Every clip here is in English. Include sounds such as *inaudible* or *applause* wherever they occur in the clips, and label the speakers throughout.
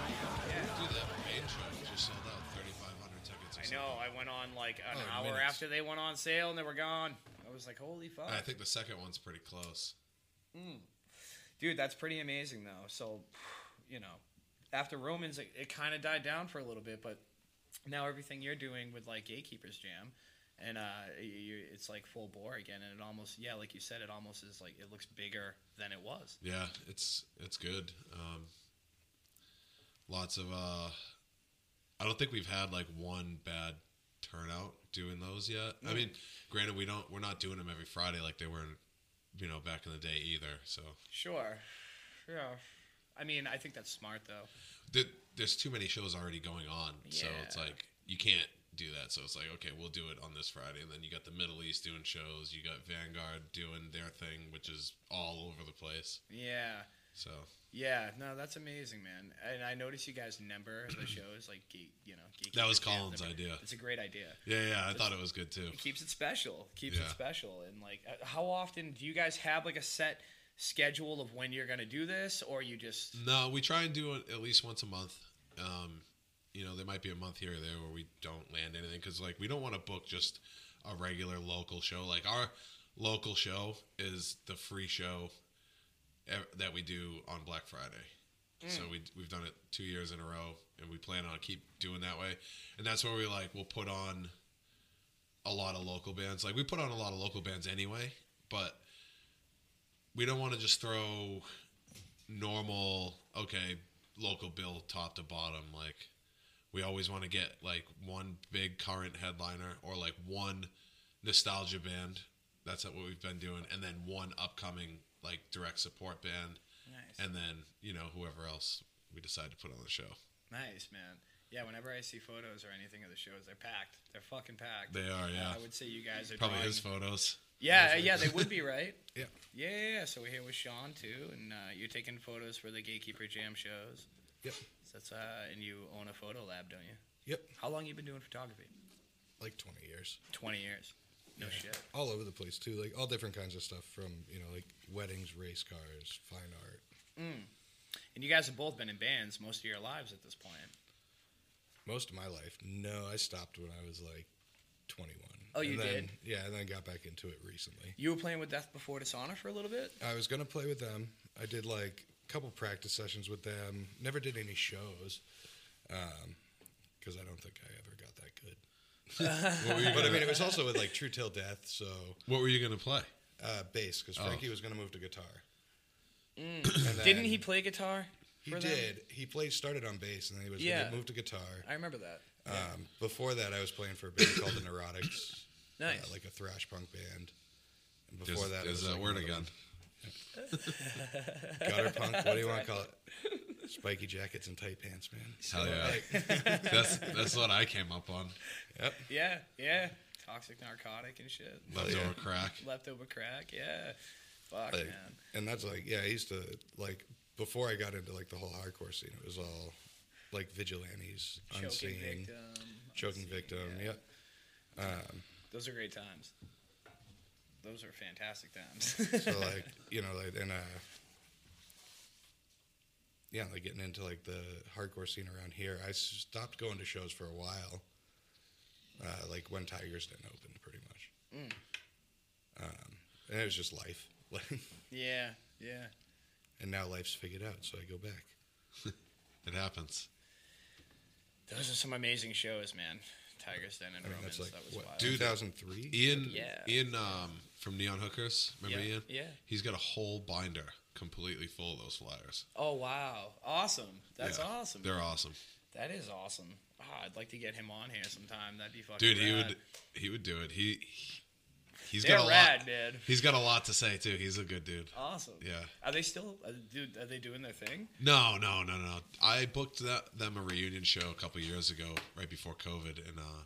Speaker 1: Oh,
Speaker 2: after they went on sale and they were gone. I was like, holy fuck.
Speaker 1: I think the second one's pretty close.
Speaker 2: Dude, that's pretty amazing, though. So, you know, after Romans, it, it kind of died down for a little bit, but now everything you're doing with like Gatekeepers Jam, and uh, y- you, it's like full bore again, and it almost, yeah, like you said, it almost is like it looks bigger than it was.
Speaker 1: Yeah, it's it's good. Um, lots of uh, I don't think we've had like one bad turnout doing those yet. I mean, granted, we don't we're not doing them every Friday like they were, you know, back in the day either. So
Speaker 2: Sure. Yeah. I mean, I think that's smart, though.
Speaker 1: there, there's too many shows already going on, so it's
Speaker 2: Yeah.
Speaker 1: like you can't do that. So it's like okay, we'll do it on this Friday, and then you got the Middle East doing shows, you got Vanguard doing their thing, which is all over the place.
Speaker 2: Yeah.
Speaker 1: So
Speaker 2: Yeah, no, that's amazing, man. And I notice you guys number the shows like gate, you know.
Speaker 1: That was
Speaker 2: Gatekeepers Jam
Speaker 1: Colin's
Speaker 2: number.
Speaker 1: idea.
Speaker 2: It's a great idea.
Speaker 1: yeah, yeah, I thought it was good too.
Speaker 2: It keeps it special. Keeps
Speaker 1: Yeah.
Speaker 2: it special. And like, uh, how often do you guys have like a set schedule of when you're gonna do this, or you just
Speaker 1: No, we try and do it at least once a month. Um, you know, there might be a month here or there where we don't land anything because, like, we don't want to book just a regular local show. Like, our local show is the free show ev- that we do on Black Friday. So we we've done it two years in a row, and we plan on keep doing that way. And that's where we like we'll put on a lot of local bands. Like we put on a lot of local bands anyway, but we don't want to just throw normal okay local bill top to bottom like we always want to get like one big current headliner or like one nostalgia band that's what we've been doing and then one upcoming like direct support band
Speaker 2: nice,
Speaker 1: and then you know whoever else we decide to put on the show
Speaker 2: nice, man. Yeah, whenever I see photos or anything of the shows, they're packed. They're fucking packed.
Speaker 1: they are yeah
Speaker 2: I would say you guys are
Speaker 1: probably
Speaker 2: drawing-
Speaker 1: his photos
Speaker 2: Yeah, yeah, they
Speaker 1: *laughs*
Speaker 2: would be right.
Speaker 1: Yeah.
Speaker 2: yeah, yeah, yeah. So we're here with Sean too, and uh, you're taking photos for the Gatekeeper Jam shows.
Speaker 3: Yep.
Speaker 2: So that's uh, and you own a photo lab, don't you?
Speaker 3: Yep.
Speaker 2: How long you been doing photography?
Speaker 3: Like 20 years.
Speaker 2: Twenty years. No shit.
Speaker 3: All over the place, too. Like all different kinds of stuff from, you know, like weddings, race cars, fine art.
Speaker 2: And you guys have both been in bands most of your lives at this point.
Speaker 3: Most of my life. No, I stopped when I was like 21.
Speaker 2: Oh, you
Speaker 3: And then-
Speaker 2: did?
Speaker 3: Yeah, and then got back into it recently.
Speaker 2: You were playing with Death Before Dishonor for a little bit.
Speaker 3: I was gonna play with them. I did like a couple practice sessions with them. Never did any shows because I don't think I ever got that good.
Speaker 1: what, were you
Speaker 3: But I
Speaker 1: gonna,
Speaker 3: *laughs* mean, it was also with like True Till Death, so
Speaker 1: what were you gonna play
Speaker 3: uh, bass because Frankie was gonna move to guitar. And then
Speaker 2: Mm. Didn't he play guitar?
Speaker 3: He
Speaker 2: for them?
Speaker 3: did. He played started on bass and then he was
Speaker 2: Yeah.
Speaker 3: gonna move to guitar.
Speaker 2: I remember that.
Speaker 3: Um, before that, I was playing for a band called the
Speaker 2: *laughs*
Speaker 3: Neurotics, uh,
Speaker 2: Nice.
Speaker 3: like a thrash punk band. And
Speaker 1: there's,
Speaker 3: before that, I
Speaker 1: there's
Speaker 3: was,
Speaker 1: that
Speaker 3: like,
Speaker 1: word
Speaker 3: one of
Speaker 1: again
Speaker 3: the Gutter punk. What
Speaker 2: *laughs*
Speaker 3: do you want to call it? Spiky jackets and tight pants, man.
Speaker 1: hell yeah that's that's what I came up on
Speaker 3: Yep.
Speaker 2: Yeah, yeah. Toxic narcotic and shit.
Speaker 3: *laughs*
Speaker 1: leftover
Speaker 3: Oh, yeah.
Speaker 1: crack
Speaker 2: Leftover crack. Yeah. Fuck
Speaker 3: Like,
Speaker 2: man.
Speaker 3: and that's like, yeah, I used to like before I got into like the whole hardcore scene. It was all like vigilantes,
Speaker 2: Choking
Speaker 3: unseen,
Speaker 2: victim.
Speaker 3: choking
Speaker 2: unseen,
Speaker 3: victim.
Speaker 2: yeah.
Speaker 3: Yep.
Speaker 2: Those are great times. Those are fantastic
Speaker 3: *laughs*
Speaker 2: times. *laughs*
Speaker 3: So like, you know, like and uh, yeah, like getting into like the hardcore scene around here. I stopped going to shows for a while, uh, like when Tigers didn't open, pretty much.
Speaker 2: Mm.
Speaker 3: Um, and it was just life. *laughs*
Speaker 2: yeah, yeah.
Speaker 3: and now life's figured out, so I go back.
Speaker 1: it happens
Speaker 2: Those are some amazing shows, man. Tiger's Den and
Speaker 3: I mean,
Speaker 2: Romans.
Speaker 3: that's like
Speaker 2: that was
Speaker 3: what
Speaker 2: wild.
Speaker 3: 2003.
Speaker 1: Ian,
Speaker 2: Yeah.
Speaker 1: Ian um, from Neon Hookers, remember
Speaker 2: Yeah,
Speaker 1: Ian?
Speaker 2: yeah.
Speaker 1: He's got a whole binder completely full of those flyers.
Speaker 2: Oh wow, awesome! That's
Speaker 1: Yeah,
Speaker 2: awesome.
Speaker 1: They're awesome,
Speaker 2: That is awesome. Ah, I'd like to get him on here sometime. That'd be fucking.
Speaker 1: dude. He
Speaker 2: rad.
Speaker 1: would, he would do it. He, he- he's
Speaker 2: They're
Speaker 1: got a
Speaker 2: rad,
Speaker 1: lot.
Speaker 2: man.
Speaker 1: He's got a lot to say too. He's a good dude.
Speaker 2: Awesome.
Speaker 1: Yeah.
Speaker 2: Are they still, uh, dude? Are they doing their thing?
Speaker 1: No, no, no, no. I booked that them a reunion show a couple years ago, right before COVID, and uh,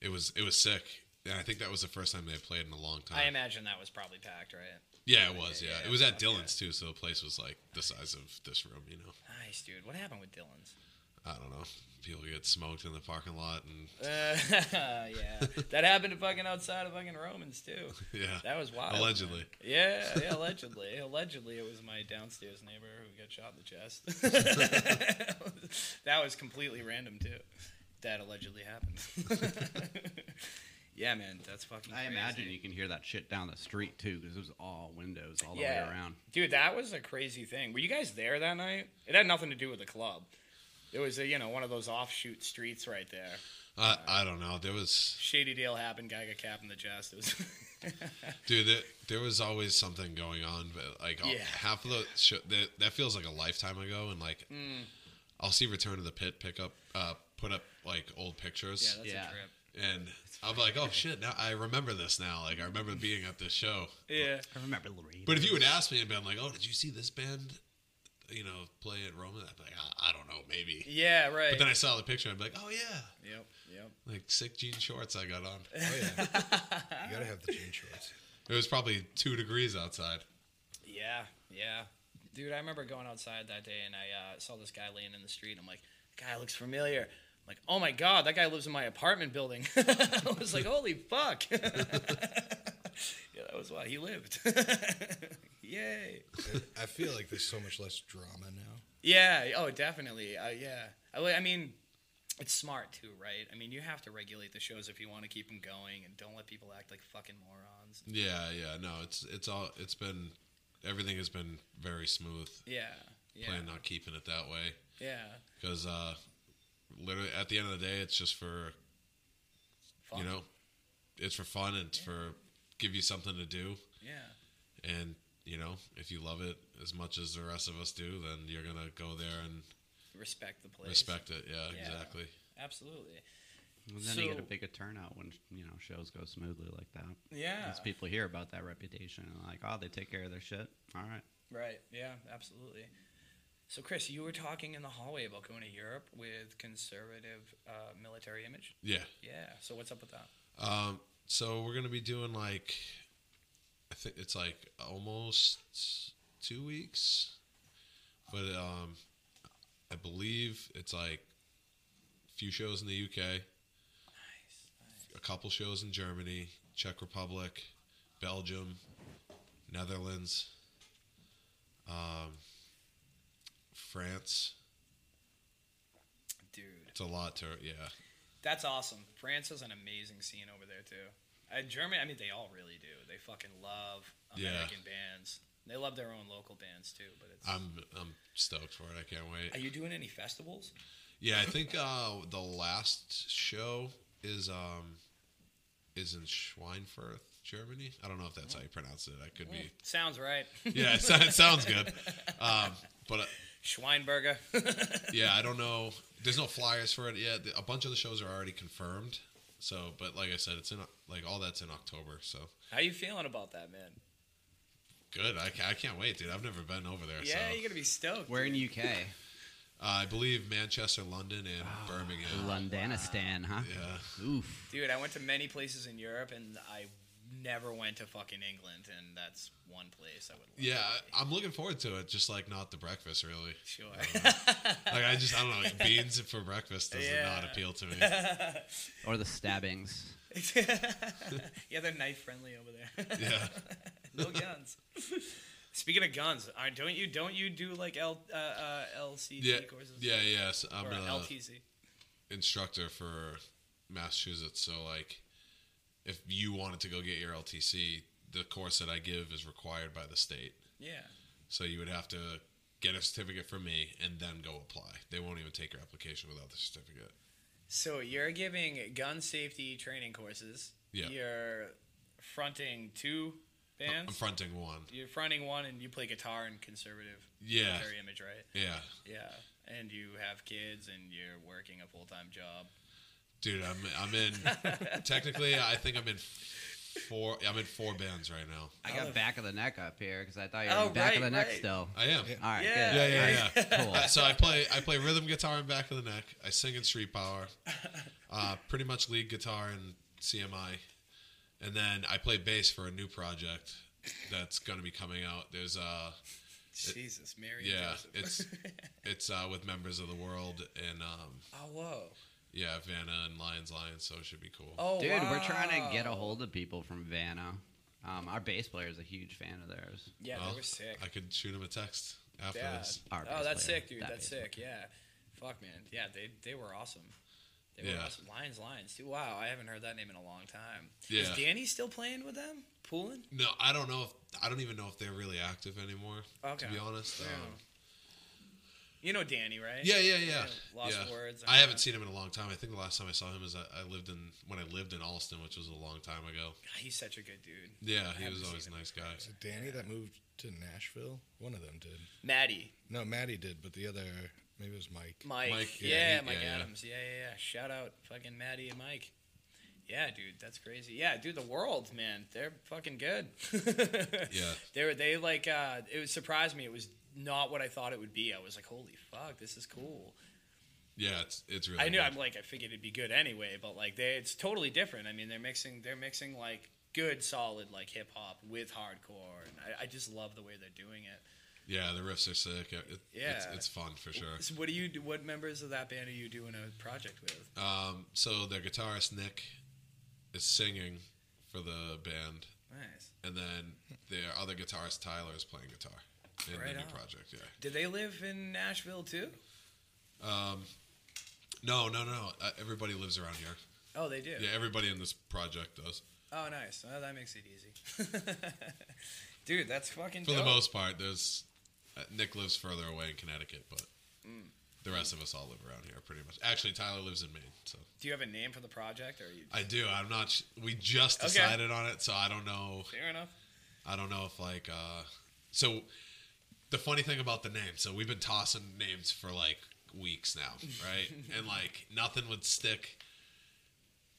Speaker 1: it was it was sick. And I think that was the first time they played in a long time.
Speaker 2: I imagine that was probably packed, right?
Speaker 1: yeah, it was. Yeah,
Speaker 2: yeah,
Speaker 1: it was at
Speaker 2: fuck yeah.
Speaker 1: Dylan's too, so the place was like the size of this room. You know.
Speaker 2: Nice, dude. What happened with Dylan's? *laughs*
Speaker 1: I don't know. People get smoked in the parking lot, and *laughs*
Speaker 2: Uh, yeah, that happened to fucking outside of fucking Romans too.
Speaker 1: yeah,
Speaker 2: That was wild. man.
Speaker 1: allegedly.
Speaker 2: Yeah,
Speaker 4: *laughs*
Speaker 2: yeah, allegedly. allegedly, it was my downstairs neighbor who got shot in the
Speaker 4: *laughs*
Speaker 2: chest. that was completely random, too. That allegedly happened. *laughs* Yeah, man, that's fucking.
Speaker 4: I
Speaker 2: crazy.
Speaker 4: imagine you can hear that shit down the street too, because it was all windows all the
Speaker 2: Yeah.
Speaker 4: way around.
Speaker 2: Dude, that was a crazy thing. Were you guys there that night? It had nothing to do with the club. It was, a, you know, one of those offshoot streets right there.
Speaker 1: I, I don't know. There was
Speaker 2: Shady deal happened. Guy got capped in the chest. It was *laughs*
Speaker 1: Dude, there, there was always something going on, but like all-
Speaker 2: Yeah.
Speaker 1: half of the show, that that feels like a lifetime ago, and like
Speaker 2: Mm.
Speaker 1: I'll see Return of the Pit pick up, uh, put up like old
Speaker 2: yeah,
Speaker 1: pictures,
Speaker 2: that's
Speaker 4: Yeah.
Speaker 2: a trip.
Speaker 1: and I'm like, oh shit, now I remember this now. Like I
Speaker 2: *laughs*
Speaker 1: remember being at this show.
Speaker 2: Yeah,
Speaker 4: I remember Laredo.
Speaker 1: But if you had asked me and been like, oh, did you see this band, you know, play at Roma? I'd be like, I, I don't know, maybe.
Speaker 2: yeah, right.
Speaker 1: But then I saw the picture, I'd be like, oh yeah,
Speaker 2: yep, yep.
Speaker 1: like sick jean shorts I got on.
Speaker 3: Oh yeah, you gotta have the jean shorts.
Speaker 1: It was probably two degrees outside.
Speaker 2: Yeah, yeah. Dude, I remember going outside that day and I uh, saw this guy laying in the street. I'm like, that guy looks familiar. I'm like, oh my God, that guy lives in my apartment building. *laughs* I was like, holy fuck. *laughs* yeah, that was why he lived. *laughs* Yay.
Speaker 3: I feel like there's so much less drama now.
Speaker 2: Yeah, oh, definitely. Uh, yeah. I, li- I mean, it's smart too, right? I mean, you have to regulate the shows if you want to keep them going and don't let people act like fucking morons.
Speaker 1: Yeah, yeah, no, it's it's all it's been everything has been very smooth.
Speaker 2: Yeah, yeah,
Speaker 1: Plan on keeping it that way
Speaker 2: yeah.
Speaker 1: because uh, literally at the end of the day, it's just for
Speaker 2: Fuck.
Speaker 1: you know, it's for fun and it's for give you something to do,
Speaker 2: Yeah.
Speaker 1: and you know, if you love it as much as the rest of us do, then you're gonna go there and
Speaker 2: Respect the place.
Speaker 1: respect it. Yeah,
Speaker 2: Yeah.
Speaker 1: exactly.
Speaker 2: Absolutely.
Speaker 4: And then you get a
Speaker 2: So-
Speaker 4: bigger turnout when you know shows go smoothly like that.
Speaker 2: Yeah.
Speaker 4: Because people hear about that reputation and like, oh, they take care of their shit. All right.
Speaker 2: Right. Yeah. Absolutely. So, Chris, you were talking in the hallway about going to Europe with conservative uh, military image.
Speaker 1: Yeah.
Speaker 2: Yeah. So, what's up with that?
Speaker 1: Um, so we're gonna be doing like, I think it's like almost two weeks, but um, I believe it's like a few shows in the UK, a couple shows in Germany, Czech Republic, Belgium, Netherlands, um, France.
Speaker 2: Dude,
Speaker 1: It's a lot to yeah.
Speaker 2: that's awesome. France has an amazing scene over there too. Uh, Germany, I mean, they all really do. They fucking love
Speaker 1: Yeah.
Speaker 2: American bands. They love their own local bands too. But it's.
Speaker 1: I'm I'm stoked for it. I can't wait.
Speaker 2: are you doing any festivals?
Speaker 1: Yeah, I think uh, the last show is um is in Schweinfurt, Germany. I don't know if that's how you pronounce it. I could be.
Speaker 2: Sounds right. *laughs*
Speaker 1: Yeah, it, sou- it sounds good. Um, but uh,
Speaker 2: Schweinberger. *laughs*
Speaker 1: yeah, I don't know. There's no flyers for it yet. The- A bunch of the shows are already confirmed. So, but like I said, it's in o- like all that's in October. So
Speaker 2: How you feeling about that, man?
Speaker 1: good. I, ca- I can't wait, dude. I've never been over there.
Speaker 2: Yeah,
Speaker 1: so
Speaker 2: you're gonna be stoked.
Speaker 4: We're in UK,
Speaker 1: uh, I believe Manchester, London, and Birmingham.
Speaker 4: Londanistan, huh?
Speaker 1: Yeah.
Speaker 4: Oof.
Speaker 2: Dude, I went to many places in Europe, and I never went to fucking England, and that's one place I would. Love
Speaker 1: Yeah,
Speaker 2: to be.
Speaker 1: I- I'm looking forward to it. Just like not the breakfast, really.
Speaker 2: sure.
Speaker 1: Like I just I don't know like beans for breakfast does
Speaker 2: Yeah.
Speaker 1: not appeal to me.
Speaker 4: Or the stabbings.
Speaker 2: *laughs* yeah, they're knife friendly over there.
Speaker 1: Yeah,
Speaker 2: *laughs* no guns. Speaking of guns, I- don't you don't you do like L uh, uh, LCT
Speaker 1: yeah,
Speaker 2: courses?
Speaker 1: yeah, yes. I'm uh,
Speaker 2: Or
Speaker 1: an
Speaker 2: LTC.
Speaker 1: instructor for Massachusetts, so like if you wanted to go get your LTC, the course that I give is required by the state.
Speaker 2: Yeah.
Speaker 1: So you would have to get a certificate from me and then go apply. They won't even take your application without the certificate.
Speaker 2: So you're giving gun safety training courses.
Speaker 1: Yeah.
Speaker 2: You're fronting two
Speaker 1: I'm
Speaker 2: bands.
Speaker 1: fronting one.
Speaker 2: you're fronting one, and you play guitar in conservative
Speaker 1: Yeah,
Speaker 2: military image, right?
Speaker 1: yeah,
Speaker 2: Yeah, and you have kids, and you're working a full time job.
Speaker 1: dude. I'm I'm in. technically, I think I'm in four. I'm in four bands right now.
Speaker 4: I
Speaker 2: Oh.
Speaker 4: got back of the neck up here because I thought you were
Speaker 2: Oh,
Speaker 4: in back of
Speaker 2: right,
Speaker 4: the neck
Speaker 2: right.
Speaker 4: still.
Speaker 1: I am.
Speaker 4: All right.
Speaker 1: Yeah,
Speaker 2: Yeah.
Speaker 4: Good.
Speaker 1: yeah, yeah.
Speaker 4: Cool.
Speaker 1: Uh, so I play I play rhythm guitar and back of the neck. I sing in Street
Speaker 2: *laughs*
Speaker 1: Power, uh, pretty much lead guitar and CMI, and then I play bass for a new project that's going to be coming out. There's uh
Speaker 2: Jesus, Mary. and
Speaker 1: yeah,
Speaker 2: Joseph. *laughs*
Speaker 1: it's it's uh, with members of the world and um
Speaker 2: oh whoa.
Speaker 1: yeah Vanna and Lions Lions, so it should be cool.
Speaker 2: *laughs* Oh,
Speaker 4: Dude, we're trying
Speaker 2: wow.
Speaker 4: to get a hold of people from Vanna. Um, our bass player is a huge fan of theirs.
Speaker 2: Yeah,
Speaker 1: Well,
Speaker 2: they were sick.
Speaker 1: I could shoot him a text after
Speaker 2: Yeah.
Speaker 1: this.
Speaker 4: Our
Speaker 2: Oh,
Speaker 4: bass
Speaker 2: that's
Speaker 4: player.
Speaker 2: sick, dude.
Speaker 4: That
Speaker 2: that's
Speaker 4: bass
Speaker 2: sick. Yeah. Fuck, man. Yeah, they they were awesome. They were
Speaker 1: Yeah.
Speaker 2: awesome. Lions, Lions, too. Wow, I haven't heard that name in a long time. Is
Speaker 1: Yeah.
Speaker 2: Danny still playing with them? Pooling?
Speaker 1: No, I don't know if I don't even know if they're really active anymore.
Speaker 2: Okay.
Speaker 1: To be honest,
Speaker 2: Yeah.
Speaker 1: Um,
Speaker 2: You know Danny, right?
Speaker 1: yeah, yeah, yeah.
Speaker 2: Lost
Speaker 1: yeah.
Speaker 2: Words,
Speaker 1: I
Speaker 2: uh,
Speaker 1: haven't seen him in a long time. I think the last time I saw him is I, I lived in when I lived in Alston, which was a long time ago.
Speaker 2: He's such a good dude.
Speaker 1: Yeah, he
Speaker 2: haven't
Speaker 1: was
Speaker 2: seen
Speaker 1: always a
Speaker 2: him
Speaker 1: nice guy.
Speaker 3: Is it Danny that moved to Nashville? One of them did.
Speaker 2: Maddie,
Speaker 3: No, Maddie did, but the other maybe it was Mike.
Speaker 2: Mike,
Speaker 1: Mike, yeah,
Speaker 2: yeah,
Speaker 1: he-
Speaker 2: Mike
Speaker 1: yeah, yeah.
Speaker 2: Adams, yeah, yeah, yeah. Shout out, fucking Maddie and Mike. Yeah, dude, that's crazy. Yeah, dude, the world, man, they're fucking good. *laughs*
Speaker 1: Yeah.
Speaker 2: they were. They like. Uh, it was surprised me. It was not what I thought it would be. I was like, holy fuck, this is cool.
Speaker 1: Yeah, it's it's really.
Speaker 2: I knew.
Speaker 1: good.
Speaker 2: I'm like, I figured it'd be good anyway, but like, they, it's totally different. I mean, they're mixing. They're mixing like good, solid like hip hop with hardcore, and I, I just love the way they're doing it.
Speaker 1: yeah, the riffs are sick. It, yeah, it's,
Speaker 2: Yeah.
Speaker 1: it's fun for sure.
Speaker 2: So what do you? What members of that band are you doing a project with?
Speaker 1: Um, so their guitarist Nick is singing for the band,
Speaker 2: Nice.
Speaker 1: and then their other guitarist Tyler is playing guitar in
Speaker 2: Right
Speaker 1: the new
Speaker 2: on.
Speaker 1: project. Yeah.
Speaker 2: Do they live in Nashville too?
Speaker 1: Um, no, no, no. Uh, everybody lives around here.
Speaker 2: Oh, they do.
Speaker 1: Yeah, everybody in this project does.
Speaker 2: Oh, nice. Well, that makes it easy. *laughs* Dude, that's fucking.
Speaker 1: For the
Speaker 2: dope.
Speaker 1: most part, there's uh, Nick lives further away in Connecticut, but the rest of us all live around here pretty much. Actually, Tyler lives in Maine, so
Speaker 2: Do you have a name for the project, or are you?
Speaker 1: I do. I'm not. Sh- we just
Speaker 2: Okay.
Speaker 1: decided on it, so I don't know.
Speaker 2: Fair enough.
Speaker 1: I don't know if like. Uh, so the funny thing about the name, so we've been tossing names for like weeks now, right? and like nothing would stick.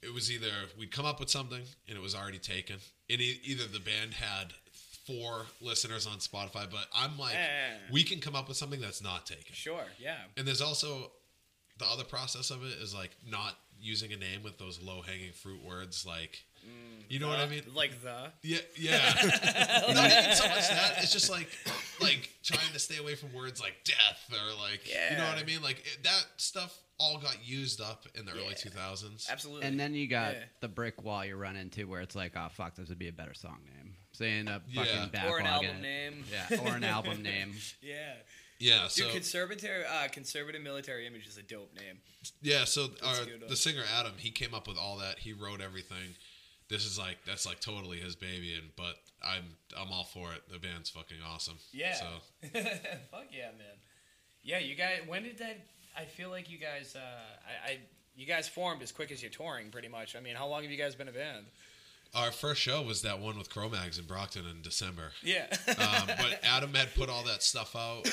Speaker 1: It was either we'd come up with something and it was already taken, and e- either the band had four listeners on Spotify, but I'm like,
Speaker 2: Eh.
Speaker 1: we can come up with something that's not taken.
Speaker 2: Sure. Yeah.
Speaker 1: And there's also the other process of it is like not using a name with those low hanging fruit words, like you know what I
Speaker 2: Uh,
Speaker 1: mean?
Speaker 2: Like the.
Speaker 1: Yeah, yeah. Not even so much that. It's just like, like trying to stay away from words like death or like, you know what I
Speaker 2: Yeah.
Speaker 1: mean? Like it, that stuff all got used up in the early
Speaker 2: Yeah.
Speaker 1: two thousands.
Speaker 2: Absolutely.
Speaker 4: And then you got
Speaker 2: Yeah.
Speaker 4: the brick wall you run into where it's like, oh fuck, this would be a better song name. So you end up
Speaker 1: Yeah.
Speaker 4: fucking backlogging
Speaker 2: or an album
Speaker 4: it.
Speaker 2: name. *laughs*
Speaker 4: Yeah, or an album name.
Speaker 2: Yeah.
Speaker 1: Yeah, so
Speaker 2: Dude, conservative, uh, conservative military image is a dope name. *laughs*
Speaker 1: yeah, so our,
Speaker 2: good uh, one.
Speaker 1: the singer Adam, he came up with all that. He wrote everything. This is like that's like totally his baby, and but I'm I'm all for it. The band's fucking awesome.
Speaker 2: Yeah.
Speaker 1: So
Speaker 2: Fuck yeah, man. Yeah, you guys. When did that? I feel like you guys. Uh, I, I. You guys formed as quick as you're touring, pretty much. I mean, how long have you guys been a band?
Speaker 1: our first show was that one with Chromags in Brockton in December.
Speaker 2: Yeah. *laughs*
Speaker 1: um, but Adam had put all that stuff out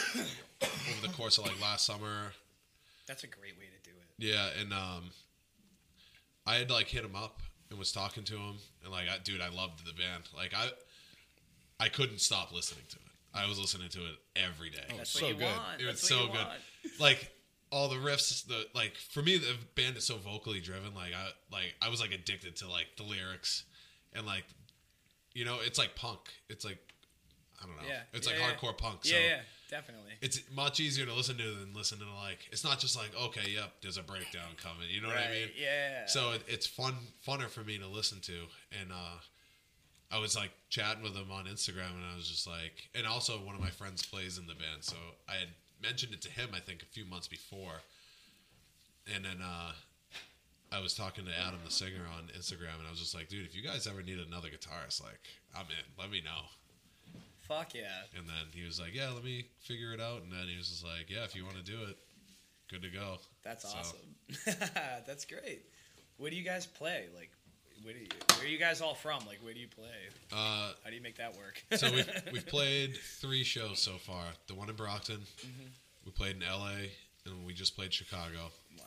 Speaker 1: over the course of like last summer.
Speaker 2: That's a great way to do it.
Speaker 1: Yeah, and um, I had like hit him up and was talking to him, and like, I, dude, I loved the band. Like, I I couldn't stop listening to it. I was listening to it every day.
Speaker 2: That's
Speaker 3: Oh, so
Speaker 2: what you
Speaker 3: good.
Speaker 2: want.
Speaker 1: it was
Speaker 2: That's
Speaker 1: so
Speaker 2: what you
Speaker 1: good.
Speaker 2: want.
Speaker 1: Like all the riffs, the like for me, the band is so vocally driven. Like I like I was like addicted to like the lyrics, and like you know, it's like punk. It's like I don't know.
Speaker 2: Yeah.
Speaker 1: It's
Speaker 2: Yeah,
Speaker 1: like
Speaker 2: yeah.
Speaker 1: hardcore punk. So
Speaker 2: Yeah, yeah, definitely.
Speaker 1: it's much easier to listen to than listen to like it's not just like okay yep there's a breakdown coming you know what i mean
Speaker 2: Right, Yeah.
Speaker 1: so it, it's fun funner for me to listen to and uh i was like chatting with him on instagram and i was just like and also one of my friends plays in the band so i had mentioned it to him i think a few months before and then uh i was talking to adam the singer on instagram and i was just like dude if you guys ever need another guitarist like i'm in let me know
Speaker 2: Fuck yeah.
Speaker 1: and then he was like, "Yeah, let me figure it out." And then he was just like, "Yeah, if you want to do it, good to go."
Speaker 2: That's
Speaker 1: So-
Speaker 2: awesome. *laughs* That's great. Where do you guys play? Like, where do you? Where are you guys all from? Like, where do you play?
Speaker 1: Uh,
Speaker 2: How do you make that work? *laughs*
Speaker 1: so we've we've played three shows so far. The one in Brockton,
Speaker 2: Mm-hmm.
Speaker 1: we played in L.A., and we just played Chicago.
Speaker 2: wow.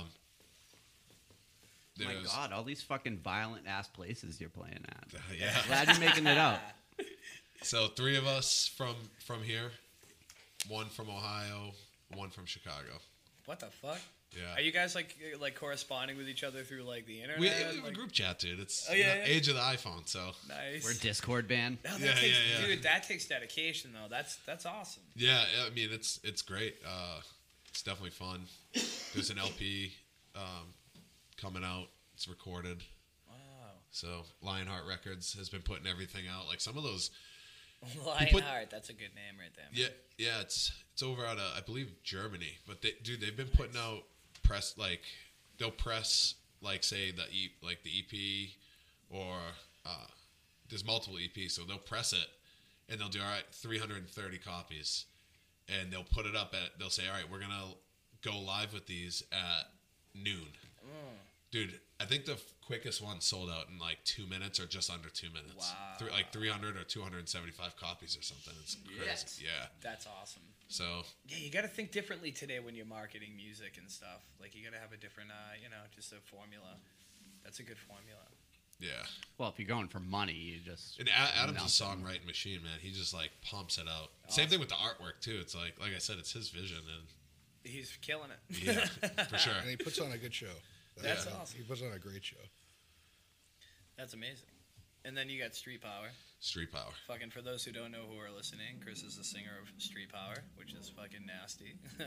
Speaker 1: Um,
Speaker 4: My
Speaker 1: there's-
Speaker 4: Oh God, all these fucking violent ass places you're playing at.
Speaker 1: *laughs* yeah.
Speaker 4: *laughs* Glad you're making it up.
Speaker 2: *laughs*
Speaker 1: So three of us from from here, one from Ohio, one from Chicago.
Speaker 2: What the fuck?
Speaker 1: Yeah.
Speaker 2: Are you guys like uh, like corresponding with each other through like the internet?
Speaker 1: we, we have a
Speaker 2: Like-
Speaker 1: group chat, dude. It's
Speaker 2: Oh, yeah,
Speaker 1: the
Speaker 2: yeah.
Speaker 1: age of the iPhone, so
Speaker 2: Nice.
Speaker 4: We're Discord band.
Speaker 2: No, that
Speaker 1: Yeah,
Speaker 2: takes,
Speaker 1: yeah, yeah.
Speaker 2: Dude, that takes dedication though. That's that's awesome.
Speaker 1: Yeah, I mean it's it's great. Uh, it's definitely fun. There's an LP um, coming out. It's recorded.
Speaker 2: Wow.
Speaker 1: So Lionheart Records has been putting everything out. Like some of those.
Speaker 2: Lionheart. That's a good name right there. man.
Speaker 1: Yeah, yeah. It's it's over out of I believe Germany, but they dude they've been putting out press like they'll press like say the e, like the EP or uh, there's multiple EPs, so they'll press it and they'll do all right 330 copies, and they'll put it up at they'll say all right we're gonna go live with these at noon. Dude, I think the f- quickest one sold out in like two minutes or just under two minutes.
Speaker 2: Wow.
Speaker 1: Three, like 300 or 275 copies or something. It's crazy.
Speaker 2: Yes.
Speaker 1: Yeah.
Speaker 2: That's awesome.
Speaker 1: So
Speaker 2: Yeah, you got to think differently today when you're marketing music and stuff. Like you got to have a different, uh, you know, just a formula. That's a good formula.
Speaker 1: yeah.
Speaker 4: Well, if you're going for money, you just
Speaker 1: And A- Adam's
Speaker 4: No.
Speaker 1: a songwriting machine, man. He just like pumps it out. Same thing with the artwork too. It's like, like I said, it's his vision, and
Speaker 2: He's killing it.
Speaker 1: yeah, for sure.
Speaker 3: and he puts on a good show.
Speaker 2: *laughs* That's
Speaker 3: uh,
Speaker 2: awesome.
Speaker 3: He puts on a great show.
Speaker 2: *laughs* That's amazing. And then you got Street Power.
Speaker 1: Street power.
Speaker 2: Fucking for those who don't know who are listening, Chris is the singer of Street Power, which is fucking nasty. *laughs*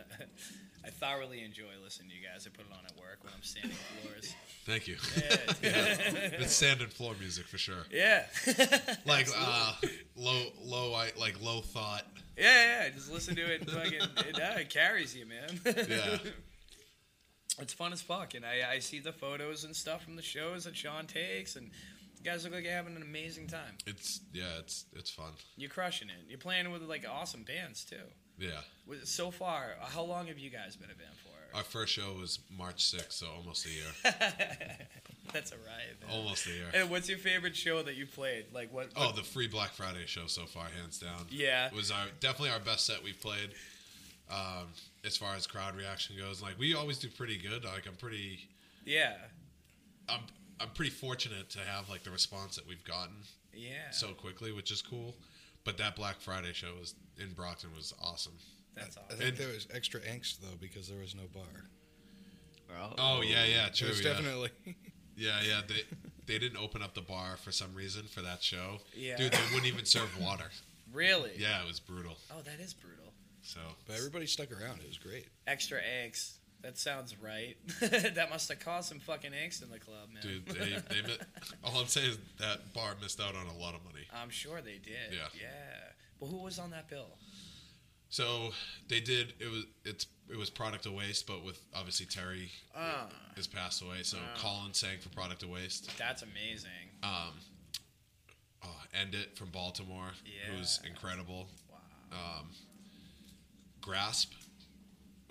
Speaker 2: I thoroughly enjoy listening to you guys. I put it on at work when I'm standing on floors.
Speaker 1: Thank you. *laughs*
Speaker 2: Yeah,
Speaker 1: it's sand and floor music for sure.
Speaker 2: yeah, *laughs*
Speaker 1: Like uh, low, low, I like low thought.
Speaker 2: yeah, yeah. Just listen to it. And fucking, it, uh, it carries you, man.
Speaker 1: Yeah.
Speaker 2: *laughs* it's fun as fuck, and I, I see the photos and stuff from the shows that Sean takes, and you guys look like you're having an amazing time.
Speaker 1: It's yeah, it's it's fun.
Speaker 2: You're crushing it. You're playing with like awesome bands too.
Speaker 1: Yeah.
Speaker 2: Was- So far, how long have you guys been a band for?
Speaker 1: Our first show was March 6th, so almost a year.
Speaker 2: *laughs* That's a riot. Man.
Speaker 1: almost a year.
Speaker 2: And what's your favorite show that you played? Like what?
Speaker 1: Oh,
Speaker 2: what-
Speaker 1: the free Black Friday show so far, hands down.
Speaker 2: Yeah.
Speaker 1: was our definitely our best set we've played. Um, as far as crowd reaction goes, like we always do pretty good. Like I'm pretty,
Speaker 2: yeah,
Speaker 1: I'm I'm pretty fortunate to have like the response that we've gotten
Speaker 2: yeah.
Speaker 1: so quickly, which is cool. But that Black Friday show was in Brockton was awesome.
Speaker 2: that's
Speaker 3: I
Speaker 2: awesome.
Speaker 3: think
Speaker 1: And-
Speaker 3: there was extra angst though because there was no bar.
Speaker 4: bro.
Speaker 1: Oh yeah, yeah, true.
Speaker 3: It was
Speaker 1: yeah.
Speaker 3: definitely *laughs*
Speaker 1: Yeah, yeah. They they didn't open up the bar for some reason for that show.
Speaker 2: Yeah.
Speaker 1: Dude, they wouldn't even serve water.
Speaker 2: Really?
Speaker 1: Yeah, it was brutal.
Speaker 2: Oh, that is brutal.
Speaker 1: So
Speaker 3: but everybody stuck around. It was great.
Speaker 2: Extra angst. That sounds right. *laughs* that must have caused some fucking angst in the club, man.
Speaker 1: dude, they, they mi- all I'm saying is that bar missed out on a lot of money.
Speaker 2: I'm sure they did.
Speaker 1: Yeah.
Speaker 2: Yeah. But who was on that bill?
Speaker 1: So they did. It was it's it was product of waste, but with obviously Terry
Speaker 2: Ah.
Speaker 1: has passed away. So Colin sang for product of waste.
Speaker 2: That's amazing.
Speaker 1: Um, oh, end it from Baltimore, who's
Speaker 2: Yeah.
Speaker 1: incredible. Um,
Speaker 2: Wow.
Speaker 1: Grasp,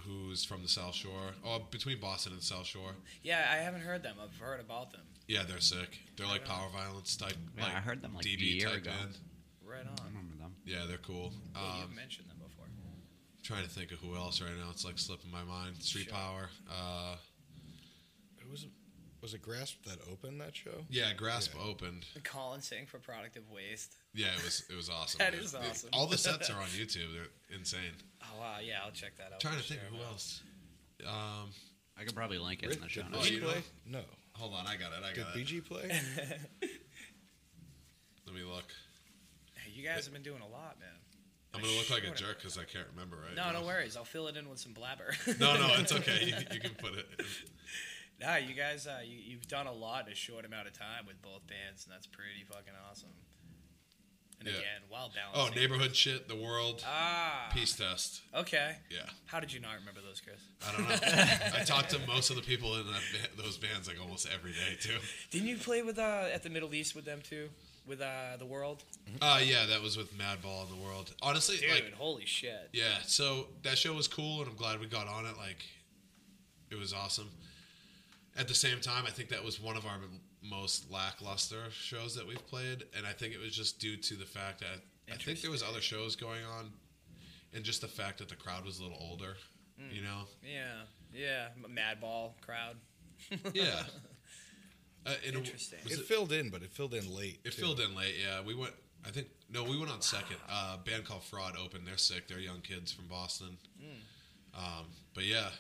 Speaker 1: who's from the South Shore, oh between Boston and the South Shore.
Speaker 2: Yeah, I haven't heard them. I've heard about them.
Speaker 1: Yeah, they're sick. They're like power violence type.
Speaker 4: Yeah,
Speaker 1: like
Speaker 4: I heard them, like, a
Speaker 1: DB
Speaker 4: year
Speaker 1: type
Speaker 4: ago.
Speaker 1: band.
Speaker 2: Right
Speaker 4: I
Speaker 2: on.
Speaker 4: remember them.
Speaker 1: Yeah, they're cool.
Speaker 2: Yeah, you've
Speaker 1: Mm-hmm. Um,
Speaker 2: mentioned them before.
Speaker 1: trying to think of who else right now. It's like slipping my mind. Street
Speaker 2: Sure.
Speaker 1: Power. Uh,
Speaker 3: It was was it Grasp that opened that show?
Speaker 1: yeah, Grasp
Speaker 3: Yeah.
Speaker 1: opened.
Speaker 2: Colin sang for Product of Waste.
Speaker 1: Yeah, it was it was awesome.
Speaker 2: That
Speaker 1: dude.
Speaker 2: is
Speaker 1: The-
Speaker 2: awesome.
Speaker 1: all the
Speaker 2: *laughs*
Speaker 1: sets are on YouTube. They're insane.
Speaker 2: Oh, wow. Yeah, I'll check that out.
Speaker 1: trying to
Speaker 2: for
Speaker 1: think of
Speaker 2: sure,
Speaker 1: who
Speaker 2: man.
Speaker 1: else. Um,
Speaker 4: I could probably link it in the
Speaker 3: Rick,
Speaker 4: show
Speaker 3: did
Speaker 1: Oh,
Speaker 4: notes.
Speaker 1: you
Speaker 3: BG
Speaker 1: know?
Speaker 3: play? No.
Speaker 1: hold on, I got it. I
Speaker 3: Did
Speaker 1: got it.
Speaker 3: BG play?
Speaker 1: Let me look.
Speaker 2: Hey, you guys have been doing a lot, man.
Speaker 1: I'm gonna look like a
Speaker 2: should've-
Speaker 1: jerk because I can't remember right.
Speaker 2: No,
Speaker 1: now.
Speaker 2: no worries. I'll fill it in with some blabber.
Speaker 1: No, no, it's okay. You, you can put
Speaker 2: *laughs*
Speaker 1: it. in.
Speaker 2: nah, you guys, uh, you, you've done a lot in a short amount of time with both bands, and that's pretty fucking awesome. And
Speaker 1: Yeah.
Speaker 2: again, while
Speaker 1: Oh,
Speaker 2: balancing.
Speaker 1: neighborhood shit. The world.
Speaker 2: Ah.
Speaker 1: Peace test.
Speaker 2: Okay.
Speaker 1: Yeah.
Speaker 2: How did you not remember those, Chris?
Speaker 1: I don't know. I talk to most of the people in that, ba- those bands like almost every day
Speaker 2: *laughs*
Speaker 1: too.
Speaker 2: Didn't you play with uh, at the Middle East with them too? With uh, the world,
Speaker 1: Uh yeah, that was with Madball in the world. Honestly,
Speaker 2: dude.
Speaker 1: like
Speaker 2: holy shit!
Speaker 1: yeah, so that show was cool, and I'm glad we got on it. Like, it was awesome. At the same time, I think that was one of our m- most lackluster shows that we've played, and I think it was just due to the fact that I think there was other shows going on, and just the fact that the crowd was a little older. You know,
Speaker 2: Yeah, yeah. M- Madball crowd.
Speaker 1: yeah. Uh, and it-
Speaker 2: Interesting.
Speaker 1: was
Speaker 3: It
Speaker 1: it-
Speaker 3: filled in, but it filled in late.
Speaker 1: It
Speaker 3: too.
Speaker 1: filled in late, yeah. We went. I think no, we went on second. Uh, band called Fraud opened. They're sick. They're young kids from Boston.
Speaker 2: Mm.
Speaker 1: Um, but yeah,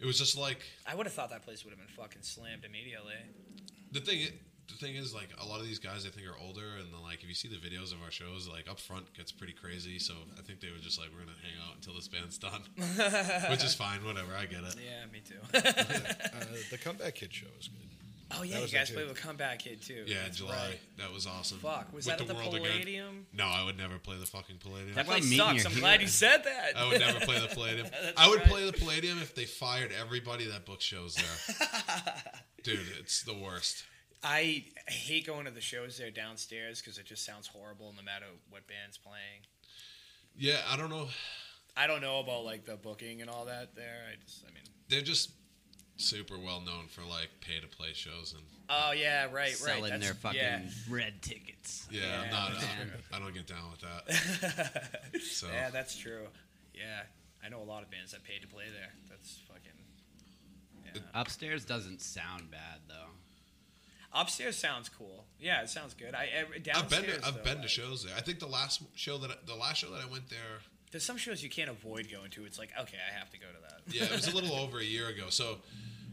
Speaker 1: it was just like
Speaker 2: I would have thought that place would have been fucking slammed immediately.
Speaker 1: the thing. The thing is, like a lot of these guys, I think are older, and then like if you see the videos of our shows, like up front gets pretty crazy. So I think they were just like, we're gonna hang out until this band's done,
Speaker 2: *laughs*
Speaker 1: which is fine. Whatever, I get it.
Speaker 2: Yeah, me too. *laughs*
Speaker 3: Uh, the Comeback Kid show was good.
Speaker 2: Oh yeah, you
Speaker 3: was in
Speaker 2: guys
Speaker 3: June.
Speaker 2: played with Comeback Kid too.
Speaker 1: Yeah,
Speaker 2: That's
Speaker 1: July.
Speaker 2: right.
Speaker 1: That was awesome.
Speaker 2: Fuck, was
Speaker 1: With
Speaker 2: that at the
Speaker 1: World Again-
Speaker 2: Palladium?
Speaker 1: No, I would never play the fucking Palladium.
Speaker 2: That
Speaker 4: That's like
Speaker 2: place
Speaker 4: meeting
Speaker 2: sucks.
Speaker 4: your
Speaker 2: I'm glad
Speaker 4: hero.
Speaker 2: you said that.
Speaker 1: I would never play the Palladium.
Speaker 2: *laughs* That's
Speaker 1: I would
Speaker 2: right.
Speaker 1: play the Palladium if they fired everybody that book shows
Speaker 2: *laughs*
Speaker 1: there. Dude, it's the worst.
Speaker 2: I hate going to the shows there downstairs because it just sounds horrible, no matter what band's playing.
Speaker 1: Yeah, I don't know.
Speaker 2: I don't know about like the booking and all that there. I just, I mean,
Speaker 1: They're just super well known for like pay to play shows and
Speaker 2: oh yeah, right, right.
Speaker 4: selling
Speaker 2: That's-
Speaker 4: their fucking
Speaker 2: yeah.
Speaker 4: red tickets.
Speaker 1: yeah,
Speaker 2: Yeah,
Speaker 1: I'm not.
Speaker 4: that's
Speaker 1: I'm-
Speaker 4: true.
Speaker 1: I don't get down with
Speaker 2: *laughs*
Speaker 1: that. So
Speaker 2: Yeah, that's true. Yeah, I know a lot of bands that paid to play there. That's fucking. Yeah.
Speaker 4: Upstairs doesn't sound bad though.
Speaker 2: Upstairs sounds cool. Yeah, it sounds good. I ev-
Speaker 1: I've
Speaker 2: downstairs.
Speaker 1: been to, I've
Speaker 2: though,
Speaker 1: been to
Speaker 2: like,
Speaker 1: shows there. I think the last show that I, the last show that I went there
Speaker 2: There's some shows you can't avoid going to. It's like okay, I have to go to that.
Speaker 1: Yeah, it was a
Speaker 2: *laughs*
Speaker 1: little over a year ago. So,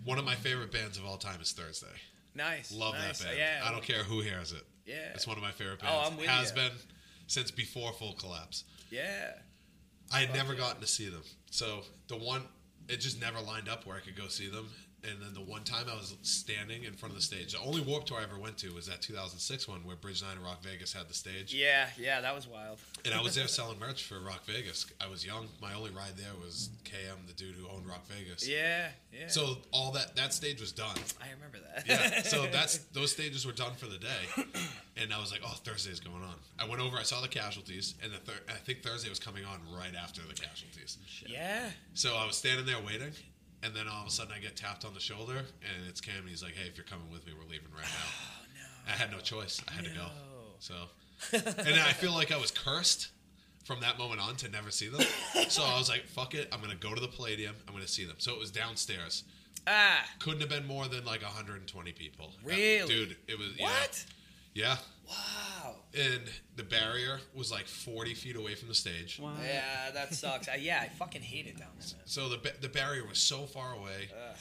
Speaker 1: one of my favorite bands of all time is Thursday.
Speaker 2: Nice.
Speaker 1: Love
Speaker 2: nice.
Speaker 1: that band.
Speaker 2: Yeah.
Speaker 1: I don't care who hears it.
Speaker 2: Yeah.
Speaker 1: It's one of my favorite
Speaker 2: Oh,
Speaker 1: bands.
Speaker 2: I'm with
Speaker 1: Has
Speaker 2: ya.
Speaker 1: been since before Full Collapse.
Speaker 2: Yeah.
Speaker 1: I had never
Speaker 2: yeah.
Speaker 1: gotten to see them. So, the one, it just never lined up where I could go see them. And then the one time I was standing in front of the stage, the only Warped Tour I ever went to was that 2006 one where Bridge 9 and Rock Vegas had the stage.
Speaker 2: Yeah. Yeah. That was wild.
Speaker 1: And I was
Speaker 2: *laughs*
Speaker 1: there selling merch for Rock Vegas. I was young. My only ride there was KM, the dude who owned Rock Vegas.
Speaker 2: Yeah. Yeah.
Speaker 1: So all that that stage was done.
Speaker 2: I remember that. *laughs*
Speaker 1: Yeah. So that's those stages were done for the day, and I was like, "Oh, Thursday's going on." I went over, I saw the casualties, and the thir- I think Thursday was coming on right after the casualties.
Speaker 2: yeah.
Speaker 1: So I was standing there waiting, and then all of a sudden I get tapped on the shoulder, and it's Cam, and he's like, "Hey, if you're coming with me, we're leaving right now."
Speaker 2: Oh no.
Speaker 1: I had no choice. I had to go.
Speaker 2: No.
Speaker 1: So, and I feel like I was cursed from that moment on to never see them. So I was like, "Fuck it, I'm gonna go to the Palladium. I'm gonna see them." So it was downstairs
Speaker 2: Ah.
Speaker 1: couldn't have been more than like 120 people. Uh,
Speaker 2: Really?
Speaker 1: Dude, it was yeah.
Speaker 2: What?
Speaker 1: Yeah.
Speaker 2: Wow.
Speaker 1: And the barrier was like 40 feet away from the stage.
Speaker 4: Wow.
Speaker 2: Yeah, that sucks. I, yeah, I fucking hate it down there. man.
Speaker 1: So the ba- the barrier was so far away.
Speaker 2: Ugh.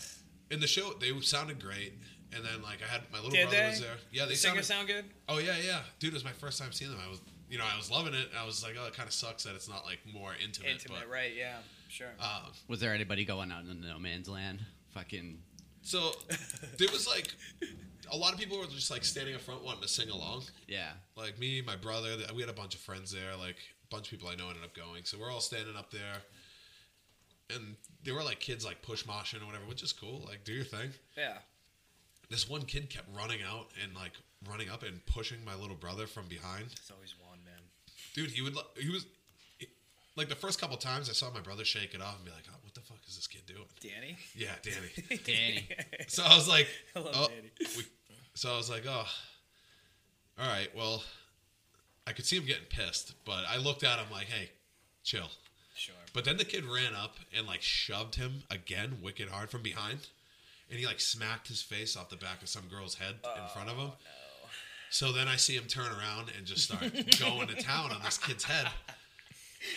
Speaker 1: And the show they sounded great. And then like I had my little
Speaker 2: Did
Speaker 1: brother was
Speaker 2: they?
Speaker 1: there. Yeah, they
Speaker 2: The
Speaker 1: sounded
Speaker 2: singers sound good.
Speaker 1: Oh yeah, yeah. Dude, it was my first time seeing them. I was you know, I was loving it. I was like, "Oh, it kind of sucks that it's not like more intimate."
Speaker 2: Intimate,
Speaker 1: but,
Speaker 2: right? Yeah, sure.
Speaker 1: Um,
Speaker 4: Was there anybody going out in no man's land? Fucking
Speaker 1: so there was like a lot of people were just like standing up front wanting to sing along.
Speaker 2: *laughs*
Speaker 4: yeah.
Speaker 1: like me, my brother, th- we had a bunch of friends there, like a bunch of people I know ended up going. So we're all standing up there. And there were like kids like push moshing or whatever, which is cool. Like do your thing.
Speaker 2: yeah.
Speaker 1: This one kid kept running out and like running up and pushing my little brother from behind.
Speaker 2: It's always one man.
Speaker 1: Dude, he would li- he was like the first couple times I saw my brother shake it off and be like, oh, "What the fuck is this kid doing?"
Speaker 2: Danny.
Speaker 1: Yeah, Danny.
Speaker 2: *laughs*
Speaker 4: Danny.
Speaker 1: so I was like,
Speaker 2: I love
Speaker 1: oh,
Speaker 2: Danny.
Speaker 1: we, so I was like, oh, all right. Well, I could see him getting pissed, but I looked at him like, hey, chill.
Speaker 2: Sure.
Speaker 1: But then the kid ran up and like shoved him again, wicked hard from behind, and he like smacked his face off the back of some girl's head in front of him. So then I see him turn around and just start going to town on this kid's head.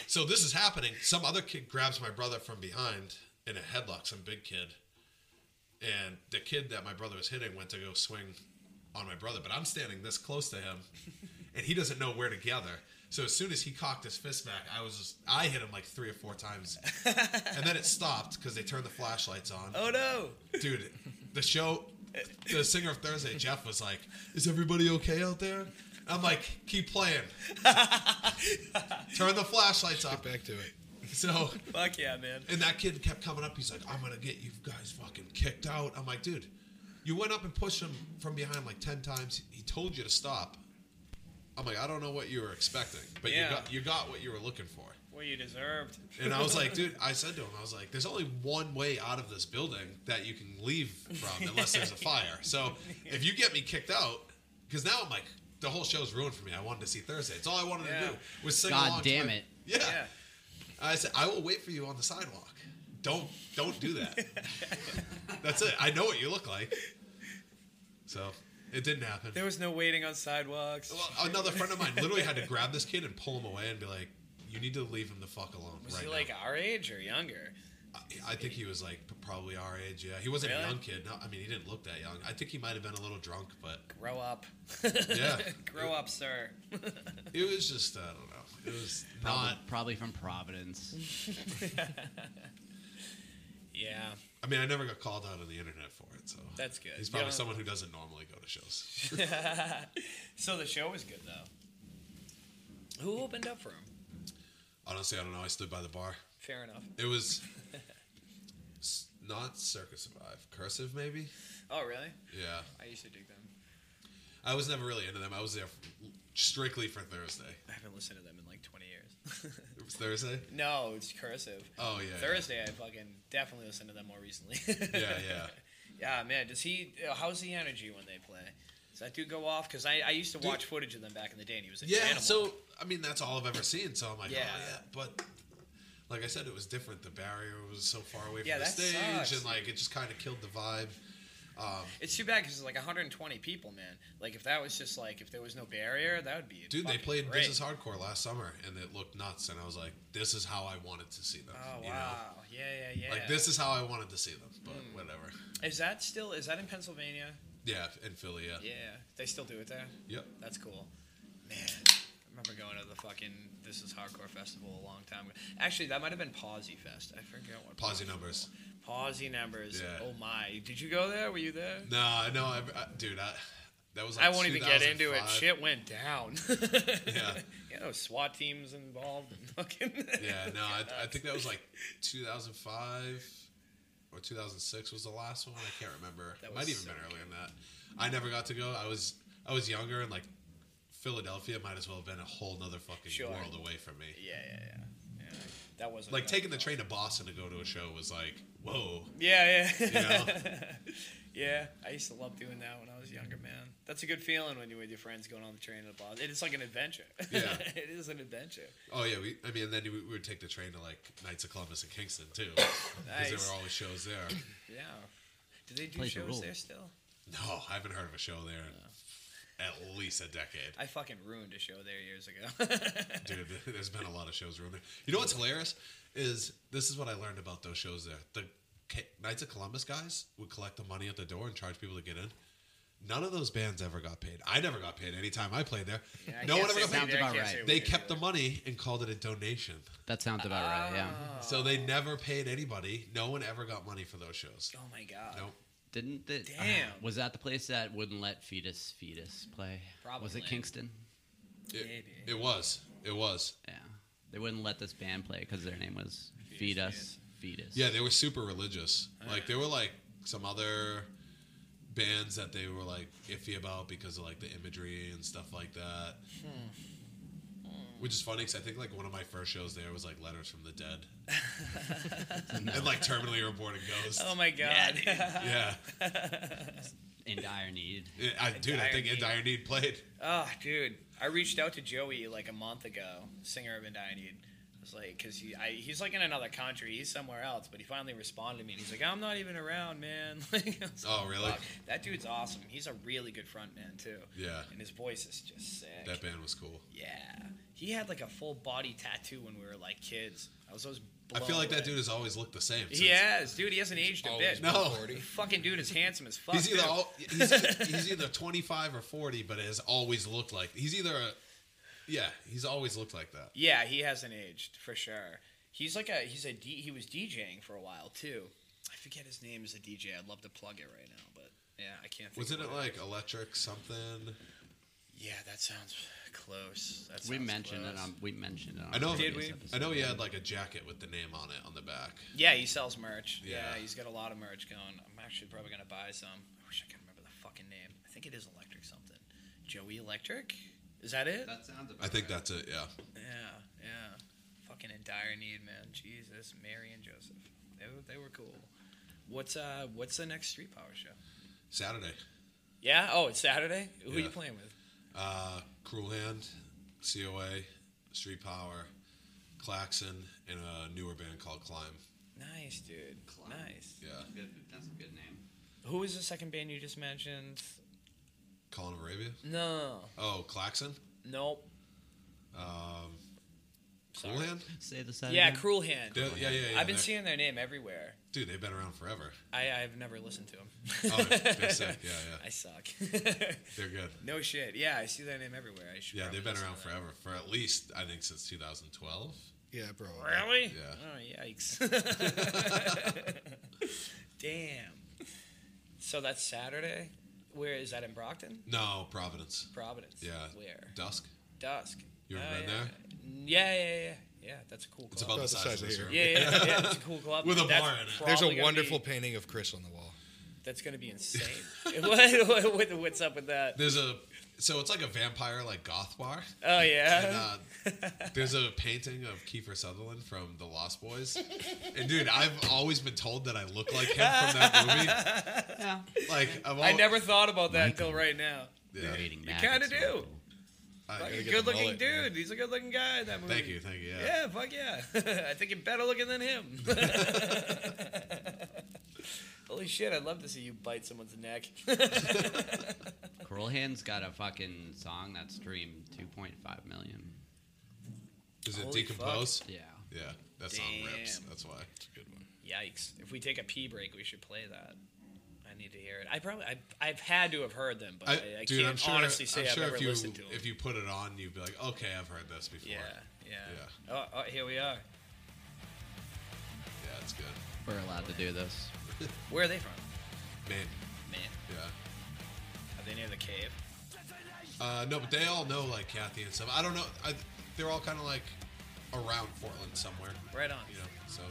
Speaker 1: So this is happening. Some other kid grabs my brother from behind in a headlock, some big kid. And the kid that my brother was hitting went to go swing on my brother, but I'm standing this close to him and he doesn't know where to gather. So as soon as he cocked his fist back, I was just, I hit him like three or four times. and then it stopped because they turned the flashlights on
Speaker 2: Oh no.
Speaker 1: dude the show the singer of thursday jeff was like is everybody okay out there i'm like keep playing turn the flashlights off
Speaker 3: Get back to it.
Speaker 1: so
Speaker 2: Fuck yeah, man.
Speaker 1: and that kid kept coming up he's like i'm gonna get you guys fucking kicked out i'm like dude you went up and pushed him from behind like 10 times he told you to stop i'm like i don't know what you were expecting but
Speaker 2: Yeah.
Speaker 1: you got you got what you were looking for
Speaker 2: Well, you deserved.
Speaker 1: and I was like, dude, I said to him, I was like, there's only one way out of this building that you can leave from unless
Speaker 2: *laughs*
Speaker 1: there's a fire. So if you get me kicked out, because now I'm like, the whole show's ruined for me. I wanted to see Thursday. It's all I wanted
Speaker 2: Yeah.
Speaker 1: to do was sing
Speaker 4: God
Speaker 1: along to
Speaker 4: damn
Speaker 1: my-
Speaker 4: it.
Speaker 1: Yeah.
Speaker 2: Yeah.
Speaker 1: I said, I will wait for you on the sidewalk. Don't don't do
Speaker 2: *laughs*
Speaker 1: that. That's it. I know what you look like. So it didn't happen.
Speaker 2: There was no waiting on sidewalks.
Speaker 1: Well, uh, another friend of mine literally had to grab this kid and pull him away and be like, "You need to leave him the fuck alone."
Speaker 2: Was
Speaker 1: right
Speaker 2: he
Speaker 1: now.
Speaker 2: like our age or younger?
Speaker 1: I- I think he was like p- probably our age. Yeah, he wasn't
Speaker 2: Really?
Speaker 1: a young kid. No, I mean he didn't look that young. I think he might have been a little drunk,
Speaker 2: *laughs*
Speaker 1: but
Speaker 2: Grow up.
Speaker 1: Yeah.
Speaker 2: Grow up, sir.
Speaker 1: it was just I don't know. It was
Speaker 4: Probably,
Speaker 1: not.
Speaker 4: probably from Providence.
Speaker 2: yeah.
Speaker 1: I mean, I never got called out on the internet for it, so
Speaker 2: That's good.
Speaker 1: He's probably
Speaker 2: Yeah.
Speaker 1: someone who doesn't normally go to shows.
Speaker 2: *laughs* so the show was good though. Who opened up for him?
Speaker 1: Honestly, I don't know. I stood by the bar.
Speaker 2: Fair enough.
Speaker 1: It was s- not Circus Survive, Cursive maybe.
Speaker 2: Oh really?
Speaker 1: Yeah,
Speaker 2: I used to dig them.
Speaker 1: I was never really into them. I was there f- strictly for Thursday.
Speaker 2: I haven't listened to them in like 20 *laughs* years.
Speaker 1: It was Thursday.
Speaker 2: no, it's cursive.
Speaker 1: Oh yeah. yeah.
Speaker 2: Thursday, I fucking definitely listened to them more recently. *laughs*
Speaker 1: Yeah, yeah.
Speaker 2: Yeah, man. Does he? uh, How's the energy when they play? Does that dude go off? Because I, I used to watch footage of them back in the day, and he was an
Speaker 1: Yeah.
Speaker 2: animal.
Speaker 1: So I mean, that's all I've ever seen. So I'm like,
Speaker 2: Yeah.
Speaker 1: oh yeah, but. Like I said, it was different. The barrier was so far away from
Speaker 2: Yeah,
Speaker 1: the
Speaker 2: that
Speaker 1: stage,
Speaker 2: sucks,
Speaker 1: and like it just kind of killed the vibe. Um,
Speaker 2: it's too bad because it's like 120 people, man. Like if that was just like if there was no barrier, that would be
Speaker 1: Dude, they
Speaker 2: fucking
Speaker 1: played
Speaker 2: great.
Speaker 1: Business Hardcore last summer, and it looked nuts. And I was like, "This is how I wanted to see them."
Speaker 2: Oh
Speaker 1: you know?
Speaker 2: wow! Yeah, yeah, Hmm. yeah.
Speaker 1: Like this is how I wanted to see them. But whatever.
Speaker 2: Is that still? Is that in Pennsylvania?
Speaker 1: Yeah, in Philly. Yeah.
Speaker 2: Yeah, they still do it there.
Speaker 1: Yep.
Speaker 2: That's cool. Man, I remember going to the fucking This Is Hardcore Festival a long time ago. Actually, that might have been Pawsy Fest. I forget what.
Speaker 1: Posy numbers.
Speaker 2: Pawsy numbers.
Speaker 1: Yeah.
Speaker 2: Oh my! Did you go there? Were you there?
Speaker 1: No, no, I, I, dude, I, that was. Like
Speaker 2: I won't even get into it.
Speaker 1: 2005.
Speaker 2: Shit went down. *laughs*
Speaker 1: Yeah.
Speaker 2: You know, SWAT teams involved and fucking.
Speaker 1: Yeah, no, I, I think that was
Speaker 2: *laughs*
Speaker 1: like 2005 or 2006 was the last one. I can't remember.
Speaker 2: That
Speaker 1: It
Speaker 2: was
Speaker 1: might even
Speaker 2: so
Speaker 1: been earlier than that. I never got to go. I was I was younger and like Philadelphia might as well have been a whole nother fucking
Speaker 2: Sure.
Speaker 1: world away from me.
Speaker 2: *laughs* Yeah, yeah, yeah. yeah. That wasn't
Speaker 1: like taking the train to Boston to go to a show was like, whoa.
Speaker 2: Yeah, yeah.
Speaker 1: know?
Speaker 2: *laughs* yeah, I used to love doing that when I was younger, man. That's a good feeling when you're with your friends going on the train to the Boston. It's like an adventure.
Speaker 1: Yeah.
Speaker 2: *laughs* it is an adventure.
Speaker 1: Oh yeah, we, I mean, then we, we would take the train to like Knights of Columbus and Kingston too, because there
Speaker 2: Nice.
Speaker 1: were always shows there.
Speaker 2: Yeah. Do they do
Speaker 4: Place the
Speaker 2: shows
Speaker 4: rules.
Speaker 2: there still?
Speaker 1: No, I haven't heard of a show there in at least a decade.
Speaker 2: I fucking ruined a show there years ago. *laughs*
Speaker 1: Dude, *laughs* there's been a lot of shows ruined. there. You know what's hilarious is this is what I learned about those shows there. The K- Knights of Columbus guys would collect the money at the door and charge people to get in. None of those bands ever got paid. I never got paid any time I played there.
Speaker 2: Yeah, I
Speaker 1: no one
Speaker 2: can't
Speaker 1: ever got
Speaker 2: say we
Speaker 1: paid.
Speaker 4: Sounds
Speaker 2: did, I
Speaker 4: about
Speaker 2: can't
Speaker 4: right.
Speaker 2: say we
Speaker 1: They
Speaker 2: did
Speaker 1: kept
Speaker 2: do
Speaker 1: the
Speaker 2: it.
Speaker 1: money and called it a donation.
Speaker 4: That sounds about right. Yeah.
Speaker 2: Oh.
Speaker 1: So they never paid anybody. No one ever got money for those shows.
Speaker 2: Oh my god.
Speaker 1: Nope.
Speaker 4: Didn't the uh,
Speaker 2: Damn.
Speaker 4: was that the place that wouldn't let fetus fetus play? Was
Speaker 2: Probably.
Speaker 4: it Kingston?
Speaker 1: It,
Speaker 2: Maybe.
Speaker 1: it was. It was.
Speaker 4: Yeah. They wouldn't let this band play because their name was
Speaker 2: Fetus,
Speaker 4: Fetus Fetus.
Speaker 1: Yeah, they were super religious. Like there were like some other bands that they were like iffy about because of like the imagery and stuff like that.
Speaker 2: Hmm.
Speaker 1: Which is funny because I think like one of my first shows there was like Letters from the
Speaker 2: *laughs*
Speaker 1: Dead and like Terminally Reborn a Ghost.
Speaker 2: Oh my god. *laughs*
Speaker 1: yeah,
Speaker 4: In dire need.
Speaker 1: It- I, dude, I
Speaker 2: Dire
Speaker 1: think
Speaker 2: Need.
Speaker 1: In Dire Need played.
Speaker 2: Oh, dude, I reached out to Joey like a month ago, singer of Indited. I was like, because he, I, he's like in another country, he's somewhere else, but he finally responded to me, and he's like, I'm not even around, man. *laughs* Like, I was like,
Speaker 1: Oh, really?
Speaker 2: "Fuck." that dude's awesome. He's a really good front man too,
Speaker 1: Yeah,
Speaker 2: and his voice is just sick.
Speaker 1: that band was cool.
Speaker 2: yeah, he had like a full body tattoo when we were like kids. I was always.
Speaker 1: I feel like that dude has always looked the same. since-
Speaker 2: He has, dude. He hasn't aged a
Speaker 3: Always
Speaker 2: bit.
Speaker 3: been
Speaker 1: No.
Speaker 3: 40.
Speaker 2: Fucking dude is handsome as fuck.
Speaker 1: He's either
Speaker 2: too.
Speaker 1: all, he's, he's either 25 or 40, but it has always looked like he's either a yeah, he's always looked like that.
Speaker 2: Yeah, he hasn't aged for sure. He's like a he's a D, he was DJing for a while too. I forget his name as a DJ. I'd love to plug it right now, but yeah, I can't. Think
Speaker 1: Wasn't
Speaker 2: of
Speaker 1: it like electric something?
Speaker 2: Yeah, that sounds close. That
Speaker 4: We
Speaker 2: sounds
Speaker 4: mentioned it
Speaker 2: close.
Speaker 4: on we mentioned it on
Speaker 1: I know.
Speaker 4: our
Speaker 1: Did
Speaker 4: previous
Speaker 2: we?
Speaker 4: episode.
Speaker 1: I know he had like a jacket with the name on it on the back.
Speaker 2: Yeah, he sells merch. Yeah.
Speaker 1: Yeah.
Speaker 2: he's got a lot of merch going. I'm actually probably gonna buy some. I wish I could remember the fucking name. I think it is Electric something. Joey Electric. Is that it?
Speaker 4: that sounds about
Speaker 1: I think
Speaker 4: right.
Speaker 1: that's it. Yeah.
Speaker 2: Yeah, yeah. Fucking in dire need, man. Jesus, Mary and Joseph. They were, they were cool. What's uh what's the next Street Power show?
Speaker 1: Saturday.
Speaker 2: Yeah? Oh, it's Saturday? Who are you
Speaker 1: Yeah.
Speaker 2: playing with?
Speaker 1: Uh, Cruel Hand, COA, Street Power, Claxon, and a newer band called Climb.
Speaker 2: Nice, dude. Nice.
Speaker 1: Yeah.
Speaker 4: Good, that's a good name.
Speaker 2: Who was the second band you just mentioned?
Speaker 1: Colin of Arabia.
Speaker 2: No.
Speaker 1: Oh, Claxon.
Speaker 2: Nope.
Speaker 1: Um,
Speaker 2: Sorry.
Speaker 1: Cruel Hand.
Speaker 4: Say the side.
Speaker 2: Yeah,
Speaker 4: again.
Speaker 2: Cruel Hand.
Speaker 1: They're- yeah, yeah, yeah.
Speaker 2: I've been
Speaker 1: they're-
Speaker 2: seeing their name everywhere.
Speaker 1: Dude, they've been around forever.
Speaker 2: I, I've never listened to them.
Speaker 1: Oh, they're
Speaker 2: *laughs*
Speaker 1: sick. Yeah, yeah.
Speaker 2: I suck.
Speaker 1: They're good.
Speaker 2: no shit. Yeah, I see their name everywhere. I should
Speaker 1: Yeah,
Speaker 2: probably
Speaker 1: they've been
Speaker 2: listen
Speaker 1: around
Speaker 2: to them.
Speaker 1: forever for at least I think since 2012.
Speaker 3: *laughs* Yeah, bro.
Speaker 2: Really?
Speaker 1: Yeah.
Speaker 2: Oh, yikes. *laughs* Damn. So that's Saturday. Where is that in Brockton?
Speaker 1: No, Providence.
Speaker 2: Providence.
Speaker 1: Yeah.
Speaker 2: Where?
Speaker 1: Dusk.
Speaker 2: Dusk.
Speaker 1: You ever
Speaker 2: Oh,
Speaker 1: been
Speaker 2: yeah.
Speaker 1: there?
Speaker 2: Yeah, yeah, yeah. Yeah, that's a cool club.
Speaker 1: It's about the size, of this
Speaker 3: here.
Speaker 1: room.
Speaker 2: yeah, yeah, yeah, yeah, it's a cool club.
Speaker 1: With a
Speaker 2: That's
Speaker 1: bar in it.
Speaker 3: There's
Speaker 2: probably
Speaker 3: a
Speaker 2: gonna
Speaker 3: wonderful
Speaker 2: be-
Speaker 3: painting of Chris on the wall.
Speaker 2: that's going to be insane. *laughs* what, what, what, what's up with that?
Speaker 1: *laughs* There's a so it's like a vampire like goth bar.
Speaker 2: Oh,
Speaker 1: And,
Speaker 2: yeah.
Speaker 1: uh, there's a painting of Kiefer Sutherland from The Lost Boys, and dude, I've always been told that I look like him from that
Speaker 4: Yeah.
Speaker 1: movie.
Speaker 2: *laughs*
Speaker 1: Like I've
Speaker 2: *laughs* I
Speaker 1: al-
Speaker 2: never thought about that until right now.
Speaker 1: Yeah.
Speaker 4: You're eating
Speaker 2: You
Speaker 4: maggots,
Speaker 2: kind of
Speaker 4: man.
Speaker 2: do.
Speaker 1: I-
Speaker 2: Fucking
Speaker 3: get the
Speaker 2: good looking
Speaker 3: mullet,
Speaker 2: dude.
Speaker 3: man.
Speaker 2: He's a good looking guy in that movie.
Speaker 1: thank you, thank you. Yeah.
Speaker 2: Yeah, *laughs* fuck yeah. I think you're better looking than him. *laughs* Holy shit, I'd love to see you bite someone's neck. *laughs*
Speaker 4: Coralhan's got a fucking song that streamed 2.5 million.
Speaker 1: Does it
Speaker 2: Holy
Speaker 1: decompose?
Speaker 4: Yeah.
Speaker 1: Yeah, that song rips.
Speaker 2: Damn.
Speaker 1: That's why.
Speaker 3: It's a good one.
Speaker 2: Yikes. If we take a pee break, we should play that. I need to hear it. I probably, I, I've had to have heard them, but I, I,
Speaker 1: dude,
Speaker 2: can't
Speaker 1: I'm sure.
Speaker 2: honestly say
Speaker 1: I'm
Speaker 2: i have
Speaker 1: sure
Speaker 2: ever
Speaker 1: if you
Speaker 2: listened to them.
Speaker 1: if you put it on, you'd be like, okay, I've heard this before.
Speaker 2: yeah, yeah.
Speaker 1: Yeah.
Speaker 2: Oh, oh, here we are.
Speaker 1: yeah, it's good.
Speaker 4: We're allowed to do this.
Speaker 2: Where are they from?
Speaker 1: Man,
Speaker 2: Man,
Speaker 1: yeah.
Speaker 2: are they near the cave?
Speaker 1: Uh, no, but they all know like Kathy and stuff. I don't know. I, they're all kind of like around Portland somewhere.
Speaker 2: Right on.
Speaker 1: You know, so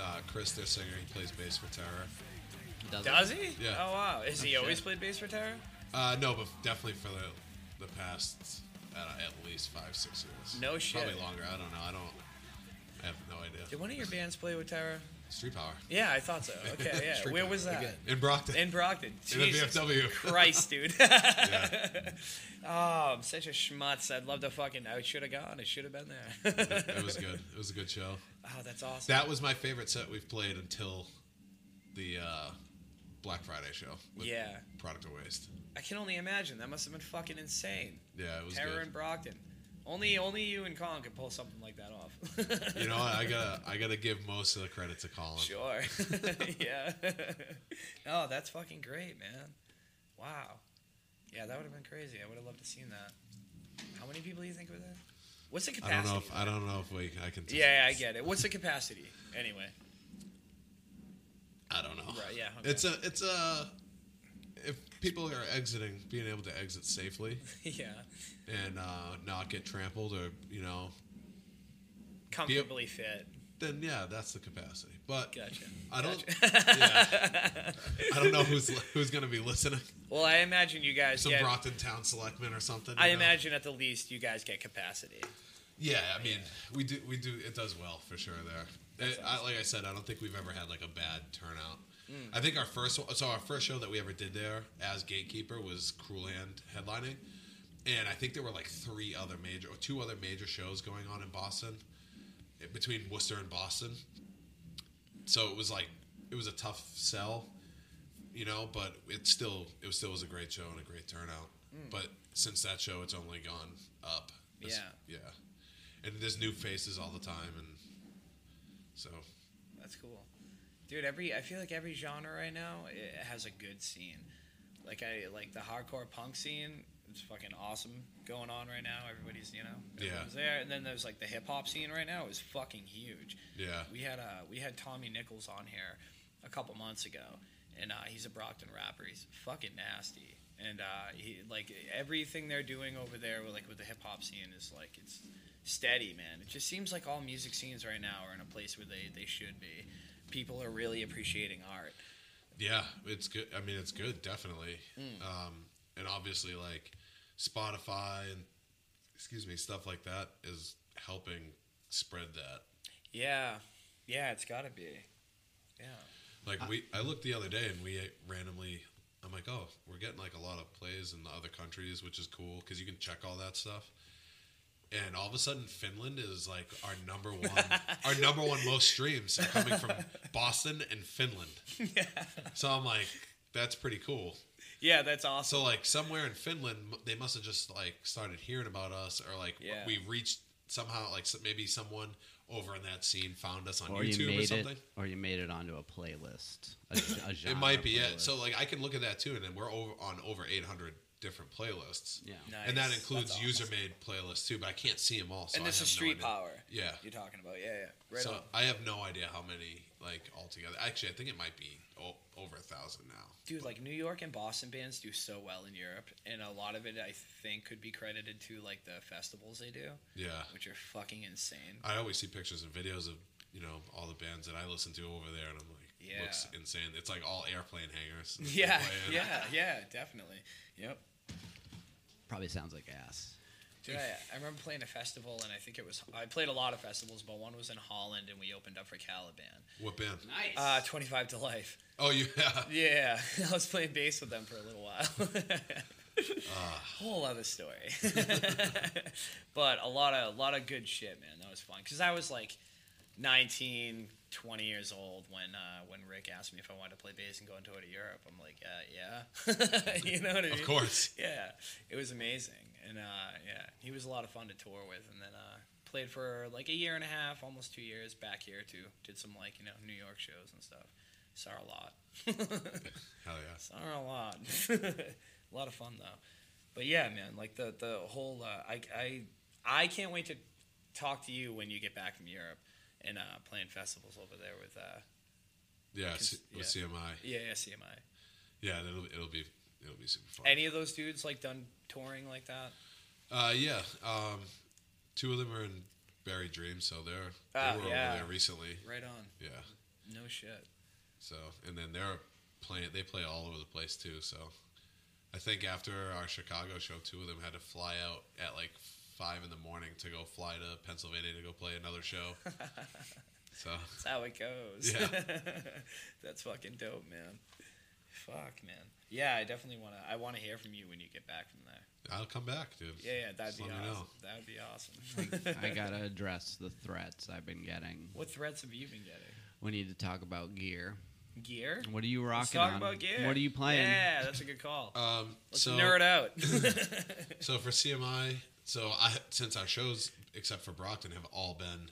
Speaker 1: uh, Chris, their singer, he plays bass for Tara.
Speaker 4: Does,
Speaker 2: Does
Speaker 4: it?
Speaker 2: he?
Speaker 1: Yeah.
Speaker 2: Oh, wow. Has he
Speaker 4: Oh,
Speaker 2: always
Speaker 4: shit.
Speaker 2: played bass for Tara?
Speaker 1: Uh, no, but definitely for the the past uh, at least five six years.
Speaker 2: No shit.
Speaker 1: Probably longer. I don't know. I don't. I have no idea.
Speaker 2: Did one of your bands play with Tara?
Speaker 1: Street Power
Speaker 2: Yeah, I thought so. Okay,
Speaker 1: *laughs*
Speaker 2: yeah.
Speaker 3: Street
Speaker 2: Where
Speaker 3: Power,
Speaker 2: was that?
Speaker 3: again.
Speaker 1: in Brockton.
Speaker 2: In Brockton.
Speaker 1: In the
Speaker 2: Jesus
Speaker 1: VFW.
Speaker 2: Christ, dude.
Speaker 1: *laughs*
Speaker 2: *laughs*
Speaker 1: yeah.
Speaker 2: oh, I'm such a schmutz. I'd love to fucking. I should have gone. I should have been *laughs* there.
Speaker 1: It was good. It was a good show.
Speaker 2: oh, that's awesome.
Speaker 1: That was my favorite set we've played until the uh, Black Friday show. With
Speaker 2: Yeah.
Speaker 1: Product of Waste.
Speaker 2: I can only imagine. That must have been fucking insane.
Speaker 1: Yeah, it was
Speaker 2: Terror in
Speaker 1: good.
Speaker 2: Brockton. Only, only you and Colin could pull something like that off. *laughs*
Speaker 1: you know what? I gotta I gotta give most of the credit to Colin.
Speaker 2: Sure.
Speaker 1: *laughs*
Speaker 2: *laughs* yeah. oh, that's fucking great, man. Wow. Yeah, that would have been crazy. I would have loved to seen that. How many people do you think were there? What's the
Speaker 1: I
Speaker 2: capacity?
Speaker 1: don't know if
Speaker 2: for
Speaker 1: I
Speaker 2: that?
Speaker 1: don't know if we I can. tell.
Speaker 2: Yeah, yeah, I get it. What's the capacity anyway?
Speaker 1: I don't know.
Speaker 2: Right, yeah, okay.
Speaker 1: It's a it's a if people are exiting, being able to exit safely
Speaker 2: *laughs* yeah,
Speaker 1: and uh, not get trampled or you know,
Speaker 2: comfortably fit.
Speaker 1: then yeah, that's the capacity. But
Speaker 2: Gotcha.
Speaker 1: I don't. yeah. I don't know who's who's gonna be listening.
Speaker 2: *laughs* Well, I imagine you guys
Speaker 1: Some
Speaker 2: get.
Speaker 1: Brockton town selectmen or something.
Speaker 2: I
Speaker 1: you know?
Speaker 2: imagine at the least you guys get capacity.
Speaker 1: Yeah, I mean, we do we do it does well for sure there. It, I, like I said, I don't think we've ever had like a bad turnout. I think our first one- so our first show that we ever did there as gatekeeper was Cruel Hand headlining, and I think there were like three other major or two other major shows going on in Boston, eh, between Worcester and Boston. So it was like it was a tough sell, you know, but it still it still was a great show and a great turnout. But since that show, it's only gone up. It's-
Speaker 2: Yeah.
Speaker 1: yeah and there's new faces all the time and so
Speaker 2: That's cool, dude. Every I feel like every genre right now it has a good scene. Like I like the hardcore punk scene. It's fucking awesome going on right now. Everybody's you know
Speaker 1: Yeah.
Speaker 2: everyone's there, and then there's like the hip hop scene right now is fucking huge.
Speaker 1: yeah
Speaker 2: We had uh, we had Tommy Nichols on here a couple months ago, and uh, he's a Brockton rapper. He's fucking nasty, and uh, he like everything they're doing over there, with, like with the hip hop scene, is like it's steady, man. It just seems like all music scenes right now are in a place where they they should be. People are really appreciating art.
Speaker 1: yeah it's good i mean it's good definitely um and obviously like spotify and excuse me stuff like that is helping spread that
Speaker 2: Yeah, yeah, it's got to be. Yeah,
Speaker 1: like we i looked the other day and we randomly i'm like oh we're getting like a lot of plays in the other countries which is cool because you can check all that stuff and all of a sudden finland is like our number one our number one most streams are coming from boston and finland so i'm like that's pretty cool
Speaker 2: yeah, that's awesome.
Speaker 1: so like somewhere in finland m- they must have just like started hearing about us or like
Speaker 2: Yeah.
Speaker 1: we reached somehow like s- maybe someone over in that scene found us on
Speaker 4: Or you
Speaker 1: YouTube or
Speaker 4: made
Speaker 1: something.
Speaker 4: it, or you made it onto a playlist.
Speaker 1: *laughs*
Speaker 4: A, a
Speaker 1: It
Speaker 4: genre
Speaker 1: might be
Speaker 4: playlist.
Speaker 1: it. So like I can look at that too, and then we're over on over 800 different playlists.
Speaker 4: yeah,
Speaker 1: And that
Speaker 2: Nice.
Speaker 1: includes
Speaker 2: That's awesome.
Speaker 1: user made playlists too, but I can't see them all. So
Speaker 2: and
Speaker 1: I
Speaker 2: this
Speaker 1: have
Speaker 2: is
Speaker 1: no
Speaker 2: street
Speaker 1: idea.
Speaker 2: power
Speaker 1: Yeah.
Speaker 2: you're talking about. Yeah, yeah. Right
Speaker 1: so
Speaker 2: on.
Speaker 1: I have no idea how many like altogether. Actually, I think it might be o- over a thousand now.
Speaker 2: Dude,
Speaker 1: But-
Speaker 2: like New York and Boston bands do so well in Europe, and a lot of it I think could be credited to like the festivals they do,
Speaker 1: yeah,
Speaker 2: which are fucking insane.
Speaker 1: I always see pictures and videos of you know all the bands that I listen to over there, and I'm like,
Speaker 2: Yeah.
Speaker 1: looks insane. It's like all airplane hangars. that they
Speaker 2: *laughs* Yeah,
Speaker 1: play in.
Speaker 2: yeah, yeah, definitely. Yep.
Speaker 4: probably sounds like ass.
Speaker 2: Dude, I, I remember playing a festival, and I think it was I played a lot of festivals, but one was in Holland, and we opened up for Caliban.
Speaker 1: What band?
Speaker 4: Nice.
Speaker 2: Uh, Twenty Five to Life.
Speaker 1: Oh, you- yeah. *laughs*
Speaker 2: Yeah, *laughs* I was playing bass with them for a little while. *laughs* Whole other story. *laughs* but a lot of a lot of good shit, man. That was fun because I was like 19, 20 years old when uh, when Rick asked me if I wanted to play bass and go into it to Europe. I'm like, uh, yeah, *laughs* you know what I mean?
Speaker 1: Of course.
Speaker 2: Yeah, it was amazing, and uh, yeah, he was a lot of fun to tour with, and then. Uh, Played for like a year and a half, almost two years back here too. Did some like you know New York shows and stuff. Saw a lot. *laughs*
Speaker 1: Hell yeah.
Speaker 2: Sorry a lot. *laughs* a lot of fun though. But yeah, man, like the the whole uh, I I I can't wait to talk to you when you get back from Europe and uh, playing festivals over there with uh E
Speaker 1: Yeah,
Speaker 2: Cons-
Speaker 1: C- with
Speaker 2: yeah.
Speaker 1: CMI.
Speaker 2: yeah, yeah CMI.
Speaker 1: Yeah, it'll it'll be it'll be super fun.
Speaker 2: Any of those dudes like done touring like that?
Speaker 1: Uh, yeah. Um, two of them are in Buried Dreams, so they're
Speaker 2: Ah,
Speaker 1: they were
Speaker 2: yeah.
Speaker 1: over there recently.
Speaker 2: Right on.
Speaker 1: Yeah.
Speaker 2: No shit.
Speaker 1: So and then they're playing. They play all over the place too. So I think after our Chicago show, two of them had to fly out at like five in the morning to go fly to Pennsylvania to go play another
Speaker 2: *laughs*
Speaker 1: show. so
Speaker 2: That's how it goes.
Speaker 1: Yeah.
Speaker 2: *laughs* That's fucking dope, man. Fuck, man. Yeah, I definitely wanna. I wanna hear from you when you get back from there.
Speaker 1: I'll come back, dude.
Speaker 2: Yeah, yeah, that'd
Speaker 1: Just
Speaker 2: be
Speaker 1: let me
Speaker 2: awesome.
Speaker 1: know.
Speaker 2: That would be
Speaker 4: *laughs*
Speaker 2: awesome.
Speaker 4: *laughs* I gotta address the threats I've been getting.
Speaker 2: *laughs* What threats have you been getting?
Speaker 4: We need to talk about gear.
Speaker 2: Gear?
Speaker 4: What are you rocking
Speaker 2: Let's talk
Speaker 4: on?
Speaker 2: about gear.
Speaker 4: What are you playing?
Speaker 2: Yeah, that's a good call.
Speaker 4: *laughs*
Speaker 1: Um,
Speaker 2: Let's
Speaker 1: so
Speaker 2: nerd out.
Speaker 1: So for CMI, so I since our shows, except for Brockton, have all been,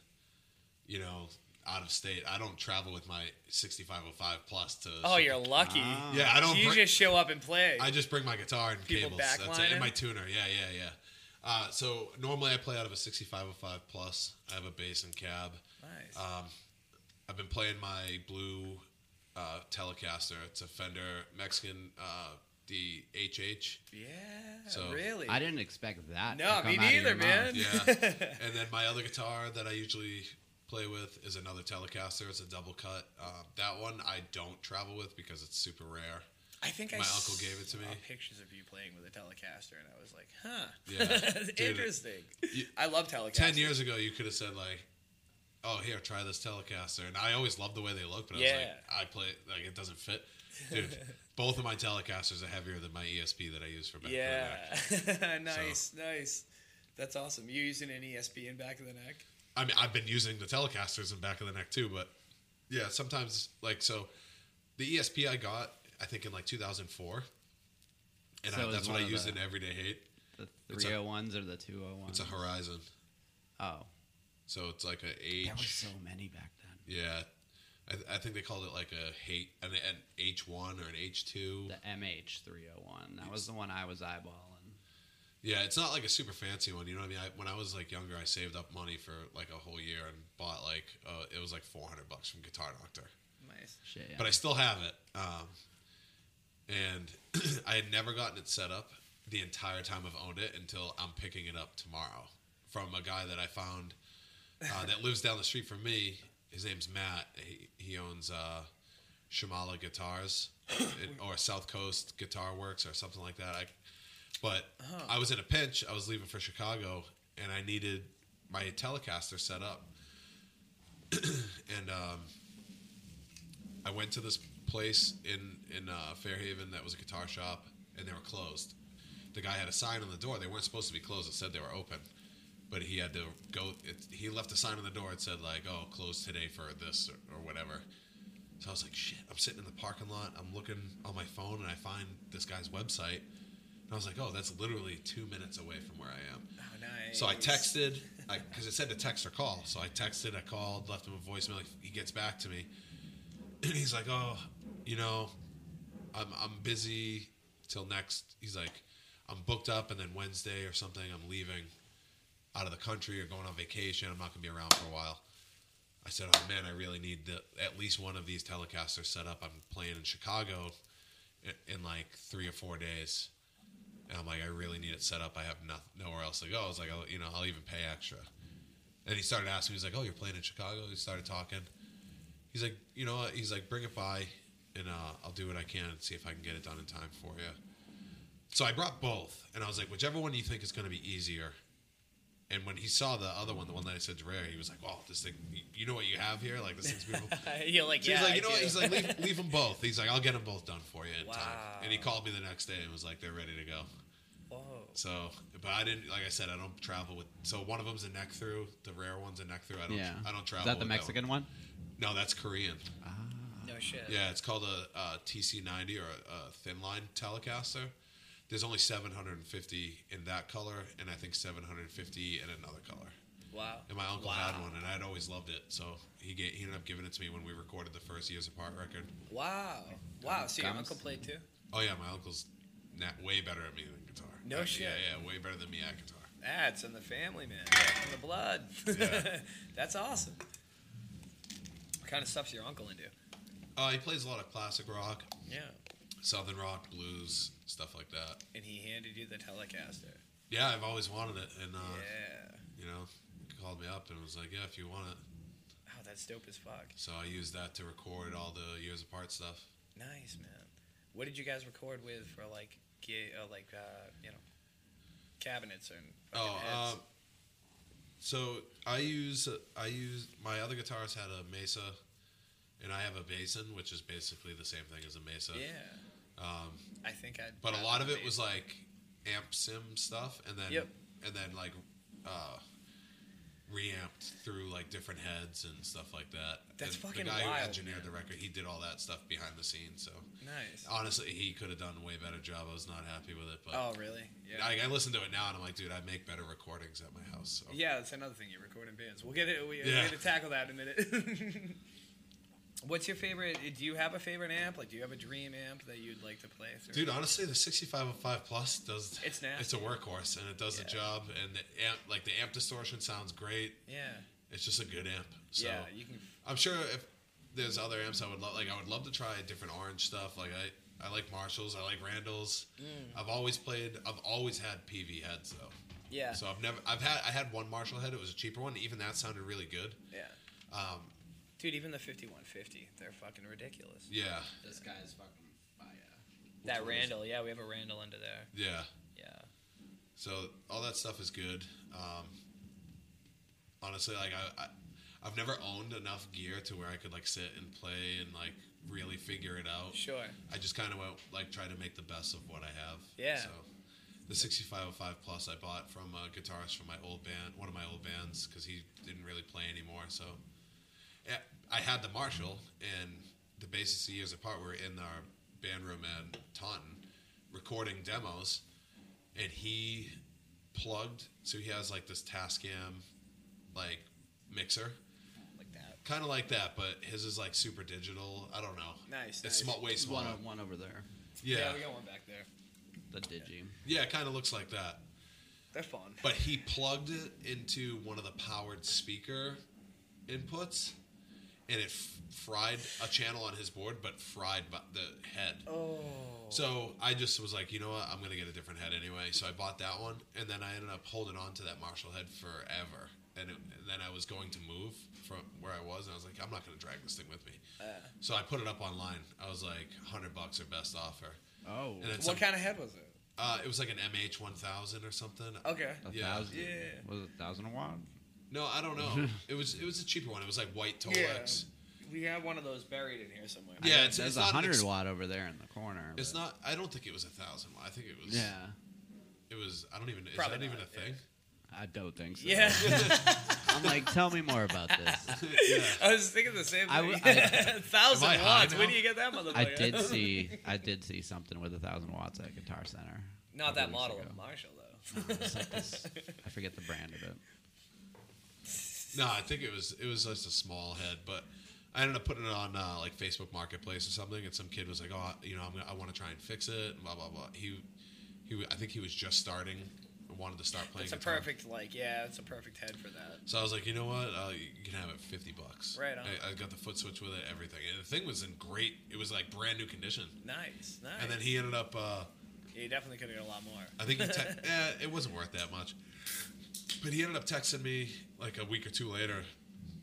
Speaker 1: you know, out of state. I don't travel with my 6505 plus to.
Speaker 2: *laughs* oh, you're lucky.
Speaker 4: Ah.
Speaker 1: Yeah, I don't.
Speaker 2: you
Speaker 1: bring-
Speaker 2: just show up and play.
Speaker 1: I just bring my guitar and
Speaker 2: People
Speaker 1: cables. That's it.
Speaker 2: backlining?
Speaker 1: And my tuner. Yeah, yeah, yeah. Uh, so normally I play out of a 6505 plus. I have a bass and cab.
Speaker 2: nice.
Speaker 4: uh,
Speaker 1: Um, I've been playing my blue uh, Telecaster. It's a Fender Mexican uh, the HH.
Speaker 2: yeah,
Speaker 1: so-
Speaker 2: really?
Speaker 4: I didn't expect that. to
Speaker 2: no,
Speaker 4: come
Speaker 2: me
Speaker 4: out of your
Speaker 2: neither,
Speaker 4: mouth.
Speaker 2: man.
Speaker 1: Yeah.
Speaker 2: *laughs*
Speaker 1: and then my other guitar that I usually play with is another Telecaster. It's a double cut. Um, that one I don't travel with because it's super rare.
Speaker 2: I think I
Speaker 1: My uncle gave it to
Speaker 2: saw
Speaker 1: me.
Speaker 2: pictures of you playing with a Telecaster, and I was like, huh. *laughs*
Speaker 1: Yeah, dude.
Speaker 2: Interesting.
Speaker 1: You-
Speaker 2: I love Telecaster.
Speaker 1: Ten years ago, you could have said like, "Oh, here, try this Telecaster," and I always loved the way they look, but I was
Speaker 2: Yeah.
Speaker 1: like, "I play like it doesn't fit." Dude,
Speaker 4: *laughs*
Speaker 1: both of my Telecasters are heavier than my ESP that I use for back. for the
Speaker 2: Yeah. *laughs*
Speaker 1: neck.
Speaker 2: nice, nice. That's awesome. You using an E ESP in back of the neck?
Speaker 1: I mean, I've been using the Telecasters in back of the neck too, but yeah, sometimes like so, the ESP I got I think in like 2004, and
Speaker 4: So
Speaker 1: I,
Speaker 4: it's
Speaker 1: that's what I
Speaker 4: one of
Speaker 1: use
Speaker 4: the-
Speaker 1: in everyday hate.
Speaker 4: The
Speaker 1: It's a-
Speaker 4: 301s or the 201s?
Speaker 1: It's a Horizon,
Speaker 4: Oh,
Speaker 1: so it's like a
Speaker 4: there was
Speaker 1: H.
Speaker 4: so many back then.
Speaker 1: yeah, I, th- I think they called it like a hate an, an H one or an H two.
Speaker 4: The MH301. That was the oh one I was eyeballing.
Speaker 1: Yeah, it's not like a super fancy one. You know what I mean? I, when I was like younger, I saved up money for like a whole year and bought like uh, it was like 400 bucks from Guitar Doctor.
Speaker 2: Nice.
Speaker 4: Shit. Yeah.
Speaker 1: but I still have it. Um, and *clears throat* I had never gotten it set up the entire time I've owned it until I'm picking it up tomorrow from a guy that I found uh, that lives down the street from me. His name's Matt. He, he owns uh, Shimala Guitars it- or South Coast Guitar Works or something like that. I, but I was in a pinch. I was leaving for Chicago and I needed my Telecaster set up. *clears throat* and um, I went to this place in in uh, Fairhaven that was a guitar shop, and they were closed. The guy had a sign on the door. They weren't supposed to be closed. It said they were open, but he had to go. It, he left a sign on the door. It said like, "Oh, closed today for this or, or whatever." So I was like, "Shit!" I'm sitting in the parking lot. I'm looking on my phone, and I find this guy's website. And I was like, "Oh, that's literally two minutes away from where I am."
Speaker 2: Oh, nice.
Speaker 1: So I texted because it said to text or call. So I texted, I called, left him a voicemail. He, he gets back to me, *clears throat* and he's like, "Oh, you know, I'm I'm busy till next." He's like, "I'm booked up, and then Wednesday or something, I'm leaving out of the country or going on vacation. I'm not gonna be around for a while." I said, "Oh man, I really need the, at least one of these telecasters set up. I'm playing in Chicago i- in like three or four days." And I'm like, I really need it set up. I have noth- nowhere else to go. I was like, I'll, you know, I'll even pay extra. And he started asking. He's like, Oh, you're playing in Chicago? He started talking. He's like, You know what? He's like, Bring it by, and uh, I'll do what I can and see if I can get it done in time for you. So I brought both, and I was like, Whichever one you think is going to be easier. And when he saw the other one, the one that I said to Rare, he was like, "Wow, this thing! you- You know what you have here? Like this thing's beautiful."
Speaker 2: *laughs* You're like,
Speaker 1: So
Speaker 2: yeah.
Speaker 1: he's like,
Speaker 2: I
Speaker 1: you know what?
Speaker 2: do."
Speaker 1: He's like, leave, leave them both. He's like, I'll get them both done for you in time.
Speaker 2: Wow.
Speaker 1: And he called me the next day and was like, they're ready to go.
Speaker 2: *laughs* Whoa.
Speaker 1: So, but I didn't, like I said, I don't travel with. So one of them's a neck through. The rare one's a neck through. I don't.
Speaker 4: yeah.
Speaker 1: I don't
Speaker 4: Is
Speaker 1: travel.
Speaker 4: that the
Speaker 1: with
Speaker 4: Mexican one?
Speaker 1: one. No, that's Korean.
Speaker 2: No shit.
Speaker 1: Yeah, it's called a, uh TC90 or a, a thin line Telecaster. There's only 750 in that color, and I think 750 in another color.
Speaker 2: Wow.
Speaker 1: And my uncle
Speaker 2: wow.
Speaker 1: had one, and I'd always loved it. So he ga he ended up giving it to me when we recorded the first years apart record.
Speaker 2: Wow. Wow. So your
Speaker 4: Guns.
Speaker 2: uncle played too?
Speaker 1: Oh yeah, my uncle's na way better at me than guitar.
Speaker 2: No
Speaker 1: Uh,
Speaker 2: shit.
Speaker 1: Yeah, yeah, way better than me at guitar.
Speaker 2: That's in the family, man. In the blood.
Speaker 1: Yeah.
Speaker 2: *laughs* That's awesome. What kind of stuff's your uncle into?
Speaker 1: Uh, he plays a lot of classic rock,
Speaker 2: Yeah.
Speaker 1: southern rock, blues, stuff like that.
Speaker 2: And he handed you the Telecaster.
Speaker 1: Yeah, I've always wanted it, and uh,
Speaker 2: yeah.
Speaker 1: you know, he called me up and was like, "Yeah, if you want it."
Speaker 2: Oh, that's dope as fuck.
Speaker 1: So I used that to record all the years apart stuff.
Speaker 2: Nice, man. What did you guys record with for like, ga- uh, like uh, you know, cabinets and fucking
Speaker 1: Oh,
Speaker 2: heads?
Speaker 1: um, so I use I use my other guitarist had a Mesa, and I have a Basin, which is basically the same thing as a Mesa.
Speaker 2: yeah.
Speaker 1: uh, Um,
Speaker 2: I think I.
Speaker 1: but a lot of it was like amp sim stuff and then
Speaker 2: Yep.
Speaker 1: and then like uh reamped through like different heads and stuff like that
Speaker 2: That's
Speaker 1: And
Speaker 2: fucking
Speaker 1: the guy
Speaker 2: wild,
Speaker 1: who engineered
Speaker 2: man.
Speaker 1: the record he did all that stuff behind the scenes so
Speaker 2: nice.
Speaker 1: honestly he could have done a way better job i was not happy with it but
Speaker 2: Oh, really? Yeah.
Speaker 1: I, I listen to it now and i'm like dude i make better recordings at my house so
Speaker 2: Yeah, that's another thing. You record in bands. We'll get it. We,
Speaker 1: Yeah.
Speaker 2: We're gonna tackle that in a minute. *laughs* What's your favorite? Do you have a favorite amp? Like, do you have a dream amp that you'd like to play through?
Speaker 1: Dude, honestly, the 6505 Plus does
Speaker 2: It's nasty.
Speaker 1: It's a workhorse, and it does the
Speaker 2: Yeah.
Speaker 1: job. And the amp, like the amp distortion, sounds great.
Speaker 2: yeah,
Speaker 1: It's just a good amp. So
Speaker 2: yeah. You can.
Speaker 1: I'm sure if there's other amps I would love, like I would love to try different orange stuff. Like I, I like Marshalls, I like Randalls. I've always played, I've always had PV heads though.
Speaker 2: Yeah,
Speaker 1: So I've never, I've had, I had one Marshall head. It was a cheaper one. Even that sounded really good.
Speaker 2: yeah.
Speaker 1: Um,
Speaker 2: Dude, even the fifty-one fifty, they're fucking ridiculous.
Speaker 1: yeah,
Speaker 4: This guy's fucking fire.
Speaker 2: That Randall, yeah, we have a Randall under there.
Speaker 1: yeah.
Speaker 2: Yeah.
Speaker 1: So all that stuff is good. Um, honestly, like I, I, I've never owned enough gear to where I could like sit and play and like really figure it out.
Speaker 2: Sure.
Speaker 1: I just kind of went like try to make the best of what I have.
Speaker 2: Yeah.
Speaker 1: So the 6505 plus I bought from a guitarist from my old band, one of my old bands, because he didn't really play anymore. So yeah, I had the Marshall and the bassist of years apart were in our band room at Taunton recording demos, and he plugged. So he has like this Tascam like mixer
Speaker 2: Like that.
Speaker 1: kind of like that, but his is like super digital. I don't know.
Speaker 2: Nice,
Speaker 1: It's
Speaker 2: nice.
Speaker 1: small, way
Speaker 4: One,
Speaker 1: smaller.
Speaker 4: one over there.
Speaker 1: Yeah, yeah,
Speaker 2: we got one back there.
Speaker 4: The digi.
Speaker 1: it kind of looks like that.
Speaker 2: They're fun.
Speaker 1: But he plugged it into one of the powered speaker inputs, and it f- fried a channel on his board, but fried bu- the head.
Speaker 2: Oh.
Speaker 1: So I just was like, you know what? I'm gonna get a different head anyway. So I bought that one, and then I ended up holding on to that Marshall head forever. And, it, and then I was going to move from where I was, and I was like, I'm not gonna drag this thing with me. so I put it up online. I was like, hundred bucks or best offer.
Speaker 4: Oh.
Speaker 1: And it's
Speaker 2: What kind of head was it?
Speaker 1: uh, it was like an MH 1000 or something.
Speaker 2: Okay.
Speaker 4: A
Speaker 1: yeah.
Speaker 4: thousand.
Speaker 2: Yeah.
Speaker 4: Was it a thousand a watt?
Speaker 1: No, I don't know. it was it was a cheaper one. It was like white Tolex.
Speaker 2: We have one of those buried in here somewhere.
Speaker 1: Yeah, it's- it's
Speaker 4: There's a
Speaker 1: not an
Speaker 4: hundred
Speaker 1: ex-
Speaker 4: watt over there in the corner.
Speaker 1: It's
Speaker 4: but-
Speaker 1: not. I don't think it was a thousand. I think it was.
Speaker 4: Yeah.
Speaker 1: It was. I don't even. Is
Speaker 2: Probably
Speaker 1: that even
Speaker 2: not,
Speaker 1: a thing?
Speaker 4: I don't think so.
Speaker 2: Yeah.
Speaker 4: *laughs* I'm like, tell me more about this.
Speaker 1: *laughs*
Speaker 2: *laughs*
Speaker 1: yeah.
Speaker 2: I was thinking the same thing.
Speaker 4: I w-
Speaker 2: *laughs*
Speaker 4: I-
Speaker 2: thousand
Speaker 1: Am I high
Speaker 2: watts.
Speaker 1: now?
Speaker 2: Where do you get that motherfucker?
Speaker 4: *laughs* I did see I did see something with a thousand watts at Guitar Center.
Speaker 2: *laughs* Not that
Speaker 4: couple
Speaker 2: model
Speaker 4: weeks
Speaker 2: of
Speaker 4: ago.
Speaker 1: *laughs*
Speaker 2: Marshall though.
Speaker 4: It's like this- I forget the brand of it.
Speaker 1: No, I think it was it was just a small head, but I ended up putting it on uh, like Facebook Marketplace or something, and some kid was like, "Oh, you know, I'm gonna, I want to try and fix it," and blah blah blah. He he, I think he was just starting, and wanted to start playing.
Speaker 2: *laughs* It's a
Speaker 1: guitar.
Speaker 2: perfect like yeah, it's a perfect head for that.
Speaker 1: So I was like, you know what? Uh, you can have it, fifty bucks.
Speaker 2: Right on.
Speaker 1: I, I got the foot switch with it, everything, and the thing was in great. It was like brand new condition,
Speaker 2: Nice, nice.
Speaker 1: and then he ended up. Uh,
Speaker 2: he definitely could have done a lot more.
Speaker 1: I think he te- eh, it wasn't worth that much. But he ended up texting me like a week or two later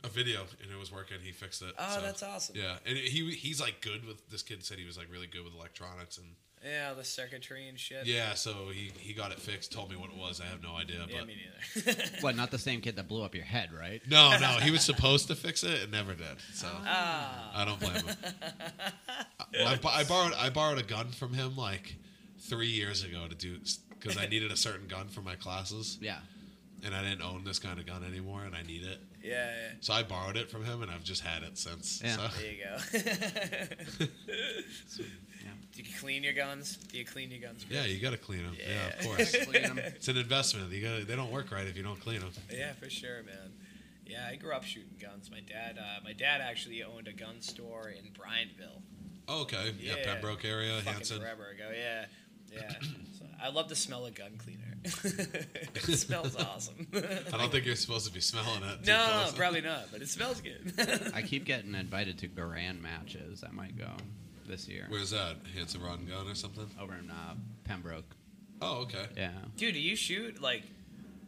Speaker 1: a video, and it was working. He fixed it.
Speaker 2: Oh, that's awesome.
Speaker 1: Yeah, and he he's like good with this kid said he was like really good with electronics and
Speaker 2: yeah, the circuitry and shit.
Speaker 1: yeah, so he he got it fixed. Told me what it was. I have no idea,
Speaker 2: Yeah,
Speaker 1: but.
Speaker 2: me neither. *laughs*
Speaker 4: What? Not the same kid that blew up your head, right?
Speaker 1: no, no, he was supposed to fix it and never did. So
Speaker 2: ah,
Speaker 1: I don't blame
Speaker 2: *laughs*
Speaker 1: him. I, bo- I borrowed I borrowed a gun from him like three years ago to do because I needed a certain gun for my classes. *laughs*
Speaker 4: Yeah.
Speaker 1: and I didn't own this kind of gun anymore, and I need it.
Speaker 2: yeah, yeah.
Speaker 1: So I borrowed it from him, and I've just had it since.
Speaker 4: Yeah.
Speaker 1: So.
Speaker 2: There you go.
Speaker 1: *laughs*
Speaker 2: Do you clean your guns? Do you clean your guns?
Speaker 1: Yeah, you gotta clean them. Yeah,
Speaker 2: Yeah.
Speaker 1: of
Speaker 4: *laughs*
Speaker 1: course.
Speaker 4: Clean 'em.
Speaker 1: it's an investment. You gotta. They don't work right if you don't clean them.
Speaker 2: Yeah, for sure, man. Yeah, I grew up shooting guns. My dad, uh, my dad actually owned a gun store in Bryanville.
Speaker 1: Oh, okay. Yeah,
Speaker 2: Yeah.
Speaker 1: Pembroke area,
Speaker 2: Fucking
Speaker 1: Hanson.
Speaker 2: forever ago. Yeah,
Speaker 1: *clears throat*
Speaker 2: yeah. so I love the smell of gun cleaner. *laughs*
Speaker 1: *laughs*
Speaker 2: it smells awesome. *laughs*
Speaker 1: I don't think you're supposed to be smelling it. too
Speaker 2: no,
Speaker 1: close.
Speaker 2: probably not, but it smells good. *laughs*
Speaker 4: I keep getting invited to Garan matches. I might go this year
Speaker 1: Where's that? Hanson Rod and Gun or something?
Speaker 4: over in uh, Pembroke.
Speaker 1: Oh, okay.
Speaker 4: Yeah.
Speaker 2: Dude, do you shoot like?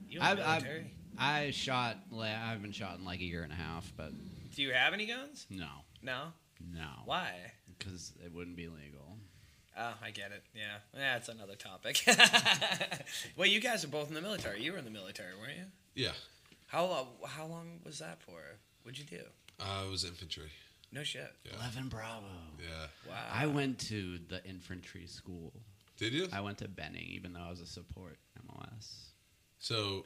Speaker 2: You in
Speaker 4: I've,
Speaker 2: the
Speaker 4: I've,
Speaker 2: military?
Speaker 4: I shot. la- I haven't shot in like a year and a half, but
Speaker 2: Do you have any guns?
Speaker 4: no,
Speaker 2: No.
Speaker 4: no,
Speaker 2: Why?
Speaker 4: because it wouldn't be legal.
Speaker 2: Oh, I get it. Yeah, that's another topic. *laughs* well, you guys are both in the military. You were in the military, weren't you?
Speaker 1: Yeah,
Speaker 2: How lo- how long was that for? What'd you do?
Speaker 1: uh, it was infantry.
Speaker 2: No shit.
Speaker 1: Yeah.
Speaker 4: Eleven Bravo.
Speaker 1: Yeah.
Speaker 2: Wow.
Speaker 4: I went to the infantry school.
Speaker 1: Did you?
Speaker 4: I went to Benning, even though I was a support MOS.
Speaker 1: So,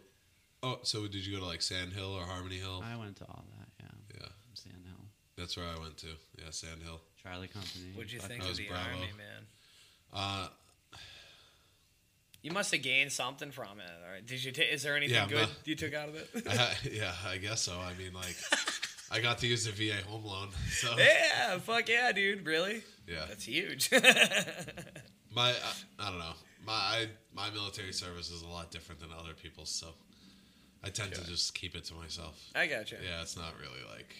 Speaker 1: oh, so did you go to like Sand Hill or Harmony Hill?
Speaker 4: I went to all that. Yeah,
Speaker 1: yeah,
Speaker 4: Sand Hill,
Speaker 1: that's where I went to. Yeah, Sand Hill.
Speaker 4: Charlie Company.
Speaker 2: What'd you
Speaker 4: fuck
Speaker 2: think
Speaker 1: I
Speaker 2: of
Speaker 1: was
Speaker 2: the
Speaker 1: Bravo.
Speaker 2: army, man?
Speaker 1: Uh,
Speaker 2: You must have gained something from it. All right. Did you? ta- is there anything
Speaker 1: Yeah,
Speaker 2: good
Speaker 1: ma-
Speaker 2: you took out of *laughs* it?
Speaker 1: I- *laughs* yeah, I guess so. I mean, like, I got to use the VA home loan. So
Speaker 2: yeah. Fuck yeah, dude. Really?
Speaker 1: yeah,
Speaker 2: That's huge. *laughs*
Speaker 1: my I, I don't know. My I, my military service is a lot different than other people's, so I tend to just keep it to myself.
Speaker 2: I gotcha.
Speaker 1: Yeah, it's not really like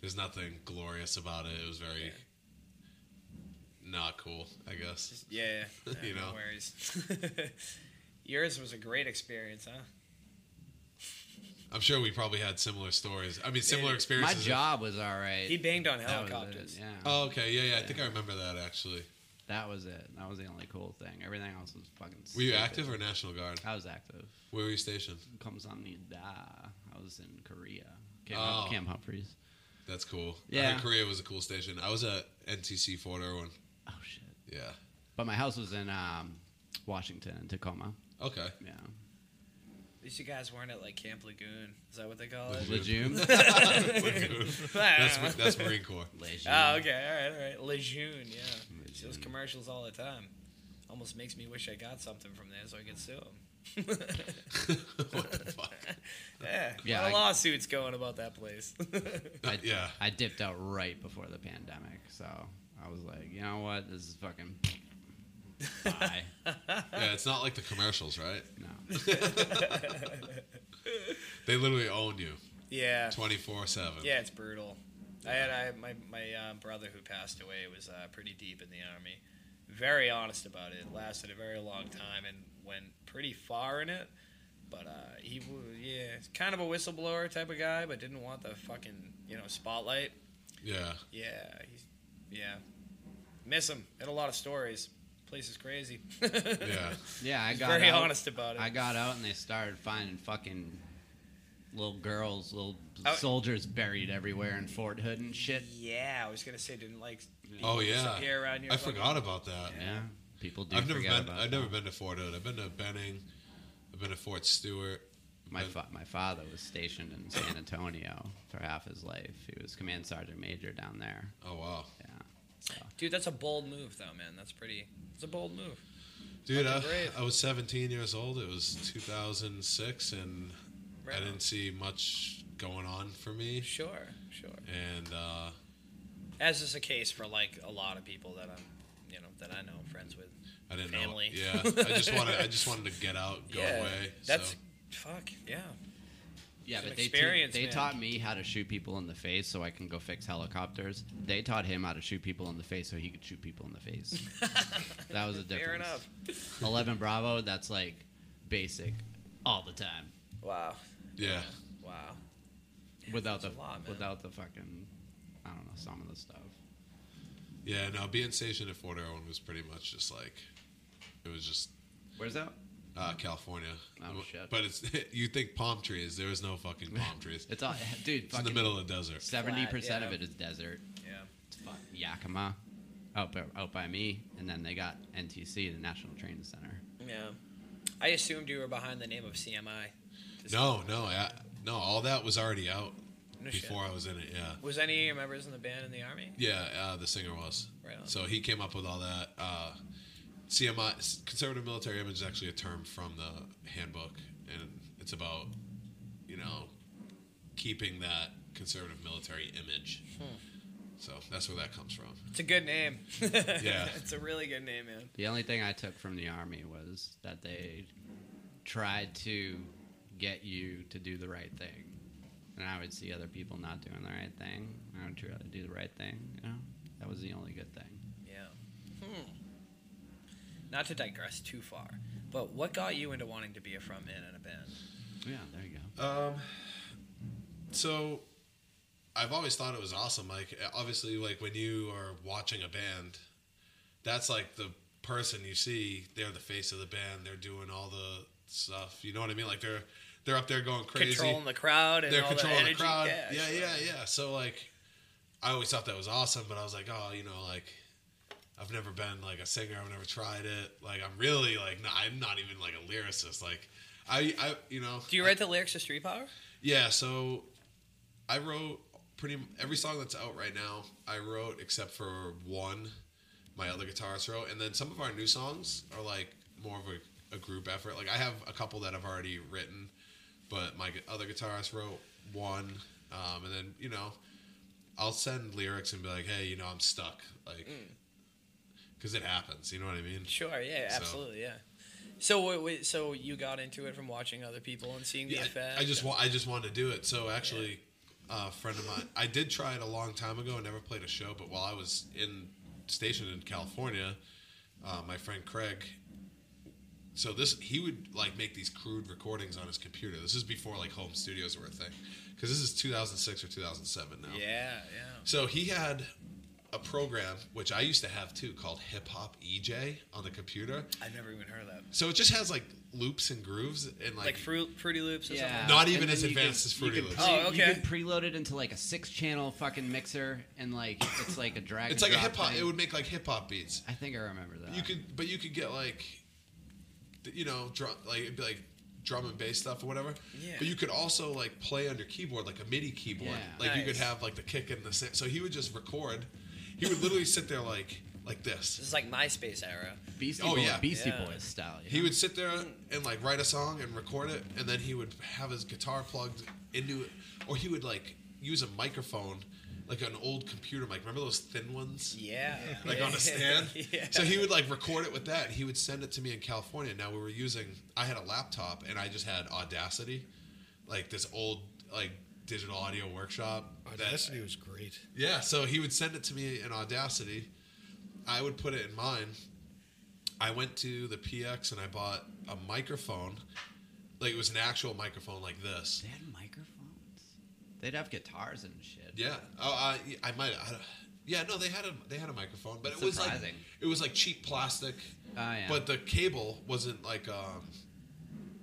Speaker 1: there's nothing glorious about it. It was very not cool, I guess.
Speaker 2: Yeah. yeah.
Speaker 1: *laughs* You
Speaker 2: no
Speaker 1: know.
Speaker 2: worries. *laughs* Yours was a great experience, huh?
Speaker 1: I'm sure we probably had similar stories. I mean, similar
Speaker 2: My
Speaker 4: My
Speaker 1: experiences.
Speaker 4: job was all right.
Speaker 2: He banged on
Speaker 4: That was it,
Speaker 2: helicopters.
Speaker 4: Yeah,
Speaker 1: Oh, okay. Yeah, yeah. I think I remember that actually.
Speaker 4: that was it. That was the only cool thing. Everything else was fucking.
Speaker 1: Were you
Speaker 4: stupid.
Speaker 1: active or National Guard?
Speaker 4: I was active.
Speaker 1: Where were you stationed?
Speaker 4: Comes on the da. I was in Korea. Camp,
Speaker 1: Oh.
Speaker 4: Camp Humphreys.
Speaker 1: That's cool. Yeah.
Speaker 4: Yeah.
Speaker 1: Korea was a cool station. I was at NTC Fort Irwin.
Speaker 4: Oh shit.
Speaker 1: Yeah.
Speaker 4: But my house was in um, Washington in Tacoma.
Speaker 1: Okay.
Speaker 4: Yeah.
Speaker 2: These you guys weren't at like Camp Lagoon. Is that what they
Speaker 4: Oh,
Speaker 2: call it?
Speaker 1: Lagoon. *laughs*
Speaker 4: Lejeune.
Speaker 2: *laughs*
Speaker 1: that's Ma- that's Marine Corps. *laughs*
Speaker 4: Lejeune.
Speaker 2: Oh, okay. All right, all right. Lejeune, yeah. See those commercials all the time. Almost makes me wish I got something from there so I could sue them.
Speaker 1: what the fuck?
Speaker 2: *laughs* yeah. A
Speaker 4: Yeah,
Speaker 2: lot of
Speaker 4: I-
Speaker 2: lawsuits going about that
Speaker 4: *laughs*
Speaker 2: place. *laughs*
Speaker 4: I,
Speaker 1: yeah.
Speaker 4: I dipped out right before the pandemic, so I was like, you know what? This is fucking.
Speaker 2: *laughs*
Speaker 4: Bye.
Speaker 1: Yeah, it's not like the commercials, right?
Speaker 4: No.
Speaker 1: They literally own you
Speaker 2: yeah.
Speaker 1: 24 7.
Speaker 2: Yeah, it's brutal. I had I, my my uh, brother who passed away was uh, pretty deep in the army. Very honest about it. Lasted a very long time and went pretty far in it. But uh, he was yeah, kind of a whistleblower type of guy, but didn't want the fucking you know spotlight.
Speaker 1: Yeah.
Speaker 2: Yeah, he's yeah. Miss him. Had a lot of stories. Place is crazy. *laughs*
Speaker 1: Yeah.
Speaker 4: Yeah, I
Speaker 2: He's
Speaker 4: got
Speaker 2: very
Speaker 4: out-
Speaker 2: honest about it.
Speaker 4: I got out and they started finding fucking little girls, little
Speaker 2: Oh.
Speaker 4: soldiers buried everywhere in Fort Hood and shit.
Speaker 2: yeah, I was gonna say didn't like.
Speaker 1: Oh, yeah.
Speaker 2: Disappear around your
Speaker 1: I
Speaker 2: fucking-
Speaker 1: forgot about that.
Speaker 4: Yeah, people do.
Speaker 1: I've never
Speaker 4: forget
Speaker 1: been.
Speaker 4: About
Speaker 1: I've
Speaker 4: that.
Speaker 1: never been to Fort Hood. I've been to Benning. I've been to Fort Stewart.
Speaker 4: My fa- my father was stationed in San Antonio for half his life. He was command sergeant major down there.
Speaker 1: Oh wow,
Speaker 4: Yeah.
Speaker 2: Dude, that's a bold move, though, man. That's pretty. It's a bold move.
Speaker 1: dude! I,
Speaker 2: Fucking brave.
Speaker 1: I was 17 years old. It was 2006, and
Speaker 2: Right
Speaker 1: I
Speaker 2: on.
Speaker 1: didn't see much going on for me,
Speaker 2: Sure, sure.
Speaker 1: and uh,
Speaker 2: As is the case for like a lot of people that I'm, you know, that I know I'm friends with.
Speaker 1: I didn't
Speaker 2: Family.
Speaker 1: know. Yeah, I just wanted I just wanted to get out, go
Speaker 2: yeah,
Speaker 1: away.
Speaker 2: that's
Speaker 1: so.
Speaker 2: fuck yeah.
Speaker 4: Yeah,
Speaker 2: It's an
Speaker 4: but they, ta-
Speaker 2: experience,
Speaker 4: they
Speaker 2: man.
Speaker 4: taught me how to shoot people in the face so I can go fix helicopters. They taught him how to shoot people in the face so he could shoot people in the face.
Speaker 2: *laughs*
Speaker 4: that was a difference.
Speaker 2: Fair enough.
Speaker 4: 11 Bravo, that's like basic all the time
Speaker 2: Wow,
Speaker 1: yeah.
Speaker 2: wow.
Speaker 4: without the
Speaker 2: that's a lot, man.
Speaker 4: without the fucking I don't know some of the stuff.
Speaker 1: Yeah, no, being stationed at Fort Irwin was pretty much just like it was just
Speaker 4: Where's that?
Speaker 1: uh, California.
Speaker 4: Oh, shit.
Speaker 1: But it's *laughs* you think palm trees? There was no fucking
Speaker 2: *laughs*
Speaker 1: palm trees.
Speaker 4: It's all *laughs* dude.
Speaker 1: It's in the
Speaker 4: fucking
Speaker 1: middle of the desert.
Speaker 4: Seventy
Speaker 2: Flat,
Speaker 4: percent
Speaker 2: yeah.
Speaker 4: of it is desert.
Speaker 2: Yeah.
Speaker 4: It's fuck Yakima, out by, out by me, and then they got NTC, the National Training Center.
Speaker 2: Yeah. I assumed you were behind the name of CMI. Just-
Speaker 1: No, no, I, no. All that was already out
Speaker 2: no shit.
Speaker 1: before I was in it. Yeah,
Speaker 2: Was any of your members in the band in the army?
Speaker 1: yeah. Uh, the singer was.
Speaker 2: Right on.
Speaker 1: So he came up with all that. Uh, CMI, conservative military image, is actually a term from the handbook, and it's about you know keeping that conservative military image.
Speaker 2: Hmm.
Speaker 1: So that's where that comes from.
Speaker 2: It's a good name. *laughs*
Speaker 1: Yeah.
Speaker 2: It's a really good name, man.
Speaker 4: The only thing I took from the army was that they tried to get you to do the right thing, and I would see other people not doing the right thing. I would try to do the right thing. You know, that was the only good thing.
Speaker 2: Yeah. Hmm. Not to digress too far, but what got you into wanting to be a front man in a band?
Speaker 4: Yeah, there you go.
Speaker 1: Um, so I've always thought it was awesome. Like, obviously, like when you are watching a band, that's like the person you see. They're the face of the band. They're doing all the stuff. You know what I mean? Like they're they're up there going crazy.
Speaker 2: Controlling the crowd and
Speaker 1: they're
Speaker 2: all
Speaker 1: controlling
Speaker 2: the
Speaker 1: the,
Speaker 2: energy.
Speaker 1: crowd.
Speaker 2: Yeah,
Speaker 1: yeah,
Speaker 2: sure.
Speaker 1: yeah, yeah. So like, I always thought that was awesome, but I was like, oh, you know, like. I've never been like a singer. I've never tried it. Like I'm really like no, I'm not even like a lyricist. Like I, I you know.
Speaker 2: Do you write the lyrics to Street Power?
Speaker 1: Yeah, so I wrote pretty m- every song that's out right now. I wrote except for one, my other guitarist wrote, and then some of our new songs are like more of a, a group effort. Like I have a couple that I've already written, but my gu- other guitarist wrote one, um, and then you know, I'll send lyrics and be like, hey, you know, I'm stuck, like, because it happens. You know what I mean?
Speaker 2: Sure. Yeah.
Speaker 1: So-
Speaker 2: Absolutely. Yeah. So wait, wait, so you got into it from watching other people and seeing the
Speaker 1: I-
Speaker 2: effect.
Speaker 1: I just wa- I just wanted to do it. So actually, uh, a friend of mine, I did try it a long time ago and never played a show. But while I was in stationed in California, uh, my friend Craig. So this he would like make these crude recordings on his computer. This is before like home studios were a thing, because this is 2006 or 2007 now.
Speaker 2: Yeah. Yeah.
Speaker 1: So he had a program which I used to have too called Hip Hop EJ on the computer.
Speaker 2: I've never even heard of that.
Speaker 1: So it just has like loops and grooves and
Speaker 2: Like Fruit, Fruity Loops or something.
Speaker 1: Not
Speaker 4: and
Speaker 1: even
Speaker 4: then
Speaker 1: as
Speaker 4: you
Speaker 1: advanced as Fruity
Speaker 4: you
Speaker 1: Loops.
Speaker 4: Pre-
Speaker 2: Oh, okay.
Speaker 4: You could preload it into like a six-channel fucking mixer, and like it's like a drag.
Speaker 1: It's
Speaker 4: and
Speaker 1: like a
Speaker 4: drop
Speaker 1: hip hop.
Speaker 4: thing.
Speaker 1: It would make like hip hop beats.
Speaker 4: I think I remember that.
Speaker 1: You could, but you could get like, th- you know, drum like it'd be like drum and bass stuff or whatever.
Speaker 2: Yeah.
Speaker 1: But you could also like play on your keyboard like a MIDI keyboard.
Speaker 4: Yeah.
Speaker 1: Like you could
Speaker 2: Nice.
Speaker 1: have like the kick and the sa- so he would just record. He would literally sit there like like
Speaker 2: This
Speaker 1: this.
Speaker 2: is like MySpace era.
Speaker 4: Beastie
Speaker 1: Oh,
Speaker 4: Boys,
Speaker 1: yeah.
Speaker 4: Beastie
Speaker 2: Yeah.
Speaker 4: Boys style. you
Speaker 1: He
Speaker 4: know?
Speaker 1: would sit there and like write a song and record it, and then he would have his guitar plugged into it, or he would like use a microphone, like an old computer mic. Remember those thin ones?
Speaker 2: *laughs* Yeah.
Speaker 1: *laughs* like on a stand.
Speaker 2: yeah.
Speaker 1: So he would like record it with that. He would send it to me in California. Now we were using I had a laptop and I just had Audacity, like this old like digital audio workshop. that-
Speaker 3: Audacity Oh, was great.
Speaker 1: yeah, so he would send it to me in Audacity. I would put it in mine. I went to the PX and I bought a microphone. Like it was an actual microphone like this.
Speaker 4: They had microphones. They'd have guitars and shit.
Speaker 1: Yeah. Oh, I, I might. I, yeah. No, they had a they had a microphone, but
Speaker 4: That's
Speaker 1: it was like
Speaker 4: surprising.
Speaker 1: it was like cheap plastic.
Speaker 4: Ah, yeah.
Speaker 1: But the cable wasn't like um.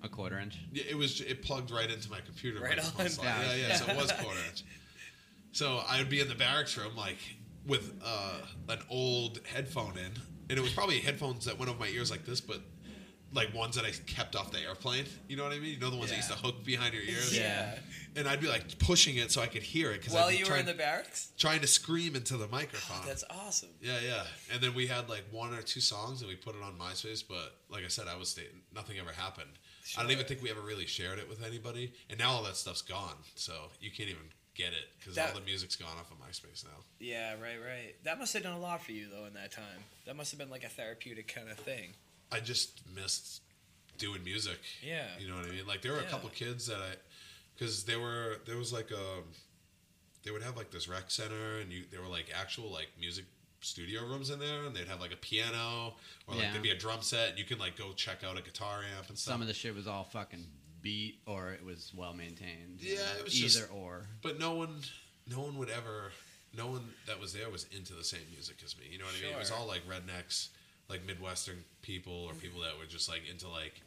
Speaker 4: A quarter inch.
Speaker 1: yeah, It was it plugged right into my computer.
Speaker 2: Right
Speaker 1: microphone
Speaker 2: on.
Speaker 1: slot.
Speaker 4: Yeah.
Speaker 1: Yeah, yeah. So it
Speaker 2: *laughs*
Speaker 1: was quarter inch. So I would be in the barracks room like with uh, an old headphone in, and it was probably headphones that went over my ears like this, but like ones that I kept off the airplane. You know what I mean? You know the ones that used to hook behind your ears.
Speaker 4: Yeah.
Speaker 1: And I'd be like pushing it so I could hear it because
Speaker 2: While
Speaker 1: I'd be
Speaker 2: you were
Speaker 1: trying,
Speaker 2: in the barracks?
Speaker 1: trying to scream into the microphone.
Speaker 2: That's awesome.
Speaker 1: yeah, yeah. And then we had like one or two songs and we put it on MySpace, but like I said, I was sta- nothing ever happened. I don't even
Speaker 2: Sure.
Speaker 1: think we ever really shared it with anybody. And now all that stuff's gone, so you can't even get it because all
Speaker 2: That-
Speaker 1: the music's gone off of MySpace now.
Speaker 2: Yeah, right, right. That must have done a lot for you though in that time. That must have been like a therapeutic kind of thing.
Speaker 1: I just missed doing music.
Speaker 2: Yeah.
Speaker 1: You know what I mean? Like there were a
Speaker 2: Yeah.
Speaker 1: couple kids that I, because they were there was like um, they would have like this rec center and you there were like actual like music studio rooms in there and they'd have like a piano or like
Speaker 4: Yeah.
Speaker 1: there'd be a drum set and you can like go check out a guitar amp and stuff.
Speaker 4: Some of the shit was all fucking beat or it was well maintained. you
Speaker 1: Yeah,
Speaker 4: know,
Speaker 1: it was
Speaker 4: either
Speaker 1: just-
Speaker 4: or.
Speaker 1: but no one, no one would ever. No one that was there was into the same music as me. You know what I mean? It was
Speaker 2: Sure.
Speaker 1: all like rednecks, like Midwestern people, or people that were just like into like.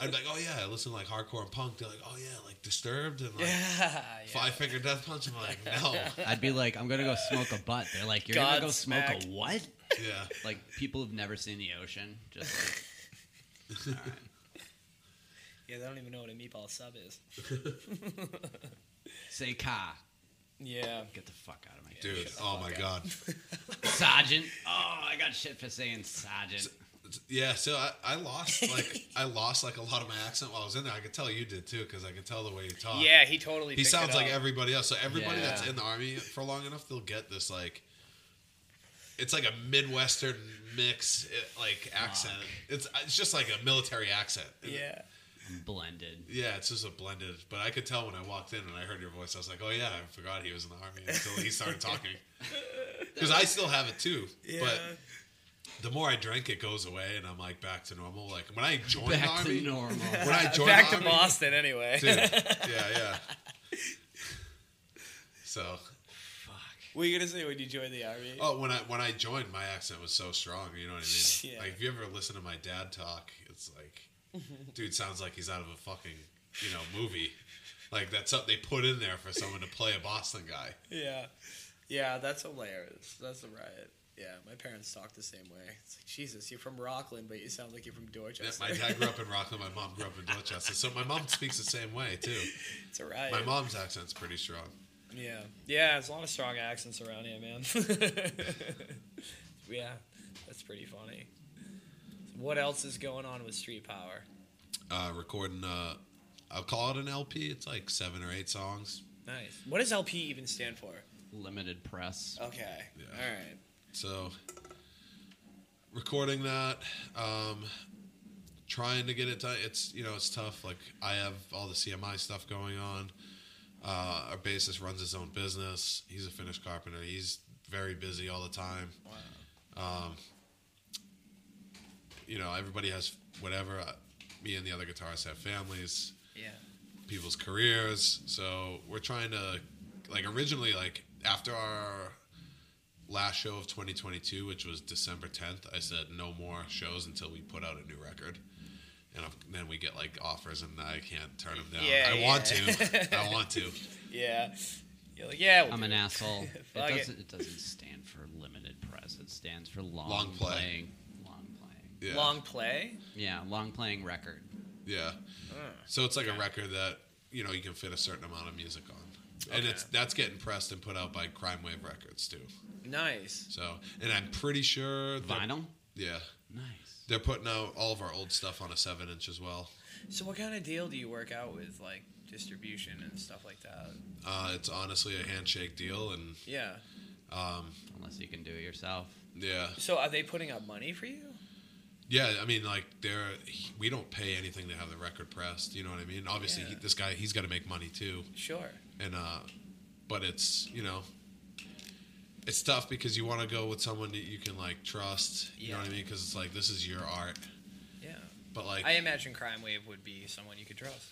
Speaker 1: I'd be like, oh yeah, I listen to like hardcore and punk. They're like, oh yeah, like Disturbed and like
Speaker 2: *laughs* Yeah.
Speaker 1: Five Finger Death Punch. I'm like, no,
Speaker 4: I'd be like, I'm gonna go smoke a butt. They're like, you're gonna go smoke
Speaker 2: Godsmack.
Speaker 4: a what?
Speaker 1: yeah.
Speaker 4: Like people have never seen the ocean. Just like,
Speaker 1: *laughs*
Speaker 2: Yeah, they don't even know what a meatball sub is.
Speaker 4: say ka.
Speaker 2: Yeah.
Speaker 4: Get the fuck out of my
Speaker 1: Dude,
Speaker 2: shut the
Speaker 1: oh my
Speaker 2: fuck
Speaker 1: god.
Speaker 4: Sergeant. Oh, I got shit for saying sergeant.
Speaker 1: Yeah, so I, I lost like I lost like a lot of my accent while I was in there. I could tell you did too because I could tell the way you talk.
Speaker 5: Yeah, he totally.
Speaker 1: he
Speaker 5: picked it
Speaker 1: sounds like
Speaker 5: up.
Speaker 1: everybody else. So everybody that's
Speaker 4: Yeah.
Speaker 1: in the army for long enough, they'll get this like. It's like a midwestern mix, it, like accent. It's it's just like a military accent.
Speaker 2: Yeah.
Speaker 4: Blended.
Speaker 1: Yeah, it's just a blended. But I could tell when I walked in and I heard your voice, I was like, oh yeah, I forgot he was in the army until he started talking. Because I still have it too. But
Speaker 2: Yeah.
Speaker 1: the more I drink, it goes away, and I'm like back to normal. Like when I joined the
Speaker 4: Back
Speaker 1: army,
Speaker 4: to normal.
Speaker 1: *laughs* when I joined
Speaker 2: Back
Speaker 1: the
Speaker 2: to
Speaker 1: army,
Speaker 2: Boston anyway. *laughs*
Speaker 1: Dude, yeah, yeah. So,
Speaker 2: what are you gonna say when you join the army?
Speaker 1: oh, when I when I joined, my accent was so strong. You know what I mean?
Speaker 2: Yeah.
Speaker 1: Like, if you ever listen to my dad talk, it's like, dude, sounds like he's out of a fucking you know movie. Like that's something they put in there for someone to play a Boston guy.
Speaker 2: Yeah. Yeah, that's hilarious. That's a riot. Yeah, my parents talk the same way. It's like, Jesus, you're from Rockland, but you sound like you're from
Speaker 1: Yeah,
Speaker 2: Dorchester.
Speaker 1: my dad grew up in Rockland. My mom grew up in Dorchester. So my mom speaks the same way too.
Speaker 2: *laughs* it's a riot.
Speaker 1: My mom's accent's pretty strong.
Speaker 2: Yeah. Yeah, there's a lot of strong accents around here, man. *laughs* yeah, that's pretty funny. What else is going on with Street Power?
Speaker 1: uh, recording. Uh, I'll call it an LP. It's like seven or eight songs.
Speaker 2: Nice. What does LP even stand for?
Speaker 4: Limited press.
Speaker 1: Oh,
Speaker 2: Okay.
Speaker 1: Yeah.
Speaker 2: All right.
Speaker 1: So recording that, um, trying to get it done. It's you know it's tough. Like I have all the CMI stuff going on. Uh, our bassist runs his own business. He's a Finnish carpenter. He's very busy all the time.
Speaker 2: Wow.
Speaker 1: You know everybody has whatever. Uh, me and the other guitarists have families.
Speaker 2: Yeah.
Speaker 1: people's careers. So we're trying to, like, originally, like, after our last show of 2022, which was December 10th, I said no more shows until we put out a new record. And I've- then we get like offers, and I can't turn them down.
Speaker 2: Yeah,
Speaker 1: I want
Speaker 2: yeah.
Speaker 1: to. *laughs* I want to.
Speaker 2: Yeah. You're like, yeah. we'll
Speaker 4: I'm
Speaker 2: do
Speaker 4: an
Speaker 2: it.
Speaker 1: *laughs*
Speaker 4: asshole.
Speaker 2: Fuck
Speaker 4: it
Speaker 2: it.
Speaker 4: doesn't. It doesn't stand for limited press. It stands for long,
Speaker 1: Long play.
Speaker 4: playing. Long playing.
Speaker 1: Yeah.
Speaker 2: Long play?
Speaker 4: Yeah, long playing record.
Speaker 1: Yeah. So it's like a record that you know you can fit a certain amount of music on, and
Speaker 2: Okay.
Speaker 1: it's that's getting pressed and put out by Crime Wave Records too.
Speaker 2: Nice.
Speaker 1: So, and I'm pretty sure they're-
Speaker 4: Vinyl.
Speaker 1: Yeah.
Speaker 4: Nice.
Speaker 1: They're putting out all of our old stuff on a seven inch as well.
Speaker 2: So, what kind of deal do you work out with, like distribution and stuff like that?
Speaker 1: Uh, it's honestly a handshake deal, and
Speaker 2: Yeah.
Speaker 4: Unless you can do it yourself.
Speaker 1: yeah,
Speaker 2: So, are they putting up money for you?
Speaker 1: yeah. I mean, like, they're we don't pay anything to have the record pressed. You know what I mean? Obviously, he,
Speaker 2: Yeah.
Speaker 1: this guy he's got to make money too,
Speaker 2: Sure.
Speaker 1: and uh, but it's you know, it's tough because you want to go with someone that you can like trust. You know what I
Speaker 2: Yeah.
Speaker 1: mean? Because it's like this is your art,
Speaker 2: Yeah.
Speaker 1: but like
Speaker 2: I imagine Crime Wave would be someone you could trust.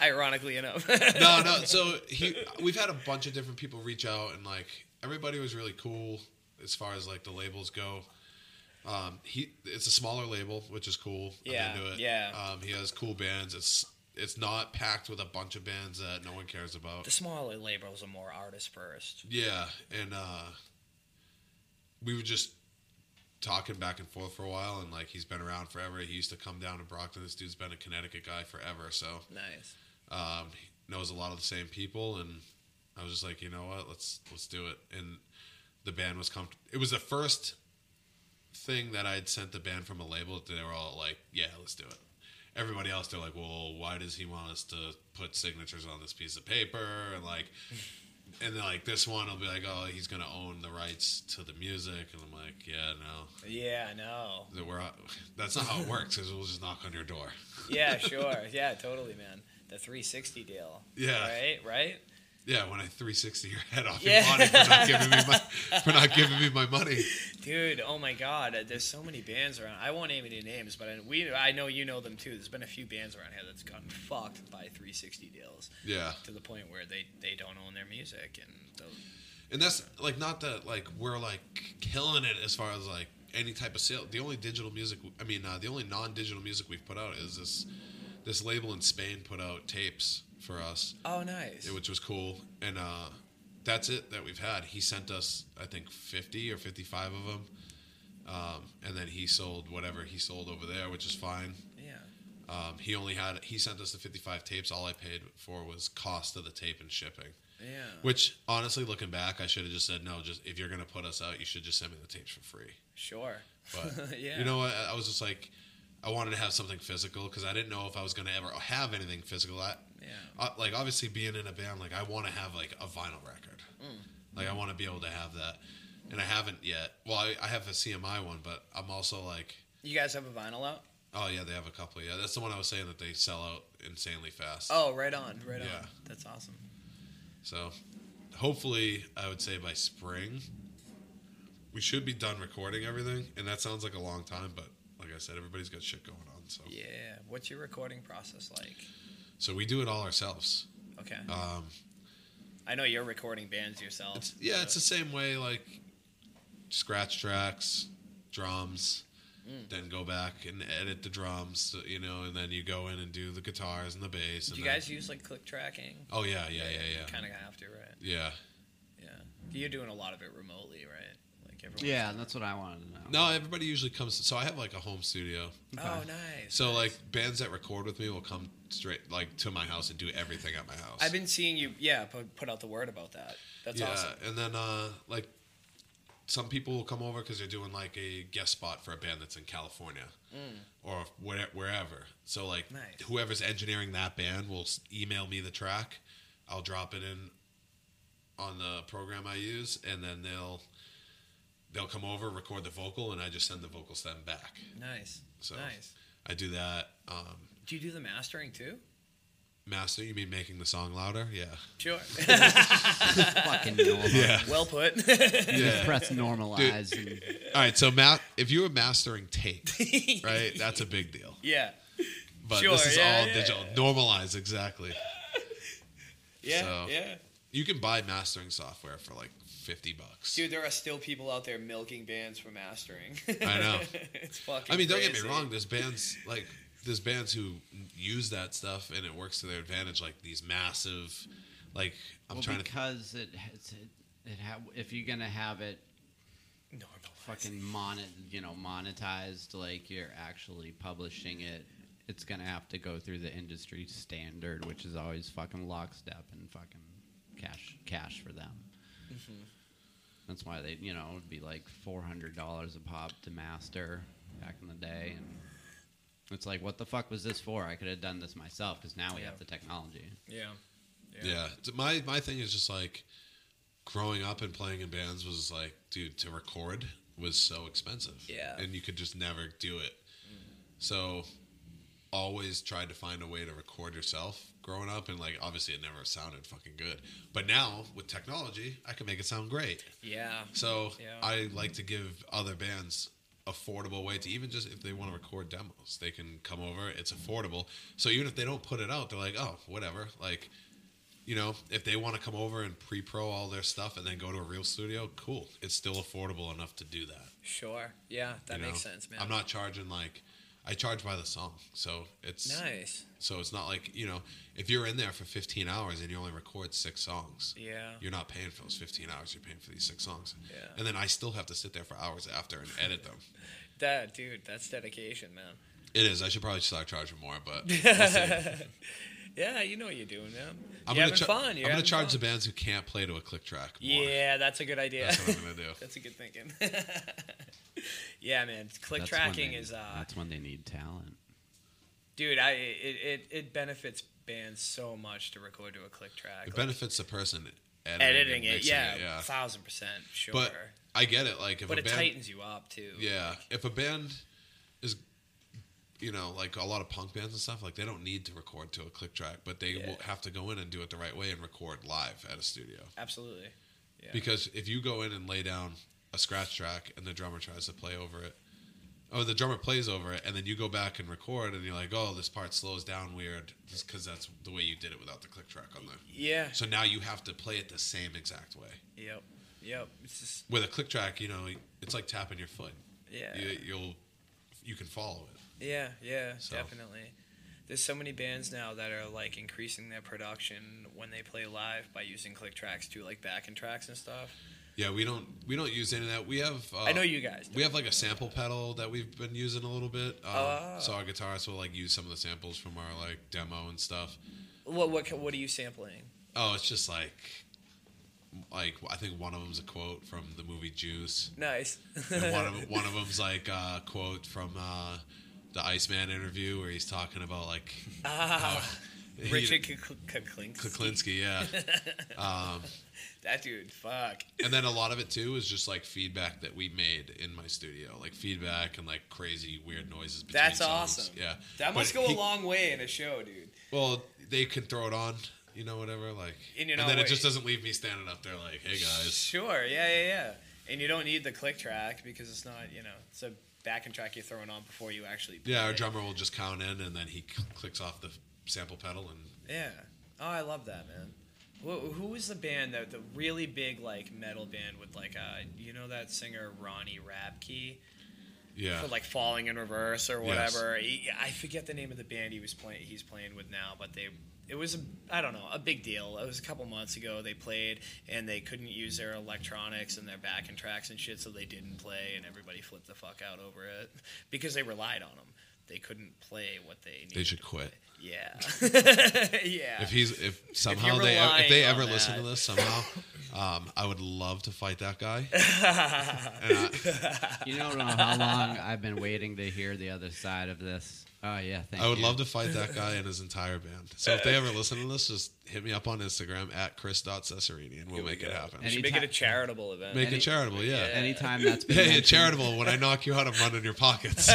Speaker 2: Ironically enough. *laughs*
Speaker 1: no, no. So he, we've had a bunch of different people reach out, and like everybody was really cool as far as like the labels go. Um, he, it's a smaller label, which is cool.
Speaker 2: Yeah,
Speaker 1: I'm into it.
Speaker 2: yeah.
Speaker 1: Um, he has cool bands. It's it's not packed with a bunch of bands that no one cares about.
Speaker 2: the smaller labels are more artist first.
Speaker 1: Yeah, and uh, we were just talking back and forth for a while, and like he's been around forever. He used to come down to Brockton. This dude's been a Connecticut guy forever, so
Speaker 6: Nice.
Speaker 1: um, he knows a lot of the same people. And I was just like, you know what, let's let's do it. And the band was comfortable. It was the first thing that I'd sent the band from a label. They were all like, yeah, let's do it. Everybody else, they're like, well, why does he want us to put signatures on this piece of paper? And like, and then like this one will be like, oh, he's gonna own the rights to the music. And I'm like, yeah, no
Speaker 2: Yeah, no.
Speaker 1: that we're *laughs* that's not how it works because we'll just knock on your door
Speaker 2: Yeah, sure. Yeah, totally, man. The 360 deal.
Speaker 1: Yeah.
Speaker 2: Right. Right.
Speaker 1: yeah when i 360 your head off
Speaker 2: Yeah.
Speaker 1: your body for not giving me my for not giving me my money
Speaker 2: Dude, oh my God! uh, There's so many bands around. I won't name any names, but I, we I know you know them too. There's been a few bands around here that's gotten fucked by 360 deals
Speaker 1: yeah
Speaker 2: to the point where they, they don't own their music and the,
Speaker 1: and that's like not that like we're like killing it as far as like any type of sale the only digital music i mean uh, the only non-digital music we've put out is this this label in spain put out tapes for us
Speaker 2: oh nice.
Speaker 1: it- which was cool. And uh, that's it that we've had. He sent us, I think, 50 or 55 of them. Um, and then he sold whatever he sold over there, which is fine.
Speaker 2: yeah.
Speaker 1: Um, he only had, he sent us the 55 tapes. All I paid for was cost of the tape and shipping.
Speaker 2: Yeah.
Speaker 1: Which, honestly, looking back, I should have just said, no, just if you're going to put us out, you should just send me the tapes for free.
Speaker 2: Sure.
Speaker 1: But
Speaker 2: Yeah.
Speaker 1: you know what? I was just like, I wanted to have something physical because I didn't know if I was going to ever have anything physical. I,
Speaker 2: Yeah.
Speaker 1: uh, like obviously being in a band, like I want to have like a vinyl record. Like I want to be able to have that, and I haven't yet. Well, I, I have a CMI one, but I'm also like,
Speaker 2: You guys have a vinyl out?
Speaker 1: oh yeah, they have a couple. Yeah, that's the one I was saying that they sell out insanely fast.
Speaker 2: Oh, right on, right on.
Speaker 1: Yeah.
Speaker 2: That's awesome.
Speaker 1: So hopefully, I would say by spring, we should be done recording everything, and that sounds like a long time, but like I said, everybody's got shit going on. So
Speaker 2: Yeah. What's your recording process like?
Speaker 1: so we do it all ourselves.
Speaker 2: Okay.
Speaker 1: Um,
Speaker 2: I know you're recording bands yourself.
Speaker 1: It's, yeah, it's the same way like scratch tracks, drums,
Speaker 2: Mm.
Speaker 1: then go back and edit the drums, you know, and then you go in and do the guitars and the bass.
Speaker 2: Do
Speaker 1: and
Speaker 2: you
Speaker 1: then-
Speaker 2: guys use like click tracking?
Speaker 1: Oh yeah, yeah, yeah, yeah.
Speaker 2: You kind of have to, right?
Speaker 1: yeah.
Speaker 2: Yeah. You're doing a lot of it remotely, right? Like everyone.
Speaker 4: Yeah, that's what I wanted to know.
Speaker 1: No, everybody usually comes. So I have like a home studio.
Speaker 2: Oh, nice.
Speaker 1: So
Speaker 2: nice.
Speaker 1: like bands that record with me will come straight like to my house and do everything at my house.
Speaker 2: I've been seeing you, yeah, put, put out the word about that. That's
Speaker 1: yeah,
Speaker 2: awesome.
Speaker 1: and then uh, like some people will come over because they're doing like a guest spot for a band that's in California or where, wherever. So like
Speaker 2: Nice.
Speaker 1: whoever's engineering that band will s- email me the track. I'll drop it in on the program I use, and then they'll they'll come over, record the vocal, and I just send the vocals them back.
Speaker 2: Nice.
Speaker 1: So
Speaker 2: Nice.
Speaker 1: I do that. Um,
Speaker 2: Do you do the mastering too?
Speaker 1: master, you mean making the song louder? *laughs* Yeah,
Speaker 2: Sure. *laughs*
Speaker 4: *laughs* fucking normal.
Speaker 1: *laughs*
Speaker 2: well put.
Speaker 1: yeah.
Speaker 4: Press normalize. And,
Speaker 1: All right, so Matt, if you were mastering tape, right, that's a big
Speaker 2: *laughs*
Speaker 1: deal.
Speaker 2: yeah.
Speaker 1: But
Speaker 2: Sure,
Speaker 1: this is
Speaker 2: yeah,
Speaker 1: all
Speaker 2: yeah,
Speaker 1: digital. Normalize exactly.
Speaker 2: Yeah.
Speaker 1: So-
Speaker 2: Yeah.
Speaker 1: You can buy mastering software for like fifty bucks.
Speaker 2: Dude, there are still people out there milking bands for mastering.
Speaker 1: I know.
Speaker 2: *laughs* it's fucking
Speaker 1: I mean, don't get
Speaker 2: crazy.
Speaker 1: me wrong. There's bands like there's bands who use that stuff and it works to their advantage. Like these massive, like I'm
Speaker 4: well,
Speaker 1: trying to.
Speaker 4: because it has it, it ha- if you're gonna have it
Speaker 2: Normalize.
Speaker 4: fucking monet you know monetized like you're actually publishing it it's gonna have to go through the industry standard which is always fucking lockstep and fucking cash cash for them
Speaker 2: Mm-hmm.
Speaker 4: that's why they you know it would be like $400 a pop to master back in the day and it's like what the fuck was this for i could have done this myself because now we have the technology
Speaker 2: Yeah.
Speaker 1: yeah. So My my thing is just like growing up and playing in bands was like, dude, to record was so expensive.
Speaker 2: Yeah.
Speaker 1: And you could just never do it. So always tried to find a way to record yourself growing up and like obviously it never sounded fucking good. But now with technology, I can make it sound great.
Speaker 2: Yeah.
Speaker 1: So
Speaker 2: Yeah.
Speaker 1: I like to give other bands affordable way to even just if they want to record demos, they can come over. It's affordable. So even if they don't put it out, they're like, oh, whatever. Like, you know, if they want to come over and pre-pro all their stuff and then go to a real studio, cool. It's still affordable enough to do that.
Speaker 2: Sure. Yeah. That
Speaker 1: you
Speaker 2: makes
Speaker 1: know?
Speaker 2: sense, man.
Speaker 1: I'm not charging like I charge by the song, so it's
Speaker 2: Nice.
Speaker 1: so it's not like you know if you're in there for 15 hours and you only record six songs,
Speaker 2: Yeah.
Speaker 1: you're not paying for those 15 hours. You're paying for these six songs,
Speaker 2: Yeah.
Speaker 1: and then I still have to sit there for hours after and edit them.
Speaker 2: That dude, that's dedication, man.
Speaker 1: It is. I should probably start charging more,
Speaker 2: *laughs*
Speaker 1: but we'll see.
Speaker 2: Yeah, you know what you're doing, man.
Speaker 1: I'm
Speaker 2: you're
Speaker 1: gonna
Speaker 2: having
Speaker 1: char-
Speaker 2: fun.
Speaker 1: I'm
Speaker 2: You're
Speaker 1: gonna
Speaker 2: having
Speaker 1: charge the
Speaker 2: fun.
Speaker 1: bands who can't play to a click track. More.
Speaker 2: Yeah, that's a good idea.
Speaker 1: that's what I'm gonna do.
Speaker 2: *laughs* That's a
Speaker 1: *laughs*
Speaker 2: good thinking. yeah, man. Click
Speaker 4: That's when
Speaker 2: tracking
Speaker 4: they-
Speaker 2: is, uh,
Speaker 4: That's when they need talent.
Speaker 2: dude. I it, it it benefits bands so much to record to a click track.
Speaker 1: It
Speaker 2: Like,
Speaker 1: benefits the person editing, and
Speaker 2: editing it,
Speaker 1: mixing
Speaker 2: yeah,
Speaker 1: it, yeah.
Speaker 2: thousand percent, sure.
Speaker 1: But I get it. Like if
Speaker 2: But
Speaker 1: a
Speaker 2: it
Speaker 1: band,
Speaker 2: tightens you up too.
Speaker 1: yeah, if a band is, you know, like a lot of punk bands and stuff, like they don't need to record to a click track, but they
Speaker 2: Yeah.
Speaker 1: will have to go in and do it the right way and record live at a studio.
Speaker 2: absolutely. Yeah.
Speaker 1: Because if you go in and lay down a scratch track and the drummer tries to play over it, or the drummer plays over it, and then you go back and record, and you're like, oh, this part slows down weird, because that's the way you did it without the click track on there.
Speaker 2: Yeah.
Speaker 1: So now you have to play it the same exact way.
Speaker 2: Yep. Yep. It's just
Speaker 1: With a click track, you know, it's like tapping your foot.
Speaker 2: yeah.
Speaker 1: You, you'll you can follow it.
Speaker 2: Yeah, yeah,
Speaker 1: So-
Speaker 2: definitely. There's so many bands now that are like increasing their production when they play live by using click tracks too, like backing tracks and stuff.
Speaker 1: Yeah, we don't we don't use any of that. We have uh,
Speaker 2: I know you guys.
Speaker 1: We have like a sample pedal that we've been using a little bit. Um,
Speaker 2: Ah.
Speaker 1: So our guitarist will like use some of the samples from our like demo and stuff.
Speaker 2: What what ca- what are you sampling?
Speaker 1: Oh, it's just like like I think one of them's a quote from the movie Juice,
Speaker 2: Nice.
Speaker 1: and
Speaker 2: *laughs*
Speaker 1: one of one of them's like a quote from uh, the Iceman interview where he's talking about like
Speaker 2: ah,
Speaker 1: Uh, he-
Speaker 2: Richard Kuklinks.
Speaker 1: Kuklinski, yeah.
Speaker 2: *laughs*
Speaker 1: um,
Speaker 2: That dude, fuck.
Speaker 1: and then a lot of it too is just like feedback that we made in my studio, like feedback and like crazy weird noises. Between
Speaker 2: That's
Speaker 1: songs.
Speaker 2: awesome.
Speaker 1: Yeah,
Speaker 2: That must
Speaker 1: But
Speaker 2: go
Speaker 1: he-
Speaker 2: a long way in a show, dude.
Speaker 1: Well, they can throw it on, you know, whatever. Like,
Speaker 2: And you know
Speaker 1: then
Speaker 2: what-
Speaker 1: it just doesn't leave me standing up there like, hey guys.
Speaker 2: Sure, yeah, yeah, yeah. And you don't need the click track because it's not, you know, it's a backing track you're throwing on before you actually play.
Speaker 1: Yeah, our
Speaker 2: it.
Speaker 1: drummer will just count in, and then he cl- clicks off the sample pedal, and
Speaker 2: Yeah. Oh, I love that, man. Who, who was the band that the really big like metal band with like uh you know that singer Ronnie Radke
Speaker 1: yeah,
Speaker 2: for like Falling in Reverse or
Speaker 1: Yes.
Speaker 2: whatever. He, I forget the name of the band he was playing. He's playing with now, but they it was a I don't know a big deal. It was a couple months ago. They played and they couldn't use their electronics and their backing tracks and shit, so they didn't play, and everybody flipped the fuck out over it because they relied on them. They couldn't play what they needed.
Speaker 1: they should quit. *laughs*
Speaker 2: Yeah. yeah.
Speaker 1: If he's if somehow they
Speaker 2: relying
Speaker 1: if they
Speaker 2: on
Speaker 1: ever listen to
Speaker 2: that.
Speaker 1: this
Speaker 2: *laughs*
Speaker 1: somehow, um, I would love to fight that guy. And I-
Speaker 4: You don't know how long I've been waiting to hear the other side of this. Oh yeah, thank you.
Speaker 1: I would love to fight that guy and his entire band. So if they ever listen to this, just hit me up on Instagram at chris.cesserini and we'll make it happen.
Speaker 4: Any-
Speaker 2: should make it a charitable event.
Speaker 1: make
Speaker 4: any-
Speaker 1: it charitable, yeah. yeah.
Speaker 4: Anytime that's been
Speaker 1: *laughs* Hey,
Speaker 4: mentioned,
Speaker 1: charitable. When I knock you out, I'm running your
Speaker 2: *laughs*
Speaker 1: pockets.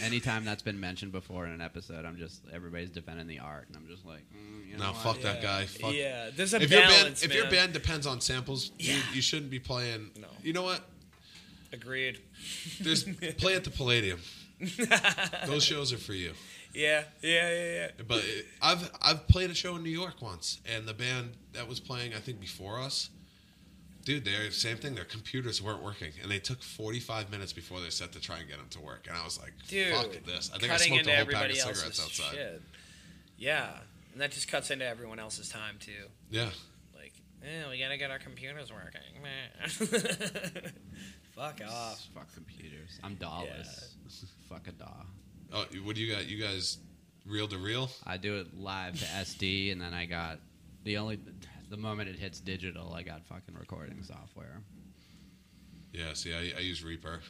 Speaker 4: anytime that's been mentioned before in an episode, I'm just everybody's defending the art, and I'm just like, mm, you know
Speaker 1: no,
Speaker 4: what?
Speaker 1: fuck that guy. Fuck.
Speaker 2: yeah, there's a
Speaker 1: If your band,
Speaker 2: balance,
Speaker 1: if
Speaker 2: man.
Speaker 1: your band depends on samples, you,
Speaker 2: Yeah.
Speaker 1: you shouldn't be playing.
Speaker 2: No.
Speaker 1: You know what?
Speaker 2: Agreed.
Speaker 1: There's
Speaker 2: *laughs*
Speaker 1: play at the Palladium. Those shows are for you.
Speaker 2: Yeah, yeah, yeah, yeah.
Speaker 1: But it- I've I've played a show in New York once, and the band that was playing, I think before us, dude, they're same thing. Their computers weren't working, and they took 45 minutes before their set to try and get them to work. And I was like,
Speaker 2: Dude,
Speaker 1: fuck this. I think I
Speaker 2: Cutting
Speaker 1: smoked
Speaker 2: into
Speaker 1: a whole pack
Speaker 2: everybody
Speaker 1: of
Speaker 2: else's
Speaker 1: cigarettes outside.
Speaker 2: shit. Yeah, and that just cuts into everyone else's time too.
Speaker 1: Yeah,
Speaker 2: Like, eh, we gotta get our computers working. *laughs* Meh. Fuck off.
Speaker 4: Fuck computers. I'm dollars. Fuck a daw.
Speaker 1: Oh, what do you got? You guys, reel to reel?
Speaker 4: I do it live to SD, and then I got the only the moment it hits digital, I got fucking recording software.
Speaker 1: Yeah. See, I, I use Reaper.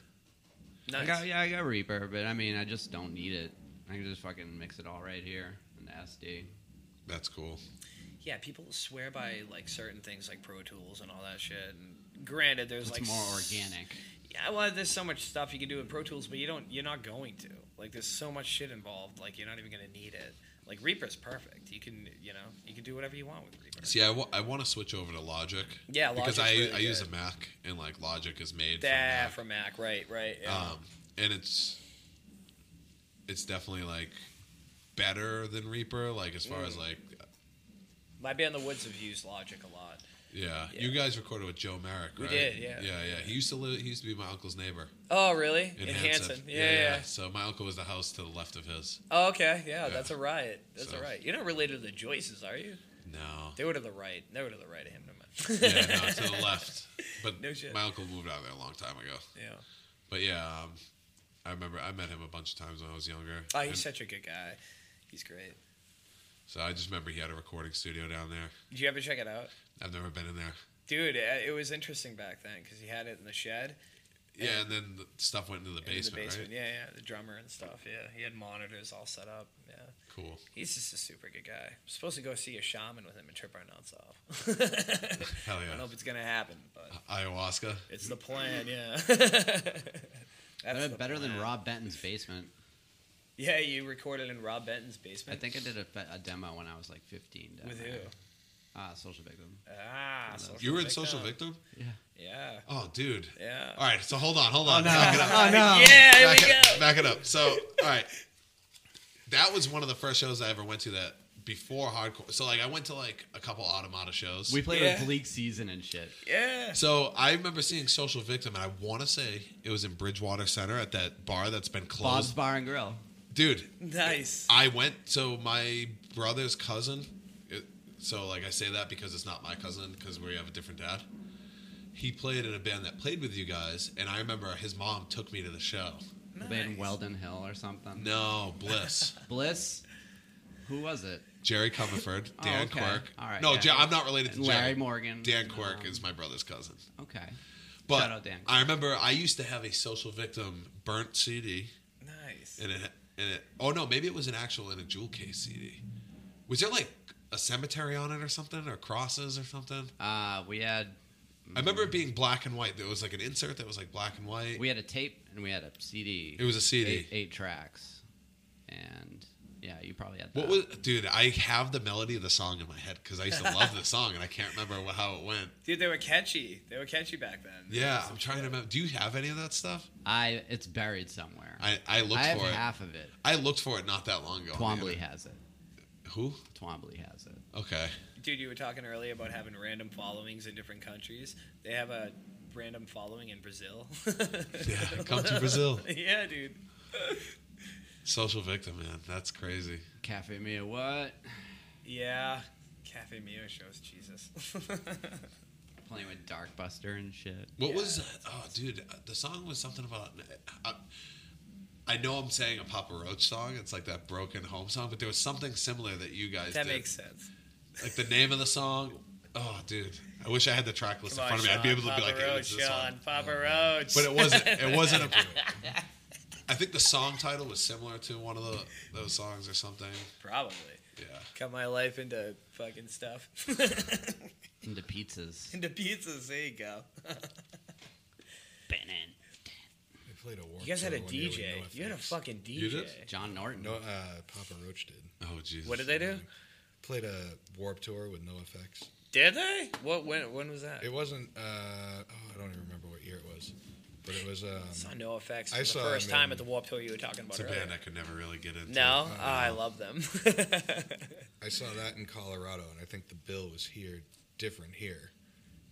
Speaker 2: Nice.
Speaker 4: I got yeah, I got Reaper, but I mean, I just don't need it. I can just fucking mix it all right here in the SD.
Speaker 1: That's cool.
Speaker 2: Yeah, people swear by like certain things like Pro Tools and all that shit. And granted, there's
Speaker 4: It's
Speaker 2: like
Speaker 4: more
Speaker 2: s-
Speaker 4: organic.
Speaker 2: Yeah, well, there's so much stuff you can do in Pro Tools, but you don't. You're not going to. Like, there's so much shit involved. Like, you're not even gonna need it. Like Reaper's perfect. You can, you know, you can do whatever you want with Reaper.
Speaker 1: See, I want to switch over to Logic.
Speaker 2: Yeah,
Speaker 1: because
Speaker 2: Logic's
Speaker 1: I
Speaker 2: really
Speaker 1: I use a
Speaker 2: good.
Speaker 1: Mac, and like Logic is made. for
Speaker 2: Yeah,
Speaker 1: Mac.
Speaker 2: for Mac, right, right. Yeah.
Speaker 1: um, and it's it's definitely like
Speaker 2: Mm.
Speaker 1: better than Reaper, like as far as like
Speaker 2: My band The Woods have used Logic a lot.
Speaker 1: Yeah. you guys recorded with Joe Merrick, right?
Speaker 2: We did, yeah.
Speaker 1: Yeah, yeah. He used to live. He used to be my uncle's neighbor
Speaker 2: Oh, really?
Speaker 1: in,
Speaker 2: In
Speaker 1: Hanson.
Speaker 2: Hanson. Yeah, yeah. yeah.
Speaker 1: So my uncle was the house to the left of his.
Speaker 2: Oh, okay. Yeah,
Speaker 1: Yeah.
Speaker 2: that's a riot. That's
Speaker 1: So-
Speaker 2: a riot. You're not related to the Joyces, are you? *laughs*
Speaker 1: No.
Speaker 2: They were to the right. They were to the right of him. No
Speaker 1: Yeah,
Speaker 2: matter.
Speaker 1: no,
Speaker 2: *laughs*
Speaker 1: to the left. But
Speaker 2: No shit.
Speaker 1: my uncle moved out there a long time ago.
Speaker 2: yeah.
Speaker 1: But yeah, um, I remember I met him a bunch of times when I was younger.
Speaker 2: Oh, he's
Speaker 1: And
Speaker 2: such a good guy. He's great.
Speaker 1: so I just remember he had a recording studio down there.
Speaker 2: Did you ever check it out?
Speaker 1: I've never been in there.
Speaker 2: Dude, it, it was interesting back then because he had it in the shed.
Speaker 1: Yeah, and then the stuff went into the
Speaker 2: in
Speaker 1: basement,
Speaker 2: the basement.
Speaker 1: right?
Speaker 2: Yeah, yeah. The drummer and stuff. Yeah. He had monitors all set up. Yeah.
Speaker 1: Cool.
Speaker 2: He's just a super good guy. I'm supposed to go see a shaman with him and trip our nuts off. *laughs*
Speaker 1: Hell
Speaker 2: I don't know
Speaker 1: yeah. Uh,
Speaker 2: if it's going to happen, but
Speaker 1: Ayahuasca.
Speaker 2: it's the
Speaker 1: *laughs*
Speaker 2: plan. Yeah. *laughs* That's
Speaker 4: Better,
Speaker 2: the
Speaker 4: Uh, better than
Speaker 2: plan.
Speaker 4: Rob Benton's basement.
Speaker 2: Yeah, you recorded in Rob Benton's
Speaker 4: I
Speaker 2: basement.
Speaker 4: think I did a, fe- a demo when I was like 15. down
Speaker 2: With
Speaker 4: there.
Speaker 2: who?
Speaker 4: Ah, social victim.
Speaker 2: Ah, social
Speaker 1: You were in Social Victim?
Speaker 4: Yeah.
Speaker 2: Yeah,
Speaker 1: Oh, dude.
Speaker 2: yeah.
Speaker 1: All right, so hold on, hold
Speaker 4: Oh,
Speaker 1: on. Back
Speaker 2: *laughs*
Speaker 1: it up.
Speaker 2: Oh,
Speaker 4: *laughs*
Speaker 2: Yeah, here
Speaker 1: back,
Speaker 2: we
Speaker 1: it,
Speaker 2: go.
Speaker 1: back it up. So, all right, that was one of the first shows I ever went to that before hardcore. So, like, I went to like a couple Automata shows.
Speaker 4: We played
Speaker 2: Yeah.
Speaker 4: with Bleak Season and shit.
Speaker 2: Yeah.
Speaker 1: so I remember seeing Social Victim, and I want to say it was in Bridgewater Center at that bar that's been
Speaker 4: Bob's
Speaker 1: closed.
Speaker 4: Bar and Grill.
Speaker 1: Dude,
Speaker 2: Nice.
Speaker 1: I went. So my brother's cousin. It, so like I say that because it's not my cousin because we have a different dad. He played in a band that played with you guys, and I remember his mom took me to the show.
Speaker 4: We played in Weldon Hill or something.
Speaker 1: No,
Speaker 4: *laughs*
Speaker 1: Bliss.
Speaker 4: Bliss. Who was it?
Speaker 1: Jerry Comerford,
Speaker 4: Oh,
Speaker 1: Dan
Speaker 4: okay.
Speaker 1: Quirk.
Speaker 4: All right,
Speaker 1: No,
Speaker 4: yeah.
Speaker 1: Je- I'm not related to
Speaker 4: And Larry
Speaker 1: Jerry.
Speaker 4: Morgan.
Speaker 1: Dan Quirk
Speaker 4: Um,
Speaker 1: is my brother's cousin.
Speaker 4: Okay.
Speaker 1: But
Speaker 4: Shout out Dan
Speaker 1: I remember I used to have a social victim burnt CD,
Speaker 2: Nice.
Speaker 1: and it, and it. Oh no, maybe it was an actual in a jewel case CD. Was there like a cemetery on it or something, or crosses or something?
Speaker 4: Uh, we had
Speaker 1: I remember it being black and white. There was like an insert that was like black and white.
Speaker 4: Mm. we had a tape and we had a CD.
Speaker 1: it was a CD.
Speaker 4: eight, eight tracks, and yeah, you probably had.
Speaker 1: What
Speaker 4: that.
Speaker 1: was, dude? I have the melody of the song in my head because I used to love the song and I can't remember what, how it went.
Speaker 2: Dude, they were catchy. They were catchy back then.
Speaker 1: Yeah, I'm trying to remember. Do you have any of that stuff?
Speaker 4: I? It's buried somewhere.
Speaker 1: I, I looked
Speaker 4: I have
Speaker 1: for it.
Speaker 4: half of it.
Speaker 1: I looked for it not that long ago. on the
Speaker 4: Twombly
Speaker 1: internet.
Speaker 4: has it.
Speaker 1: Who?
Speaker 4: Twombly has it.
Speaker 1: Okay.
Speaker 2: Dude, you were talking earlier about having random followings in different countries. They have a random following in Brazil. *laughs*
Speaker 1: Yeah, come to
Speaker 4: *laughs*
Speaker 1: Brazil.
Speaker 2: yeah, dude.
Speaker 1: Social victim, man. That's crazy.
Speaker 4: Cafe Mia, what?
Speaker 2: Yeah. Cafe Mio shows Jesus. *laughs*
Speaker 4: Playing with Darkbuster and shit.
Speaker 1: What was? Oh, dude, the song was something about. I, I know I'm saying a Papa Roach song. It's like that broken home song, but there was something similar that you guys
Speaker 2: that
Speaker 1: did.
Speaker 2: makes sense.
Speaker 1: like the name of the song. Oh, dude, I wish I had the track list
Speaker 2: Come
Speaker 1: in
Speaker 2: on,
Speaker 1: front of me.
Speaker 2: Sean,
Speaker 1: I'd be able to
Speaker 2: Papa
Speaker 1: be like, hey,
Speaker 2: Roach,
Speaker 1: it's this song.
Speaker 2: Sean, Papa Roach.
Speaker 1: But it wasn't. It wasn't
Speaker 2: *laughs*
Speaker 1: a. I think the song title was similar to one of the those songs or something.
Speaker 2: Probably.
Speaker 1: Yeah.
Speaker 2: Cut my life into fucking stuff. *laughs*
Speaker 4: Into pizzas.
Speaker 2: into pizzas. There you go.
Speaker 4: Benin.
Speaker 3: They played a war.
Speaker 2: You guys had a
Speaker 3: one year with
Speaker 2: DJ.
Speaker 3: NoFX.
Speaker 2: you had a fucking DJ.
Speaker 1: You did?
Speaker 4: John Norton.
Speaker 3: No, uh, Papa Roach did.
Speaker 1: Oh, Jesus.
Speaker 2: What did they do?
Speaker 3: Played a warp tour with no effects.
Speaker 2: Did they? What? When? When was that?
Speaker 3: It wasn't. Uh, oh, I don't even remember what year it was, but it was.
Speaker 2: saw
Speaker 3: Um,
Speaker 2: no effects.
Speaker 3: I
Speaker 2: For the
Speaker 3: saw
Speaker 2: first
Speaker 3: him
Speaker 2: time
Speaker 3: in-
Speaker 2: at the Warped Tour you were talking
Speaker 1: It's
Speaker 2: about
Speaker 1: a
Speaker 2: earlier.
Speaker 1: band I could never really get into.
Speaker 2: No, oh, I love them. *laughs*
Speaker 3: I saw that in Colorado, and I think the bill was here different here.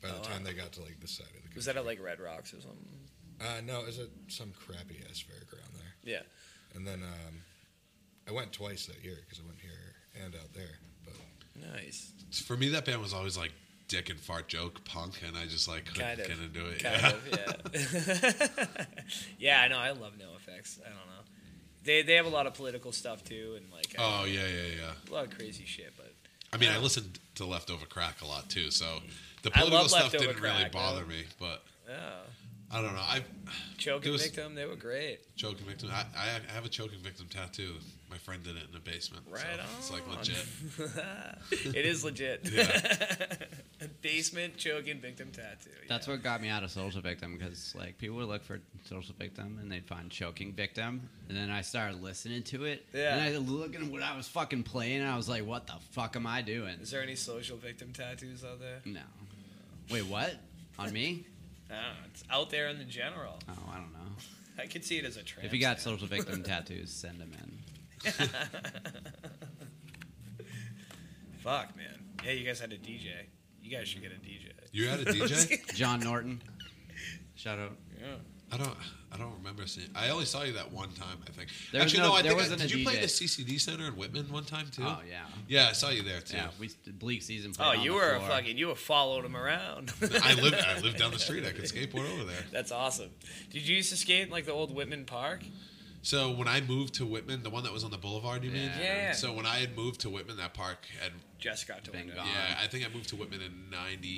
Speaker 3: By the
Speaker 2: Oh,
Speaker 3: time they got to like this side of the country.
Speaker 2: was that at like Red Rocks or something?
Speaker 3: Uh, no, it was at some crappy ass fairground there.
Speaker 2: Yeah.
Speaker 3: And then um, I went twice that year because I went here and out there. But
Speaker 2: Nice.
Speaker 1: For me, that band was always like dick and fart joke punk, and I just like couldn't
Speaker 2: Kind of.
Speaker 1: get into it.
Speaker 2: Kind
Speaker 1: yeah.
Speaker 2: of. Yeah. *laughs* yeah. I know. I love no effects. I don't know. They they have a lot of political stuff too, and like uh,
Speaker 1: Oh yeah, yeah, yeah.
Speaker 2: a lot of crazy shit. But
Speaker 1: I mean, I listened to Leftover Crack a lot too, so the
Speaker 2: I love
Speaker 1: political stuff
Speaker 2: Leftover
Speaker 1: didn't really
Speaker 2: Crack,
Speaker 1: bother
Speaker 2: though.
Speaker 1: me. But
Speaker 2: oh,
Speaker 1: I don't know. I
Speaker 2: choking
Speaker 1: There was-
Speaker 2: victim. They were great.
Speaker 1: choking victim. I, I I have a choking victim tattoo. My friend did it in the basement. so
Speaker 2: Right
Speaker 1: It's like
Speaker 2: on.
Speaker 1: legit.
Speaker 2: *laughs* it is legit.
Speaker 1: *laughs* Yeah.
Speaker 2: *laughs* Basement choking victim tattoo.
Speaker 4: That's what got me out of social victim because like people would look for social victim and they'd find choking victim, and then I started listening to it.
Speaker 2: Yeah.
Speaker 4: And I looked at what I was fucking playing, and I was like, "What the fuck am I doing?"
Speaker 2: Is there any social victim tattoos out there?
Speaker 4: No. Wait, what? On me?
Speaker 2: I don't know. It's out there in the general.
Speaker 4: Oh, I don't know.
Speaker 2: I could see it as a trend.
Speaker 4: If you got
Speaker 2: *laughs*
Speaker 4: social victim tattoos, send them in.
Speaker 2: *laughs* Fuck, man. Hey, you guys had a DJ. You guys should get a DJ.
Speaker 1: You
Speaker 4: *laughs*
Speaker 1: had a DJ?
Speaker 2: *laughs*
Speaker 4: John Norton. Shout out.
Speaker 2: Yeah.
Speaker 1: I don't. I don't remember seeing. I only saw you that one time. I think.
Speaker 4: There was
Speaker 1: Actually,
Speaker 4: no-
Speaker 1: no. I
Speaker 4: there
Speaker 1: think. I,
Speaker 4: wasn't a
Speaker 1: did you play
Speaker 4: DJ.
Speaker 1: the CCD Center in Whitman one time too?
Speaker 4: Oh yeah.
Speaker 1: Yeah, I saw you there too.
Speaker 4: Yeah. We bleak season.
Speaker 2: Oh,
Speaker 4: played on
Speaker 2: you
Speaker 4: the
Speaker 2: were a
Speaker 4: floor.
Speaker 2: fucking. You followed him around.
Speaker 1: *laughs*
Speaker 4: *laughs*
Speaker 1: I lived. I lived down the street. I could skateboard over there.
Speaker 2: *laughs* That's awesome. Did you used to skate in like the old Whitman Park?
Speaker 1: So when I moved to Whitman, the one that was on the Boulevard, you mean?
Speaker 4: Yeah.
Speaker 2: Yeah.
Speaker 1: So when I had moved to Whitman, that park had.
Speaker 2: Just got to
Speaker 4: Been
Speaker 2: window.
Speaker 4: gone.
Speaker 1: Yeah, I think I moved to Whitman in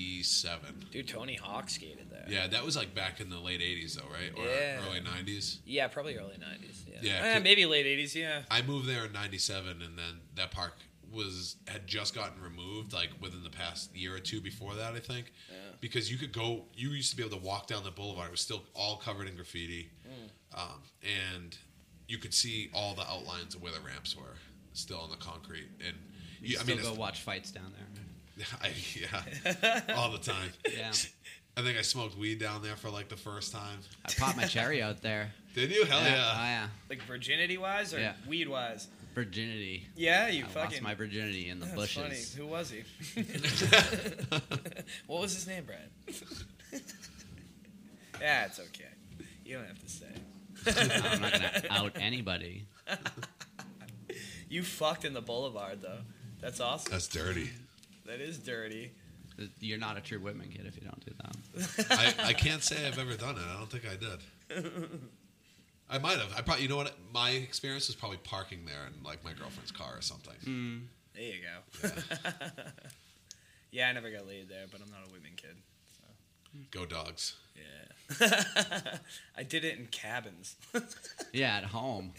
Speaker 1: '97.
Speaker 2: Dude, Tony Hawk skated there.
Speaker 1: Yeah, that was like back in the late '80s, though, right? Or
Speaker 2: Yeah.
Speaker 1: early '90s.
Speaker 2: Yeah, probably early nineties. Yeah.
Speaker 1: Yeah,
Speaker 2: Eh,
Speaker 1: c-
Speaker 2: maybe late eighties. Yeah.
Speaker 1: I moved there in '97, and then that park was had just gotten removed, like within the past year or two before that, I think. Because you could go, you used to be able to walk down the boulevard. It was still all covered in graffiti,
Speaker 4: Mm.
Speaker 1: um, and you could see all the outlines of where the ramps were still on the concrete. And
Speaker 4: You
Speaker 1: you, I
Speaker 4: still
Speaker 1: mean,
Speaker 4: go
Speaker 1: it's-
Speaker 4: watch fights down there.
Speaker 1: *laughs* I, yeah, all the
Speaker 4: *laughs*
Speaker 1: time.
Speaker 4: Yeah.
Speaker 1: I think I smoked weed down there for like the first time.
Speaker 4: I popped my cherry out there.
Speaker 1: Did you? Hell
Speaker 4: yeah. Oh
Speaker 1: yeah!
Speaker 4: yeah.
Speaker 2: Like virginity wise or
Speaker 4: Yeah.
Speaker 2: weed wise?
Speaker 4: Virginity.
Speaker 2: Yeah, you
Speaker 4: I
Speaker 2: fucking.
Speaker 4: lost my virginity in the
Speaker 2: That's
Speaker 4: bushes.
Speaker 2: funny. Who was he? what was his name, Brian? yeah, it's okay. You don't have to say.
Speaker 4: *laughs* I'm not gonna out anybody.
Speaker 2: You fucked in the boulevard though. That's awesome.
Speaker 1: That's dirty.
Speaker 2: that is dirty.
Speaker 4: You're not a true Whitman kid if you don't do that.
Speaker 1: I, I can't say I've ever done it. I don't think I did. I might have. I probably. You know what? My experience was probably parking there in like my girlfriend's car or something.
Speaker 2: Hmm. There you go. Yeah, I never got laid there, but I'm not a women kid.
Speaker 1: Go dogs.
Speaker 2: Yeah. *laughs* I did it in cabins.
Speaker 4: Yeah, at home.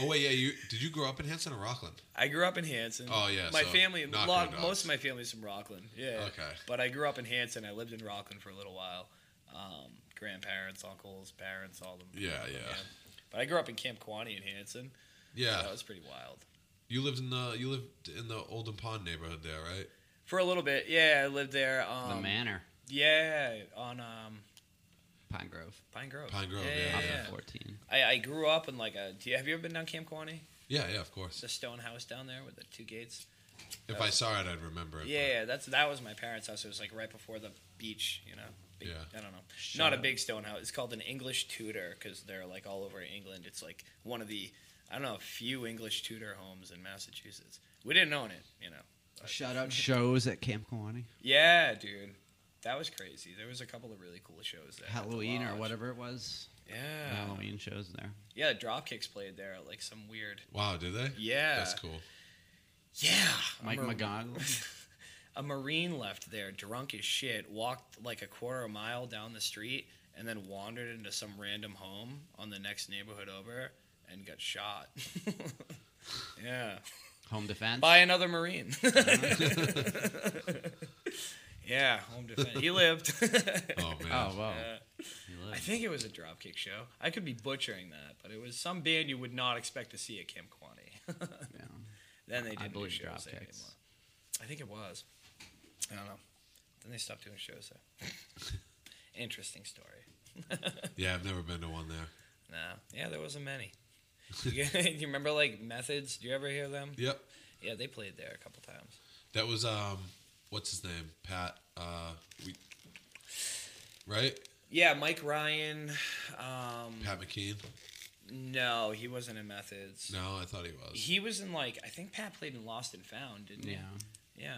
Speaker 1: Oh wait, yeah. You did you grow up in Hanson or Rockland?
Speaker 2: I grew up in Hanson.
Speaker 1: Oh, yeah,
Speaker 2: My
Speaker 1: so
Speaker 2: family,
Speaker 1: not
Speaker 2: lo-
Speaker 1: good dogs.
Speaker 2: most of my family's from Rockland. Yeah.
Speaker 1: Okay.
Speaker 2: But I grew up in Hanson. I lived in Rockland for a little while. Um, grandparents, uncles, parents, all them.
Speaker 1: Yeah, yeah,
Speaker 2: But I grew up in Camp Kewanee in Hanson.
Speaker 1: yeah.
Speaker 2: That was pretty wild.
Speaker 1: You lived in the you lived in the Olden Pond neighborhood there, right?
Speaker 2: For a little bit, yeah, I lived there. Um,
Speaker 4: the Manor,
Speaker 2: Yeah, on um,
Speaker 4: Pine Grove,
Speaker 2: Pine Grove.
Speaker 1: Pine Grove,
Speaker 2: Yeah,
Speaker 1: yeah,
Speaker 4: off
Speaker 2: yeah,
Speaker 4: at
Speaker 2: yeah.
Speaker 4: 14.
Speaker 2: I, I grew up in like a. Do you, have you ever been down Camp Kewanee?
Speaker 1: Yeah, yeah. Of course.
Speaker 2: The stone house down there with the two gates.
Speaker 1: If I saw it, I'd remember it. but-
Speaker 2: Yeah, yeah, that's that was my parents' house. It was like right before the beach, you know. Big,
Speaker 1: Yeah.
Speaker 2: I don't know.
Speaker 4: Shut
Speaker 2: Not a
Speaker 4: up.
Speaker 2: big stone house. It's called an English Tudor because they're like all over England. It's like one of the I don't know few English Tudor homes in Massachusetts. We didn't own it, you know.
Speaker 4: Shout out shows at Camp Kewanee,
Speaker 2: Yeah, dude, that was crazy. There was a couple of really cool shows there. at the
Speaker 4: Halloween or
Speaker 2: lodge.
Speaker 4: whatever it was.
Speaker 2: Yeah,
Speaker 4: Halloween shows there.
Speaker 2: yeah. Dropkicks played there, like some weird.
Speaker 1: Wow. Did they?
Speaker 2: Yeah.
Speaker 1: That's cool.
Speaker 2: Yeah, a
Speaker 4: Mike
Speaker 2: mar- *laughs*
Speaker 4: McGonagall.
Speaker 2: a marine left there drunk as shit walked like a quarter of a mile down the street and then wandered into some random home on the next neighborhood over and got shot *laughs* yeah
Speaker 4: Home defense.
Speaker 2: by another
Speaker 4: *laughs*
Speaker 2: marine *laughs* yeah home defense he lived *laughs*
Speaker 1: Oh man.
Speaker 4: Oh wow.
Speaker 2: Yeah.
Speaker 4: You
Speaker 2: i
Speaker 4: live.
Speaker 2: think it was a dropkick show i could be butchering that but it was some band you would not expect to see at camp Kwanee.
Speaker 4: Yeah.
Speaker 2: *laughs* Then they didn't do
Speaker 4: believe
Speaker 2: shows there
Speaker 4: Dropkicks.
Speaker 2: anymore. I think it was. I don't know. Then they stopped doing shows there. *laughs* Interesting story.
Speaker 1: Yeah, I've never been to one there.
Speaker 2: No, yeah, there wasn't many. *laughs* you you remember like Methods? Do you ever hear them?
Speaker 1: Yep.
Speaker 2: Yeah, they played there a couple times.
Speaker 1: That was um, what's his name? Pat. Uh, we. Right.
Speaker 2: Yeah, Mike Ryan. Um,
Speaker 1: Pat McKean.
Speaker 2: no, he wasn't in Methods.
Speaker 1: No, I thought he was.
Speaker 2: He was in like I think Pat played in Lost and Found, didn't
Speaker 4: Yeah.
Speaker 2: he? Yeah,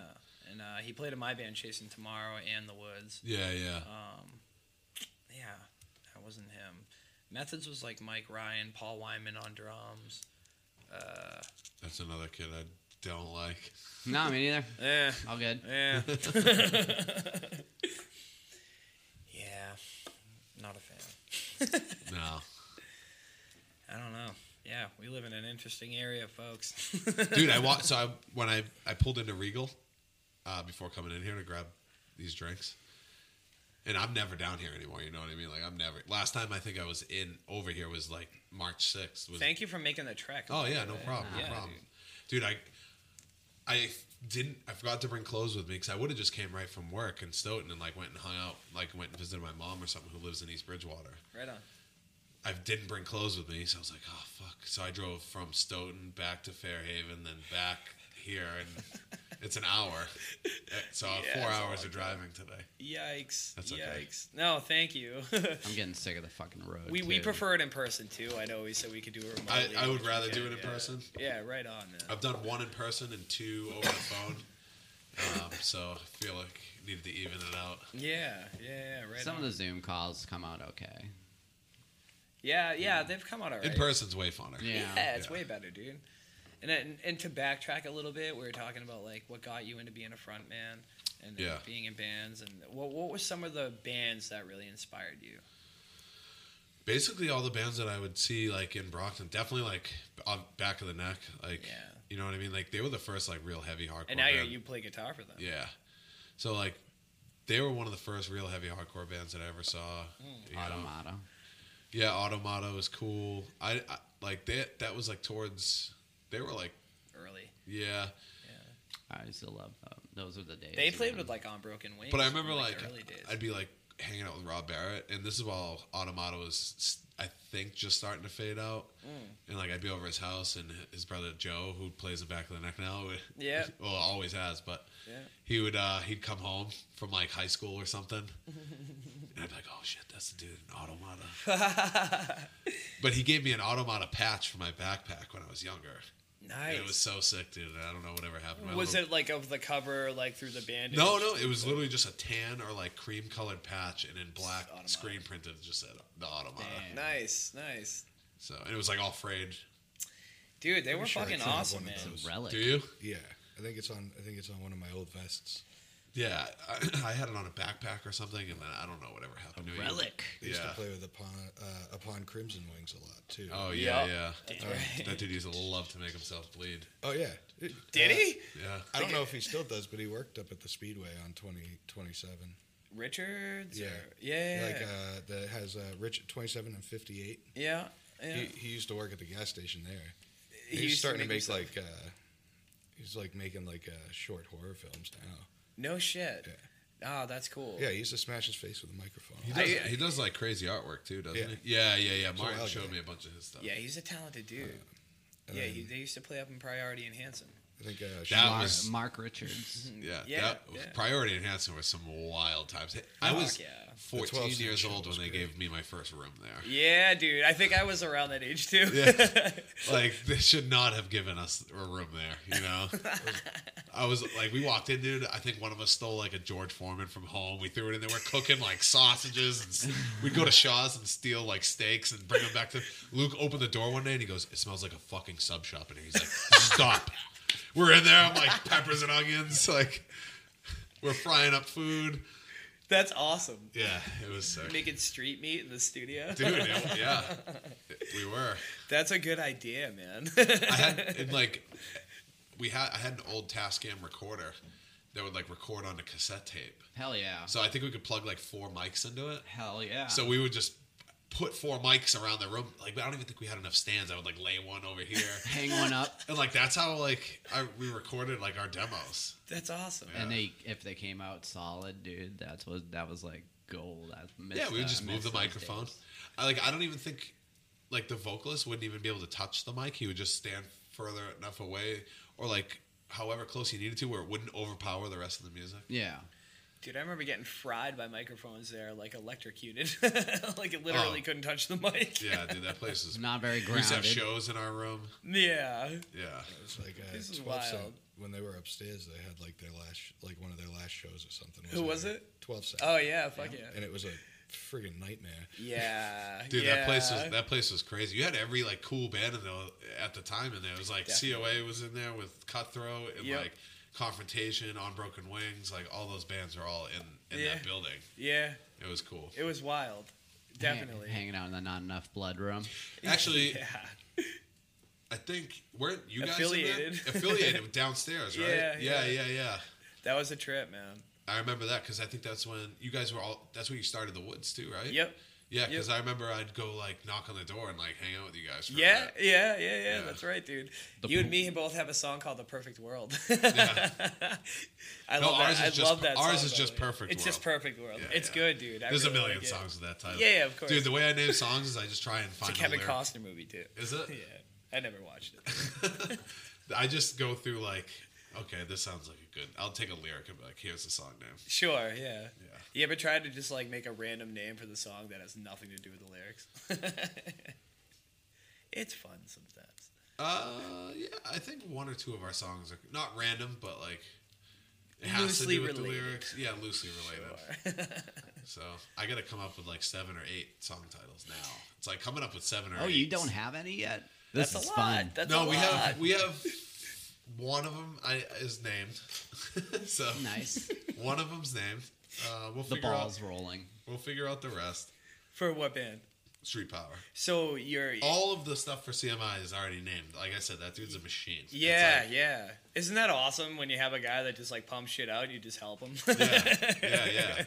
Speaker 2: and uh, he played in my band Chasing Tomorrow and The Woods.
Speaker 1: Yeah, yeah.
Speaker 2: Um, yeah, that wasn't him. Methods was like Mike Ryan, Paul Wyman on drums. Uh,
Speaker 1: That's another kid I don't like.
Speaker 4: No, me neither.
Speaker 1: Eh,
Speaker 2: yeah,
Speaker 4: All good.
Speaker 2: *laughs*
Speaker 1: *laughs*
Speaker 2: yeah, yeah. Not a fan.
Speaker 1: No.
Speaker 2: I don't know. Yeah, we live in an interesting area, folks. *laughs*
Speaker 1: Dude, I walked. So I, when I, I pulled into Regal uh, before coming in here to grab these drinks. And I'm never down here anymore. You know what I mean? Like, I'm never. Last time I think I was in over here was like March 6th. Was,
Speaker 2: Thank you for making the trek.
Speaker 1: Oh
Speaker 2: by
Speaker 1: yeah,
Speaker 2: the
Speaker 1: no
Speaker 2: way.
Speaker 1: problem, no
Speaker 2: Yeah,
Speaker 1: problem, dude. I I didn't. I forgot to bring clothes with me because I would have just came right from work in Stoughton and like went and hung out, like went and visited my mom or something who lives in East Bridgewater.
Speaker 2: Right on.
Speaker 1: I didn't bring clothes with me, so I was like, oh
Speaker 2: *laughs*
Speaker 1: fuck. So I drove from Stoughton back to Fairhaven, then back here, and It's an hour. Uh, So
Speaker 2: Yeah,
Speaker 1: four
Speaker 2: it's a
Speaker 1: hours
Speaker 2: lot.
Speaker 1: of driving today.
Speaker 2: Yikes.
Speaker 1: That's okay.
Speaker 2: Yikes. No, thank you. *laughs*
Speaker 4: I'm getting sick of the fucking road.
Speaker 2: we, we
Speaker 4: too.
Speaker 2: prefer it in person too. I know we said we could do it
Speaker 1: I,
Speaker 2: remotely.
Speaker 1: I
Speaker 2: which
Speaker 1: would
Speaker 2: we
Speaker 1: rather
Speaker 2: did,
Speaker 1: do it in
Speaker 2: yeah.
Speaker 1: person.
Speaker 2: Yeah, right on. man.
Speaker 1: I've done one in person and two over the phone. Um, so I feel like I needed to even it out.
Speaker 2: Yeah, yeah, yeah, right
Speaker 4: some
Speaker 2: on.
Speaker 4: of the Zoom calls come out okay.
Speaker 2: yeah, yeah, they've come out alright.
Speaker 1: In person's way funner.
Speaker 4: Yeah.
Speaker 2: Yeah, it's
Speaker 1: Yeah.
Speaker 2: way better, dude. And, and and to backtrack a little bit, we were talking about like what got you into being a front man and uh,
Speaker 1: Yeah.
Speaker 2: being in bands, and what what were some of the bands that really inspired you?
Speaker 1: Basically, all the bands that I would see like in Brockton, definitely like on back of the neck, like
Speaker 2: Yeah.
Speaker 1: you know what I mean. Like they were the first like real heavy hardcore.
Speaker 2: And now you
Speaker 1: band.
Speaker 2: you play guitar for them.
Speaker 1: Yeah. So like they were one of the first real heavy hardcore bands that I ever saw.
Speaker 2: Hmm.
Speaker 1: you know.
Speaker 4: Automata.
Speaker 1: Yeah, Automata was cool. I, I like that that was like towards they were like
Speaker 2: Early,
Speaker 1: yeah.
Speaker 4: I used to love them. Those were the days.
Speaker 2: they played
Speaker 4: man.
Speaker 2: with like on Broken Wings.
Speaker 1: But I
Speaker 2: in,
Speaker 1: remember like,
Speaker 2: the early days.
Speaker 1: I'd be like hanging out with Rob Barrett and this is while Automata was s- I think just starting to fade out.
Speaker 2: Mm.
Speaker 1: And like I'd be over his house and his brother Joe who plays the back of the neck now.
Speaker 2: Yeah.
Speaker 1: *laughs* Well, always has, but
Speaker 2: yeah. *laughs*
Speaker 1: he would uh he'd come home from like high school or something and i'd be like oh shit that's the dude in automata but he gave me an automata patch for my backpack when i was younger and
Speaker 2: Nice.
Speaker 1: it was so sick dude and i don't know whatever happened My
Speaker 2: was
Speaker 1: little-
Speaker 2: it like of the cover, like through the bandage?
Speaker 1: no no it was literally just a tan or like cream colored patch and in black
Speaker 2: Automata.
Speaker 1: screen printed it just said the automata
Speaker 4: Damn.
Speaker 2: Nice, nice,
Speaker 1: so and it was like all frayed
Speaker 2: dude. They were
Speaker 3: sure I
Speaker 2: fucking
Speaker 3: still have
Speaker 2: awesome,
Speaker 3: one
Speaker 2: man.
Speaker 3: of
Speaker 4: It's
Speaker 3: those.
Speaker 4: a relic.
Speaker 1: do you
Speaker 3: Yeah, I think it's on. I think it's on one of my old vests.
Speaker 1: yeah *clears throat* I, I had it on a backpack or something and then i don't know whatever happened to it.
Speaker 4: Relic.
Speaker 3: I used
Speaker 1: Yeah.
Speaker 3: to play with upon uh, upon Crimson Wings a lot too.
Speaker 1: oh yeah
Speaker 2: Yup.
Speaker 1: yeah
Speaker 2: That's right.
Speaker 1: that dude used to love to make himself bleed
Speaker 3: Oh, yeah.
Speaker 2: Did
Speaker 3: Uh,
Speaker 2: he?
Speaker 1: yeah
Speaker 3: I don't
Speaker 2: *laughs*
Speaker 3: know if he still does, but he worked up at the Speedway on twenty twenty seven.
Speaker 2: Richards?
Speaker 3: Yeah.
Speaker 2: or- yeah.
Speaker 3: Like uh, that has uh, Rich twenty seven and fifty eight.
Speaker 2: yeah. Yeah.
Speaker 3: He, he used to work at the gas station there.
Speaker 2: He
Speaker 3: He's
Speaker 2: used to
Speaker 3: starting to
Speaker 2: make
Speaker 3: make,
Speaker 2: himself-
Speaker 3: like uh, he's like making like uh, short horror films now.
Speaker 2: No shit. Oh, that's cool.
Speaker 3: Yeah, he used to smash his face with a microphone.
Speaker 1: He
Speaker 2: I-
Speaker 1: does, he does like crazy artwork too, doesn't
Speaker 3: Yeah.
Speaker 1: he? Yeah, yeah, yeah.
Speaker 3: a
Speaker 1: Martin
Speaker 3: wild
Speaker 1: showed
Speaker 3: guy.
Speaker 1: me a bunch of his stuff.
Speaker 2: Yeah, he's a talented dude.
Speaker 3: Uh, and
Speaker 2: yeah,
Speaker 3: then
Speaker 2: he, they used to play up in Priority and Handsome.
Speaker 3: I think uh,
Speaker 1: That
Speaker 4: Mark,
Speaker 1: was-
Speaker 2: *laughs*
Speaker 4: Mark Richards.
Speaker 1: yeah.
Speaker 2: Yeah,
Speaker 1: that-
Speaker 2: yeah.
Speaker 1: Priority and Hanson were some wild times. I
Speaker 2: Fuck
Speaker 1: was
Speaker 2: yeah. The
Speaker 1: 14
Speaker 3: 12
Speaker 1: years
Speaker 3: section
Speaker 1: old when
Speaker 3: was
Speaker 1: they
Speaker 3: great.
Speaker 1: gave me my first room there.
Speaker 2: Yeah, dude. I think I was around that age too.
Speaker 1: Yeah. like they should not have given us a room there. You know, I was like, we walked in, dude. I think one of us stole like a George Foreman from home. We threw it in there. We're cooking like sausages, and s- we'd go to Shaw's and steal like steaks and bring them back to. Luke opened the door one day and he goes, "It smells like a fucking sub shop," and he's like, "Stop." We're in there. I'm like peppers and onions, like. We're frying up food.
Speaker 2: *laughs* That's awesome.
Speaker 1: Yeah, it was sick.
Speaker 2: Making street meat in the studio.
Speaker 1: Dude, it- yeah. We were.
Speaker 2: That's a good idea, man. *laughs*
Speaker 1: I had and like we had I had an old Tascam recorder that would like record on a cassette tape.
Speaker 4: Hell yeah.
Speaker 1: So I think we could plug like four mics into it.
Speaker 4: Hell yeah.
Speaker 1: So we would just put four mics around the room. Like I don't even think we had enough stands. I would like lay one over here.
Speaker 4: hang one up,
Speaker 1: *laughs* And like that's how like I, we recorded like our demos.
Speaker 2: That's awesome.
Speaker 4: and they if they came out solid, dude, that's what that was like gold. That's
Speaker 1: Yeah, we would just move the microphone. I like I don't even think like the vocalist wouldn't even be able to touch the mic. He would just stand further enough away or like however close he needed to where it wouldn't overpower the rest of the music.
Speaker 4: Yeah,
Speaker 2: Dude, I remember getting fried by microphones there, like electrocuted. *laughs* like it literally
Speaker 1: Oh.
Speaker 2: couldn't touch the mic.
Speaker 1: Yeah, dude, that place
Speaker 4: *laughs*
Speaker 1: is *laughs*
Speaker 4: not very
Speaker 1: We used to have
Speaker 4: grounded.
Speaker 1: shows in our room.
Speaker 2: Yeah.
Speaker 1: Yeah.
Speaker 3: It was like uh,
Speaker 2: This is
Speaker 3: 12 cent.
Speaker 2: wild.
Speaker 3: When they were upstairs, they had like their last, sh- like one of their last shows or something.
Speaker 2: Who was
Speaker 3: there.
Speaker 2: it?
Speaker 3: Twelve cent.
Speaker 2: Oh yeah, fuck yeah.
Speaker 3: And it was a
Speaker 2: *laughs*
Speaker 3: friggin' nightmare.
Speaker 2: Yeah.
Speaker 1: *laughs* Dude, that place
Speaker 2: yeah.
Speaker 1: was that place was crazy. You had every like cool band in there at the time in there. It was like COA was in there with Cutthroat and
Speaker 2: Yep.
Speaker 1: like Confrontation, On Broken Wings, like all those bands are all in in
Speaker 2: Yeah.
Speaker 1: that building.
Speaker 2: Yeah,
Speaker 1: It was cool.
Speaker 2: it was wild.
Speaker 4: Hang-
Speaker 2: Definitely.
Speaker 4: hanging out in the not enough blood room.
Speaker 1: Actually,
Speaker 2: *laughs* Yeah.
Speaker 1: I think weren't you guys in
Speaker 2: Affiliated. *laughs*
Speaker 1: that? affiliated with downstairs, right?
Speaker 2: Yeah,
Speaker 1: yeah,
Speaker 2: yeah.
Speaker 1: yeah, yeah.
Speaker 2: That was a trip, man.
Speaker 1: I remember that because I think that's when you guys were all. That's when you started the woods too, right?
Speaker 2: Yep.
Speaker 1: Yeah,
Speaker 2: Yep.
Speaker 1: because I remember I'd go like knock on the door and like hang out with you guys. For a
Speaker 2: Yeah,
Speaker 1: bit.
Speaker 2: yeah, yeah, yeah,
Speaker 1: Yeah.
Speaker 2: That's right, dude.
Speaker 4: The
Speaker 2: you and
Speaker 4: pool-
Speaker 2: me both have a song called "The Perfect World." *laughs* I
Speaker 1: No,
Speaker 2: love
Speaker 1: ours
Speaker 2: that.
Speaker 1: is
Speaker 2: I
Speaker 1: just
Speaker 2: love
Speaker 1: per-
Speaker 2: that.
Speaker 1: ours
Speaker 2: song,
Speaker 1: is
Speaker 2: by
Speaker 1: just
Speaker 2: the way.
Speaker 1: Perfect
Speaker 2: It's just
Speaker 1: World.
Speaker 2: perfect world.
Speaker 1: Yeah,
Speaker 2: it's
Speaker 1: yeah.
Speaker 2: good, dude. I
Speaker 1: There's
Speaker 2: really
Speaker 1: a million
Speaker 2: like it.
Speaker 1: songs with that title.
Speaker 2: Yeah, yeah, of course.
Speaker 1: Dude, the way I name songs is I just try and
Speaker 2: It's
Speaker 1: find
Speaker 2: a Kevin
Speaker 1: a lyric.
Speaker 2: Costner movie, too.
Speaker 1: Is it?
Speaker 2: Yeah, I never watched it.
Speaker 1: I just go through like okay, this sounds like a good. I'll take a lyric and be like, here's the song name.
Speaker 2: Sure, yeah.
Speaker 1: Yeah.
Speaker 2: You ever tried to just like make a random name for the song that has nothing to do with the lyrics? *laughs* it's fun sometimes.
Speaker 1: Uh, yeah, I think one or two of our songs are not random, but like it has
Speaker 2: Loosely
Speaker 1: to do with
Speaker 2: related.
Speaker 1: the lyrics. Yeah, loosely related. So I gotta come up with like seven or eight song titles now. It's like coming up with seven or
Speaker 4: Oh,
Speaker 1: eight.
Speaker 4: you don't have any yet? This
Speaker 2: That's
Speaker 4: is
Speaker 2: a lot.
Speaker 4: fun.
Speaker 2: That's
Speaker 1: no,
Speaker 2: a
Speaker 1: we
Speaker 2: lot.
Speaker 1: have we have one of them I, is named. *laughs* so *laughs*
Speaker 4: nice.
Speaker 1: one of them's named. Uh, we'll
Speaker 4: the
Speaker 1: figure
Speaker 4: ball's
Speaker 1: out.
Speaker 4: rolling.
Speaker 1: We'll figure out the rest.
Speaker 2: for what band?
Speaker 1: Street power.
Speaker 2: So you're
Speaker 1: All of the stuff for CMI is already named. Like I said, that dude's a machine. It's
Speaker 2: yeah,
Speaker 1: like-
Speaker 2: yeah. Isn't that awesome when you have a guy that just like pumps shit out? You just help him.
Speaker 1: Yeah, yeah,
Speaker 2: *laughs*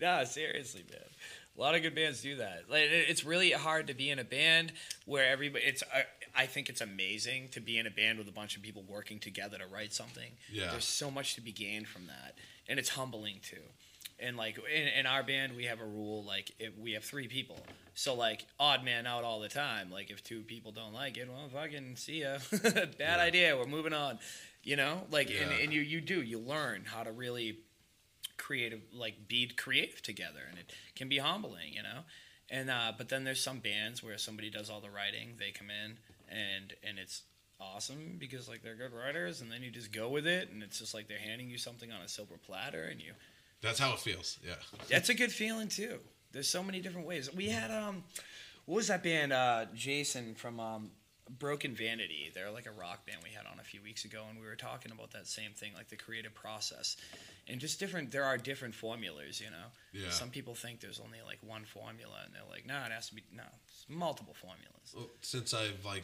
Speaker 1: yeah.
Speaker 2: no, seriously, man. A lot of good bands do that. Like, it- it's really hard to be in a band where everybody. It's I, I think it's amazing to be in a band with a bunch of people working together to write something.
Speaker 1: Yeah.
Speaker 2: There's so much to be gained from that, and it's humbling too. And like in, in our band, we have a rule like if we have three people, so like odd man out all the time. Like if two people don't like it, well, fucking see ya. *laughs* Bad idea. We're moving on. You know, like and,
Speaker 1: Yeah.
Speaker 2: and you you do you learn how to really creative like be creative together and it can be humbling you know and uh, but then there's some bands where somebody does all the writing they come in and and it's awesome because like they're good writers and then you just go with it and it's just like they're handing you something on a silver platter and you
Speaker 1: That's how it feels. Yeah.
Speaker 2: that's a good feeling too there's so many different ways we had um what was that band uh jason from um broken vanity they're like a rock band we had on a few weeks ago and we were talking about that same thing like the creative process and just different there are different formulas you know
Speaker 1: Yeah.
Speaker 2: some people think there's only like one formula, and they're like, no, it has to be no, it's multiple formulas.
Speaker 1: Well, since I've like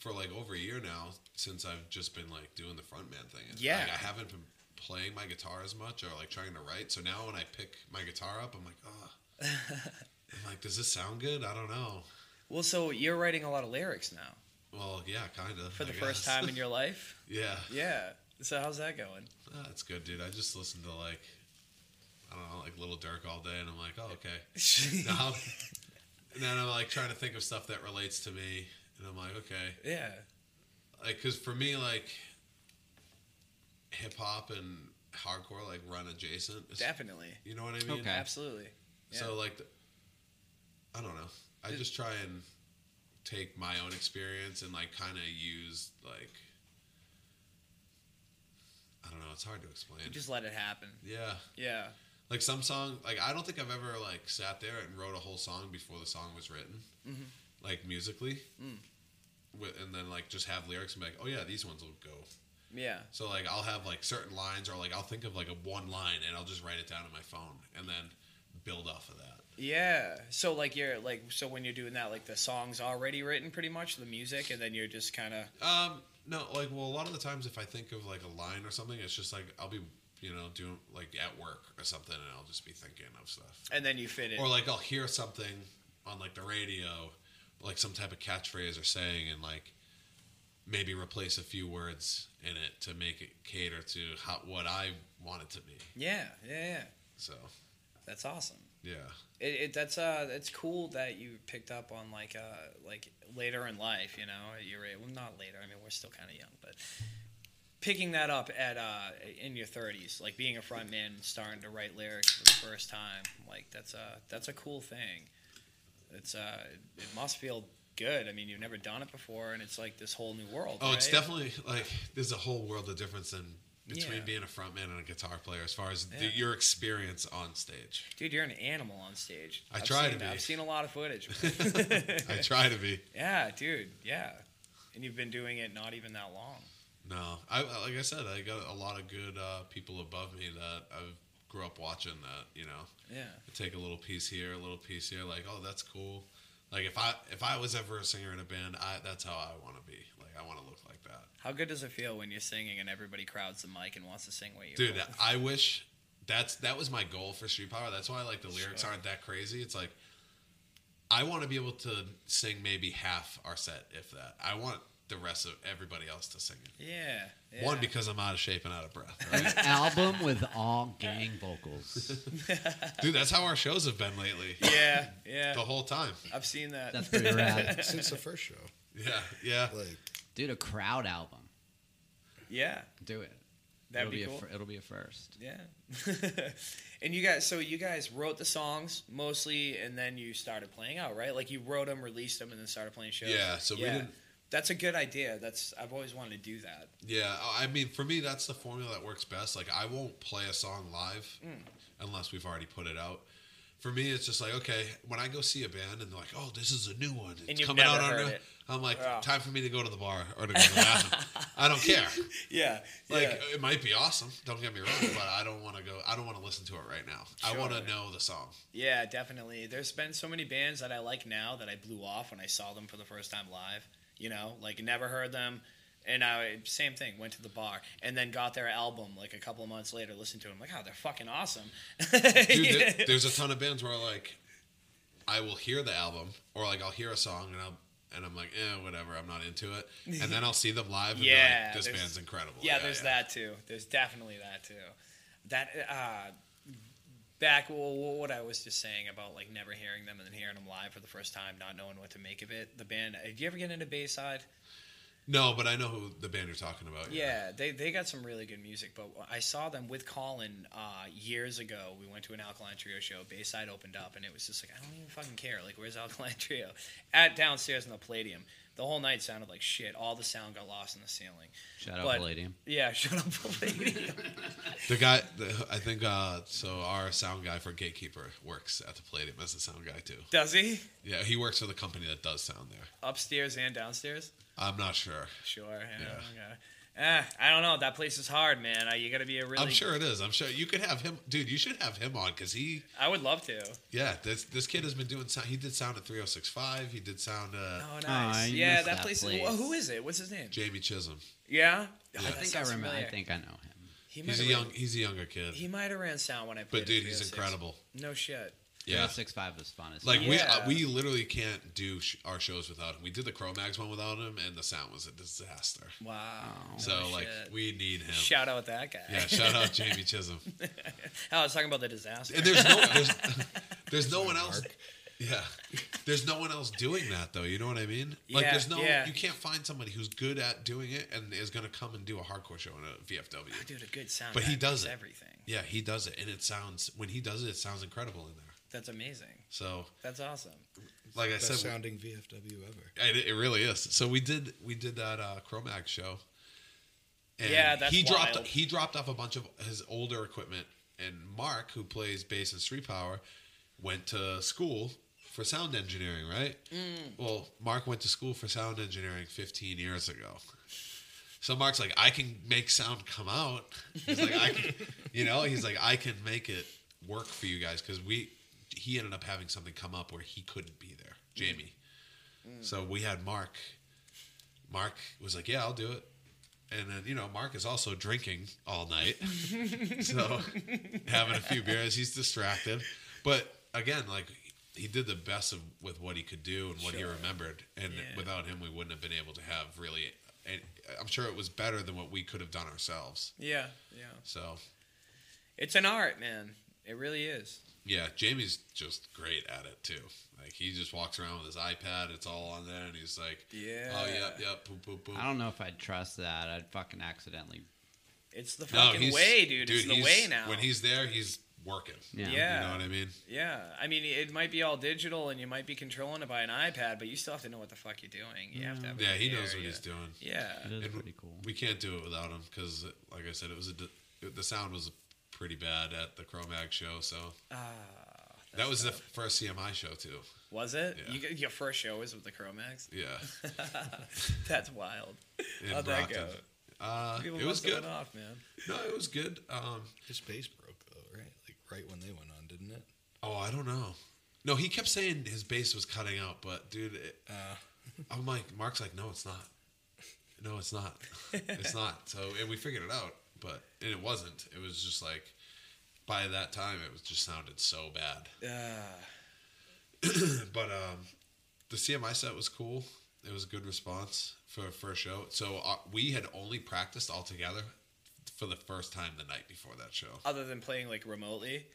Speaker 1: for like over a year now, since I've just been like doing the frontman thing. It's
Speaker 2: Yeah.
Speaker 1: Like, I haven't been playing my guitar as much or like trying to write. So now when I pick my guitar up, I'm like,
Speaker 2: *laughs*
Speaker 1: ah. I'm like, does this sound good? I don't know.
Speaker 2: Well, so you're writing a lot of lyrics now
Speaker 1: Well, yeah, kind of.
Speaker 2: for the first time in
Speaker 1: *laughs*
Speaker 2: your life.
Speaker 1: yeah,
Speaker 2: Yeah. So how's that going?
Speaker 1: *laughs* Ah, that's good, dude. I just listened to like, I don't know, like Little Dirk all day, and I'm like, oh, okay. now, *laughs* and then I'm like trying to think of stuff that relates to me, and I'm like, okay,
Speaker 2: *laughs* yeah.
Speaker 1: like because for me, like hip hop and hardcore like run adjacent. It's-
Speaker 2: Definitely.
Speaker 1: You know what I mean?
Speaker 4: Okay.
Speaker 2: Absolutely.
Speaker 1: So like, th- I don't know. I just try and take my own experience and like kind of use like. I don't know. It's hard to explain.
Speaker 2: You just let it happen.
Speaker 1: yeah,
Speaker 2: Yeah.
Speaker 1: like some song. Like I don't think I've ever like sat there and wrote a whole song before the song was written, like musically, Wi- and then like just have lyrics and be like, oh yeah, these ones will go.
Speaker 2: Yeah.
Speaker 1: So like I'll have like certain lines or like I'll think of like a one line and I'll just write it down on my phone and then build off of that.
Speaker 2: Yeah. So like you're like so when you're doing that, like the song's already written pretty much, the music, and then you're just kinda
Speaker 1: Um, no, like well, a lot of the times if I think of like a line or something, it's just like I'll be you know doing like at work or something, and I'll just be thinking of stuff,
Speaker 2: and then you fit it.
Speaker 1: or like I'll hear something on like the radio, like some type of catchphrase or saying, and like maybe replace a few words in it to make it cater to how what I want it to be.
Speaker 2: yeah, yeah, yeah.
Speaker 1: So
Speaker 2: That's awesome.
Speaker 1: yeah,
Speaker 2: It, it that's uh it's cool that you picked up on like uh like later in life, you know, you're a- well not later. I mean, we're still kind of young, but picking that up at uh in your 30s, like being a front man and starting to write lyrics for the first time, like that's a that's a cool thing. It's uh it, it must feel good. I mean, you've never done it before, and it's like this whole new world.
Speaker 1: oh, it's
Speaker 2: right?
Speaker 1: definitely like there's a whole world of difference in. Between
Speaker 2: Yeah.
Speaker 1: being a frontman and a guitar player, as far as the,
Speaker 2: Yeah.
Speaker 1: your experience on stage,
Speaker 2: dude. You're an animal on stage.
Speaker 1: I try to
Speaker 2: seen-
Speaker 1: be.
Speaker 2: I've seen a lot of footage.
Speaker 1: *laughs*
Speaker 2: man. *laughs*
Speaker 1: I try to be.
Speaker 2: yeah, dude. Yeah, and you've been doing it not even that long.
Speaker 1: No, I I- like I said, I got a lot of good uh, people above me that I grew up watching. That you know,
Speaker 2: Yeah.
Speaker 1: I take a little piece here, a little piece here. Like, oh, that's cool. Like if I if I was ever a singer in a band, I that's how I want to be. Like I want to look like that,
Speaker 2: How good does it feel when you're singing and everybody crowds the mic and wants to sing with you?
Speaker 1: dude. I wish that's that was my goal for Street Power. That's why like the lyrics aren't that crazy. It's like I want to be able to sing maybe half our set, if that. I want the rest of everybody else to sing it.
Speaker 2: Yeah. yeah.
Speaker 1: One because I'm out of shape and out of breath. Right? *laughs*
Speaker 4: Album with all gang vocals.
Speaker 1: Dude, that's how our shows have been lately.
Speaker 2: Yeah, yeah.
Speaker 1: The whole time.
Speaker 2: I've seen that.
Speaker 4: That's pretty rad. *laughs*
Speaker 3: Since the first show,
Speaker 1: Yeah, yeah.
Speaker 3: like
Speaker 4: Dude, a crowd album.
Speaker 2: *laughs* yeah.
Speaker 4: Do it.
Speaker 2: That'd
Speaker 4: it'll
Speaker 2: be,
Speaker 4: a
Speaker 2: cool.
Speaker 4: fir- it'll be a first.
Speaker 2: Yeah. *laughs* and you guys, so you guys wrote the songs mostly, and then you started playing out, right? Like you wrote them, released them, and then started playing shows.
Speaker 1: Yeah, so we didn't-
Speaker 2: That's a good idea. That's I've always wanted to do that.
Speaker 1: Yeah, I I mean, for me, that's the formula that works best. Like, I won't play a song live
Speaker 2: Mm.
Speaker 1: unless we've already put it out. For me, it's just like, okay, when I go see a band and they're like, oh, this is a new one. It's
Speaker 2: you've never heard
Speaker 1: a-"
Speaker 2: it.
Speaker 1: I'm like,
Speaker 2: Yeah.
Speaker 1: time for me to go to the bar or to go to the bathroom.
Speaker 2: *laughs*
Speaker 1: I don't care.
Speaker 2: Yeah.
Speaker 1: Like,
Speaker 2: yeah.
Speaker 1: it might be awesome. Don't get me wrong, but I don't want to go. I don't want to listen to it right now. I
Speaker 2: Sure.
Speaker 1: want to know the song.
Speaker 2: Yeah, definitely. There's been so many bands that I like now that I blew off when I saw them for the first time live. You know, like never heard them, and I same thing. Went to the bar and then got their album like a couple of months later. Listened to them, like, oh, they're fucking awesome. *laughs*
Speaker 1: Dude, there, there's a ton of bands where like, I will hear the album or like I'll hear a song and I'll. And I'm like, eh, whatever. I'm not into it. And then I'll see them live, and yeah,
Speaker 2: Yeah,
Speaker 1: like, this
Speaker 2: there's-
Speaker 1: band's incredible.
Speaker 2: yeah, there's that too. There's definitely that too. That uh, back well, what I was just saying about like never hearing them and then hearing them live for the first time, not knowing what to make of it. The band. Did you ever get into Bayside?
Speaker 1: No, but I know who the band you're talking about.
Speaker 2: Yeah, they, they got some really good music. But I saw them with Colin uh, years ago. We went to an Alkaline Trio show. Bayside opened up, and it was just like I don't even fucking care. Like, where's Alkaline *laughs* Trio? At downstairs in the Palladium, the whole night sounded like shit. All the sound got lost in the ceiling.
Speaker 4: Shout out
Speaker 2: But-
Speaker 4: Palladium.
Speaker 2: Yeah, *laughs* shut up, Palladium.
Speaker 1: The guy, the, I think, uh, so our sound guy for Gatekeeper works at the Palladium as a sound guy too.
Speaker 2: Does he?
Speaker 1: Yeah, he works for the company that does sound there.
Speaker 2: Upstairs and downstairs.
Speaker 1: I'm not sure.
Speaker 2: Sure. Yeah.
Speaker 1: Yeah.
Speaker 2: okay. Ah, I don't know. That place is hard, man. Uh, You got to be a really.
Speaker 1: I'm sure it is. I'm sure you could have him, dude. You should have him on because he,
Speaker 2: I would love to.
Speaker 1: yeah, this this kid has been doing sound. He did sound at 3065. He did sound uh, at
Speaker 2: Oh,
Speaker 4: I
Speaker 2: nice. yeah,
Speaker 4: Ah, missed
Speaker 2: that
Speaker 4: that
Speaker 2: place. Is,
Speaker 4: place.
Speaker 2: well, who is it? What's his name?
Speaker 1: Jamie Chisholm.
Speaker 2: Yeah. Oh,
Speaker 4: I
Speaker 2: that
Speaker 4: think I
Speaker 2: sounds
Speaker 4: remember. I
Speaker 2: familiar.
Speaker 4: think I know him.
Speaker 2: He might
Speaker 1: He's a
Speaker 2: have
Speaker 1: young,
Speaker 2: ran-
Speaker 1: he's a younger kid,
Speaker 2: He might have ran sound when I played.
Speaker 1: but dude,
Speaker 2: at
Speaker 1: he's
Speaker 2: 306.
Speaker 1: incredible.
Speaker 2: No shit.
Speaker 1: Yeah.
Speaker 4: oh six five was fun. as
Speaker 1: Like
Speaker 4: fuck.
Speaker 1: we
Speaker 2: Yeah.
Speaker 1: uh, we literally can't do sh- our shows without him. We did the Cro-Mags one without him, and the sound was a disaster.
Speaker 2: Wow. No
Speaker 1: So like
Speaker 2: Oh, shit.
Speaker 1: we need him.
Speaker 2: shout out that guy.
Speaker 1: Yeah, shout out Jamie Chisholm.
Speaker 2: *laughs* I was talking about the disaster.
Speaker 1: And there's no there's, *laughs* there's no one else. *laughs* Yeah, there's no one else doing that though. You know what I mean? Like
Speaker 2: Yeah,
Speaker 1: there's no
Speaker 2: yeah.
Speaker 1: you can't find somebody who's good at doing it and is gonna come and do a hardcore show in a VFW.
Speaker 2: Dude, a good sound.
Speaker 1: But he
Speaker 2: guy
Speaker 1: does it.
Speaker 2: everything.
Speaker 1: Yeah, he does it, and it sounds when he does it, it sounds incredible in there.
Speaker 2: That's amazing.
Speaker 1: So
Speaker 2: That's awesome.
Speaker 1: like I
Speaker 3: Best
Speaker 1: said,
Speaker 3: sounding VFW ever.
Speaker 1: it, it really is. So we did we did that uh, Cro-Mag show. And
Speaker 2: Yeah, that's
Speaker 1: he dropped
Speaker 2: wild.
Speaker 1: he dropped off a bunch of his older equipment, and Mark, who plays bass and street power, went to school for sound engineering. Right?
Speaker 2: Mm.
Speaker 1: Well, Mark went to school for sound engineering 15 years ago. So Mark's like, I can make sound come out. He's like, I
Speaker 2: *laughs*
Speaker 1: can, you know, he's like, I can make it work for you guys because we he ended up having something come up where he couldn't be there, Jamie. So we had Mark. Mark was like, "Yeah, I'll do it." And then you know, Mark is also drinking all night, so having a few beers, he's distracted. But again, like he did the best of, with what he could do and what he remembered. And without him, we wouldn't have been able to have really. And I'm sure it was better than what we could have done ourselves.
Speaker 2: Yeah, yeah.
Speaker 1: So
Speaker 2: It's an art, man. It really is.
Speaker 1: yeah, Jamie's just great at it too. Like he just walks around with his iPad; it's all on there, and he's like,
Speaker 2: Yeah.
Speaker 1: oh yeah, yeah, poop, poop, poop."
Speaker 4: I don't know if I'd trust that. I'd fucking accidentally.
Speaker 2: It's the fucking
Speaker 1: he's-
Speaker 2: way, dude. It's the
Speaker 1: he's-
Speaker 2: way now.
Speaker 1: When he's there, he's working.
Speaker 4: Yeah.
Speaker 2: Yeah.
Speaker 1: You know what I mean?
Speaker 2: Yeah, I mean, it might be all digital, and you might be controlling it by an iPad, but you still have to know what the fuck you're doing. You have to. Have it
Speaker 1: Yeah, he
Speaker 2: there,
Speaker 1: knows what
Speaker 2: yeah.
Speaker 1: he's doing.
Speaker 2: Yeah,
Speaker 4: It is
Speaker 1: And
Speaker 4: pretty cool.
Speaker 1: We can't do it without him because, like I said, it was a di- it- the sound was pretty bad at the Cro-Mag show. So that was the f- first CMI show too.
Speaker 2: Uh, was it?
Speaker 1: Yeah.
Speaker 2: You, your first show was with the Chromax.
Speaker 1: Yeah,
Speaker 2: *laughs* That's wild.
Speaker 1: in
Speaker 2: How'd that
Speaker 1: Brockton.
Speaker 2: go?
Speaker 1: Uh,
Speaker 2: People
Speaker 1: it was
Speaker 2: must have
Speaker 1: good.
Speaker 2: went off, man.
Speaker 1: No, it was good. Um,
Speaker 3: His bass broke though, right? Like right when they went on, didn't it?
Speaker 1: oh, I don't know. No, he kept saying his bass was cutting out, but dude, it,
Speaker 3: Uh,
Speaker 1: *laughs* I'm like, Mark's like, no, it's not. No, it's not. it's not. So, and we figured it out, but and it wasn't. It was just like, by that time, it was just sounded so bad.
Speaker 2: *clears throat*
Speaker 1: but um, the CMI set was cool. It was a good response for a first show. So uh, we had only practiced all together for the first time the night before that show.
Speaker 2: Other than playing like remotely,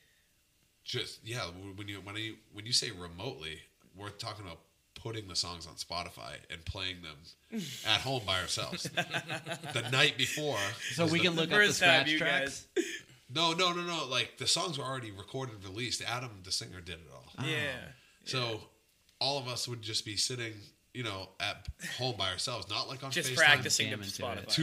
Speaker 1: Just yeah, when you when you when you say remotely, we're talking about putting the songs on Spotify and playing them at home by ourselves the night
Speaker 2: *laughs*
Speaker 1: before.
Speaker 4: So we can look up the
Speaker 2: First time,
Speaker 4: scratch
Speaker 2: you
Speaker 4: tracks.
Speaker 2: guys.
Speaker 1: No, no, no, no. Like the songs were already recorded, and released. Adam, the singer, did it all.
Speaker 2: Ah,
Speaker 4: Oh.
Speaker 2: Yeah.
Speaker 1: So all of us would just be sitting, you know, at home by ourselves, not like on
Speaker 2: Just
Speaker 1: FaceTime,
Speaker 2: practicing to
Speaker 4: jam into it.
Speaker 2: Spotify.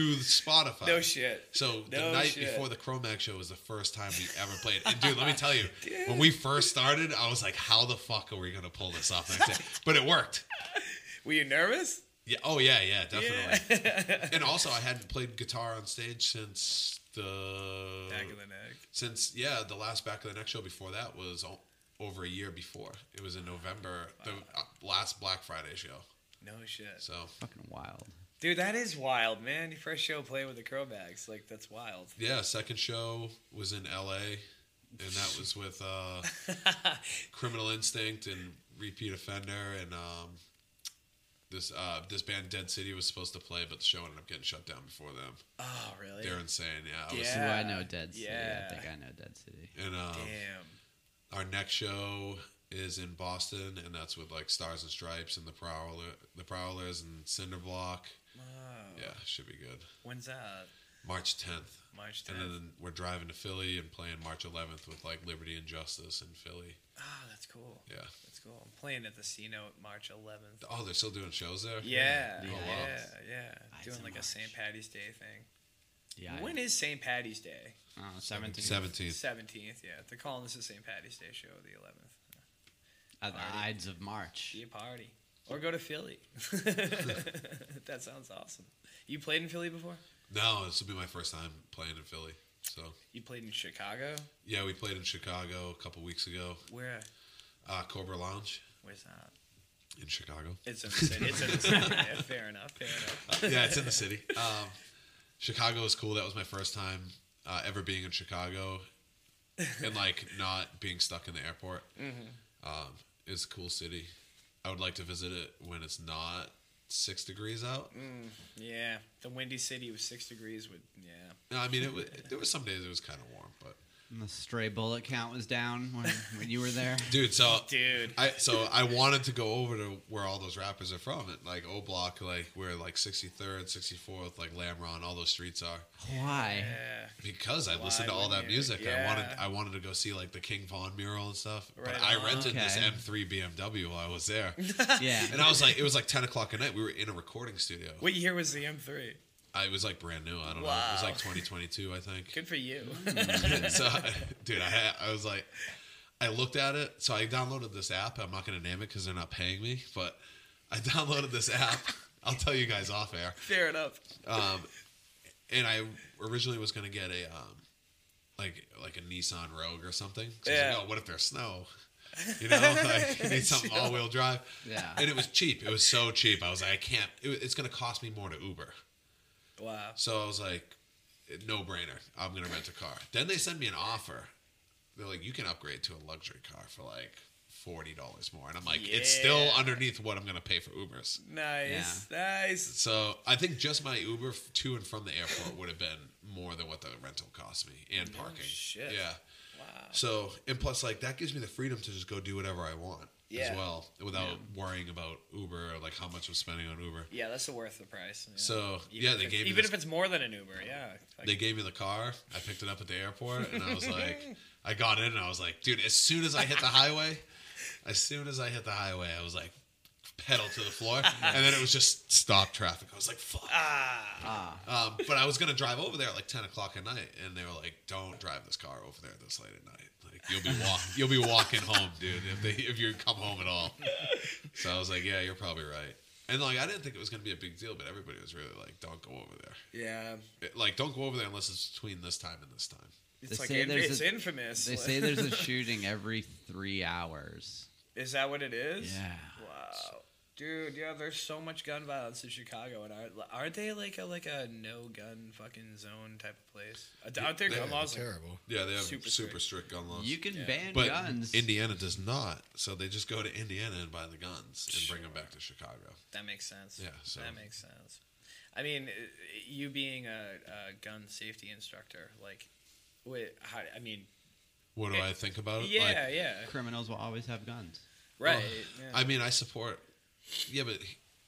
Speaker 1: to Spotify.
Speaker 2: No shit.
Speaker 1: So the
Speaker 2: No
Speaker 1: night
Speaker 2: shit.
Speaker 1: before the Chromax show was the first time we ever played. And dude, let
Speaker 2: *laughs*
Speaker 1: me tell you, when we first started, I was like, "How the fuck are we gonna pull this off?" Next
Speaker 2: *laughs*
Speaker 1: day? But it worked.
Speaker 2: Were you nervous?
Speaker 1: Yeah. Oh yeah. Yeah. Definitely. and also, I hadn't played guitar on stage since the
Speaker 2: Back in the neck.
Speaker 1: since yeah the last back of the next show before that was o- over a year before. It was in November, the uh, last Black Friday show.
Speaker 2: No shit.
Speaker 1: So
Speaker 4: Fucking wild.
Speaker 2: Dude, that is wild, man. Your first show playing with the Crowbacks. Like, that's wild. *laughs*
Speaker 1: yeah, second show was in L.A. and that was with uh, Criminal Instinct and Repeat Offender and um, this uh, this band Dead City was supposed to play, but the show ended up getting shut down before them.
Speaker 2: Oh, really?
Speaker 1: They're insane. Yeah. I was,
Speaker 2: Yeah.
Speaker 4: Ooh, I know Dead City.
Speaker 2: yeah.
Speaker 4: I think I know Dead City.
Speaker 1: And um,
Speaker 2: Damn.
Speaker 1: our next show is in Boston, and that's with like Stars and Stripes and the Prowler, the Prowlers and Cinderblock.
Speaker 2: Wow.
Speaker 1: Yeah, should be good.
Speaker 2: When's that?
Speaker 1: March 10th.
Speaker 2: March 10th.
Speaker 1: And then we're driving to Philly and playing March 11th with like Liberty and Justice in Philly.
Speaker 2: Ah, that's cool.
Speaker 1: Yeah.
Speaker 2: That's cool. I'm playing at the C note March 11th.
Speaker 1: Oh, they're still doing shows there.
Speaker 2: Yeah,
Speaker 4: Yeah.
Speaker 2: yeah,
Speaker 1: Oh, wow.
Speaker 2: yeah. Doing
Speaker 4: in
Speaker 2: like a
Speaker 4: March.
Speaker 2: St. Patty's Day thing.
Speaker 4: Yeah. I-
Speaker 2: When is St. Patty's Day?
Speaker 4: Oh, 17.
Speaker 1: 17th.
Speaker 2: Seventeenth. Yeah, they're calling this the St. Patty's Day show, the eleventh.
Speaker 4: At the Ides of March.
Speaker 2: Be a party, or go to Philly. *laughs* that sounds awesome. You played in Philly before?
Speaker 1: No, this will be my first time playing in Philly. So
Speaker 2: You played in Chicago?
Speaker 1: yeah, we played in Chicago a couple weeks ago.
Speaker 2: Where?
Speaker 1: Uh, Cobra Lounge
Speaker 2: Where's that?
Speaker 1: in Chicago.
Speaker 2: It's in the city. It's in the
Speaker 4: *laughs*
Speaker 2: city. Yeah, fair enough. Fair enough.
Speaker 1: yeah, it's in the city. Um, Chicago is cool. That was my first time uh, ever being in Chicago, and like not being stuck in the airport. Um, it's a cool city. I would like to visit it when it's not six degrees out.
Speaker 2: Yeah, the windy city with six degrees would. Yeah.
Speaker 1: No, I mean, it was, there was some days it was kind of warm, but
Speaker 4: And the stray bullet count was down when, when you were there.
Speaker 1: dude, so
Speaker 2: Dude.
Speaker 1: I so I wanted to go over to where all those rappers are from, and like O Block, like where like 63rd, 64th, like Lamron, all those streets are.
Speaker 4: Why?
Speaker 2: *laughs* Yeah.
Speaker 1: because I
Speaker 2: Why
Speaker 1: listened to all that
Speaker 2: wouldn't you?
Speaker 1: music. I wanted
Speaker 2: Yeah.
Speaker 1: I wanted to go see like the King Von mural and stuff.
Speaker 2: Right
Speaker 1: but I
Speaker 2: on.
Speaker 1: rented this
Speaker 4: Okay.
Speaker 1: M3 BMW while I was
Speaker 2: *laughs*
Speaker 1: there,
Speaker 4: Yeah.
Speaker 1: and I was like, it was like 10 o'clock at night. We were in a recording studio.
Speaker 2: What year was the M3?
Speaker 1: I, it was like brand new. I don't know. It was
Speaker 2: Wow.
Speaker 1: like 2022, I think.
Speaker 2: Good for you.
Speaker 1: *laughs* so, I, dude, I had, I was like, I looked at it. So I downloaded this app. I'm not going to name it because they're not paying me, but I *laughs* downloaded this app. I'll tell you guys off air.
Speaker 2: *laughs* fair enough.
Speaker 1: um, and I originally was gonna get a um, like like a Nissan Rogue or something. 'Cause I was
Speaker 2: Yeah.
Speaker 1: like, oh, what if there's snow? You know, *laughs* like you need something all wheel drive.
Speaker 4: Yeah.
Speaker 1: And it was cheap. It was so cheap. I was like, I can't. It, was- it's gonna cost me more to Uber.
Speaker 2: Wow.
Speaker 1: So I was like, no brainer. I'm gonna rent a car. Then they send me an offer. They're like, you can upgrade to a luxury car for like. Forty dollars more, and I'm like, it's still
Speaker 2: Yeah.
Speaker 1: underneath what I'm gonna pay for Ubers.
Speaker 2: Nice. Nice.
Speaker 1: So I think just my Uber f- to and from the airport would have been more than what the rental cost me and parking.
Speaker 2: shit.
Speaker 1: Yeah.
Speaker 2: Wow.
Speaker 1: So and plus, like that gives me the freedom to just go do whatever I want
Speaker 2: Yeah.
Speaker 1: as well, without worrying about Uber or like how much I'm spending on Uber.
Speaker 2: Yeah, that's the worth the price. yeah.
Speaker 1: So
Speaker 2: Even
Speaker 1: yeah,
Speaker 2: if
Speaker 1: they
Speaker 2: it's-
Speaker 1: gave me
Speaker 2: even
Speaker 1: this,
Speaker 2: if it's more than an Uber. Yeah. Like,
Speaker 1: they gave me the car. I picked it up at the airport, and I was
Speaker 2: *laughs*
Speaker 1: like, I got in, and I was like, dude, as soon as I hit the highway, as soon as I hit the highway, I was like, pedal to the
Speaker 2: *laughs*
Speaker 1: floor, and then it was just stop traffic. I was like, fuck.
Speaker 2: ah.
Speaker 4: Ah.
Speaker 1: Um, but I was gonna drive over there at like ten o'clock at night, and they were like, "Don't drive this car over there this late at night. Like you'll be walk, *laughs* you'll be walking home, dude. If they if you come home at all." So I was like, "Yeah, you're probably right." And like I didn't think it was gonna be a big deal, but everybody was really like, "Don't go over there.
Speaker 2: Yeah.
Speaker 1: It- like don't go over there unless it's between this time and this time."
Speaker 2: It's
Speaker 4: They
Speaker 2: like
Speaker 4: say
Speaker 2: in-
Speaker 4: there's
Speaker 2: it's
Speaker 4: a-
Speaker 2: infamous.
Speaker 4: They say
Speaker 2: *laughs*
Speaker 4: there's a shooting every three hours.
Speaker 2: Is that what it is?
Speaker 4: Yeah.
Speaker 2: Wow. Dude, yeah, there's so much gun violence in Chicago, and aren't, aren't they like a like a no gun fucking zone type of place? Aren't their
Speaker 1: they
Speaker 2: gun
Speaker 1: are
Speaker 2: laws like,
Speaker 3: terrible.
Speaker 1: Yeah, they have super,
Speaker 2: Super
Speaker 1: strict gun laws.
Speaker 4: You can ban
Speaker 1: but
Speaker 4: guns.
Speaker 1: Indiana does not, so they just go to Indiana and buy the guns and bring them back to Chicago.
Speaker 2: That makes sense.
Speaker 1: Yeah, so-
Speaker 2: that makes sense. I mean, uh, you being a, a gun safety instructor, like, wait, how, I mean,
Speaker 1: What do
Speaker 2: Eh,
Speaker 1: I think about it?
Speaker 2: yeah,
Speaker 1: Oh, Like,
Speaker 2: yeah,
Speaker 4: Criminals will always have guns.
Speaker 2: right.
Speaker 1: Well,
Speaker 2: yeah.
Speaker 1: I mean, I support yeah, but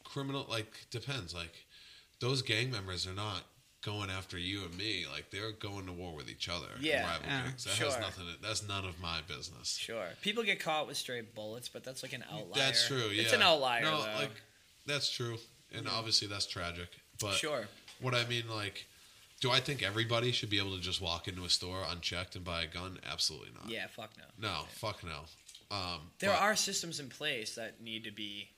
Speaker 1: criminal like depends. Like those gang members are not going after you and me. Like they're going to war with each other. in
Speaker 2: Yeah.
Speaker 1: rival
Speaker 4: Yeah,
Speaker 1: gangs. That
Speaker 2: sure.
Speaker 1: has nothing. To, that's none of my business.
Speaker 2: Sure. People get caught with stray bullets, but that's like an outlier.
Speaker 1: That's true. Yeah,
Speaker 2: It's an outlier
Speaker 1: No,
Speaker 2: though. Mm-hmm.
Speaker 1: like that's true, and obviously that's tragic. But
Speaker 2: sure.
Speaker 1: what I mean, like, do I think everybody should be able to just walk into a store unchecked and buy a gun? Absolutely not.
Speaker 2: Yeah, fuck no.
Speaker 1: No, fuck no. Um,
Speaker 2: There
Speaker 1: uh, but
Speaker 2: are systems in place that need to be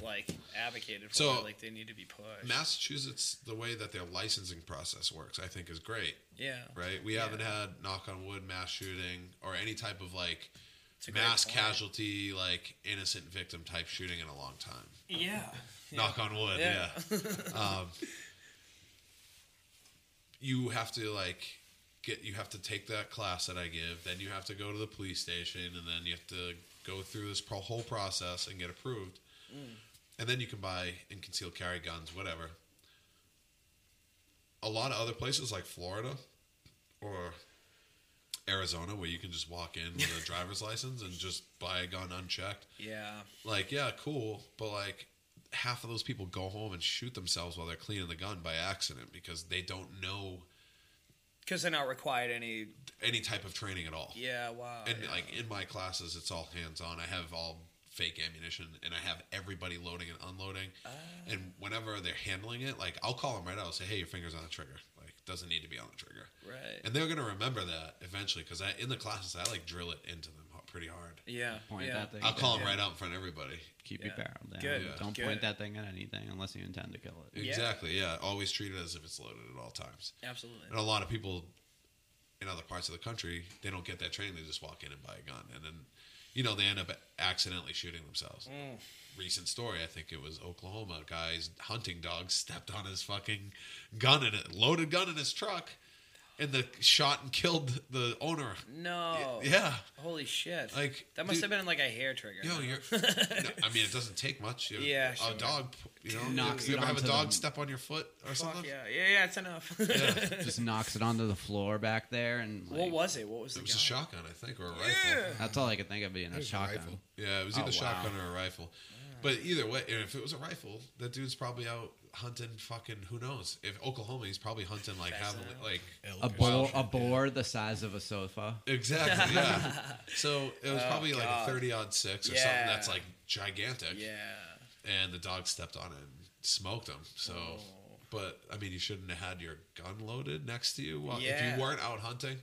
Speaker 2: like advocated for,
Speaker 1: So-
Speaker 2: like they need to be pushed.
Speaker 1: Massachusetts, the way that their licensing process works, I think is great.
Speaker 2: yeah.
Speaker 1: Right? We haven't had knock on wood mass shooting or any type of like
Speaker 2: It's a great
Speaker 1: mass
Speaker 2: point.
Speaker 1: casualty, like innocent victim type shooting in a long time.
Speaker 2: Yeah.
Speaker 1: Knock on wood, yeah.
Speaker 2: Yeah. *laughs*
Speaker 1: um, you have to like get you have to take that class that I give, then you have to go to the police station, and then you have to go through this pro- whole process and get approved,
Speaker 2: Mm.
Speaker 1: and then you can buy and conceal carry guns, whatever. A lot of other places like Florida or Arizona, where you can just walk in with
Speaker 2: *laughs*
Speaker 1: a driver's license and just buy a gun unchecked
Speaker 2: Yeah.
Speaker 1: like yeah cool but like half of those people go home and shoot themselves while they're cleaning the gun by accident because they don't know
Speaker 2: Because they're not required any.
Speaker 1: any type of training at all
Speaker 2: Yeah. Wow.
Speaker 1: and
Speaker 2: yeah.
Speaker 1: like in my classes it's all hands on i have all fake ammunition and i have everybody loading and unloading
Speaker 2: Uh,
Speaker 1: and whenever they're handling it like i'll call them right out and say hey your finger's on the trigger like doesn't need to be on the trigger
Speaker 2: right.
Speaker 1: and they're gonna remember that eventually because i in the classes i like drill it into them h- pretty hard
Speaker 2: yeah.
Speaker 4: Point
Speaker 2: yeah.
Speaker 4: that thing.
Speaker 1: i'll
Speaker 4: at
Speaker 1: call them
Speaker 4: anything.
Speaker 1: right out in front of everybody
Speaker 4: Keep
Speaker 2: Yeah.
Speaker 4: your barrel down.
Speaker 2: Good,
Speaker 1: Yeah.
Speaker 4: Don't
Speaker 2: good.
Speaker 4: point that thing at anything unless you intend to kill it.
Speaker 2: Yeah.
Speaker 1: exactly yeah always treat it as if it's loaded at all times
Speaker 2: Absolutely.
Speaker 1: And a lot of people in other parts of the country, they don't get that training. They just walk in and buy a gun, and then you know they end up accidentally shooting themselves.
Speaker 2: Mm.
Speaker 1: Recent story, I think it was Oklahoma. A guy's hunting dog stepped on his fucking gun and a loaded gun in his truck, and the shot and killed the owner.
Speaker 2: No.
Speaker 1: Yeah,
Speaker 2: Holy shit.
Speaker 1: Like,
Speaker 2: that must
Speaker 1: dude-
Speaker 2: have been like a hair trigger.
Speaker 1: yo,
Speaker 2: *laughs*
Speaker 1: you're. *laughs* no, I mean, it doesn't take much. You-
Speaker 2: Yeah,
Speaker 1: a
Speaker 2: sure.
Speaker 1: dog. You know,
Speaker 4: Knocks
Speaker 1: you
Speaker 4: it
Speaker 1: ever have a
Speaker 4: onto
Speaker 1: dog
Speaker 4: them.
Speaker 1: step on your foot or
Speaker 2: Fuck
Speaker 1: something?
Speaker 2: yeah. Yeah. Yeah. It's enough.
Speaker 1: Yeah.
Speaker 4: Just knocks it onto the floor back there,
Speaker 2: *laughs*
Speaker 4: and
Speaker 2: what
Speaker 4: like,
Speaker 2: was it? What was the
Speaker 1: It was
Speaker 2: gun?
Speaker 1: a shotgun, I think, or a rifle.
Speaker 4: That's all I could think of being a
Speaker 3: There's a
Speaker 4: shotgun.
Speaker 3: rifle.
Speaker 1: Yeah, it was
Speaker 4: Oh,
Speaker 1: either
Speaker 4: wow.
Speaker 1: shotgun or a rifle. But either way, and if it was a rifle, that dude's probably out hunting fucking who knows. If Oklahoma, he's probably hunting like having
Speaker 2: Pheasant.
Speaker 1: like
Speaker 3: Elk
Speaker 4: A
Speaker 3: or
Speaker 4: boar,
Speaker 3: something.
Speaker 4: a boar the size of a sofa.
Speaker 1: exactly yeah.
Speaker 2: *laughs*
Speaker 1: So it was probably like a
Speaker 2: Oh, God.
Speaker 1: thirty odd six or
Speaker 2: Yeah.
Speaker 1: something that's like gigantic.
Speaker 2: Yeah.
Speaker 1: And the dog stepped on it and smoked him. So.
Speaker 2: Oh.
Speaker 1: But I mean, you shouldn't have had your gun loaded next to you while, if
Speaker 2: Yeah.
Speaker 1: you weren't out hunting,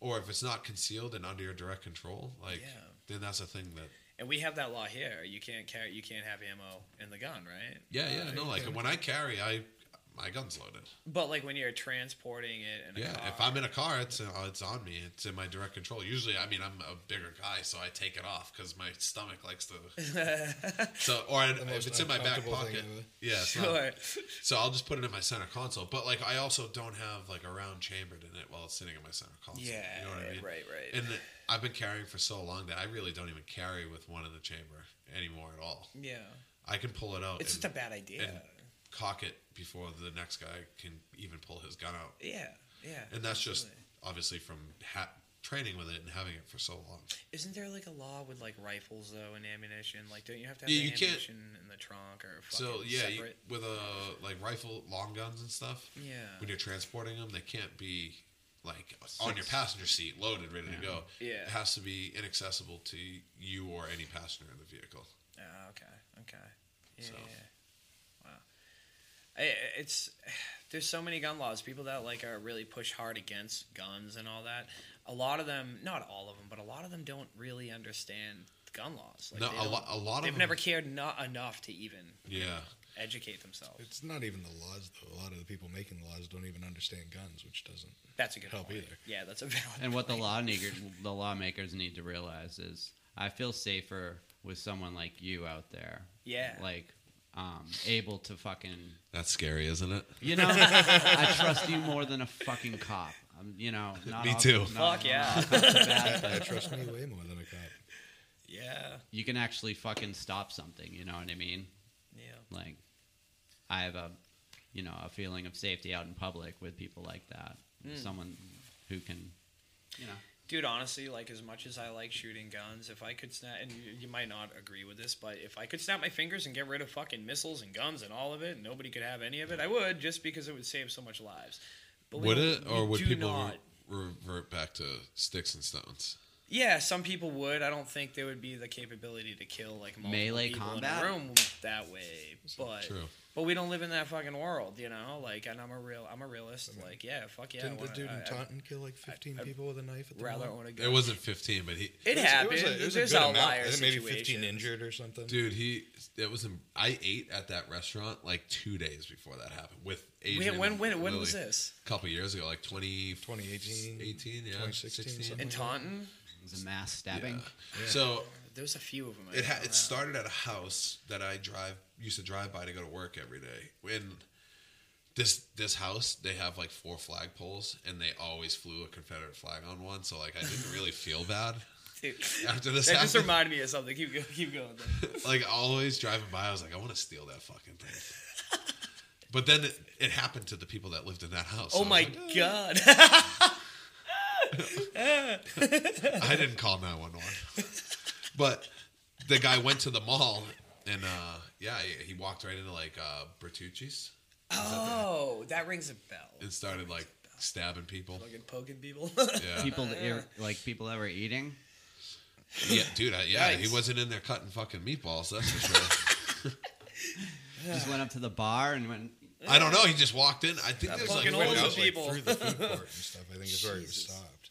Speaker 1: or if it's not concealed and under your direct control. Like,
Speaker 2: Yeah.
Speaker 1: then that's a thing that
Speaker 2: And we have that law here. You can't carry. You can't have ammo in the gun, right?
Speaker 1: Yeah,
Speaker 2: Uh,
Speaker 1: yeah, no, like when I carry, I my gun's loaded.
Speaker 2: But like when you're transporting it in a
Speaker 1: Yeah,
Speaker 2: car.
Speaker 1: if I'm in a car, it's uh, it's on me. It's in my direct control. Usually, I mean, I'm a bigger guy, so I take it off because my stomach likes
Speaker 2: *laughs*
Speaker 1: to. so, or I, if
Speaker 3: most
Speaker 1: it's in my back
Speaker 3: uncomfortable thing
Speaker 1: pocket,
Speaker 3: ever.
Speaker 1: yeah, it's not-
Speaker 2: sure. *laughs*
Speaker 1: so I'll just put it in my center console. But like, I also don't have like a round chambered in it while it's sitting in my center console.
Speaker 2: Yeah.
Speaker 1: you know what I mean.
Speaker 2: Right. Right.
Speaker 1: And I've been carrying for so long that I really don't even carry with one in the chamber anymore at all.
Speaker 2: yeah.
Speaker 1: I can pull it out.
Speaker 2: It's
Speaker 1: and-
Speaker 2: just a bad idea.
Speaker 1: and cock it before the next guy can even pull his gun out.
Speaker 2: yeah. Yeah.
Speaker 1: And that's just
Speaker 2: absolutely.
Speaker 1: obviously from ha- training with it and having it for so long.
Speaker 2: Isn't there like a law with like rifles though and ammunition? Like, don't you have to have
Speaker 1: Yeah,
Speaker 2: the
Speaker 1: you can't-
Speaker 2: ammunition in the trunk or fucking
Speaker 1: so yeah, you,
Speaker 2: separate?
Speaker 1: with a like rifle, long guns and stuff.
Speaker 2: Yeah.
Speaker 1: When you're transporting them, they can't be like on your passenger seat, loaded, ready to go.
Speaker 2: Yeah.
Speaker 1: It has to be inaccessible to you or any passenger in the vehicle.
Speaker 2: Ah, okay. Okay. Yeah.
Speaker 1: So.
Speaker 2: yeah. Wow. I, I- it's there's so many gun laws. People that like are really push hard against guns and all that. A lot of them, not all of them, but a lot of them don't really understand gun laws. Like,
Speaker 1: No,
Speaker 2: they
Speaker 1: a,
Speaker 2: don't-
Speaker 1: lo- a lot of
Speaker 2: They've
Speaker 1: them-
Speaker 2: never cared not enough to even
Speaker 1: Yeah,
Speaker 2: educate themselves.
Speaker 3: It's not even the laws, though. A lot of the people making the laws don't even understand guns, which doesn't.
Speaker 2: That's a good
Speaker 3: help
Speaker 2: point.
Speaker 3: either.
Speaker 2: Yeah, that's a valid.
Speaker 4: And what the law nigger, the lawmakers need to realize is, I feel safer with someone like you out there.
Speaker 2: Yeah.
Speaker 4: Like, um, able to fucking,
Speaker 1: that's scary, isn't it?
Speaker 4: you
Speaker 2: *laughs*
Speaker 4: know, I trust you more than a fucking cop. Um, you know, not
Speaker 1: Me
Speaker 4: all-
Speaker 1: too.
Speaker 4: not-
Speaker 2: Fuck yeah.
Speaker 4: not all cops are bad,
Speaker 3: I
Speaker 4: but
Speaker 2: *laughs*
Speaker 3: trust *laughs* me way more than a cop.
Speaker 2: yeah,
Speaker 4: you can actually fucking stop something. You know what I mean?
Speaker 2: yeah.
Speaker 4: Like, I have a, you know, a
Speaker 2: Hmm.
Speaker 4: feeling of safety out in public with people like that. Someone who can, you know,
Speaker 2: dude, honestly, like as much as I like shooting guns, if I could snap, and you, you might not agree with this, but if I could snap my fingers and get rid of fucking missiles and guns and all of it, and nobody could have any of it, I would, just because it would save so much lives. But we
Speaker 1: Would
Speaker 2: don't-
Speaker 1: it, or
Speaker 2: we
Speaker 1: would
Speaker 2: do
Speaker 1: people
Speaker 2: not-
Speaker 1: re- revert back to sticks and stones?
Speaker 2: Yeah, some people would. I don't think there would be the capability to kill like multiple
Speaker 4: Melee
Speaker 2: people
Speaker 4: combat?
Speaker 2: in a room that way. But
Speaker 1: True.
Speaker 2: but we don't live in that fucking world, you know. Like, and I'm a real, I'm a realist. Like, yeah, fuck yeah. I
Speaker 3: Didn't the
Speaker 2: wanna-
Speaker 3: dude in
Speaker 2: I-
Speaker 3: Taunton kill like 15 people with a knife at
Speaker 2: I'd
Speaker 3: the
Speaker 2: rather
Speaker 3: moment?
Speaker 2: own a gun.
Speaker 1: It wasn't 15, but he,
Speaker 2: It, happened.
Speaker 3: was a- it was a
Speaker 2: There's
Speaker 3: good amount.
Speaker 2: outlier
Speaker 3: I think maybe 15
Speaker 2: situations.
Speaker 3: injured or something.
Speaker 1: dude, he, it was, in, I ate at that restaurant like two days before that happened with Adrian.
Speaker 2: Wait, when
Speaker 1: and
Speaker 2: when when was
Speaker 1: Lily.
Speaker 2: this?
Speaker 1: A couple years ago, like 20,
Speaker 3: 2018,
Speaker 1: 18, yeah,
Speaker 3: 2016,
Speaker 1: 16.
Speaker 3: something.
Speaker 2: In Taunton,
Speaker 4: It was a mass stabbing.
Speaker 1: So
Speaker 2: there's a few of them. I
Speaker 1: it ha-
Speaker 2: know
Speaker 1: it
Speaker 2: that.
Speaker 1: started at a house that I drive used to drive by to go to work every day. And this this house they have like four flagpoles, and they always flew a Confederate flag on one. So like I didn't really feel
Speaker 2: *laughs*
Speaker 1: bad *laughs*
Speaker 2: Dude,
Speaker 1: after this.
Speaker 2: that just
Speaker 1: happened.
Speaker 2: reminded me of something. Keep going. Keep going.
Speaker 1: *laughs* like always driving by, I was like, I want to steal that fucking thing.
Speaker 2: *laughs*
Speaker 1: But then it, it happened to the people that lived in that house.
Speaker 2: Oh
Speaker 1: I was
Speaker 2: my
Speaker 1: like,
Speaker 2: god. *laughs*
Speaker 1: I didn't call 911. *laughs* But the guy went to the mall and uh, yeah, he- he walked right into like uh, Bertucci's
Speaker 2: oh, that rings a bell.
Speaker 1: and started like stabbing people.
Speaker 2: Fucking poking people.
Speaker 1: Yeah,
Speaker 4: People that
Speaker 2: Uh.
Speaker 4: ir- like people that
Speaker 2: *sighs*
Speaker 4: were eating.
Speaker 1: yeah dude. I, yeah,
Speaker 2: Yikes.
Speaker 1: he wasn't in there cutting fucking meatballs. That's for sure.
Speaker 4: Just went up to the bar and went.
Speaker 1: I don't know. He just walked in. I think there's like
Speaker 2: fucking
Speaker 3: He went
Speaker 2: old
Speaker 3: out,
Speaker 1: was,
Speaker 2: as people.
Speaker 3: Like, through the food court and stuff. I think is where he was stopped.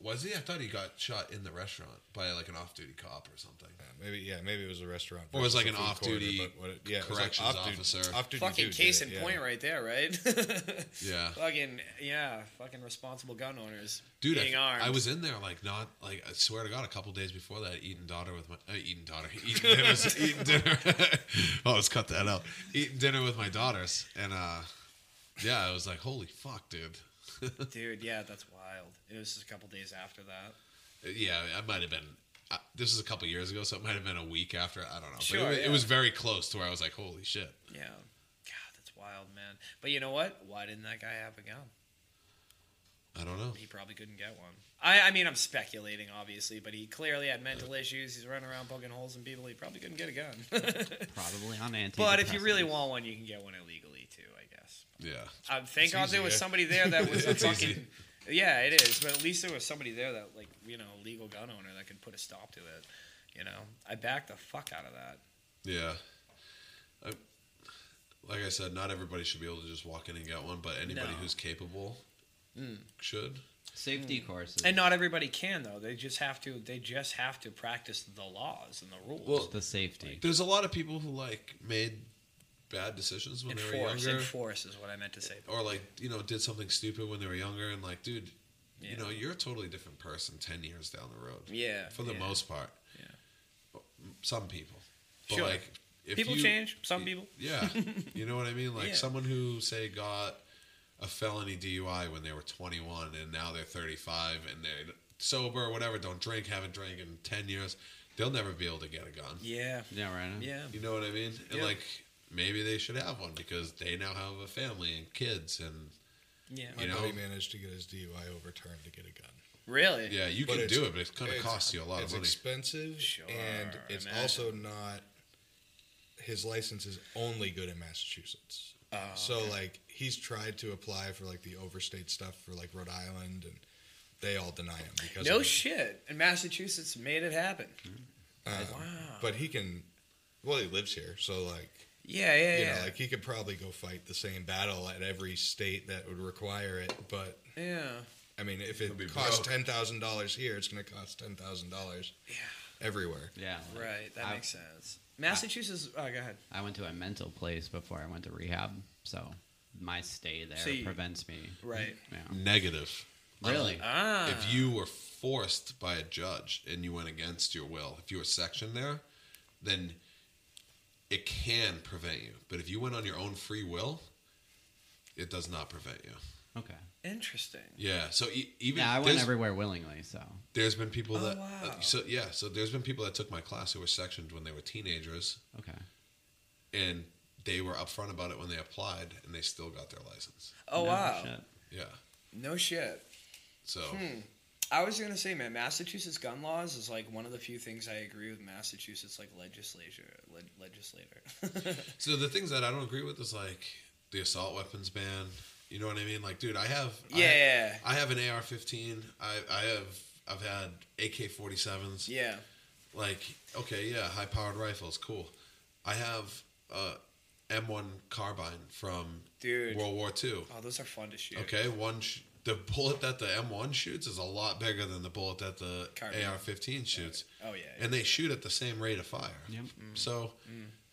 Speaker 1: was he? I thought he got shot in the restaurant by like an off-duty cop or something.
Speaker 3: Uh, Maybe yeah, maybe it was a restaurant.
Speaker 1: Or it was
Speaker 3: versus
Speaker 1: like
Speaker 3: a
Speaker 1: an
Speaker 3: food
Speaker 1: off-duty
Speaker 3: corner, but what it- yeah, it was
Speaker 1: corrections
Speaker 3: like off-duty-
Speaker 1: officer.
Speaker 3: off-duty
Speaker 2: *laughs* fucking
Speaker 3: dude
Speaker 2: case
Speaker 3: did
Speaker 2: in
Speaker 3: it, yeah.
Speaker 2: point right *laughs* there, right?
Speaker 1: Yeah,
Speaker 2: fucking yeah, fucking responsible gun owners.
Speaker 1: dude.
Speaker 2: being
Speaker 1: I,
Speaker 2: armed.
Speaker 1: I was in there like not like I swear to God, a couple days before that, eating daughter with my uh, eating daughter, *laughs* eating dinner,
Speaker 2: *laughs*
Speaker 1: eating dinner. *laughs* oh, let's cut that out. Eating dinner with my daughters, and uh, yeah, I was like, holy fuck, dude.
Speaker 2: dude. Yeah, that's wild. It was just a couple days after that.
Speaker 1: Yeah, I might have been. Uh, this was a couple years ago, so it might have been a week after. I don't know. but
Speaker 2: Sure,
Speaker 1: it, was,
Speaker 2: yeah.
Speaker 1: it was very close to where I was like, "Holy shit!"
Speaker 2: Yeah, God, that's wild, man. But you know what? Why didn't that guy have a gun?
Speaker 1: I don't know.
Speaker 2: He probably couldn't get one. I, I mean, I'm speculating, obviously, but he clearly had mental issues. He's running around poking holes in people. He probably couldn't get a gun.
Speaker 4: Probably on anti.
Speaker 2: *laughs* but if you really want one, you can get one illegally too, I guess.
Speaker 1: Yeah,
Speaker 2: Um, thank
Speaker 3: It's
Speaker 2: God there
Speaker 3: easy,
Speaker 2: was
Speaker 3: yeah.
Speaker 2: somebody there that was
Speaker 1: *laughs*
Speaker 2: a
Speaker 1: It's
Speaker 2: fucking.
Speaker 1: easy.
Speaker 2: Yeah, it is. But at least there was somebody there that, like, you know, legal gun owner that could put a stop to it. You know, I backed the fuck out of that.
Speaker 1: yeah. I, like I said, not everybody should be able to just walk in and get one, but anybody
Speaker 2: No. Mm.
Speaker 1: who's capable should.
Speaker 4: safety
Speaker 2: Hmm.
Speaker 4: courses,
Speaker 2: And not everybody can though. They just have to. They just have to practice the laws and the rules.
Speaker 1: Well,
Speaker 4: the safety.
Speaker 1: There's a lot of people who like made bad decisions when they were
Speaker 2: enforce,
Speaker 1: younger,
Speaker 2: enforce is what I meant to say.
Speaker 1: or like you know did something stupid when they were younger, and like, dude,
Speaker 2: Yeah.
Speaker 1: you know, you're a totally different person ten years down the road.
Speaker 2: Yeah,
Speaker 1: for the
Speaker 2: yeah.
Speaker 1: most part.
Speaker 2: Yeah.
Speaker 1: Some people, but
Speaker 2: Sure.
Speaker 1: like if
Speaker 2: People
Speaker 1: you-
Speaker 2: change. Some people. *laughs*
Speaker 1: Yeah, you know what I mean. Like
Speaker 2: Yeah.
Speaker 1: someone who say got a felony DUI when they were 21 and now they're 35 and they're sober or whatever, don't drink, haven't drank in 10 years, they'll never be able to get a gun.
Speaker 2: Yeah,
Speaker 4: yeah, right.
Speaker 2: yeah.
Speaker 1: You know what I mean? And
Speaker 2: Yeah.
Speaker 1: like maybe they should have one because they now have a family and kids and
Speaker 2: Yeah.
Speaker 1: You
Speaker 3: My
Speaker 1: know?
Speaker 3: buddy managed to get his DUI overturned to get a gun.
Speaker 2: Really?
Speaker 1: yeah, you
Speaker 3: But
Speaker 1: can
Speaker 3: it's-
Speaker 1: do it, but it's gonna
Speaker 3: it's-
Speaker 1: cost you a lot of
Speaker 3: it's
Speaker 1: money.
Speaker 3: expensive,
Speaker 2: Sure,
Speaker 3: and
Speaker 2: I
Speaker 3: it's
Speaker 2: imagine.
Speaker 3: also not. His license is only good in Massachusetts.
Speaker 2: Oh,
Speaker 3: so like he's tried to apply for like the overstate stuff for like Rhode Island, and they all deny him because
Speaker 2: No
Speaker 3: of it.
Speaker 2: shit. And Massachusetts made it happen.
Speaker 3: Um,
Speaker 2: Wow.
Speaker 3: But he can. Well, he lives here, so like
Speaker 2: Yeah, yeah,
Speaker 3: you
Speaker 2: yeah.
Speaker 3: know, like he could probably go fight the same battle at every state that would require it. But
Speaker 2: yeah.
Speaker 3: I mean, if
Speaker 1: He'll
Speaker 3: it
Speaker 1: be
Speaker 3: costs
Speaker 1: broke.
Speaker 3: ten thousand dollars here, it's going to cost ten thousand dollars everywhere.
Speaker 4: Yeah, like,
Speaker 2: Right. That
Speaker 4: I-
Speaker 2: makes sense. Massachusetts. oh, go ahead.
Speaker 4: I went to a mental place before I went to rehab, so my stay there
Speaker 2: So you-
Speaker 4: prevents me.
Speaker 2: Right.
Speaker 4: Yeah.
Speaker 1: Negative.
Speaker 4: Really?
Speaker 2: Ah.
Speaker 1: if you were forced by a judge and you went against your will, if you were sectioned there, then it can prevent you. But if you went on your own free will, it does not prevent you.
Speaker 2: uh,
Speaker 4: Okay.
Speaker 2: Interesting.
Speaker 1: Yeah. So e- even
Speaker 4: Yeah, I went
Speaker 1: there's,
Speaker 4: everywhere willingly, so
Speaker 1: there's been people
Speaker 2: Oh,
Speaker 1: that
Speaker 2: wow.
Speaker 1: uh, so yeah so there's been people that took my class who were sectioned when they were teenagers
Speaker 4: okay.
Speaker 1: and they were upfront about it when they applied and they still got their license.
Speaker 2: Oh
Speaker 4: No
Speaker 2: wow.
Speaker 4: shit.
Speaker 1: Yeah.
Speaker 2: No shit.
Speaker 1: So
Speaker 2: I was gonna say, man, Massachusetts gun laws is like one of the few things I agree with Massachusetts like legislature, leg, legislator. *laughs*
Speaker 1: So the things that I don't agree with is like the assault weapons ban. You know what I mean? Like, dude, I have I have-
Speaker 2: Yeah.
Speaker 1: I have, an AR-15. I I have I've had AK-47s.
Speaker 2: yeah,
Speaker 1: Like, okay, yeah, high-powered rifles, cool. I have a M1 carbine from
Speaker 2: dude.
Speaker 1: World War II.
Speaker 2: Oh, those are fun to shoot.
Speaker 1: Okay, one sh- the bullet that the M1 shoots is a lot bigger than the bullet that the
Speaker 2: Carbine.
Speaker 1: AR-15 shoots,
Speaker 2: Oh yeah.
Speaker 1: and they shoot at the same rate of fire.
Speaker 4: Yep.
Speaker 2: Mm.
Speaker 1: So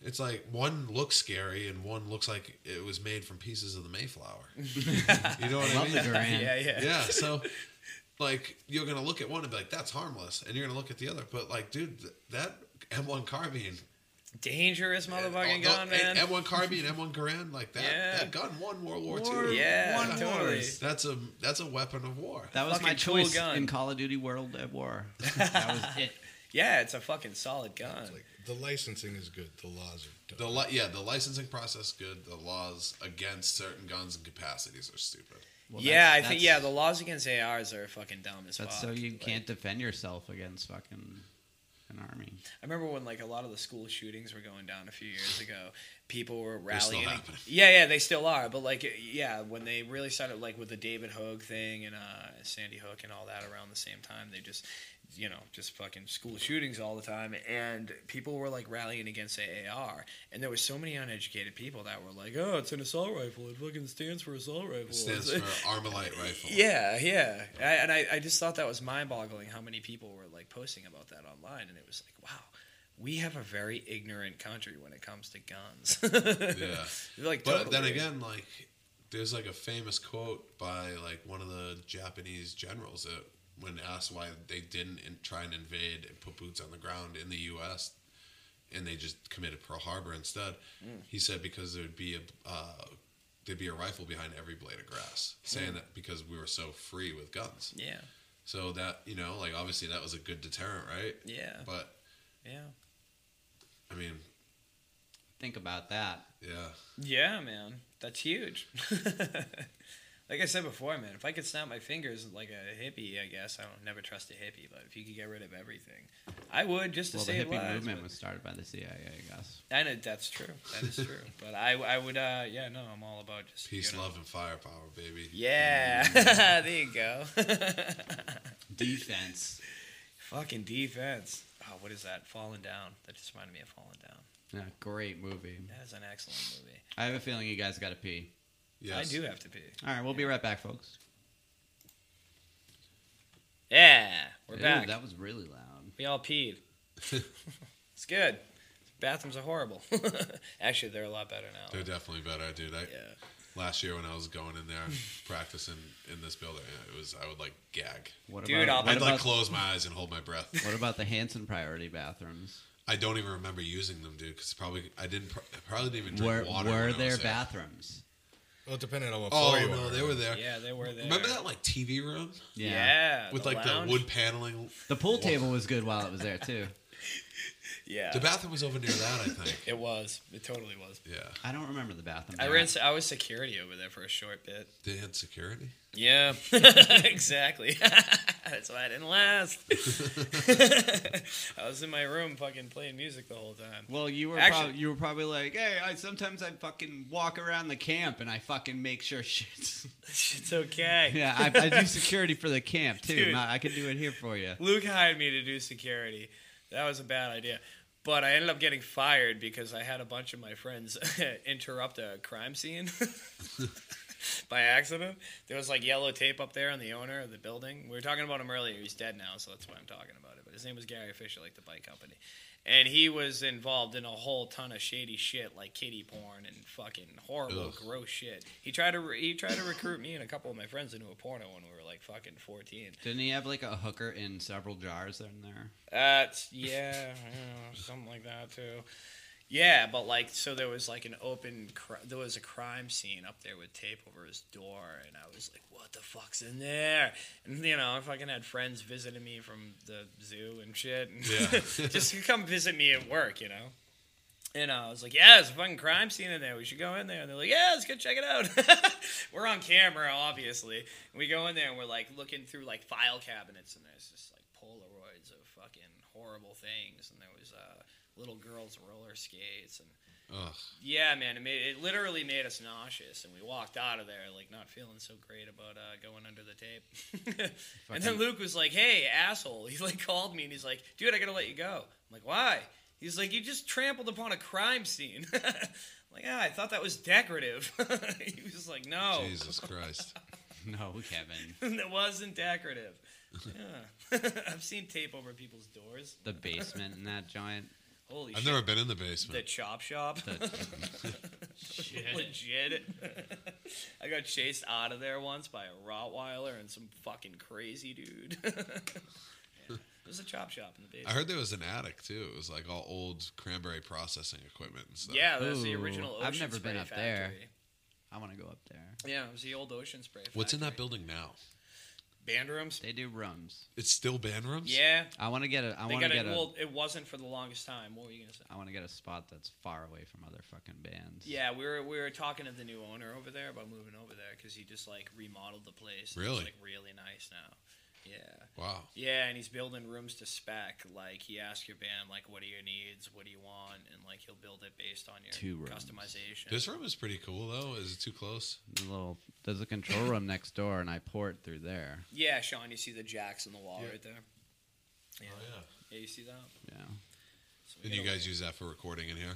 Speaker 1: it's like one looks scary and one looks like it was made from pieces of the
Speaker 2: *laughs*
Speaker 1: Mayflower. you know what I
Speaker 4: Love the
Speaker 1: mean?
Speaker 2: *laughs*
Speaker 4: Duran.
Speaker 2: yeah, yeah,
Speaker 1: Yeah. So
Speaker 2: *laughs*
Speaker 1: like you're gonna look at one and be like, "That's harmless," and you're gonna look at the other, but like, dude, th- that M1 carbine,
Speaker 2: Dangerous motherfucking
Speaker 1: Oh, no,
Speaker 2: gun,
Speaker 1: eh,
Speaker 2: man. *laughs*
Speaker 1: M1 carbine, M1 Garand, like that.
Speaker 2: Yeah.
Speaker 1: That gun won World War
Speaker 4: War-
Speaker 1: II.
Speaker 2: yeah,
Speaker 4: One
Speaker 2: totally.
Speaker 4: voice.
Speaker 1: That's a that's a weapon of war.
Speaker 4: That was my
Speaker 2: Fucking cool
Speaker 4: choice
Speaker 2: gun.
Speaker 4: in Call of Duty World at
Speaker 2: *laughs*
Speaker 4: War. that was it.
Speaker 2: Yeah, it's a fucking solid gun.
Speaker 3: It's like the licensing is good. The laws are
Speaker 1: The
Speaker 3: dope.
Speaker 1: li- yeah, the licensing process good. The laws against certain guns and capacities are stupid.
Speaker 4: Well,
Speaker 2: yeah, I
Speaker 4: that's-
Speaker 2: think yeah,
Speaker 4: that's-
Speaker 2: the laws against ARs are fucking dumb as
Speaker 4: That's
Speaker 2: fuck.
Speaker 4: so you
Speaker 2: Like,
Speaker 4: can't defend yourself against fucking an army.
Speaker 2: I remember when like a lot of the school shootings were going down a few years ago. People were
Speaker 1: They're still
Speaker 2: rallying.
Speaker 1: happening.
Speaker 2: yeah, yeah, they still are. But like, yeah, when they really started like with the David Hogue thing and uh, Sandy Hook and all that around the same time, they just, you know, just fucking school shootings all the time. And people were like rallying against AR. And there was so many uneducated people that were like, "Oh, it's an assault rifle. It fucking stands for assault rifle."
Speaker 1: It stands
Speaker 2: It's-
Speaker 1: for Armalite rifle.
Speaker 2: *laughs* Yeah, yeah. I, and I, I just thought that was mind boggling how many people were like posting about that online. And it was like, wow, we have a very ignorant country when it comes to guns.
Speaker 1: Yeah.
Speaker 2: *laughs* Like,
Speaker 1: But
Speaker 2: totally.
Speaker 1: then again, like there's like a famous quote by like one of the Japanese generals that when asked why they didn't in, try and invade and put boots on the ground in the U.S. and they just committed Pearl Harbor instead,
Speaker 2: Mm.
Speaker 1: he said because there'd be a uh, there'd be a rifle behind every blade of grass, saying
Speaker 2: Mm.
Speaker 1: that because we were so free with guns.
Speaker 2: yeah,
Speaker 1: So that you know, like obviously that was a good deterrent, right?
Speaker 2: yeah,
Speaker 1: But
Speaker 2: yeah,
Speaker 1: I mean,
Speaker 4: Think about that.
Speaker 1: yeah,
Speaker 2: yeah, man. That's huge. *laughs* like I said before, man, if I could snap my fingers like a hippie, I guess I don't never trust a hippie. But if you could get rid of everything, I would just to
Speaker 4: Well, the
Speaker 2: save
Speaker 4: hippie
Speaker 2: lives.
Speaker 4: movement
Speaker 2: but-
Speaker 4: was started by the CIA, I guess.
Speaker 2: I know that's true. That is true. but I, I would, uh, yeah, no, I'm all about just
Speaker 1: peace,
Speaker 2: you know,
Speaker 1: love, and firepower, baby.
Speaker 2: Yeah, *laughs* there you go. *laughs*
Speaker 4: Defense.
Speaker 2: Fucking defense. Oh, what is that? Falling down. That just reminded me of Falling Down.
Speaker 4: Yeah, great movie.
Speaker 2: That is an excellent movie.
Speaker 4: I have a feeling you guys got to pee.
Speaker 1: Yes.
Speaker 2: I do have to pee.
Speaker 4: All right, we'll be right back, folks.
Speaker 2: Yeah, we're
Speaker 4: Ooh,
Speaker 2: back.
Speaker 4: That was really loud.
Speaker 2: we
Speaker 1: *laughs*
Speaker 2: all peed. it's good. Bathrooms are horrible. *laughs* Actually, they're a lot better now.
Speaker 1: They're definitely better, dude. I,
Speaker 2: Yeah.
Speaker 1: Last year when I was going in there *laughs* practicing in this building, it was I would like gag.
Speaker 4: What
Speaker 2: Dude, I'll-
Speaker 4: about, what
Speaker 1: I'd like
Speaker 4: about,
Speaker 1: close my eyes and hold my breath.
Speaker 4: what about the Hanson priority *laughs* bathrooms?
Speaker 1: I don't even remember using them, dude, because probably I didn't pr- I probably didn't even drink
Speaker 4: Were,
Speaker 1: water.
Speaker 4: were
Speaker 1: when I
Speaker 4: there
Speaker 1: was there.
Speaker 4: bathrooms?
Speaker 3: Well, depending on what
Speaker 1: Oh
Speaker 3: floor you
Speaker 1: no,
Speaker 3: are.
Speaker 1: they were there.
Speaker 2: Yeah, they were there.
Speaker 1: Remember that like TV room
Speaker 2: Yeah.
Speaker 1: with
Speaker 2: the
Speaker 1: like
Speaker 2: lounge.
Speaker 1: the wood paneling?
Speaker 4: The pool table was good while it was
Speaker 2: *laughs*
Speaker 4: there too.
Speaker 2: Yeah.
Speaker 1: The bathroom was over near that, I think. *laughs*
Speaker 2: it was. It totally was.
Speaker 1: Yeah,
Speaker 4: I don't remember the bathroom.
Speaker 2: I
Speaker 4: there.
Speaker 2: ran. I was security over there for a short bit.
Speaker 1: they had security.
Speaker 2: Yeah, exactly. *laughs* That's why I didn't last. *laughs* I was in my room fucking playing music the whole time. *laughs*
Speaker 4: Well, you were
Speaker 2: Actually-
Speaker 4: prob- you were probably like, hey, I sometimes I fucking walk around the camp and I fucking make sure *laughs* shit's
Speaker 2: It's okay.
Speaker 4: yeah, I, I do security for the camp too.
Speaker 2: Dude.
Speaker 4: Ma- I can do it here for you.
Speaker 2: Luke hired me to do security. That was a bad idea. But I ended up getting fired because I had a bunch of my friends *laughs* interrupt a crime scene *laughs* by accident. There was like yellow tape up there on the owner of the building. We were talking about him earlier. He's dead now, so that's why I'm talking about it. But his name was Gary Fisher, like the bike company. And he was involved in a whole ton of shady shit, like kitty porn and fucking horrible,
Speaker 1: Ugh.
Speaker 2: gross shit. He tried to re- he tried to recruit me and a couple of my friends into a porno when we were like fucking fourteen.
Speaker 4: Didn't he have like a hooker in several jars
Speaker 2: *laughs*
Speaker 4: in there?
Speaker 2: Uh, it's- yeah, I don't know, something like that too. Yeah, but like, so there was like an open, cr- there was a crime scene up there with tape over his door, and I was like, "What the fuck's in there?" And you know, I fucking had friends visiting me from the zoo and shit, and
Speaker 1: Yeah.
Speaker 2: *laughs* just to come visit me at work, you know. And uh, I was like, yeah, there's a fucking crime scene in there. We should go in there. And they're like, yeah, let's go check it out. *laughs* we're on camera, obviously. And we go in there and we're like looking through like file cabinets and there's just like Polaroids of fucking horrible things. And there was uh, little girls' roller skates. And
Speaker 1: Ugh.
Speaker 2: yeah, man, it, made, it literally made us nauseous. And we walked out of there like not feeling so great about uh, going under the tape. *laughs* and then
Speaker 4: Fucking-
Speaker 2: Luke was like, hey, asshole. *laughs* He like called me and he's like, dude, I got to let you go. I'm like, why? He's like, you just trampled upon a crime scene. *laughs* I'm like, ah, I thought that was decorative. *laughs* he was like, no, *laughs*
Speaker 1: Jesus Christ.
Speaker 4: No, Kevin.
Speaker 2: that wasn't decorative. Yeah. *laughs* I've seen tape over people's doors.
Speaker 4: The basement in
Speaker 2: *laughs*
Speaker 4: that joint.
Speaker 2: Holy
Speaker 1: I've
Speaker 2: shit.
Speaker 1: never been in the
Speaker 2: the
Speaker 1: basement. *laughs*
Speaker 2: chop shop. Legit. *laughs* I got chased out of there once by a Rottweiler and some fucking crazy dude. *laughs* yeah. It was a chop shop in the
Speaker 1: I
Speaker 2: basement.
Speaker 1: heard there was an attic too. It was like all old cranberry processing equipment and stuff.
Speaker 2: Yeah, that's the
Speaker 4: Ooh,
Speaker 2: original ocean
Speaker 4: I've never
Speaker 2: spray
Speaker 4: been up
Speaker 2: factory.
Speaker 4: there. I want to go up there.
Speaker 2: Yeah, it was the old ocean spray. Factory.
Speaker 1: What's in that building now?
Speaker 2: Band rooms.
Speaker 4: They do rooms.
Speaker 1: It's still band rooms.
Speaker 2: Yeah,
Speaker 4: I want to get a. I
Speaker 2: they
Speaker 4: want to
Speaker 2: got
Speaker 4: get
Speaker 2: it.
Speaker 4: a.
Speaker 2: Well, it wasn't for the longest time. What were you gonna say?
Speaker 4: I want to get a spot that's far away from other fucking bands.
Speaker 2: Yeah, we were we were talking to the new owner over there about moving over there because he just like remodeled the place. and
Speaker 1: Really?
Speaker 2: it's, like really nice now. Yeah,
Speaker 1: Wow.
Speaker 2: yeah, and he's building rooms to spec. Like he asks your band like, what are your needs? What do you want? And like he'll build it based on your
Speaker 4: Two rooms.
Speaker 2: customization.
Speaker 1: This room is pretty cool though. Is it too close?
Speaker 4: The little there's
Speaker 2: *coughs*
Speaker 4: a control room next door, and I pour it through there.
Speaker 2: yeah, Sean, you see the jacks in the wall
Speaker 1: Yeah.
Speaker 2: right there. Yeah. yeah, you see that.
Speaker 4: Yeah,
Speaker 2: So
Speaker 1: Oh,
Speaker 2: we
Speaker 1: And you
Speaker 2: gotta-
Speaker 1: guys use that for recording in here?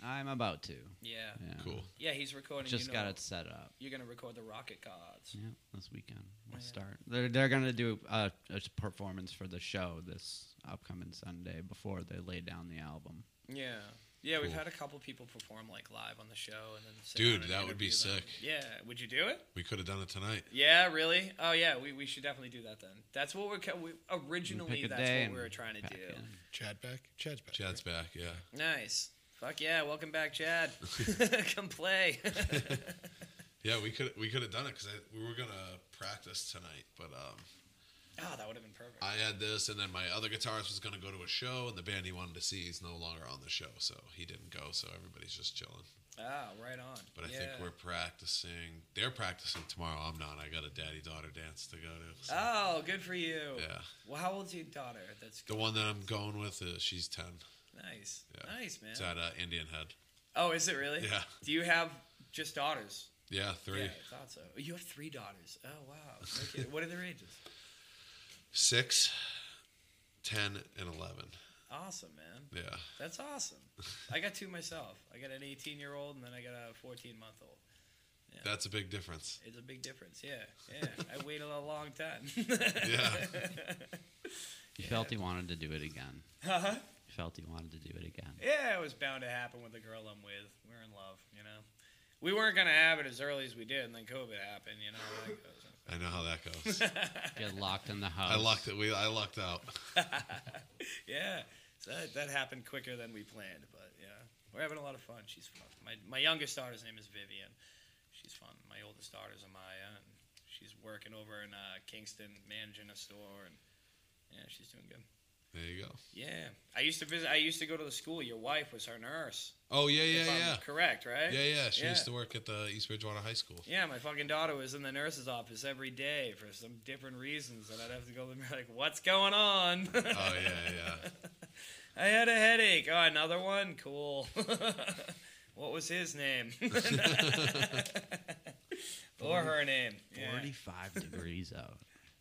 Speaker 4: I'm about to.
Speaker 2: Yeah,
Speaker 4: Yeah.
Speaker 1: Cool.
Speaker 2: yeah, he's recording.
Speaker 4: Just
Speaker 2: you know,
Speaker 4: got it set up.
Speaker 2: You're gonna record the Rocket Gods.
Speaker 4: Yeah, this weekend we'll
Speaker 2: Yeah.
Speaker 4: start. They're they're gonna do a, a performance for the show this upcoming Sunday before they lay down the album.
Speaker 2: Yeah. Yeah, we've
Speaker 1: Cool.
Speaker 2: had a couple people perform like live on the show, and then sit
Speaker 1: Dude,
Speaker 2: down and
Speaker 1: that would be
Speaker 2: interview them.
Speaker 1: sick.
Speaker 2: Yeah, would you do it?
Speaker 1: We could have done it tonight.
Speaker 2: Yeah, really? Oh yeah, we, we should definitely do that then. That's what we're co- we,
Speaker 4: We
Speaker 2: originally.
Speaker 4: pick a
Speaker 2: That's
Speaker 4: day
Speaker 2: what
Speaker 4: and
Speaker 2: we were trying to
Speaker 4: pack
Speaker 2: do.
Speaker 4: in.
Speaker 3: Chad back. Chad's back.
Speaker 1: Chad's back. Yeah.
Speaker 2: Nice. Fuck yeah! Welcome
Speaker 1: *laughs*
Speaker 2: back, Chad. *laughs* Come play. *laughs*
Speaker 1: Yeah. We could we could have done it because we were gonna practice tonight, but um,
Speaker 2: oh, that would have been perfect.
Speaker 1: I had this, and then my other guitarist was gonna go to a show, and the band he wanted to see is no longer on the show, so he didn't go. So everybody's just chilling.
Speaker 2: Ah, right on.
Speaker 1: But I
Speaker 2: yeah.
Speaker 1: think we're practicing. They're practicing tomorrow. I'm not. I got a daddy daughter dance to go to. so-
Speaker 2: Oh, good for you.
Speaker 1: Yeah.
Speaker 2: Well, how old's your daughter? That's
Speaker 1: The one that I'm going with, uh, she's 10.
Speaker 2: nice.
Speaker 1: Yeah.
Speaker 2: Nice man.
Speaker 1: It's at uh, Indian Head.
Speaker 2: Oh, is it really?
Speaker 1: Yeah.
Speaker 2: Do you have just daughters?
Speaker 1: Yeah, three.
Speaker 2: Yeah, I thought so. You have three daughters. Oh wow. Okay. what are their ages?
Speaker 1: Six, 10, and 11.
Speaker 2: Awesome, man.
Speaker 1: Yeah.
Speaker 2: That's awesome. I got two myself. I got an 18 year old and then I got a 14 month old.
Speaker 1: That's a big difference.
Speaker 2: It's a big difference. Yeah, yeah. I waited a long time.
Speaker 1: Yeah.
Speaker 4: He felt he wanted to do it again.
Speaker 2: *laughs* uh-huh.
Speaker 4: He felt he wanted to do it
Speaker 2: *laughs*
Speaker 4: again.
Speaker 2: Yeah, it was bound to happen with the girl I'm with. We're in love, you know. We weren't gonna have it as early as we did, and then COVID happened. You know how that goes.
Speaker 1: I know how that
Speaker 2: *laughs*
Speaker 1: goes.
Speaker 4: Get locked in the house.
Speaker 1: I lucked it. We I lucked out.
Speaker 2: *laughs* Yeah, so that, that happened quicker than we planned, but yeah, we're having a lot of fun. She's fun. My my youngest daughter's name is Vivian. She's fun. My oldest daughter's Amaya, and she's working over in uh, Kingston, managing a store, and yeah, she's doing good.
Speaker 1: There you go.
Speaker 2: Yeah, I used to visit. I used to go to the school. Your wife was her nurse.
Speaker 1: Oh yeah, yeah,
Speaker 2: if I'm
Speaker 1: yeah,
Speaker 2: Correct, right?
Speaker 1: yeah, yeah. She
Speaker 2: Yeah.
Speaker 1: used to work at the East Bridgewater High School.
Speaker 2: Yeah, my fucking daughter was in the nurse's office every day for some different reasons, and I'd have to go and be like, "What's going on?"
Speaker 1: Oh yeah,
Speaker 2: *laughs*
Speaker 1: yeah.
Speaker 2: I had a headache. Oh, another one? Cool. *laughs* what was his name? *laughs* or her name. Yeah.
Speaker 4: 45 degrees out.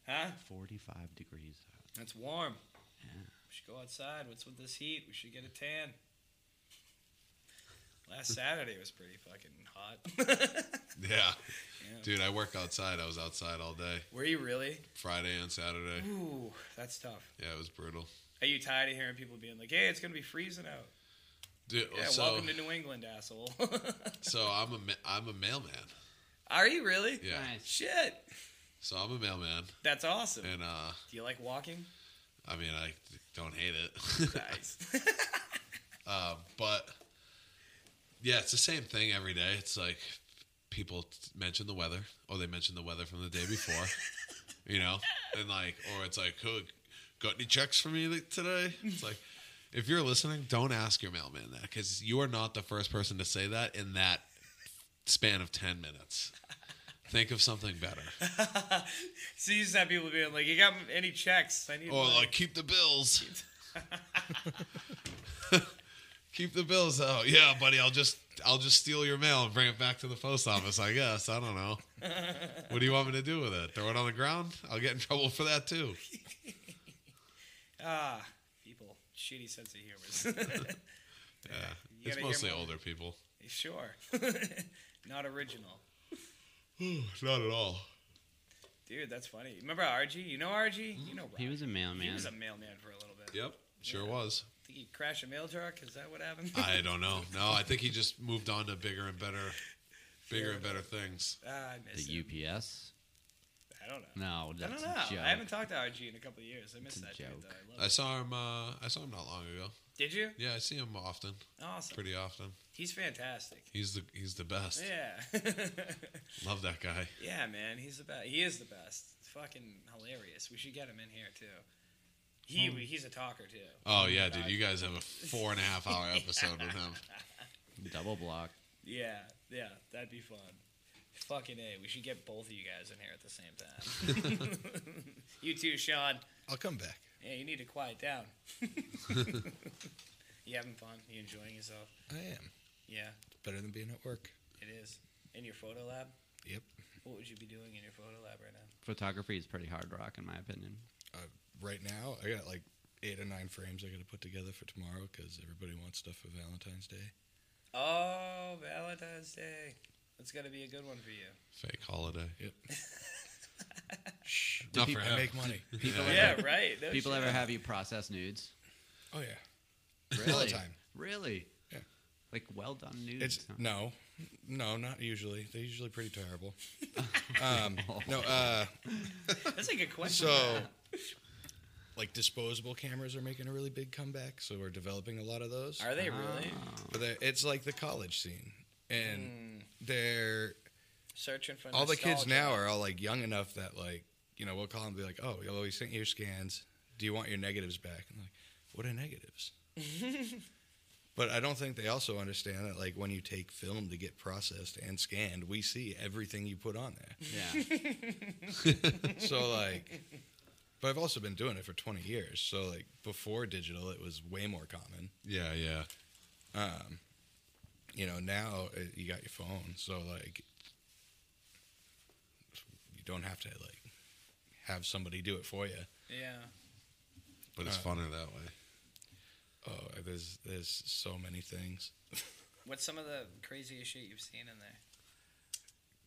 Speaker 2: Huh?
Speaker 4: 45 degrees out.
Speaker 2: That's warm.
Speaker 4: Yeah.
Speaker 2: We should go outside. What's with this heat? We should get a tan. Last Saturday was pretty fucking hot. *laughs*
Speaker 1: yeah,
Speaker 2: Yeah.
Speaker 1: Dude, I work outside. I was outside all day,
Speaker 2: Were you really?
Speaker 1: Friday and Saturday.
Speaker 2: Ooh, that's tough.
Speaker 1: Yeah, it was brutal.
Speaker 2: Are you tired of hearing people being like, hey, it's going to be freezing out?
Speaker 1: Dude,
Speaker 2: Yeah,
Speaker 1: so
Speaker 2: welcome to New England, asshole. *laughs*
Speaker 1: so I'm a ma- I'm a mailman.
Speaker 2: Are you really?
Speaker 1: Yeah.
Speaker 4: Nice.
Speaker 2: Shit.
Speaker 1: So I'm a mailman,
Speaker 2: That's awesome.
Speaker 1: and uh,
Speaker 2: Do you like walking?
Speaker 1: I mean, I don't hate it.
Speaker 2: Nice.
Speaker 1: uh, but yeah, it's the same thing every day. It's like people t- mention the weather, or they mention the weather from the day before, you know, and like, or it's like, who got any checks for me li- today? It's like, If you're listening, don't ask your mailman that because you are not the first person to say that in that span of 10 minutes. Think of something better.
Speaker 2: *laughs* So you just have people being like, "You got any checks? I need."
Speaker 1: Or
Speaker 4: Oh,
Speaker 2: money."
Speaker 1: like, keep the bills. *laughs* keep the bills out. Yeah, buddy, I'll just I'll just steal your mail and bring it back to the post office, I guess. I don't know. What do you want me to do with it? Throw it on the ground? I'll get in trouble for that
Speaker 2: *laughs*
Speaker 1: too.
Speaker 2: ah, people, shitty sense of humor. *laughs*
Speaker 4: *laughs*
Speaker 1: Yeah.
Speaker 2: You
Speaker 1: It's
Speaker 2: gotta hear
Speaker 1: mostly
Speaker 2: more.
Speaker 1: older people. *sighs*
Speaker 2: sure, *laughs* not original,
Speaker 1: Not at all.
Speaker 2: dude. That's funny. Remember RG? You know RG? You know Rob.
Speaker 4: Mm-hmm. He was a mailman.
Speaker 2: He was a mailman for a little bit.
Speaker 1: Yep. Sure was.
Speaker 2: Think he crashed a mail truck? Is that what happened?
Speaker 1: I don't know. No, I think he just moved on to bigger and better, bigger and better things.
Speaker 2: *laughs* ah, I miss him.
Speaker 4: the UPS.
Speaker 2: I don't know.
Speaker 4: No,
Speaker 2: I
Speaker 4: that's
Speaker 2: don't
Speaker 4: a
Speaker 2: know.
Speaker 4: joke.
Speaker 2: I haven't talked to RG in a couple of years. I missed
Speaker 4: It's a
Speaker 2: that dude.
Speaker 4: joke.
Speaker 2: Though. I love
Speaker 1: I saw him. Uh, I saw him not long ago.
Speaker 2: it. Did you?
Speaker 1: Yeah, I see him often,
Speaker 2: Awesome.
Speaker 1: pretty often.
Speaker 2: He's fantastic.
Speaker 1: He's the he's the best.
Speaker 2: Yeah. *laughs*
Speaker 1: Love that guy.
Speaker 2: yeah, man. He's the best. He is the best. Fucking hilarious. We should get him in here too. He he's a talker too.
Speaker 1: Oh yeah, dude, you guys have a four and a half hour episode with him.
Speaker 4: *laughs* Double block.
Speaker 2: Yeah, yeah. That'd be fun. Fucking a. We should get both of you guys in here at the same time. you too, Sean.
Speaker 3: I'll come back.
Speaker 2: Yeah, you need to quiet down. you having fun? You enjoying yourself?
Speaker 3: I am.
Speaker 2: Yeah,
Speaker 3: It's better than being at work.
Speaker 2: it is. In your photo lab.
Speaker 3: Yep.
Speaker 2: What would you be doing in your photo lab right now?
Speaker 4: Photography is pretty hard rock, in my opinion.
Speaker 3: Uh, right now, I got like eight or nine frames I got to put together for tomorrow because everybody wants stuff for Valentine's Day.
Speaker 2: Oh, Valentine's Day. That's got to be a good one for you.
Speaker 1: Fake holiday.
Speaker 3: Shh.
Speaker 1: Not for
Speaker 3: I
Speaker 1: him. *laughs*
Speaker 3: make money.
Speaker 4: People,
Speaker 2: Yeah,
Speaker 4: ever,
Speaker 2: right. No
Speaker 4: people
Speaker 2: shit.
Speaker 4: ever have you process nudes?
Speaker 3: Oh yeah.
Speaker 4: Really?
Speaker 3: All the time.
Speaker 4: Really?
Speaker 3: Yeah.
Speaker 4: Like well done nudes.
Speaker 3: It's
Speaker 4: huh?
Speaker 3: no, no, not usually. They're usually
Speaker 1: *laughs*
Speaker 3: pretty terrible. um, no, uh,
Speaker 2: That's a good question.
Speaker 3: so like disposable cameras are making a really big comeback, so we're developing a lot of those.
Speaker 2: Are they really
Speaker 3: But they're- it's like the college scene, and they're
Speaker 2: searching for
Speaker 3: all the kids
Speaker 2: nostalgia.
Speaker 3: now are all like young enough that like you know we'll call them and be like, oh, well, we sent you your scans. Do you want your negatives back? And like, what are negatives? but I don't think they also understand that like when you take film to get processed and scanned, we see everything you put on there.
Speaker 4: Yeah.
Speaker 3: so like but i've also been doing it for 20 years so like before digital it was way more common
Speaker 1: Yeah, yeah.
Speaker 3: um you know now uh, you got your phone so like you don't have to like have somebody do it for you
Speaker 2: Yeah.
Speaker 1: But it's funner that way.
Speaker 3: oh there's there's so many things
Speaker 2: What's some of the craziest shit you've seen in there?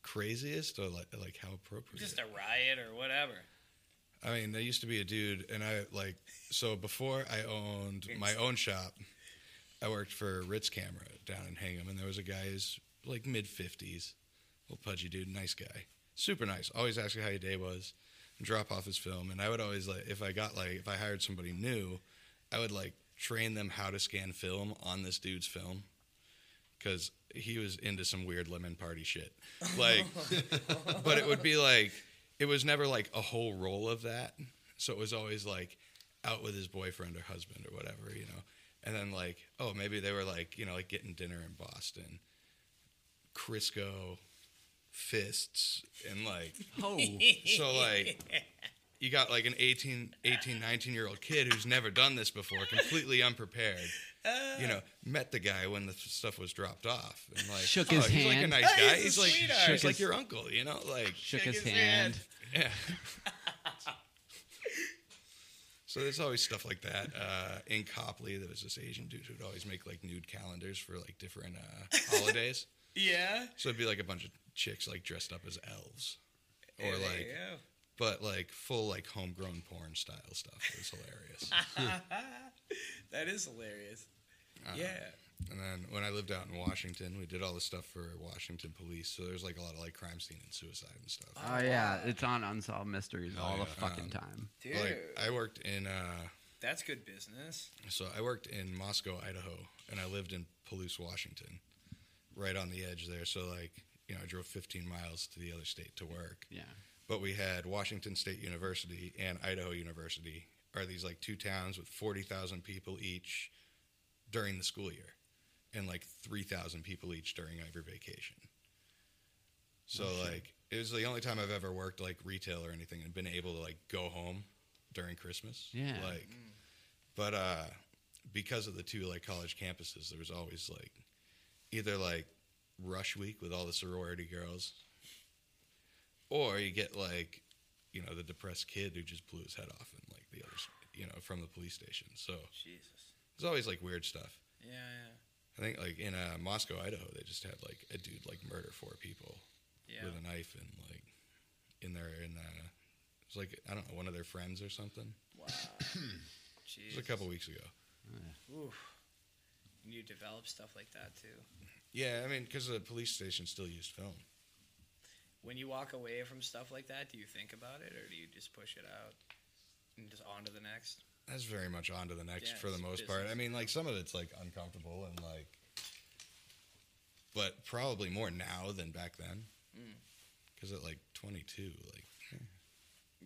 Speaker 3: craziest or like, like how appropriate
Speaker 2: Just a riot or whatever.
Speaker 3: I mean, there used to be a dude, and I like so before I owned my own shop, I worked for Ritz Camera down in Hingham, and there was a guy who's like mid fifties, little pudgy dude, nice guy, super nice. Always ask you how your day was, and drop off his film, and I would always like if I got like if I hired somebody new, I would like train them how to scan film on this dude's film, because he was into some weird lemon party shit, like, but it would be like it was never like a whole roll of that. So it was always like out with his boyfriend or husband or whatever, you know. And then like, oh, maybe they were like, you know, like getting dinner in Boston, Crisco, fists, and like,
Speaker 4: Oh,
Speaker 3: so like, you got like an 18, 18, 19 year old kid who's never done this before, completely unprepared. You know, met the guy when the stuff was dropped off, and like
Speaker 4: Shook
Speaker 3: oh,
Speaker 4: his
Speaker 3: he's
Speaker 4: hand.
Speaker 3: like a nice guy.
Speaker 2: he's
Speaker 3: He's,
Speaker 2: a
Speaker 3: like,
Speaker 2: sweetheart.
Speaker 3: he's
Speaker 4: Shook
Speaker 3: like
Speaker 4: his-
Speaker 3: your uncle, you know, like
Speaker 4: shook his,
Speaker 2: his
Speaker 4: hand.
Speaker 2: hand.
Speaker 3: yeah. so there's always stuff like that. Uh, in Copley, there was this Asian dude who'd always make like nude calendars for like different uh,
Speaker 2: *laughs*
Speaker 3: holidays.
Speaker 2: Yeah.
Speaker 3: So it'd be like a bunch of chicks like dressed up as elves, or like,
Speaker 2: Yeah.
Speaker 3: but like full like homegrown porn style stuff. It was
Speaker 2: *laughs*
Speaker 3: hilarious.
Speaker 2: That is hilarious.
Speaker 3: Uh-huh.
Speaker 2: yeah.
Speaker 3: and then when I lived out in Washington, we did all this stuff for Washington police. So there's like a lot of like crime scene and suicide and stuff.
Speaker 2: Ah,
Speaker 4: Oh yeah, it's on Unsolved Mysteries all the
Speaker 1: yeah.
Speaker 4: fucking time.
Speaker 2: Dude,
Speaker 3: like I worked in. uh
Speaker 2: that's good business.
Speaker 3: So I worked in Moscow, Idaho, and I lived in Palouse, Washington, right on the edge there. So like, you know, I drove 15 miles to the other state to work.
Speaker 4: Yeah.
Speaker 3: But we had Washington State University and Idaho University are these like two towns with 40,000 people each during the school year and like 3,000 people each during every vacation. So like it was the only time I've ever worked like retail or anything and been able to like go home during Christmas.
Speaker 4: Yeah.
Speaker 3: Like but uh because of the two like college campuses there was always like either like rush week with all the sorority girls or you get like you know the depressed kid who just blew his head off and like the others you know from the police station so
Speaker 2: Jesus.
Speaker 3: there's always like weird stuff
Speaker 2: Yeah, yeah.
Speaker 3: i think like in uh, moscow idaho they just had like a dude like murder four people
Speaker 2: Yeah.
Speaker 3: with a knife and like in their in uh it's like i don't know one of their friends or something
Speaker 2: Wow.
Speaker 3: *coughs* it
Speaker 2: Jesus.
Speaker 3: was a couple weeks ago
Speaker 2: Oof. And you develop stuff like that too.
Speaker 3: yeah i mean because the police station still used film
Speaker 2: When you walk away from stuff like that, do you think about it or do you just push it out and just on to the next?
Speaker 3: That's very much on to the next
Speaker 2: Yeah,
Speaker 3: for the
Speaker 2: it's
Speaker 3: most part. I
Speaker 2: business.
Speaker 3: mean, like some of it's like uncomfortable and like, but probably more now than back then.
Speaker 2: Mm.
Speaker 3: Because at like 22, like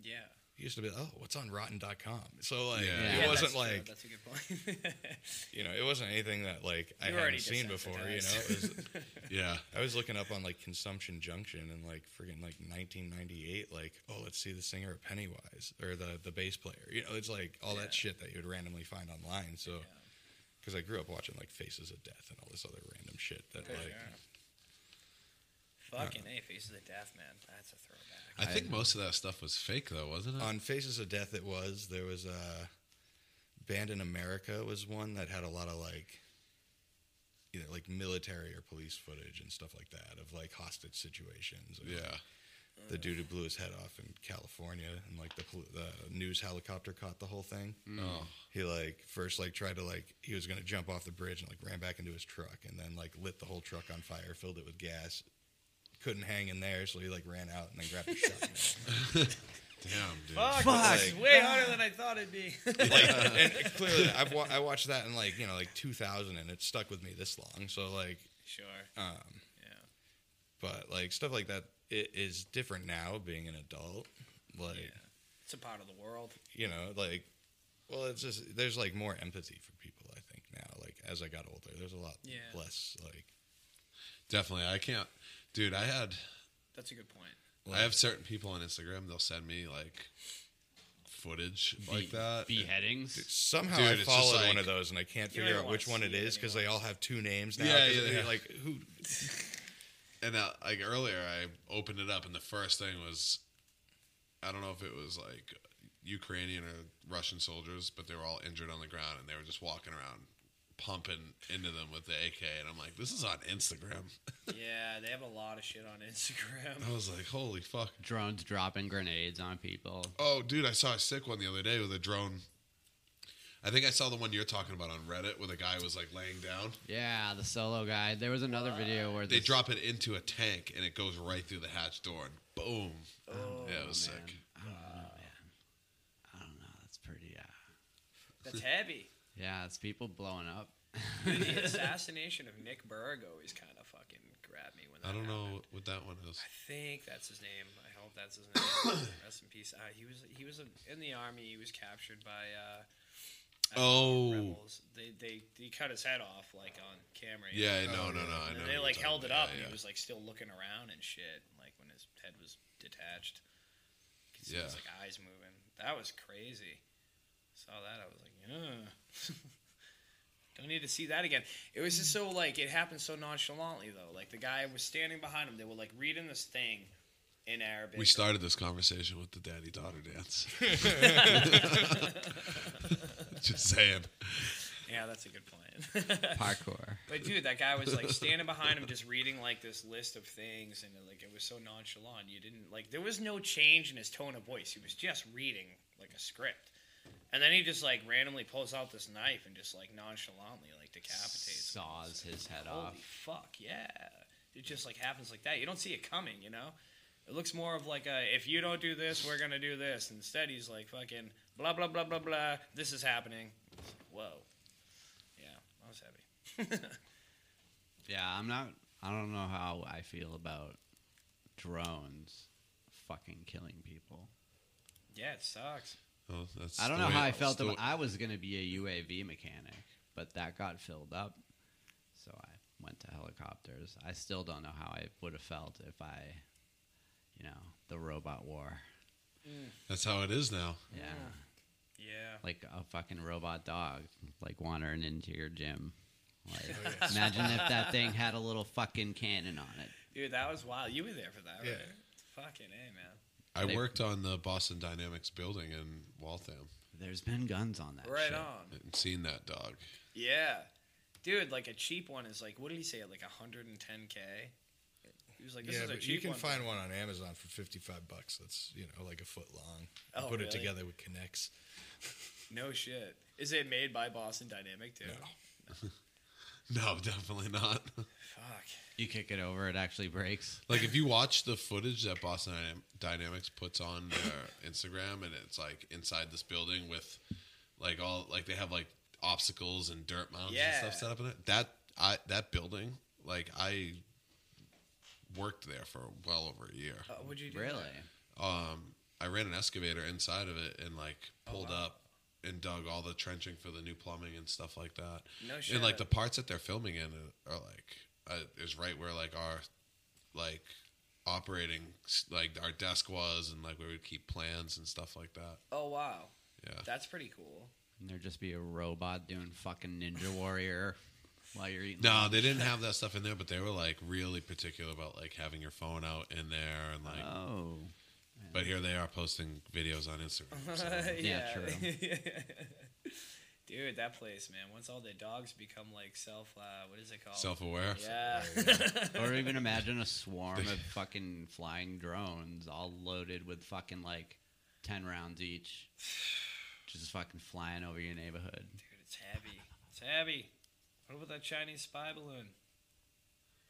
Speaker 2: Yeah.
Speaker 3: you used to be, oh, what's on Rotten.com? So like,
Speaker 1: Yeah.
Speaker 3: it
Speaker 4: Yeah,
Speaker 2: that's
Speaker 3: wasn't
Speaker 2: true.
Speaker 3: like
Speaker 2: That's a good point. *laughs*
Speaker 3: you know, it wasn't anything that like I
Speaker 2: You're already
Speaker 3: hadn't seen before. You know,
Speaker 2: *laughs* desensitized.
Speaker 3: it was,
Speaker 1: Yeah.
Speaker 3: I was looking up on like Consumption Junction and like friggin' like 1998, like oh, let's see the singer of Pennywise or the the bass player. You know, it's like all
Speaker 2: Yeah.
Speaker 3: that shit that you would randomly find online. So. because I grew up watching like Faces of Death and all this other random shit that
Speaker 2: Yeah.
Speaker 3: like
Speaker 2: Fucking A, Face of the Death, man. That's a throwback.
Speaker 1: I think most of that stuff was fake, though, wasn't it?
Speaker 3: on Faces of Death it was there was a band in America was one that had a lot of like either like military or police footage and stuff like that of like hostage situations. and, like,
Speaker 1: yeah.
Speaker 3: the dude who blew his head off in California and like the pol- the news helicopter caught the whole thing.
Speaker 1: Oh.
Speaker 3: He like first like tried to like he was gonna jump off the bridge and like ran back into his truck and then like lit the whole truck on fire, filled it with gas. Couldn't hang in there, so he like ran out and then grabbed a
Speaker 2: *laughs*
Speaker 3: shotgun.
Speaker 1: Damn, dude.
Speaker 2: Fuck,
Speaker 3: this is
Speaker 2: way harder than I thought it'd be. *laughs*
Speaker 3: like, and clearly, I've wa- I watched that in like you know like 2000 and it stuck with me this long. So like,
Speaker 2: sure.
Speaker 3: um,
Speaker 2: Yeah.
Speaker 3: but like stuff like that it is different now being an adult. Like
Speaker 2: Yeah. It's a part of the world.
Speaker 3: you know like, well, it's just there's like more empathy for people. I think now like as I got older, there's a lot
Speaker 2: Yeah.
Speaker 3: less like
Speaker 1: Definitely. I can't. Dude, I had.
Speaker 2: That's a good point.
Speaker 1: I have certain people on Instagram. They'll send me like footage like
Speaker 4: Be-
Speaker 1: that.
Speaker 4: Beheadings.
Speaker 3: Somehow
Speaker 1: Dude,
Speaker 3: I
Speaker 1: it's just
Speaker 3: followed
Speaker 1: like-
Speaker 3: one of those and I can't
Speaker 2: You don't
Speaker 3: figure
Speaker 2: even
Speaker 3: out which
Speaker 2: wanna
Speaker 3: one it
Speaker 2: see it
Speaker 3: is because they all have two names now.
Speaker 1: Yeah,
Speaker 3: 'cause
Speaker 1: yeah,
Speaker 3: they're
Speaker 1: yeah.
Speaker 3: Like who?
Speaker 1: and uh, like earlier, I opened it up, and the first thing was, I don't know if it was like Ukrainian or Russian soldiers, but they were all injured on the ground, and they were just walking around pumping into them with the AK, and I'm like, this is on Instagram. *laughs*
Speaker 2: Yeah, they have a lot of shit on *laughs* Instagram.
Speaker 1: I was like, holy fuck.
Speaker 4: Drones dropping grenades on people.
Speaker 1: Oh, dude, I saw a sick one the other day with a drone. I think I saw the one you're talking about on Reddit, where the guy was like laying down.
Speaker 4: Yeah, the solo guy. There was another video where
Speaker 1: They
Speaker 4: this-
Speaker 1: drop it into a tank, and it goes right through the hatch door, and boom.
Speaker 2: Oh,
Speaker 1: yeah, it was
Speaker 4: man.
Speaker 1: sick.
Speaker 4: I don't know, man. I don't know. That's pretty. Uh,
Speaker 2: That's *laughs* heavy.
Speaker 4: yeah, it's people blowing up.
Speaker 2: the assassination of Nick Berg always kind of fucking grabbed me when
Speaker 1: I
Speaker 2: that
Speaker 1: don't know
Speaker 2: happened.
Speaker 1: what that one is.
Speaker 2: I think that's his name. I hope that's his
Speaker 1: *coughs*
Speaker 2: name. Rest in peace. Uh, he was he was a, in the army. He was captured by uh, I don't know,
Speaker 1: Oh.
Speaker 2: rebels. They they he cut his head off like on camera. you
Speaker 1: Yeah,
Speaker 2: know?
Speaker 1: no, no, no. I
Speaker 2: And
Speaker 1: know
Speaker 2: then
Speaker 1: what
Speaker 2: Oh, they
Speaker 1: you're
Speaker 2: like
Speaker 1: talking
Speaker 2: held it
Speaker 1: about.
Speaker 2: up,
Speaker 1: Yeah,
Speaker 2: and
Speaker 1: yeah.
Speaker 2: he was like still looking around and shit. Like when his head was detached, you could see
Speaker 1: Yeah.
Speaker 2: his like eyes moving. That was crazy. Saw that, I was like, yeah. *laughs* Don't need to see that again. It was just so like it happened so nonchalantly though. Like the guy was standing behind him. They were like reading this thing in Arabic.
Speaker 1: We started this conversation with the daddy daughter
Speaker 2: *laughs*
Speaker 1: dance. *laughs* Just saying.
Speaker 2: Yeah, that's a good point. *laughs*
Speaker 4: Parkour.
Speaker 2: But dude, that guy was like standing behind him, just reading like this list of things, and like it was so nonchalant. You didn't like there was no change in his tone of voice. He was just reading like a script, and then he just like randomly pulls out this knife and just like nonchalantly like decapitates. him.
Speaker 4: saws his head
Speaker 2: Holy
Speaker 4: off.
Speaker 2: fuck, yeah! It just like happens like that. You don't see it coming, you know. It looks more of like a if you don't do this, we're gonna do this. Instead, he's like fucking blah blah blah blah blah. This is happening. It's like, Whoa. Yeah, I was heavy. *laughs*
Speaker 4: Yeah, I'm not. I don't know how I feel about drones fucking killing people.
Speaker 2: Yeah, it sucks.
Speaker 1: Oh, that's
Speaker 4: I don't
Speaker 1: the
Speaker 4: know
Speaker 1: way-
Speaker 4: how I
Speaker 1: that's
Speaker 4: felt
Speaker 1: the
Speaker 4: about.
Speaker 1: way-
Speaker 4: I was going to be a UAV mechanic, but that got filled up, so I went to helicopters. I still don't know how I would have felt if I, you know, the robot war.
Speaker 1: That's how it is now.
Speaker 4: Yeah,
Speaker 2: Yeah.
Speaker 4: like a fucking robot dog, like wandering into your gym. Like,
Speaker 3: Oh, yeah.
Speaker 4: imagine if that thing had a little fucking cannon on it.
Speaker 2: Dude, that was wild. You were there for that,
Speaker 3: Yeah.
Speaker 2: right? Fucking A, man.
Speaker 1: I
Speaker 4: They-
Speaker 1: worked on the Boston Dynamics building in Waltham
Speaker 4: There's been guns on that.
Speaker 2: Right
Speaker 4: shit.
Speaker 2: on.
Speaker 1: and seen that dog. *laughs*
Speaker 2: Yeah. Dude, like a cheap one is like, what did he say? Like 110K? He was like, this
Speaker 3: yeah,
Speaker 2: is a
Speaker 3: but
Speaker 2: cheap
Speaker 3: you can
Speaker 2: one.
Speaker 3: find one on Amazon for fifty-five bucks. That's you know like a foot long. You
Speaker 2: Oh,
Speaker 3: put it
Speaker 2: really?
Speaker 3: together with connects.
Speaker 2: no shit. Is it made by Boston Dynamic, too?
Speaker 3: No.
Speaker 1: No, definitely not.
Speaker 2: Fuck.
Speaker 4: You kick it over, it actually breaks.
Speaker 1: like if you watch the footage that Boston Dynam- Dynamics puts on their Instagram, and it's like inside this building with like all like they have like obstacles and dirt mounds and
Speaker 2: Yeah.
Speaker 1: stuff set up in it. That I that building, like I worked there for well over a year.
Speaker 2: Uh, would you do?
Speaker 4: Really?
Speaker 1: um, I ran an excavator inside of it and like pulled
Speaker 2: Oh, wow.
Speaker 1: up and dug all the trenching for the new plumbing and stuff like that.
Speaker 2: No
Speaker 1: And like
Speaker 2: shit.
Speaker 1: the parts that they're filming in are like uh, is right where like our like operating s- like our desk was and like where we'd keep plans and stuff like that.
Speaker 2: Oh, wow.
Speaker 1: Yeah.
Speaker 2: That's pretty cool.
Speaker 4: And there'd just be a robot doing fucking Ninja Warrior *laughs* while you're eating.
Speaker 1: No, they didn't have that stuff in there, but they were like really particular about like having your phone out in there and like.
Speaker 4: Oh.
Speaker 1: But here they are posting videos on Instagram.
Speaker 2: *laughs*
Speaker 1: so-
Speaker 4: Yeah, true.
Speaker 2: Dude, that place, man. Once all the dogs become like self, uh, what is it called?
Speaker 1: Self-aware.
Speaker 2: Yeah. *laughs*
Speaker 4: or even imagine a swarm of fucking flying drones all loaded with fucking like 10 rounds each. Just fucking flying over your neighborhood.
Speaker 2: Dude, it's heavy. It's heavy. What about that Chinese spy balloon?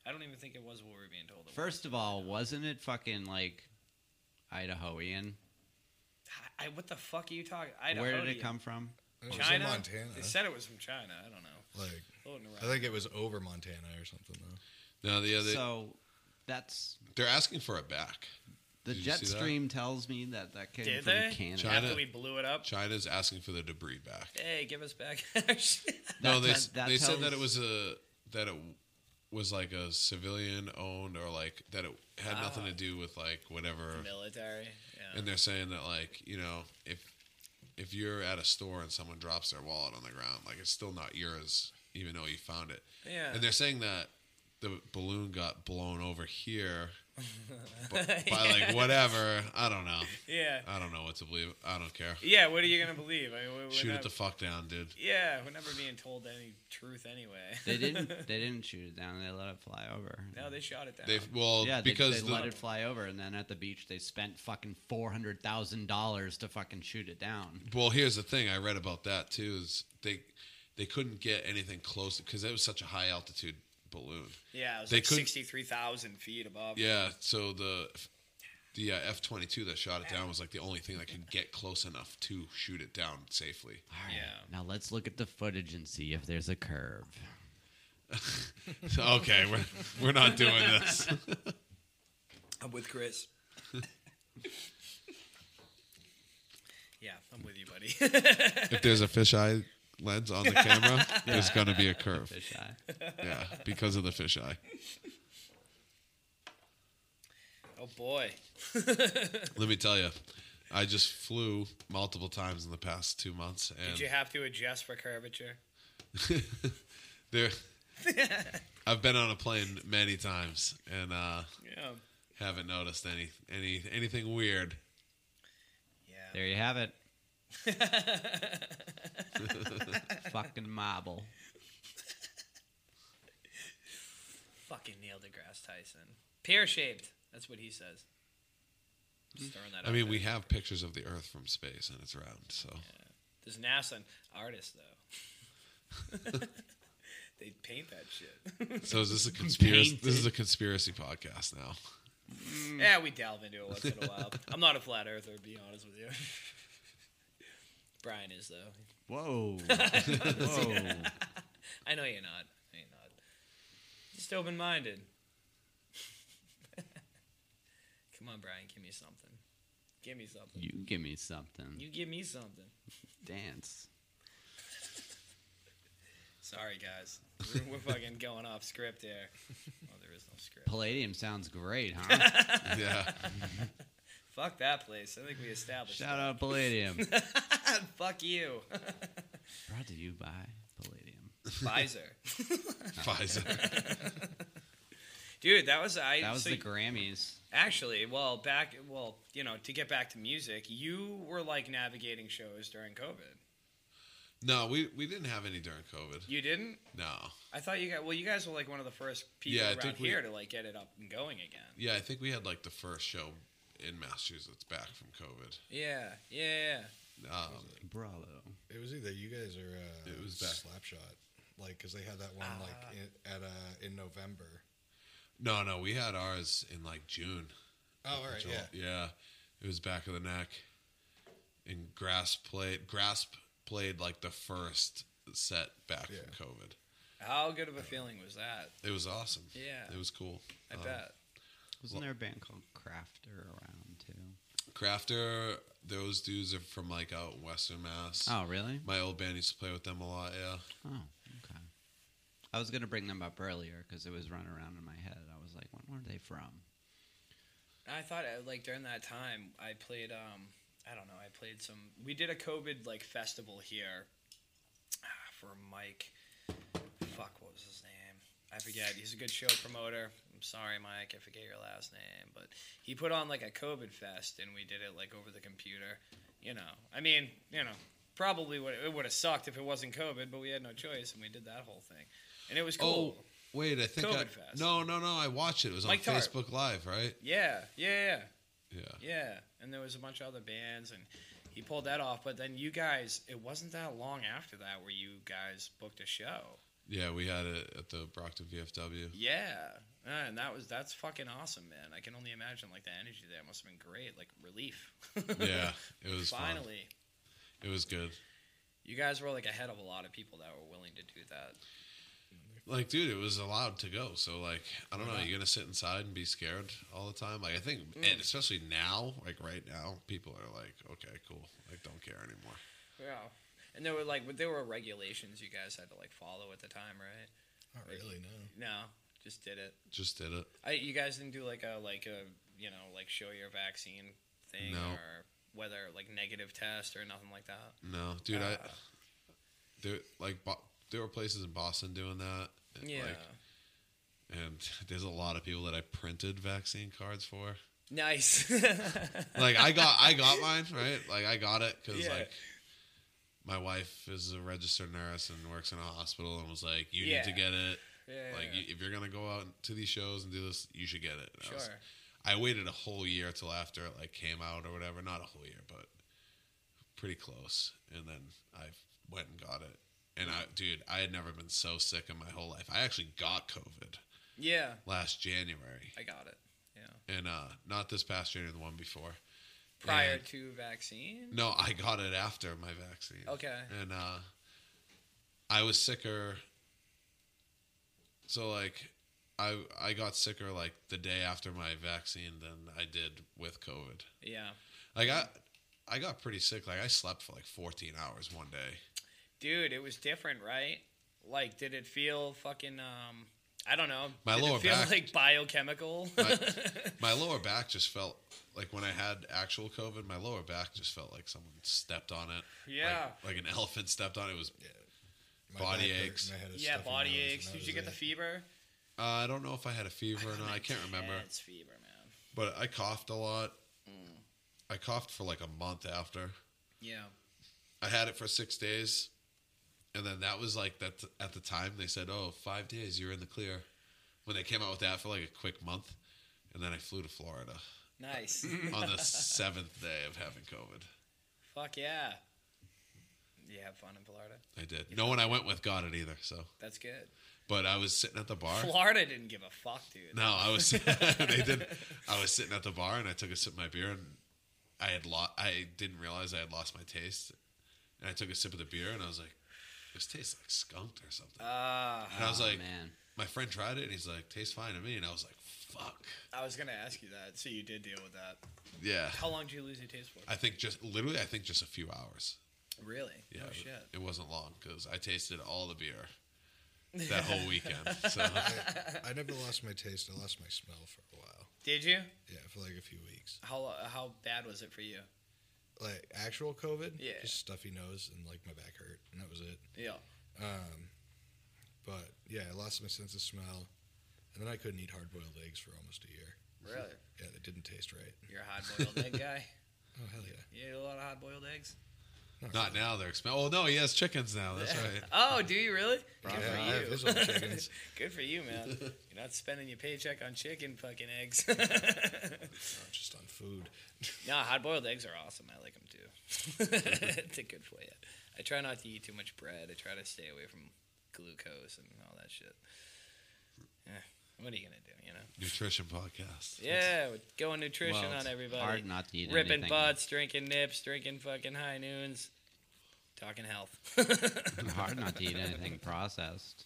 Speaker 2: I don't even think it was what we were being told. It
Speaker 4: First of all, wasn't it fucking like Idahoian?
Speaker 2: was. I, I- what the fuck are you talking? I
Speaker 4: Where did it come from?
Speaker 3: It was in
Speaker 2: China,
Speaker 3: Montana.
Speaker 2: They said it was from China. I don't know.
Speaker 3: Like
Speaker 2: Floating
Speaker 3: I
Speaker 2: around.
Speaker 3: think it was over Montana or something though.
Speaker 1: No, the other
Speaker 4: So that's
Speaker 1: they're asking for it back.
Speaker 4: the
Speaker 1: Did you
Speaker 4: jet
Speaker 1: see that?
Speaker 4: stream tells me that that came
Speaker 2: Did
Speaker 4: from
Speaker 2: they?
Speaker 4: Canada.
Speaker 1: China-
Speaker 2: After we blew it up,
Speaker 1: China's asking for the debris back.
Speaker 2: hey, give us back *laughs* our shit.
Speaker 1: no, they,
Speaker 4: That-
Speaker 1: s-
Speaker 4: that
Speaker 1: they said that
Speaker 4: tells-
Speaker 1: it was a that it was like a civilian owned or like that it had nothing to
Speaker 4: Oh.
Speaker 1: do with like whatever.
Speaker 2: Military. Yeah.
Speaker 1: And they're saying that like you know if if you're at a store and someone drops their wallet on the ground, like it's still not yours, even though you found it.
Speaker 2: Yeah.
Speaker 1: And they're saying that the balloon got blown over
Speaker 4: *laughs*
Speaker 1: here. b- by like whatever, I don't know.
Speaker 2: yeah.
Speaker 1: I don't know what to believe. I don't care.
Speaker 2: Yeah. What are you gonna believe? I mean, we're, we're
Speaker 1: Shoot
Speaker 2: not,
Speaker 1: it the fuck down, dude.
Speaker 2: Yeah, we're never being told any truth anyway.
Speaker 4: they didn't. They didn't shoot it down. They let it fly over.
Speaker 2: *laughs* no, they shot it down.
Speaker 1: They well
Speaker 4: yeah, they,
Speaker 1: because
Speaker 4: they
Speaker 1: the-
Speaker 4: let it fly over, and then at the beach they spent fucking four hundred thousand dollars to fucking shoot it down.
Speaker 1: Well, here's the thing I read about that too is they they couldn't get anything close because it was such a high altitude balloon.
Speaker 2: yeah, it was
Speaker 1: they
Speaker 2: like
Speaker 1: couldn't-
Speaker 2: sixty-three thousand feet above.
Speaker 1: Yeah, so the the uh, F-22 that shot it down was like the only thing that could get close enough to shoot it down safely. *laughs*
Speaker 4: All right,
Speaker 2: Yeah.
Speaker 4: now let's look at the footage and see if there's a curve.
Speaker 1: okay, we're we're not doing this.
Speaker 2: I'm with Chris. *laughs* yeah, I'm with you, buddy.
Speaker 1: *laughs*
Speaker 2: *laughs*
Speaker 1: if there's a fisheye lens on the *laughs* camera, there's going to be a curve.
Speaker 4: Fish eye. *laughs*
Speaker 1: Yeah, because of the fisheye.
Speaker 2: oh boy. *laughs*
Speaker 1: Let me tell you. I just flew multiple times in the past 2 months and
Speaker 2: Did you have to adjust for curvature?
Speaker 1: there I've been on a plane many times and uh
Speaker 2: Yeah.
Speaker 1: haven't noticed any any anything weird.
Speaker 2: Yeah.
Speaker 4: There you have *laughs* it. fucking marble.
Speaker 2: Fucking Neil deGrasse Tyson. Pear shaped. That's what he says. Just throwing that
Speaker 1: I
Speaker 2: out
Speaker 1: mean,
Speaker 2: there.
Speaker 1: we have pictures of the Earth from space and it's round, so
Speaker 2: There's NASA an artist *laughs* though. they paint that shit.
Speaker 1: so is this a conspiracy?
Speaker 4: Painted.
Speaker 1: This is a conspiracy podcast now.
Speaker 2: Yeah, we delve into it once in a *laughs* while. I'm not a flat earther, to be honest *laughs* with you. Brian is though.
Speaker 4: *laughs* Whoa.
Speaker 2: I
Speaker 4: Whoa.
Speaker 2: know you're not. I know you're not. Just open *laughs* minded. Come on, Brian, give me something. Give me something.
Speaker 4: You give me something.
Speaker 2: You give me something.
Speaker 4: Dance.
Speaker 2: Sorry, guys. We're, we're fucking going off script *laughs* there. Oh, there is no script.
Speaker 4: Palladium sounds great, *laughs* huh?
Speaker 1: yeah.
Speaker 2: Fuck that place. I think we established
Speaker 4: Shout out *laughs* Palladium.
Speaker 2: that. Fuck
Speaker 4: *laughs*
Speaker 2: you.
Speaker 4: Brought to you by Palladium.
Speaker 2: Pfizer.
Speaker 1: Pfizer.
Speaker 2: *laughs* Dude, that was I
Speaker 4: That was
Speaker 2: so
Speaker 4: the Grammys.
Speaker 2: Actually, well, back, well, you know, to get back to music, you were like navigating shows during COVID.
Speaker 1: No, we, we didn't have any during COVID.
Speaker 2: You didn't?
Speaker 1: No.
Speaker 2: I thought you got, well, you guys were like one of the first people
Speaker 1: Yeah, I
Speaker 2: around
Speaker 1: think we-
Speaker 2: here to like get it up and going again.
Speaker 1: Yeah, I think we had like the first show in Massachusetts back from COVID.
Speaker 2: Yeah, yeah,
Speaker 1: Um,
Speaker 4: Bravo.
Speaker 3: It was either you guys or uh,
Speaker 1: It was back-
Speaker 3: Slapshot, like because they had that one like
Speaker 2: Ah.
Speaker 3: in, at uh, in November.
Speaker 1: no, no, we had ours in like June.
Speaker 3: Oh, all right,
Speaker 1: Jul-
Speaker 3: yeah.
Speaker 1: It was back of the neck. And Grasp played Grasp played like the first set back
Speaker 3: Yeah.
Speaker 1: from COVID.
Speaker 2: yeah. How good of a feeling was that?
Speaker 1: It was awesome.
Speaker 2: Yeah.
Speaker 1: It was cool.
Speaker 2: I
Speaker 1: Um,
Speaker 2: bet.
Speaker 4: Wasn't there a band called Crafter around too?
Speaker 1: Crafter, those dudes are from like out in Western Mass.
Speaker 4: Oh, really?
Speaker 1: My old band used to play with them a lot, yeah.
Speaker 4: Oh, okay. I was gonna bring them up earlier because it was running around in my head. I was like, when were they from?
Speaker 2: I thought uh, like during that time I played um I don't know I played some we did a COVID like festival here ah, for Mike fuck what was his name I forget he's a good show promoter I'm sorry Mike I forget your last name but he put on like a COVID fest and we did it like over the computer you know I mean you know probably would it would have sucked if it wasn't COVID but we had no choice and we did that whole thing and it was cool
Speaker 1: Oh, wait, I think I,
Speaker 2: COVID fest.
Speaker 1: No, no, no, I watched it. It was
Speaker 2: Mike
Speaker 1: on
Speaker 2: Tart.
Speaker 1: Facebook Live, right?
Speaker 2: yeah yeah yeah
Speaker 1: Yeah.
Speaker 2: Yeah, and there was a bunch of other bands, and he pulled that off. But then you guys, it wasn't that long after that where you guys booked a show.
Speaker 1: Yeah, we had it at the Brockton VFW.
Speaker 2: Yeah, and that was that's fucking awesome, man. I can only imagine like the energy there must have been great, like relief.
Speaker 1: Yeah, it
Speaker 2: *laughs*
Speaker 1: was fun.
Speaker 2: Finally,
Speaker 1: It was good.
Speaker 2: you guys were like ahead of a lot of people that were willing to do that.
Speaker 1: Like, dude, it was allowed to go. So, like, I don't know. You're gonna sit inside and be scared all the time. Like, I think,
Speaker 2: Mm.
Speaker 1: and especially now, like right now, people are like, okay, cool. Like, don't care anymore.
Speaker 2: Yeah, and there were like there were regulations you guys had to like follow at the time, right?
Speaker 3: Not really, no.
Speaker 2: No, just did it.
Speaker 1: Just did it.
Speaker 2: I, you guys didn't do like a like a you know like show your vaccine thing
Speaker 1: No.
Speaker 2: or whether like negative test or nothing like that.
Speaker 1: No, dude, I.
Speaker 2: Ah.
Speaker 1: There, like, Bo- there were places in Boston doing that. and,
Speaker 2: Yeah.
Speaker 1: Like, and *laughs* there's a lot of people that I printed vaccine cards
Speaker 2: *laughs*
Speaker 1: for.
Speaker 2: nice.
Speaker 1: Like I got I got mine right. Like I got it because
Speaker 2: Yeah.
Speaker 1: like my wife is a registered nurse and works in a hospital and was like, you
Speaker 2: Yeah.
Speaker 1: need to get it.
Speaker 2: yeah.
Speaker 1: Like you, if you're gonna go out to these shows and do this, you should get it. And I,
Speaker 2: sure.
Speaker 1: was- I waited a whole year till after it like came out or whatever. Not a whole year, but pretty close. And then I went and got it. And I, dude, I had never been so sick in my whole life. I actually got COVID
Speaker 2: Yeah,
Speaker 1: last January,
Speaker 2: I got it. Yeah.
Speaker 1: and uh, not this past January, the one before.
Speaker 2: Prior
Speaker 1: And-
Speaker 2: to vaccine.
Speaker 1: No, I got it after my vaccine.
Speaker 2: Okay.
Speaker 1: And uh, I was sicker. So like, I I got sicker like the day after my vaccine than I did with COVID.
Speaker 2: Yeah.
Speaker 1: Like I I got pretty sick. Like I slept for like 14 hours one day.
Speaker 2: Dude, it was different, right? Like, did it feel fucking um? I don't know.
Speaker 1: My
Speaker 2: did
Speaker 1: lower
Speaker 2: it feel
Speaker 1: back-
Speaker 2: like biochemical. *laughs*
Speaker 1: My, my lower back just felt like when I had actual COVID, my lower back just felt like someone stepped on it.
Speaker 2: yeah.
Speaker 1: Like, like an *laughs* elephant stepped on it. It was
Speaker 3: My
Speaker 1: Body
Speaker 3: back hurt,
Speaker 1: aches.
Speaker 3: and I had a
Speaker 2: yeah,
Speaker 3: stuffy
Speaker 2: body
Speaker 3: nose, and
Speaker 2: aches.
Speaker 3: that
Speaker 2: Did
Speaker 3: was
Speaker 2: you get
Speaker 3: it.
Speaker 2: the fever?
Speaker 1: uh, I don't know if I had a fever or not. I can't remember.
Speaker 2: It's fever, man.
Speaker 1: But I coughed a lot. I coughed for like a month after.
Speaker 2: Yeah.
Speaker 1: I had it for six days, and then that was like that. At the time, they said, "Oh, five days, you're in the clear." When they came out with that for like a quick month, and then I flew to Florida *laughs*
Speaker 2: Nice.
Speaker 1: on the seventh day of having COVID.
Speaker 2: Fuck yeah. You have fun in Florida.
Speaker 1: I did. No one I went with got it either. So,
Speaker 2: That's good.
Speaker 1: but I was sitting at the bar.
Speaker 2: Florida didn't give a fuck, dude.
Speaker 1: No, I was. *laughs* they did. I was sitting at the bar and I took a sip of my beer and I had lost. I didn't realize I had lost my taste, and I took a sip of the beer and I was like, "This tastes like skunked or something."
Speaker 2: Ah,
Speaker 1: and I was
Speaker 4: Oh,
Speaker 1: like,
Speaker 4: man,
Speaker 1: my friend tried it and he's like, tastes fine to me. And I was like, fuck.
Speaker 2: I was gonna ask you that. So you did deal with that.
Speaker 1: Yeah.
Speaker 2: How long did you lose your taste for?
Speaker 1: I think just literally, I think just a few hours.
Speaker 2: Really?
Speaker 1: Yeah.
Speaker 2: oh
Speaker 1: it-
Speaker 2: shit.
Speaker 1: It wasn't long because I tasted all the
Speaker 2: *laughs*
Speaker 1: beer that whole weekend. So
Speaker 3: I never lost my taste. I lost my smell for a while.
Speaker 2: Did you?
Speaker 3: Yeah, for like a few weeks.
Speaker 2: How how bad was it for you?
Speaker 3: Like actual COVID.
Speaker 2: Yeah.
Speaker 3: Just stuffy nose and like my back hurt, and that was it.
Speaker 2: Yeah.
Speaker 3: Um, but yeah, I lost my sense of smell, and then I couldn't eat hard-boiled eggs for almost a year.
Speaker 2: Really?
Speaker 3: Yeah, that didn't taste right.
Speaker 2: You're a hard
Speaker 1: *laughs*
Speaker 2: boiled egg guy.
Speaker 3: Oh hell yeah.
Speaker 2: You ate a lot of hard boiled eggs.
Speaker 1: not now. They're expensive. Oh no, he has chickens now. That's right.
Speaker 2: Oh, do you really?
Speaker 3: yeah, I have
Speaker 2: Good
Speaker 3: his
Speaker 2: for *laughs*
Speaker 3: own
Speaker 2: you.
Speaker 3: chickens.
Speaker 2: Good for
Speaker 1: *laughs*
Speaker 2: you, man. You're not spending your paycheck on chicken fucking eggs.
Speaker 3: Not just on food.
Speaker 2: no, hard boiled eggs are awesome. I like them too. *laughs* They're good for you. I try not to eat too much bread. I try to stay away from glucose and all that shit. Yeah. What are you gonna do? You know.
Speaker 1: Nutrition podcast.
Speaker 2: Yeah, we're going nutrition
Speaker 4: Well,
Speaker 2: on
Speaker 4: it's
Speaker 2: everybody.
Speaker 4: Hard not to eat
Speaker 2: Ripping
Speaker 4: anything.
Speaker 2: butts, drinking nips, drinking fucking high noons, talking health.
Speaker 4: *laughs*
Speaker 2: *laughs*
Speaker 4: hard not to eat anything processed.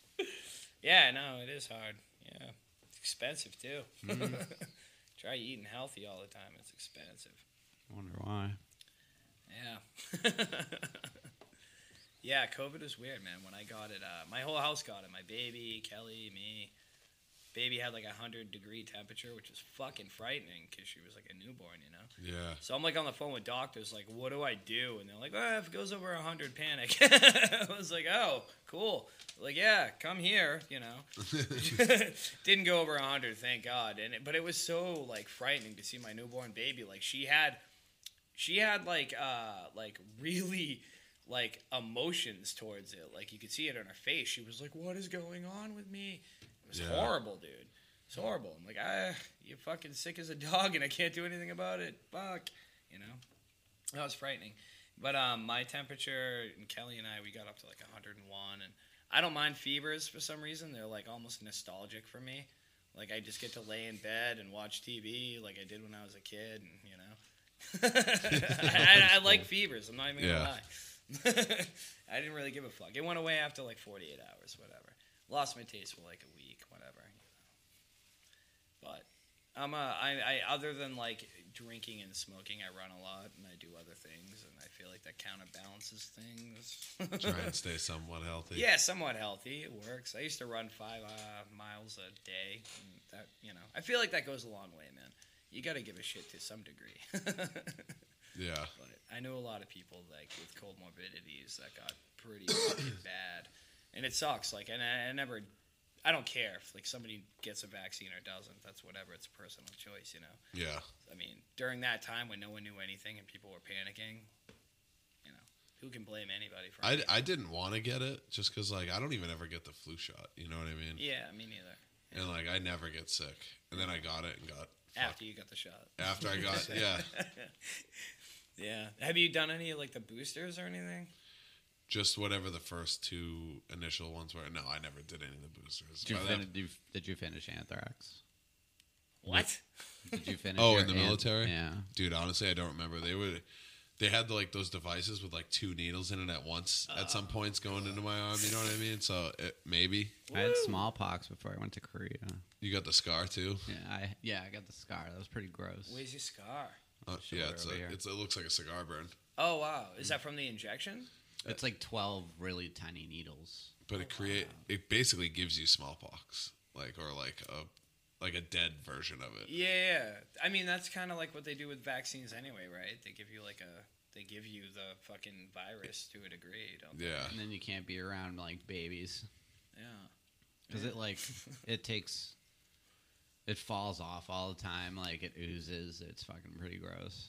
Speaker 2: yeah, no, it is hard. Yeah, it's expensive too.
Speaker 4: Mm-hmm.
Speaker 2: *laughs* Try eating healthy all the time; it's expensive.
Speaker 4: Wonder why.
Speaker 2: Yeah. *laughs* yeah, COVID was weird, man. When I got it, uh, my whole house got it. My baby, Kelly, me. Baby had like a hundred degree temperature, which was fucking frightening because she was like a newborn, you know.
Speaker 1: Yeah. *laughs*
Speaker 2: So I'm like on the phone with doctors, like, what do I do? And they're like, oh, if it goes over 100, panic. *laughs* I was like, oh, cool. Like, yeah, come here, you know. *laughs* Didn't go over 100, thank God. And it, but it was so like frightening to see my newborn baby. Like she had, she had like, uh, like really like emotions towards it. Like you could see it on her face. She was like, what is going on with me? It was
Speaker 1: Yeah.
Speaker 2: horrible, dude. It's horrible. I'm like, ah, you're fucking sick as a dog, and I can't do anything about it. Fuck, you know. That was frightening. But um, my temperature and Kelly and I, we got up to like 101, and I don't mind fevers for some reason. They're like almost nostalgic for me. Like I just get to lay in bed and watch TV, like I did when I was a kid, and you know. *laughs* I, I like fevers. I'm not even gonna
Speaker 1: Yeah.
Speaker 2: lie. *laughs* I didn't really give a fuck. It went away after like 48 hours, whatever. Lost my taste for like a week, whatever. But I'm a, I, I other than like drinking and smoking, I run a lot and I do other things, and I feel like that counterbalances things.
Speaker 1: Try and stay somewhat healthy.
Speaker 2: *laughs* yeah, somewhat healthy. It works. I used to run five uh, miles a day. And that you know, I feel like that goes a long way, man. You got to give a shit to some degree. *laughs*
Speaker 1: Yeah.
Speaker 2: But I know a lot of people like with cold morbidities that got pretty fucking bad, and it sucks. Like, and I, I never, I don't care if like somebody gets a vaccine or doesn't. That's whatever. It's a personal choice, you know.
Speaker 1: Yeah.
Speaker 2: I mean, during that time when no one knew anything and people were panicking, you know, who can blame anybody for?
Speaker 1: I,
Speaker 2: anything?
Speaker 1: I didn't want to get it just because like I don't even ever get the flu shot. You know what I mean?
Speaker 2: yeah, me neither.
Speaker 1: And like I never get sick. And then I got it and got fucked
Speaker 2: After you got the shot.
Speaker 1: after I
Speaker 2: *laughs*
Speaker 1: got yeah
Speaker 2: Yeah. Have you done any like the boosters or anything?
Speaker 1: just whatever the first two initial ones were. No, I never did any of the boosters.
Speaker 4: Did you,
Speaker 1: By that-
Speaker 4: fin- did, you, did you finish anthrax?
Speaker 2: What?
Speaker 4: Did you finish?
Speaker 1: Oh,
Speaker 4: your
Speaker 1: in the
Speaker 4: anth-
Speaker 1: military?
Speaker 4: yeah.
Speaker 1: Dude, honestly, I don't remember. They would, they had like those devices with like two needles in it at once. at
Speaker 4: Ah.
Speaker 1: some points, going into my arm, you know what I mean? So it, maybe
Speaker 4: I had smallpox before I went to Korea.
Speaker 1: you got the scar too.
Speaker 4: Yeah, I yeah, I got the scar. That was pretty gross.
Speaker 2: Where's your scar?
Speaker 1: Uh,
Speaker 4: Shoulder
Speaker 1: yeah, it's,
Speaker 4: over
Speaker 1: a,
Speaker 4: here.
Speaker 1: it's it looks like a cigar burn,
Speaker 2: Oh wow, is that from the injection?
Speaker 4: It's like twelve really tiny needles.
Speaker 1: but it create it basically gives you smallpox, like or like a like a dead version of it.
Speaker 2: Yeah, yeah. I mean, that's kind of like what they do with vaccines anyway, right? They give you like a they give you the fucking virus to a degree, don't they?
Speaker 1: Yeah,
Speaker 4: And then you can't be around like babies
Speaker 2: Yeah.
Speaker 4: because
Speaker 2: *laughs*
Speaker 4: it like it takes it falls off all the time. Like it oozes. It's fucking pretty gross.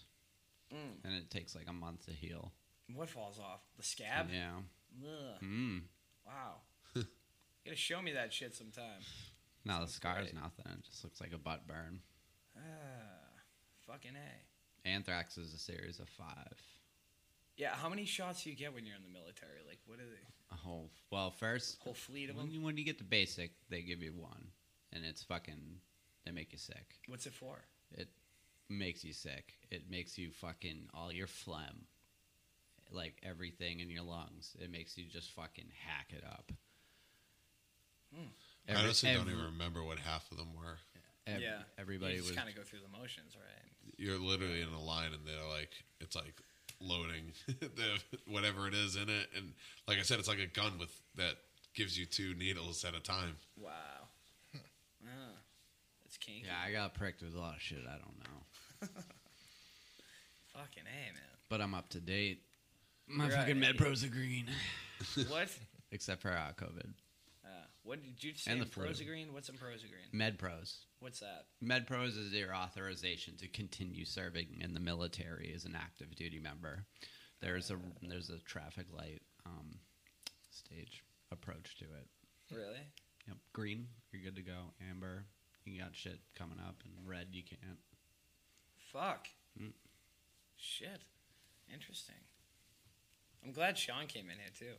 Speaker 2: Mm.
Speaker 4: And it takes like a month to heal.
Speaker 2: What falls off? The scab?
Speaker 4: Yeah.
Speaker 2: Ugh.
Speaker 4: Mm.
Speaker 2: Wow. you gotta show me that shit sometime.
Speaker 4: No, the scar is
Speaker 2: great.
Speaker 4: nothing. It just looks like a butt burn.
Speaker 2: Ah, fucking A.
Speaker 4: Anthrax is a series of five.
Speaker 2: Yeah, how many shots do you get when you're in the military? Like, what are the
Speaker 4: A whole well, first
Speaker 2: whole fleet of
Speaker 4: when
Speaker 2: them?
Speaker 4: you, when you get the basic, they give you one, and it's fucking. They make you sick.
Speaker 2: What's it for?
Speaker 4: It makes you sick. It makes you fucking all your phlegm, like
Speaker 2: Hmm.
Speaker 4: everything in your lungs. It makes you just fucking hack it up.
Speaker 1: I honestly don't even remember what half of them were.
Speaker 4: ev-
Speaker 2: yeah.
Speaker 4: Everybody
Speaker 2: you
Speaker 4: was
Speaker 2: just kind of go through the motions, right?
Speaker 1: You're literally in a line, and they're like, it's like loading *laughs* the whatever it is in it, and like I said, it's like a gun with that gives you two needles at a time.
Speaker 2: Wow. Ah, it's kinky.
Speaker 4: Yeah, I got pricked with a lot of shit. I don't know,
Speaker 2: Fucking A,
Speaker 4: but I'm up to date. My
Speaker 2: You're
Speaker 4: fucking
Speaker 2: right.
Speaker 4: med pros are green,
Speaker 2: man. what?
Speaker 4: except for uh, COVID.
Speaker 2: Uh, what did you say?
Speaker 4: And
Speaker 2: And
Speaker 4: the
Speaker 2: the
Speaker 4: flu.
Speaker 2: Prozagreen? What's in Prozagreen?
Speaker 4: Med pros.
Speaker 2: What's that?
Speaker 4: Med pros is your authorization to continue serving in the military as an active duty member. There's a there's a traffic light um, stage approach to it.
Speaker 2: Really?
Speaker 4: Yep, green, you're good to go. Amber, you got shit coming up, and red, you can't.
Speaker 2: Fuck.
Speaker 4: Mm.
Speaker 2: Shit. Interesting. I'm glad Sean came in here too.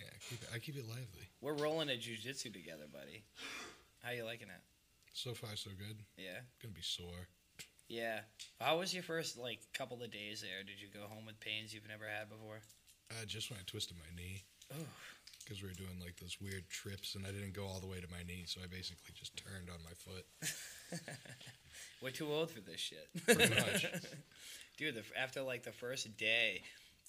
Speaker 3: Yeah, keep it, I keep it lively.
Speaker 2: We're rolling a jujitsu together, buddy. How you liking it?
Speaker 3: So far, so good.
Speaker 2: Yeah.
Speaker 3: Gonna be sore.
Speaker 2: Yeah. How was your first like couple of days there? Did you go home with pains you've never had before?
Speaker 3: Uh, just when I twisted my knee,
Speaker 2: Oh.
Speaker 3: because we were doing like those weird trips, and I didn't go all the way to my knee, so I basically just turned on my foot.
Speaker 2: *laughs* We're too old for this *laughs* shit.
Speaker 3: Pretty much.
Speaker 2: Dude, the, after like the first day,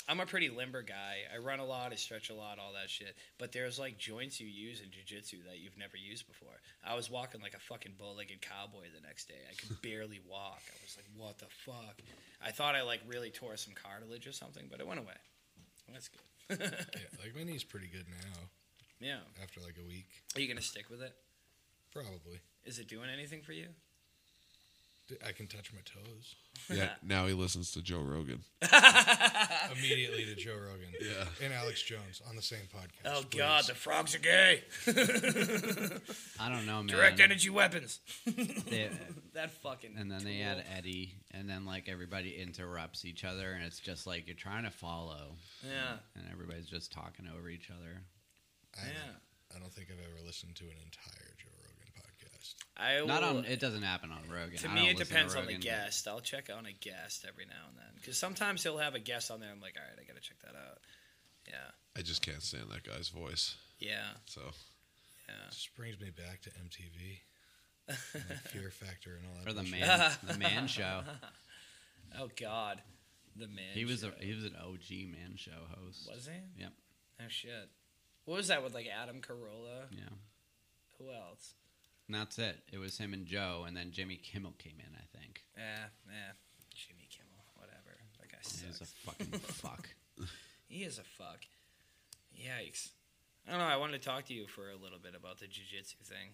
Speaker 2: I'm a pretty limber guy. I run a lot, I stretch a lot, all that shit. But there's like joints you use in jujitsu that you've never used before. I was walking like a fucking bow-legged cowboy the next day. I *laughs* could barely walk. I was like, what the fuck? I thought I like really tore some cartilage or something, but it went away. That's good. *laughs*
Speaker 3: yeah, like my knee's pretty good now.
Speaker 2: yeah.
Speaker 3: After like a week,
Speaker 2: Are you gonna stick with it?
Speaker 3: probably
Speaker 2: Is it doing anything for you?
Speaker 3: D- I can touch my
Speaker 2: *laughs*
Speaker 3: toes
Speaker 1: Yeah, now he listens to Joe Rogan.
Speaker 3: immediately to Joe Rogan.
Speaker 1: Yeah.
Speaker 3: and Alex Jones on the same podcast.
Speaker 2: Oh
Speaker 3: please.
Speaker 2: god, the frogs are gay. *laughs*
Speaker 4: I don't know, man.
Speaker 2: Direct energy weapons.
Speaker 4: They-
Speaker 2: *laughs* That fucking.
Speaker 4: and then
Speaker 2: *laughs*
Speaker 4: they add
Speaker 2: tool.
Speaker 4: Eddie, and then like everybody interrupts each other, and it's just like you're trying to follow,
Speaker 2: Yeah.
Speaker 4: and everybody's just talking over each other.
Speaker 3: I,
Speaker 2: Yeah.
Speaker 3: I don't think I've ever listened to an entire Joe Rogan podcast.
Speaker 2: I will,
Speaker 4: Not on. It doesn't happen on Rogan.
Speaker 2: To
Speaker 4: I
Speaker 2: me,
Speaker 4: don't
Speaker 2: it
Speaker 4: listen to
Speaker 2: depends on the
Speaker 4: Rogan.
Speaker 2: guest. I'll check on a guest every now and then because sometimes he'll have a guest on there. I'm like, all right, I gotta check that out. Yeah,
Speaker 1: I just can't stand that guy's voice.
Speaker 2: yeah,
Speaker 1: So
Speaker 2: yeah.
Speaker 3: Just brings me back
Speaker 2: *laughs*
Speaker 3: to MTV, and, like, Fear Factor, and all that.
Speaker 4: for the
Speaker 3: bullshit.
Speaker 4: man, the man show.
Speaker 2: Oh God, the man.
Speaker 4: He was a
Speaker 2: show.
Speaker 4: he was an OG man show host.
Speaker 2: Was he?
Speaker 4: Yep.
Speaker 2: Oh shit. What was that with like Adam Carolla?
Speaker 4: Yeah,
Speaker 2: Who else?
Speaker 4: and that's it. It was him and Joe, and then Jimmy Kimmel came in. I think
Speaker 2: Yeah, yeah. Eh, Jimmy Kimmel, whatever. That guy
Speaker 4: he was
Speaker 2: sucks.
Speaker 4: a
Speaker 2: *laughs*
Speaker 4: fucking fuck.
Speaker 2: He is a fuck. Yikes. I don't know. I wanted to talk to you for a little bit about the jujitsu thing.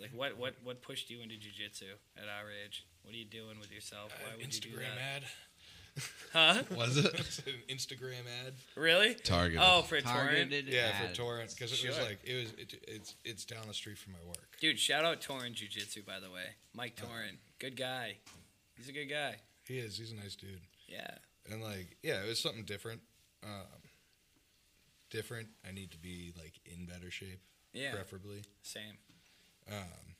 Speaker 2: Like, what, what, what pushed you into jujitsu at our age? What are you doing with yourself?
Speaker 3: Uh,
Speaker 2: Why would you do
Speaker 3: Instagram
Speaker 2: that?
Speaker 3: *laughs* ad.
Speaker 2: *laughs* Huh?
Speaker 1: was it
Speaker 3: It's *laughs* an Instagram ad.
Speaker 2: Really?
Speaker 1: targeted?
Speaker 2: Oh, for Torrent.
Speaker 4: Targeted.
Speaker 3: Yeah,
Speaker 4: ads.
Speaker 3: for torrent because it was
Speaker 2: Sure.
Speaker 3: like it was it, it's it's down the street from my work.
Speaker 2: Dude, shout out Torrent Jiu-Jitsu, by the way. Mike
Speaker 3: Oh.
Speaker 2: Torrent, good guy. He's a good guy.
Speaker 3: He is. He's a nice dude.
Speaker 2: Yeah.
Speaker 3: And like, yeah, it was something different. Um, different. I need to be like in better shape,
Speaker 2: Yeah.
Speaker 3: preferably.
Speaker 2: Same.
Speaker 3: Um,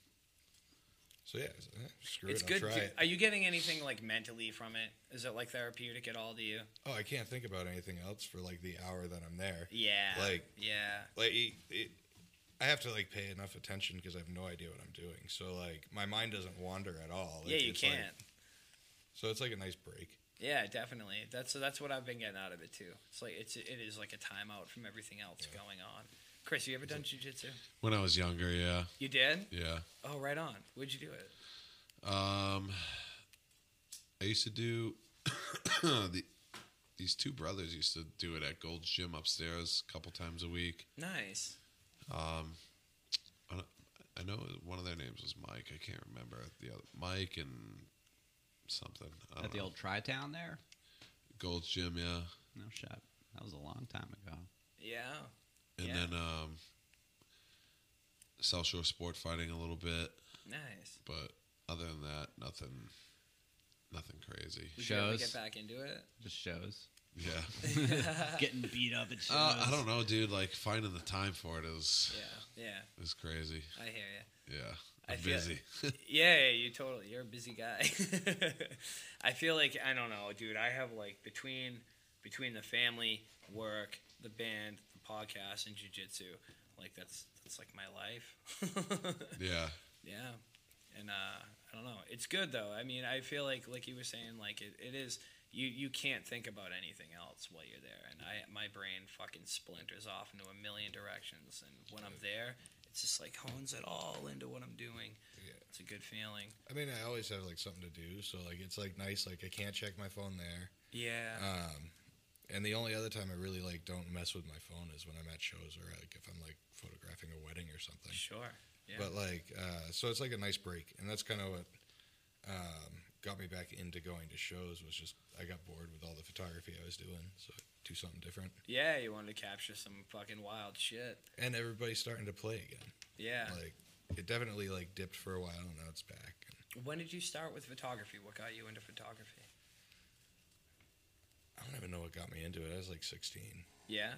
Speaker 3: so yeah, I was like, eh, screw
Speaker 2: It's
Speaker 3: it.
Speaker 2: good.
Speaker 3: I'll
Speaker 2: to-
Speaker 3: try it.
Speaker 2: Are you getting anything like mentally from it? Is it like therapeutic at all to you?
Speaker 3: Oh, I can't think about anything else for like the hour that I'm there.
Speaker 2: Yeah.
Speaker 3: Like-
Speaker 2: Yeah.
Speaker 3: Like, it, it, I have to like pay enough attention because I have no idea what I'm doing. So like, my mind doesn't wander at all.
Speaker 2: yeah,
Speaker 3: Like,
Speaker 2: you
Speaker 3: it's like-
Speaker 2: can't.
Speaker 3: so it's like a nice break.
Speaker 2: Yeah, definitely. That's that's what I've been getting out of it too. It's like it's it is like a timeout from everything else going on. Chris, you ever done jujitsu?
Speaker 1: When I was younger, yeah,
Speaker 2: You did?
Speaker 1: yeah.
Speaker 2: Oh, right on. Where'd you do it?
Speaker 1: Um, I used to do *coughs* the these two brothers used to do it at Gold's Gym upstairs a couple times a week.
Speaker 2: Nice.
Speaker 1: Um, I, don't- I know one of their names was Mike. I can't remember the other Mike and something. I don't
Speaker 4: at the
Speaker 1: know.
Speaker 4: old Tri Town there.
Speaker 1: Gold's Gym, yeah.
Speaker 4: No shit. That was a long time ago.
Speaker 2: Yeah.
Speaker 1: And
Speaker 2: Yeah.
Speaker 1: then um, South Shore Sport Fighting a little bit,
Speaker 2: Nice.
Speaker 1: but other than that, nothing, nothing crazy.
Speaker 2: Did you ever
Speaker 4: Shows.
Speaker 2: get back into it? *laughs*
Speaker 4: Just shows.
Speaker 3: *laughs*
Speaker 1: Yeah.
Speaker 4: Getting beat up at shows.
Speaker 1: Uh, I don't know, dude. Like finding the time for it is
Speaker 2: Yeah. Yeah.
Speaker 1: is crazy.
Speaker 2: I hear you.
Speaker 1: Yeah,
Speaker 2: I
Speaker 1: I'm
Speaker 2: feel-
Speaker 1: busy.
Speaker 2: Yeah, yeah, you totally. You're a busy guy. *laughs* I feel like I don't know, dude. I have like between between the family, work, the band, the podcast, and jujitsu. Like that's It's like my life.
Speaker 1: *laughs*
Speaker 2: *laughs*
Speaker 1: Yeah.
Speaker 2: yeah, and uh, I don't know. It's good though. I mean, I feel like like you were saying, like it, it is. You you can't think about anything else while you're there, and I my brain fucking splinters off into a million directions, and when I'm there, it's just like hones it all into what I'm doing.
Speaker 3: Yeah.
Speaker 2: It's a good feeling.
Speaker 3: I mean, I always have like something to do, so like it's like nice. Like I can't check my phone there.
Speaker 2: Yeah.
Speaker 3: Um, and the only other time I really like don't mess with my phone is when I'm at shows or like if I'm like photographing a wedding or something.
Speaker 2: Sure. Yeah.
Speaker 3: But like, uh, so it's like a nice break, and that's kind of what um, got me back into going to shows. Was just I got bored with all the photography I was doing, so do something different.
Speaker 2: Yeah, you wanted to capture some fucking wild shit.
Speaker 3: And everybody's starting to play again.
Speaker 2: Yeah.
Speaker 3: Like it definitely like dipped for a while, and now it's back.
Speaker 2: when did you start with photography? What got you into photography?
Speaker 3: I don't even know what got me into it. I was like 16.
Speaker 2: Yeah.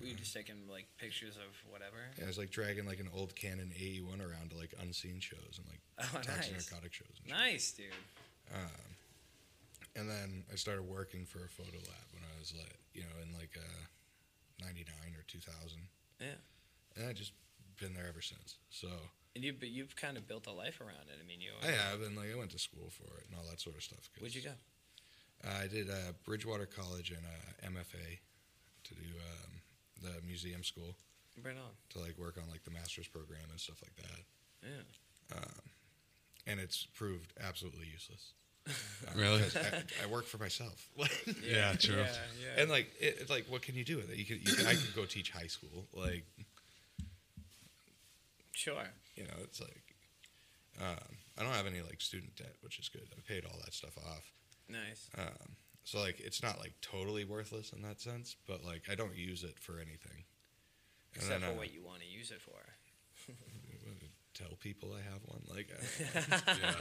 Speaker 2: Were you just taking like pictures of whatever? *laughs*
Speaker 3: Yeah, I was like dragging like an old Canon AE1 around to like unseen shows and like
Speaker 2: Oh,
Speaker 3: tax
Speaker 2: nice.
Speaker 3: narcotic shows. And, shit.
Speaker 2: Nice, dude.
Speaker 3: Um, and then I started working for a photo lab when I was like, you know, in like uh, 99 or 2000.
Speaker 2: Yeah.
Speaker 3: And I just been there ever since. So
Speaker 2: And you, but you've kind of built a life around it. I mean, you.
Speaker 3: I have, and like I went to school for it and all that sort of stuff. 'cause,
Speaker 2: Where'd you go?
Speaker 3: Uh, I did uh, Bridgewater College and uh, MFA to do um, the museum school
Speaker 2: Right on.
Speaker 3: to like work on like the master's program and stuff like that.
Speaker 2: Yeah.
Speaker 3: and it's proved absolutely useless. Uh,
Speaker 1: Really?
Speaker 2: *laughs*
Speaker 3: because I, I work for myself,
Speaker 1: Yeah, true.
Speaker 2: Yeah. Yeah.
Speaker 3: and like, it, it's like, what can you do with it? You could, you could, I could go teach high school, like,
Speaker 2: sure.
Speaker 3: you know, it's like, um, I don't have any like student debt, which is good. I paid all that stuff off,
Speaker 2: Nice.
Speaker 3: um, so like, it's not like totally worthless in that sense, but like, I don't use it for anything. And
Speaker 2: Except
Speaker 3: then,
Speaker 2: for
Speaker 3: uh,
Speaker 2: what you want to use it for.
Speaker 3: tell people I have one, like,
Speaker 2: *laughs*
Speaker 3: I,
Speaker 1: Yeah.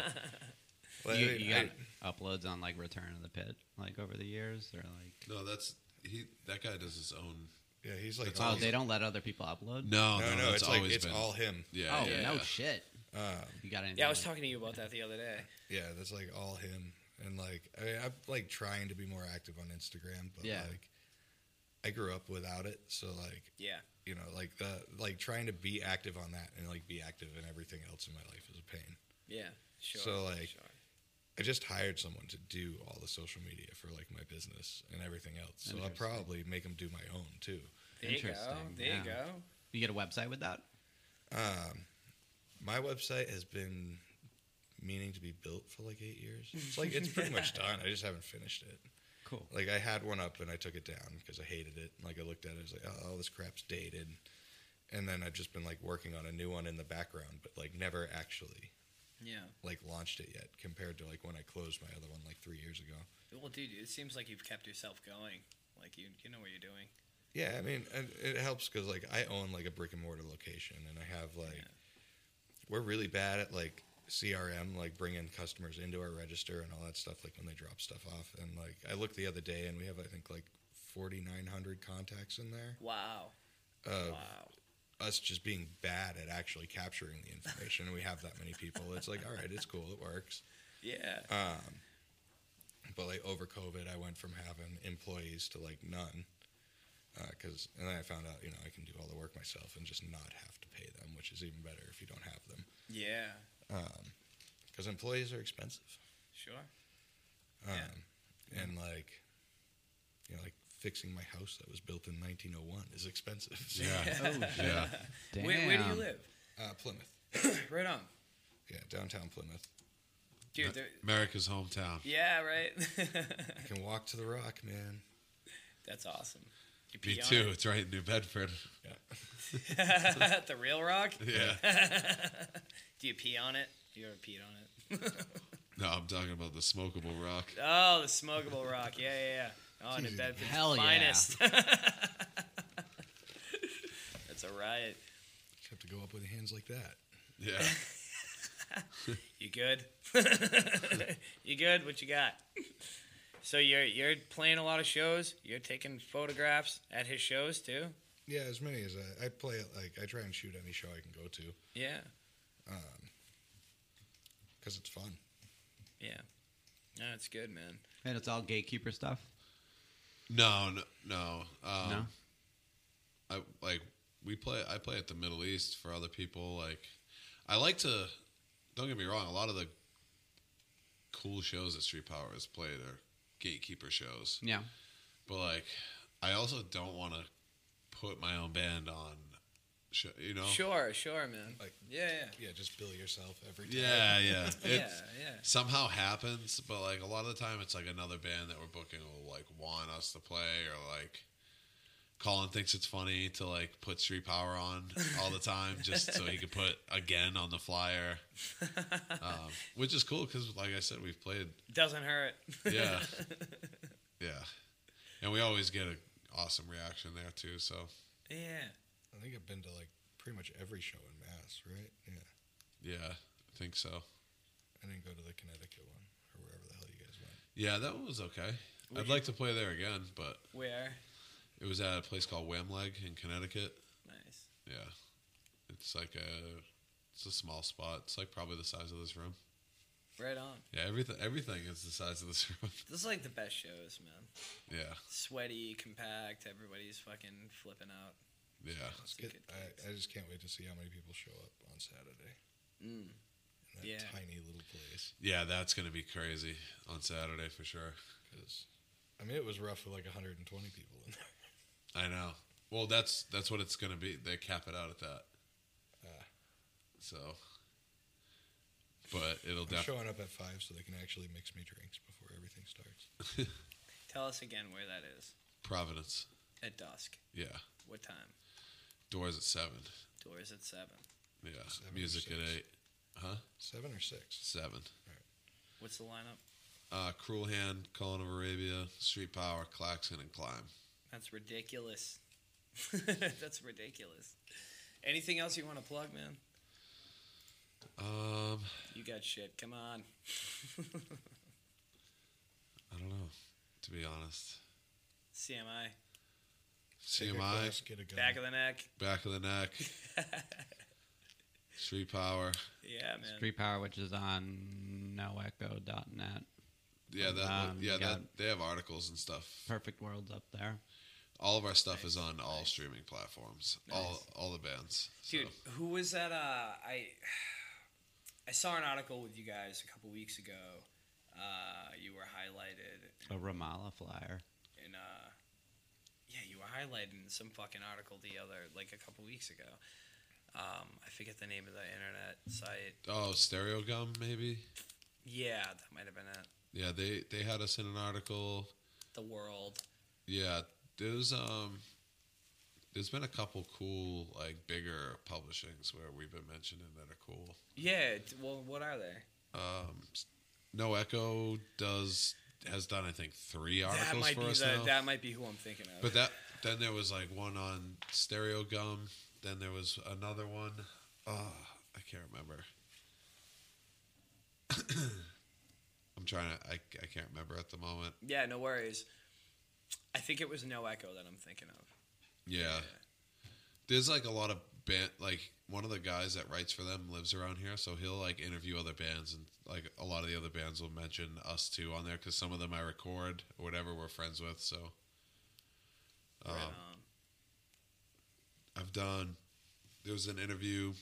Speaker 3: well,
Speaker 4: you,
Speaker 3: I mean,
Speaker 4: you got
Speaker 3: I-
Speaker 4: uploads on like Return of the Pit, like over the years, or like.
Speaker 1: No, that's he. That guy does his own.
Speaker 3: yeah, he's like,
Speaker 4: Oh,
Speaker 3: always-
Speaker 4: they don't let other people upload.
Speaker 1: No,
Speaker 3: no,
Speaker 1: no,
Speaker 3: no,
Speaker 1: that's
Speaker 3: it's like
Speaker 1: always
Speaker 3: it's
Speaker 1: been.
Speaker 3: all him.
Speaker 1: yeah,
Speaker 4: oh
Speaker 1: yeah,
Speaker 4: no
Speaker 1: yeah.
Speaker 4: shit!
Speaker 3: Um,
Speaker 4: You got anything?
Speaker 2: Yeah, I was
Speaker 4: like-
Speaker 2: talking to you about that the other day.
Speaker 3: Yeah, that's like all him. And like, I mean, I'm like trying to be more active on Instagram, but
Speaker 4: Yeah.
Speaker 3: like, I grew up without it, so like,
Speaker 2: Yeah.
Speaker 3: you know, like the like trying to be active on that and like be active in everything else in my life is a pain.
Speaker 2: Yeah. Sure.
Speaker 3: So, like-
Speaker 2: Sure.
Speaker 3: I just hired someone to do all the social media for like my business and everything else, so I'll
Speaker 4: Interesting.
Speaker 3: probably make them do my own too.
Speaker 2: There you go.
Speaker 4: Interesting,
Speaker 2: There you
Speaker 4: yeah.
Speaker 2: go.
Speaker 4: You get a website with that?
Speaker 3: Um, my website has been meaning to be built for like eight years. It's like it's
Speaker 4: *laughs*
Speaker 3: pretty much done. I just haven't finished it.
Speaker 4: Cool.
Speaker 3: Like I had one up and I took it down because I hated it. Like I looked at it, I was like, oh, all this crap's dated. And then I've just been like working on a new one in the background, but like never actually
Speaker 2: Yeah.
Speaker 3: like launched it yet. Compared to like when I closed my other one like three years ago.
Speaker 2: Well, dude, it seems like you've kept yourself going. Like you, you know what you're doing.
Speaker 3: Yeah, I mean, and it helps because like I own like a brick and mortar location, and I have like
Speaker 2: Yeah.
Speaker 3: we're really bad at like CRM, like bringing customers into our register and all that stuff. Like when they drop stuff off, and like I looked the other day, and we have I think like forty nine hundred contacts in there
Speaker 2: Wow.
Speaker 3: of
Speaker 2: wow.
Speaker 3: us just being bad at actually capturing the information. and we have that many people. It's like all right, it's cool, it works.
Speaker 2: Yeah.
Speaker 3: Um, but like over COVID, I went from having employees to like none. Because and then I found out you know I can do all the work myself and just not have to pay them, which is even better if you don't have them.
Speaker 2: Yeah.
Speaker 3: Because employees are expensive,
Speaker 2: Sure.
Speaker 3: um,
Speaker 2: Yeah.
Speaker 3: and like you know like fixing my house that was built in 1901 is expensive. *laughs* So,
Speaker 1: Yeah,
Speaker 2: *laughs*
Speaker 4: *laughs* Oh
Speaker 1: yeah.
Speaker 4: Damn.
Speaker 2: Where, where do you live?
Speaker 3: uh, Plymouth,
Speaker 2: Right on,
Speaker 3: yeah, downtown Plymouth. Uh,
Speaker 2: dude. there-
Speaker 1: America's hometown.
Speaker 2: Yeah, right. *laughs*
Speaker 3: I can walk to the Rock, man.
Speaker 2: That's awesome. You
Speaker 1: Me
Speaker 2: pee on
Speaker 1: too. It's right in New Bedford. *laughs*
Speaker 2: it? *laughs* the real rock.
Speaker 1: Yeah.
Speaker 2: *laughs* Do you pee on it? You ever peed on it?
Speaker 1: No, I'm talking about the smokable rock.
Speaker 2: *laughs* Oh, the smokable rock. Yeah, yeah, yeah. Oh, and the Bedford's
Speaker 4: Hell yeah.
Speaker 2: finest. *laughs* That's a riot.
Speaker 3: You have to go up with your hands like that.
Speaker 1: Yeah.
Speaker 2: You good? *laughs* you good? What you got? So you're you're playing a lot of shows. You're taking photographs at his shows too.
Speaker 3: Yeah, as many as I, I play, like I try and shoot any show I can go to.
Speaker 2: Yeah,
Speaker 3: because it's fun.
Speaker 2: yeah. No, it's good, man.
Speaker 4: And it's all gatekeeper stuff.
Speaker 1: No, no, no. Um,
Speaker 4: no.
Speaker 1: I like we play. I play at the Middle East for other people. Like, I like to. Don't get me wrong. A lot of the cool shows that Street Power has played are gatekeeper shows.
Speaker 4: Yeah.
Speaker 1: But like, I also don't want to put my own band on. Show, you know.
Speaker 2: Sure, sure, man.
Speaker 3: Like-
Speaker 2: yeah, yeah.
Speaker 3: Yeah, just bill yourself every time.
Speaker 1: Yeah, yeah.
Speaker 2: *laughs* Yeah,
Speaker 1: It's,
Speaker 2: yeah.
Speaker 1: somehow happens, but like a lot of the time, it's like another band that we're booking will like want us to play, or like Colin thinks it's funny to like put Street Power on all the time just so he could put again on the flyer, um, which is cool because, like I said, we've played,
Speaker 2: Doesn't hurt.
Speaker 1: yeah, yeah, and we always get an awesome reaction there too. So
Speaker 2: *laughs* Yeah.
Speaker 3: I think I've been to like pretty much every show in Mass, right? Yeah.
Speaker 1: yeah, I think so.
Speaker 3: I didn't go to the Connecticut one or wherever the hell you guys went.
Speaker 1: Yeah, that one was okay. I'd like to play there again, but
Speaker 2: Where?
Speaker 1: it was at a place called Whamleg in Connecticut.
Speaker 2: Nice.
Speaker 1: Yeah. It's like a it's a small spot. It's like probably the size of this room.
Speaker 2: Right on.
Speaker 1: Yeah, everything everything is the size of this *laughs* room.
Speaker 2: This is like the best shows, man.
Speaker 1: yeah.
Speaker 2: Sweaty, compact. Everybody's fucking flipping out.
Speaker 1: Yeah.
Speaker 2: It's a
Speaker 3: It,
Speaker 2: good place.
Speaker 3: I, I just can't wait to see how many people show up on Saturday
Speaker 2: Mm.
Speaker 3: in that
Speaker 2: Yeah.
Speaker 3: tiny little place.
Speaker 1: Yeah, that's going to be crazy on Saturday for sure.
Speaker 3: Because I mean, it was rough with like 120 people in there.
Speaker 1: I know. Well, that's that's what it's going to be. They cap it out at that.
Speaker 3: Ah.
Speaker 1: So but it'll
Speaker 3: I'm
Speaker 1: definitely
Speaker 3: showing up at five so they can actually mix me drinks before everything starts.
Speaker 2: Tell us again where that is.
Speaker 1: Providence.
Speaker 2: At dusk.
Speaker 1: Yeah.
Speaker 2: What time?
Speaker 1: Doors at 7.
Speaker 2: Doors at seven.
Speaker 1: Yeah.
Speaker 3: Seven or
Speaker 1: Music at
Speaker 3: six.
Speaker 1: 8. Huh?
Speaker 3: Seven or six.
Speaker 1: 7.
Speaker 2: What's the lineup?
Speaker 1: Uh, Cruel Hand, Colin of Arabia, Street Power, Claxon, and Climb.
Speaker 2: That's ridiculous. *laughs* That's ridiculous. Anything else you want to plug, man?
Speaker 1: Um,
Speaker 2: You got shit. Come on. *laughs*
Speaker 1: I don't know, to be honest.
Speaker 2: CMI.
Speaker 3: Take a
Speaker 1: CMI,
Speaker 3: glass, get a gun.
Speaker 2: Back of the neck. *laughs*
Speaker 1: back of the neck, Street Power.
Speaker 2: yeah, man.
Speaker 4: Street Power, which is on noecho.net.
Speaker 1: Yeah, that.
Speaker 4: Um,
Speaker 1: yeah, that.
Speaker 4: got-
Speaker 1: They have articles and stuff.
Speaker 4: Perfect World's up there.
Speaker 1: All of our stuff is on all streaming platforms. All all the bands. So.
Speaker 2: Dude, who was that? Uh, I *sighs* I saw an article with you guys a couple weeks ago. Uh, you were highlighted
Speaker 4: A Ramallah flyer.
Speaker 2: in uh, yeah, you were highlighted in some fucking article the other like a couple weeks ago. Um, I forget the name of the internet site.
Speaker 1: Oh, Stereo Gum, maybe.
Speaker 2: Yeah, that might have been it.
Speaker 1: Yeah, they they had us in an article.
Speaker 2: The world.
Speaker 1: Yeah, there's um, there's been a couple cool like bigger publishings where we've been mentioning that are cool.
Speaker 2: Yeah. t- Well, what are they?
Speaker 1: um, No Echo does has done I think three
Speaker 2: That
Speaker 1: articles
Speaker 2: might
Speaker 1: for
Speaker 2: be
Speaker 1: us
Speaker 2: the,
Speaker 1: now.
Speaker 2: that might be who I'm thinking of.
Speaker 1: but that then there was like one on Stereo Gum. Then there was another one. Oh, I can't remember. *coughs* I'm trying to. I, I can't remember at the moment.
Speaker 2: yeah, no worries. I think it was No Echo that I'm thinking of.
Speaker 1: Yeah. There's like a lot of band like one of the guys that writes for them lives around here, so he'll like interview other bands and like a lot of the other bands will mention us too on there because some of them I record or whatever we're friends with. So um,
Speaker 2: Right on.
Speaker 1: I've done. There was an interview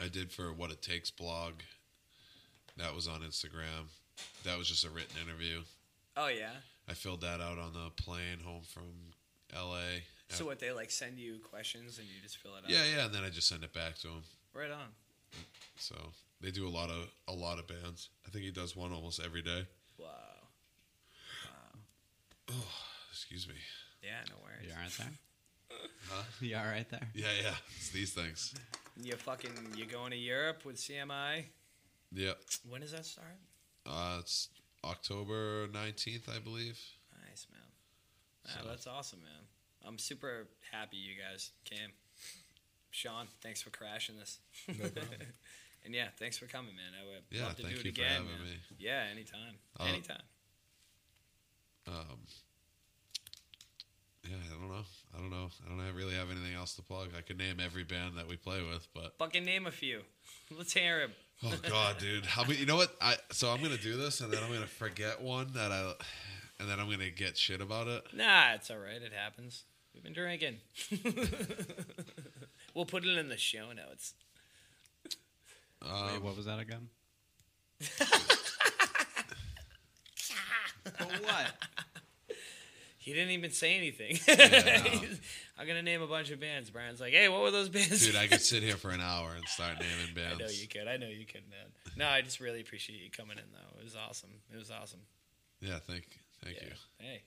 Speaker 1: I did for What It Takes blog. That was on Instagram. That was just a written interview.
Speaker 2: Oh yeah.
Speaker 1: I filled that out on the plane home from L.A.
Speaker 2: So what they like send you questions and you just fill it out.
Speaker 1: Yeah, yeah, and then I just send it back to him.
Speaker 2: Right on.
Speaker 1: So they do a lot of a lot of bands. I think he does one almost every day.
Speaker 2: Wow.
Speaker 1: Excuse me.
Speaker 2: Yeah, no worries.
Speaker 4: You all right there? *laughs* You all right there?
Speaker 1: Yeah, yeah. It's these things.
Speaker 2: You fucking you going to Europe with CMI?
Speaker 1: Yeah.
Speaker 2: When does that start?
Speaker 1: Uh, it's October nineteenth, I believe.
Speaker 2: Nice man. Wow,
Speaker 1: So-
Speaker 2: that's awesome, man. I'm super happy you guys came. Sean, thanks for crashing this.
Speaker 3: No problem.
Speaker 2: *laughs* and yeah, thanks for coming, man. I would
Speaker 1: Yeah,
Speaker 2: love to
Speaker 1: thank
Speaker 2: do it
Speaker 1: you for
Speaker 2: again.
Speaker 1: having
Speaker 2: man.
Speaker 1: me.
Speaker 2: Yeah, anytime.
Speaker 1: Uh,
Speaker 2: anytime.
Speaker 1: Um, yeah, I don't know. I don't know. I don't have- really have anything else to plug. I could name every band that we play with, but
Speaker 2: Fucking name a few. Let's hear him.
Speaker 1: *laughs* oh god, dude. How many? You know what? I so I'm gonna do this, and then I'm gonna forget one that I, and then I'm gonna get shit about it.
Speaker 2: Nah, it's all right. It happens. We've
Speaker 1: *laughs*
Speaker 2: been drinking. we'll put it in the show notes.
Speaker 1: Um,
Speaker 4: Wait, what was that again? but what?
Speaker 2: He didn't even say anything. *laughs* I'm gonna name a bunch of bands. Brian's like, hey, what were those bands? *laughs*
Speaker 1: Dude, I could sit here for an hour and start naming
Speaker 2: I
Speaker 1: bands.
Speaker 2: know you could. I know you could,
Speaker 1: *laughs*
Speaker 2: man. No, I just really appreciate you coming in, though. It was awesome. It was awesome.
Speaker 1: Yeah, thank, thank you.
Speaker 2: Hey,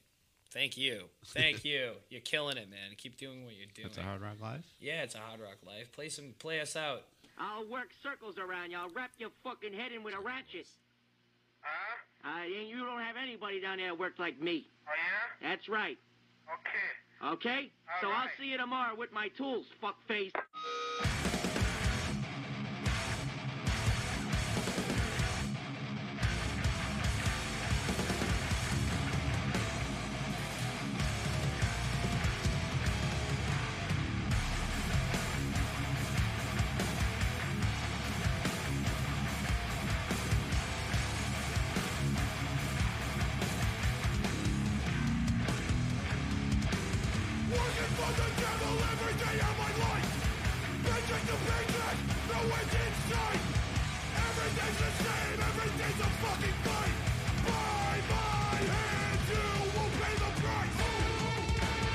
Speaker 2: thank you.
Speaker 1: *laughs*
Speaker 2: Thank you. You're killing it, man. Keep doing what you're doing.
Speaker 4: That's a hard rock life.
Speaker 2: yeah, it's a hard rock life. Play some. Play us out.
Speaker 7: I'll work circles around you. I'll wrap your fucking head in with a ratchet.
Speaker 8: Huh?
Speaker 7: Uh, and you don't have anybody down there that worked like me.
Speaker 8: Oh, yeah?
Speaker 7: That's right.
Speaker 8: Okay.
Speaker 7: Okay? so I'll
Speaker 8: Alright.
Speaker 7: see you tomorrow with my tools, fuckface.
Speaker 3: Working for the devil every day of my life. Paycheck to paycheck, no end in sight. Everything's the same, everything's a fucking fight. By my hand, you will pay the price.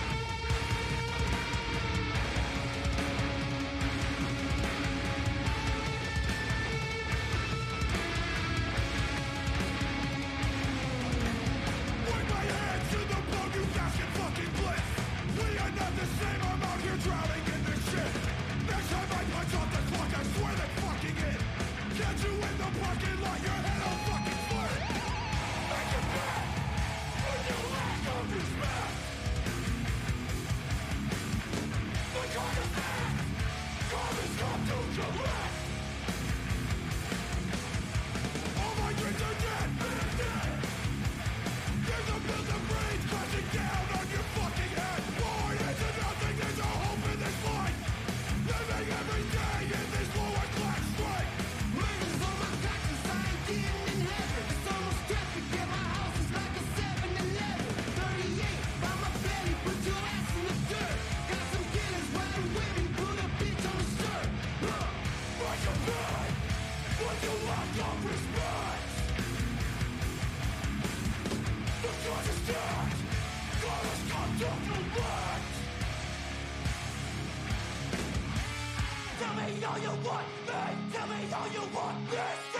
Speaker 3: Wipe my hands in the blood, you basket fucking bliss. We are not the same, I'm out here drowning in this shit. Next time I punch off the clock, I swear that fucking it. Catch you in the parking lot, your head will fucking split. Make it back when you lack of respect. The card is back, God is come to collect. All Oh my dreams are dead, they're dead. There's a build of brains crashing down on your fucking head. War into nothing, there's no hope in this life. Living every day in this lower class strife. Millions on my taxes, I ain't getting in heaven. It's almost traffic, yeah, my house is like a 7-Eleven. 38 by my belly, put your ass in the dirt. Got some killers riding with me, put a bitch on the shirt. Huh, break your back, but you lack of respect. The cause is dead. God has come to collect. Tell me all you want, me. Tell me all you want, this.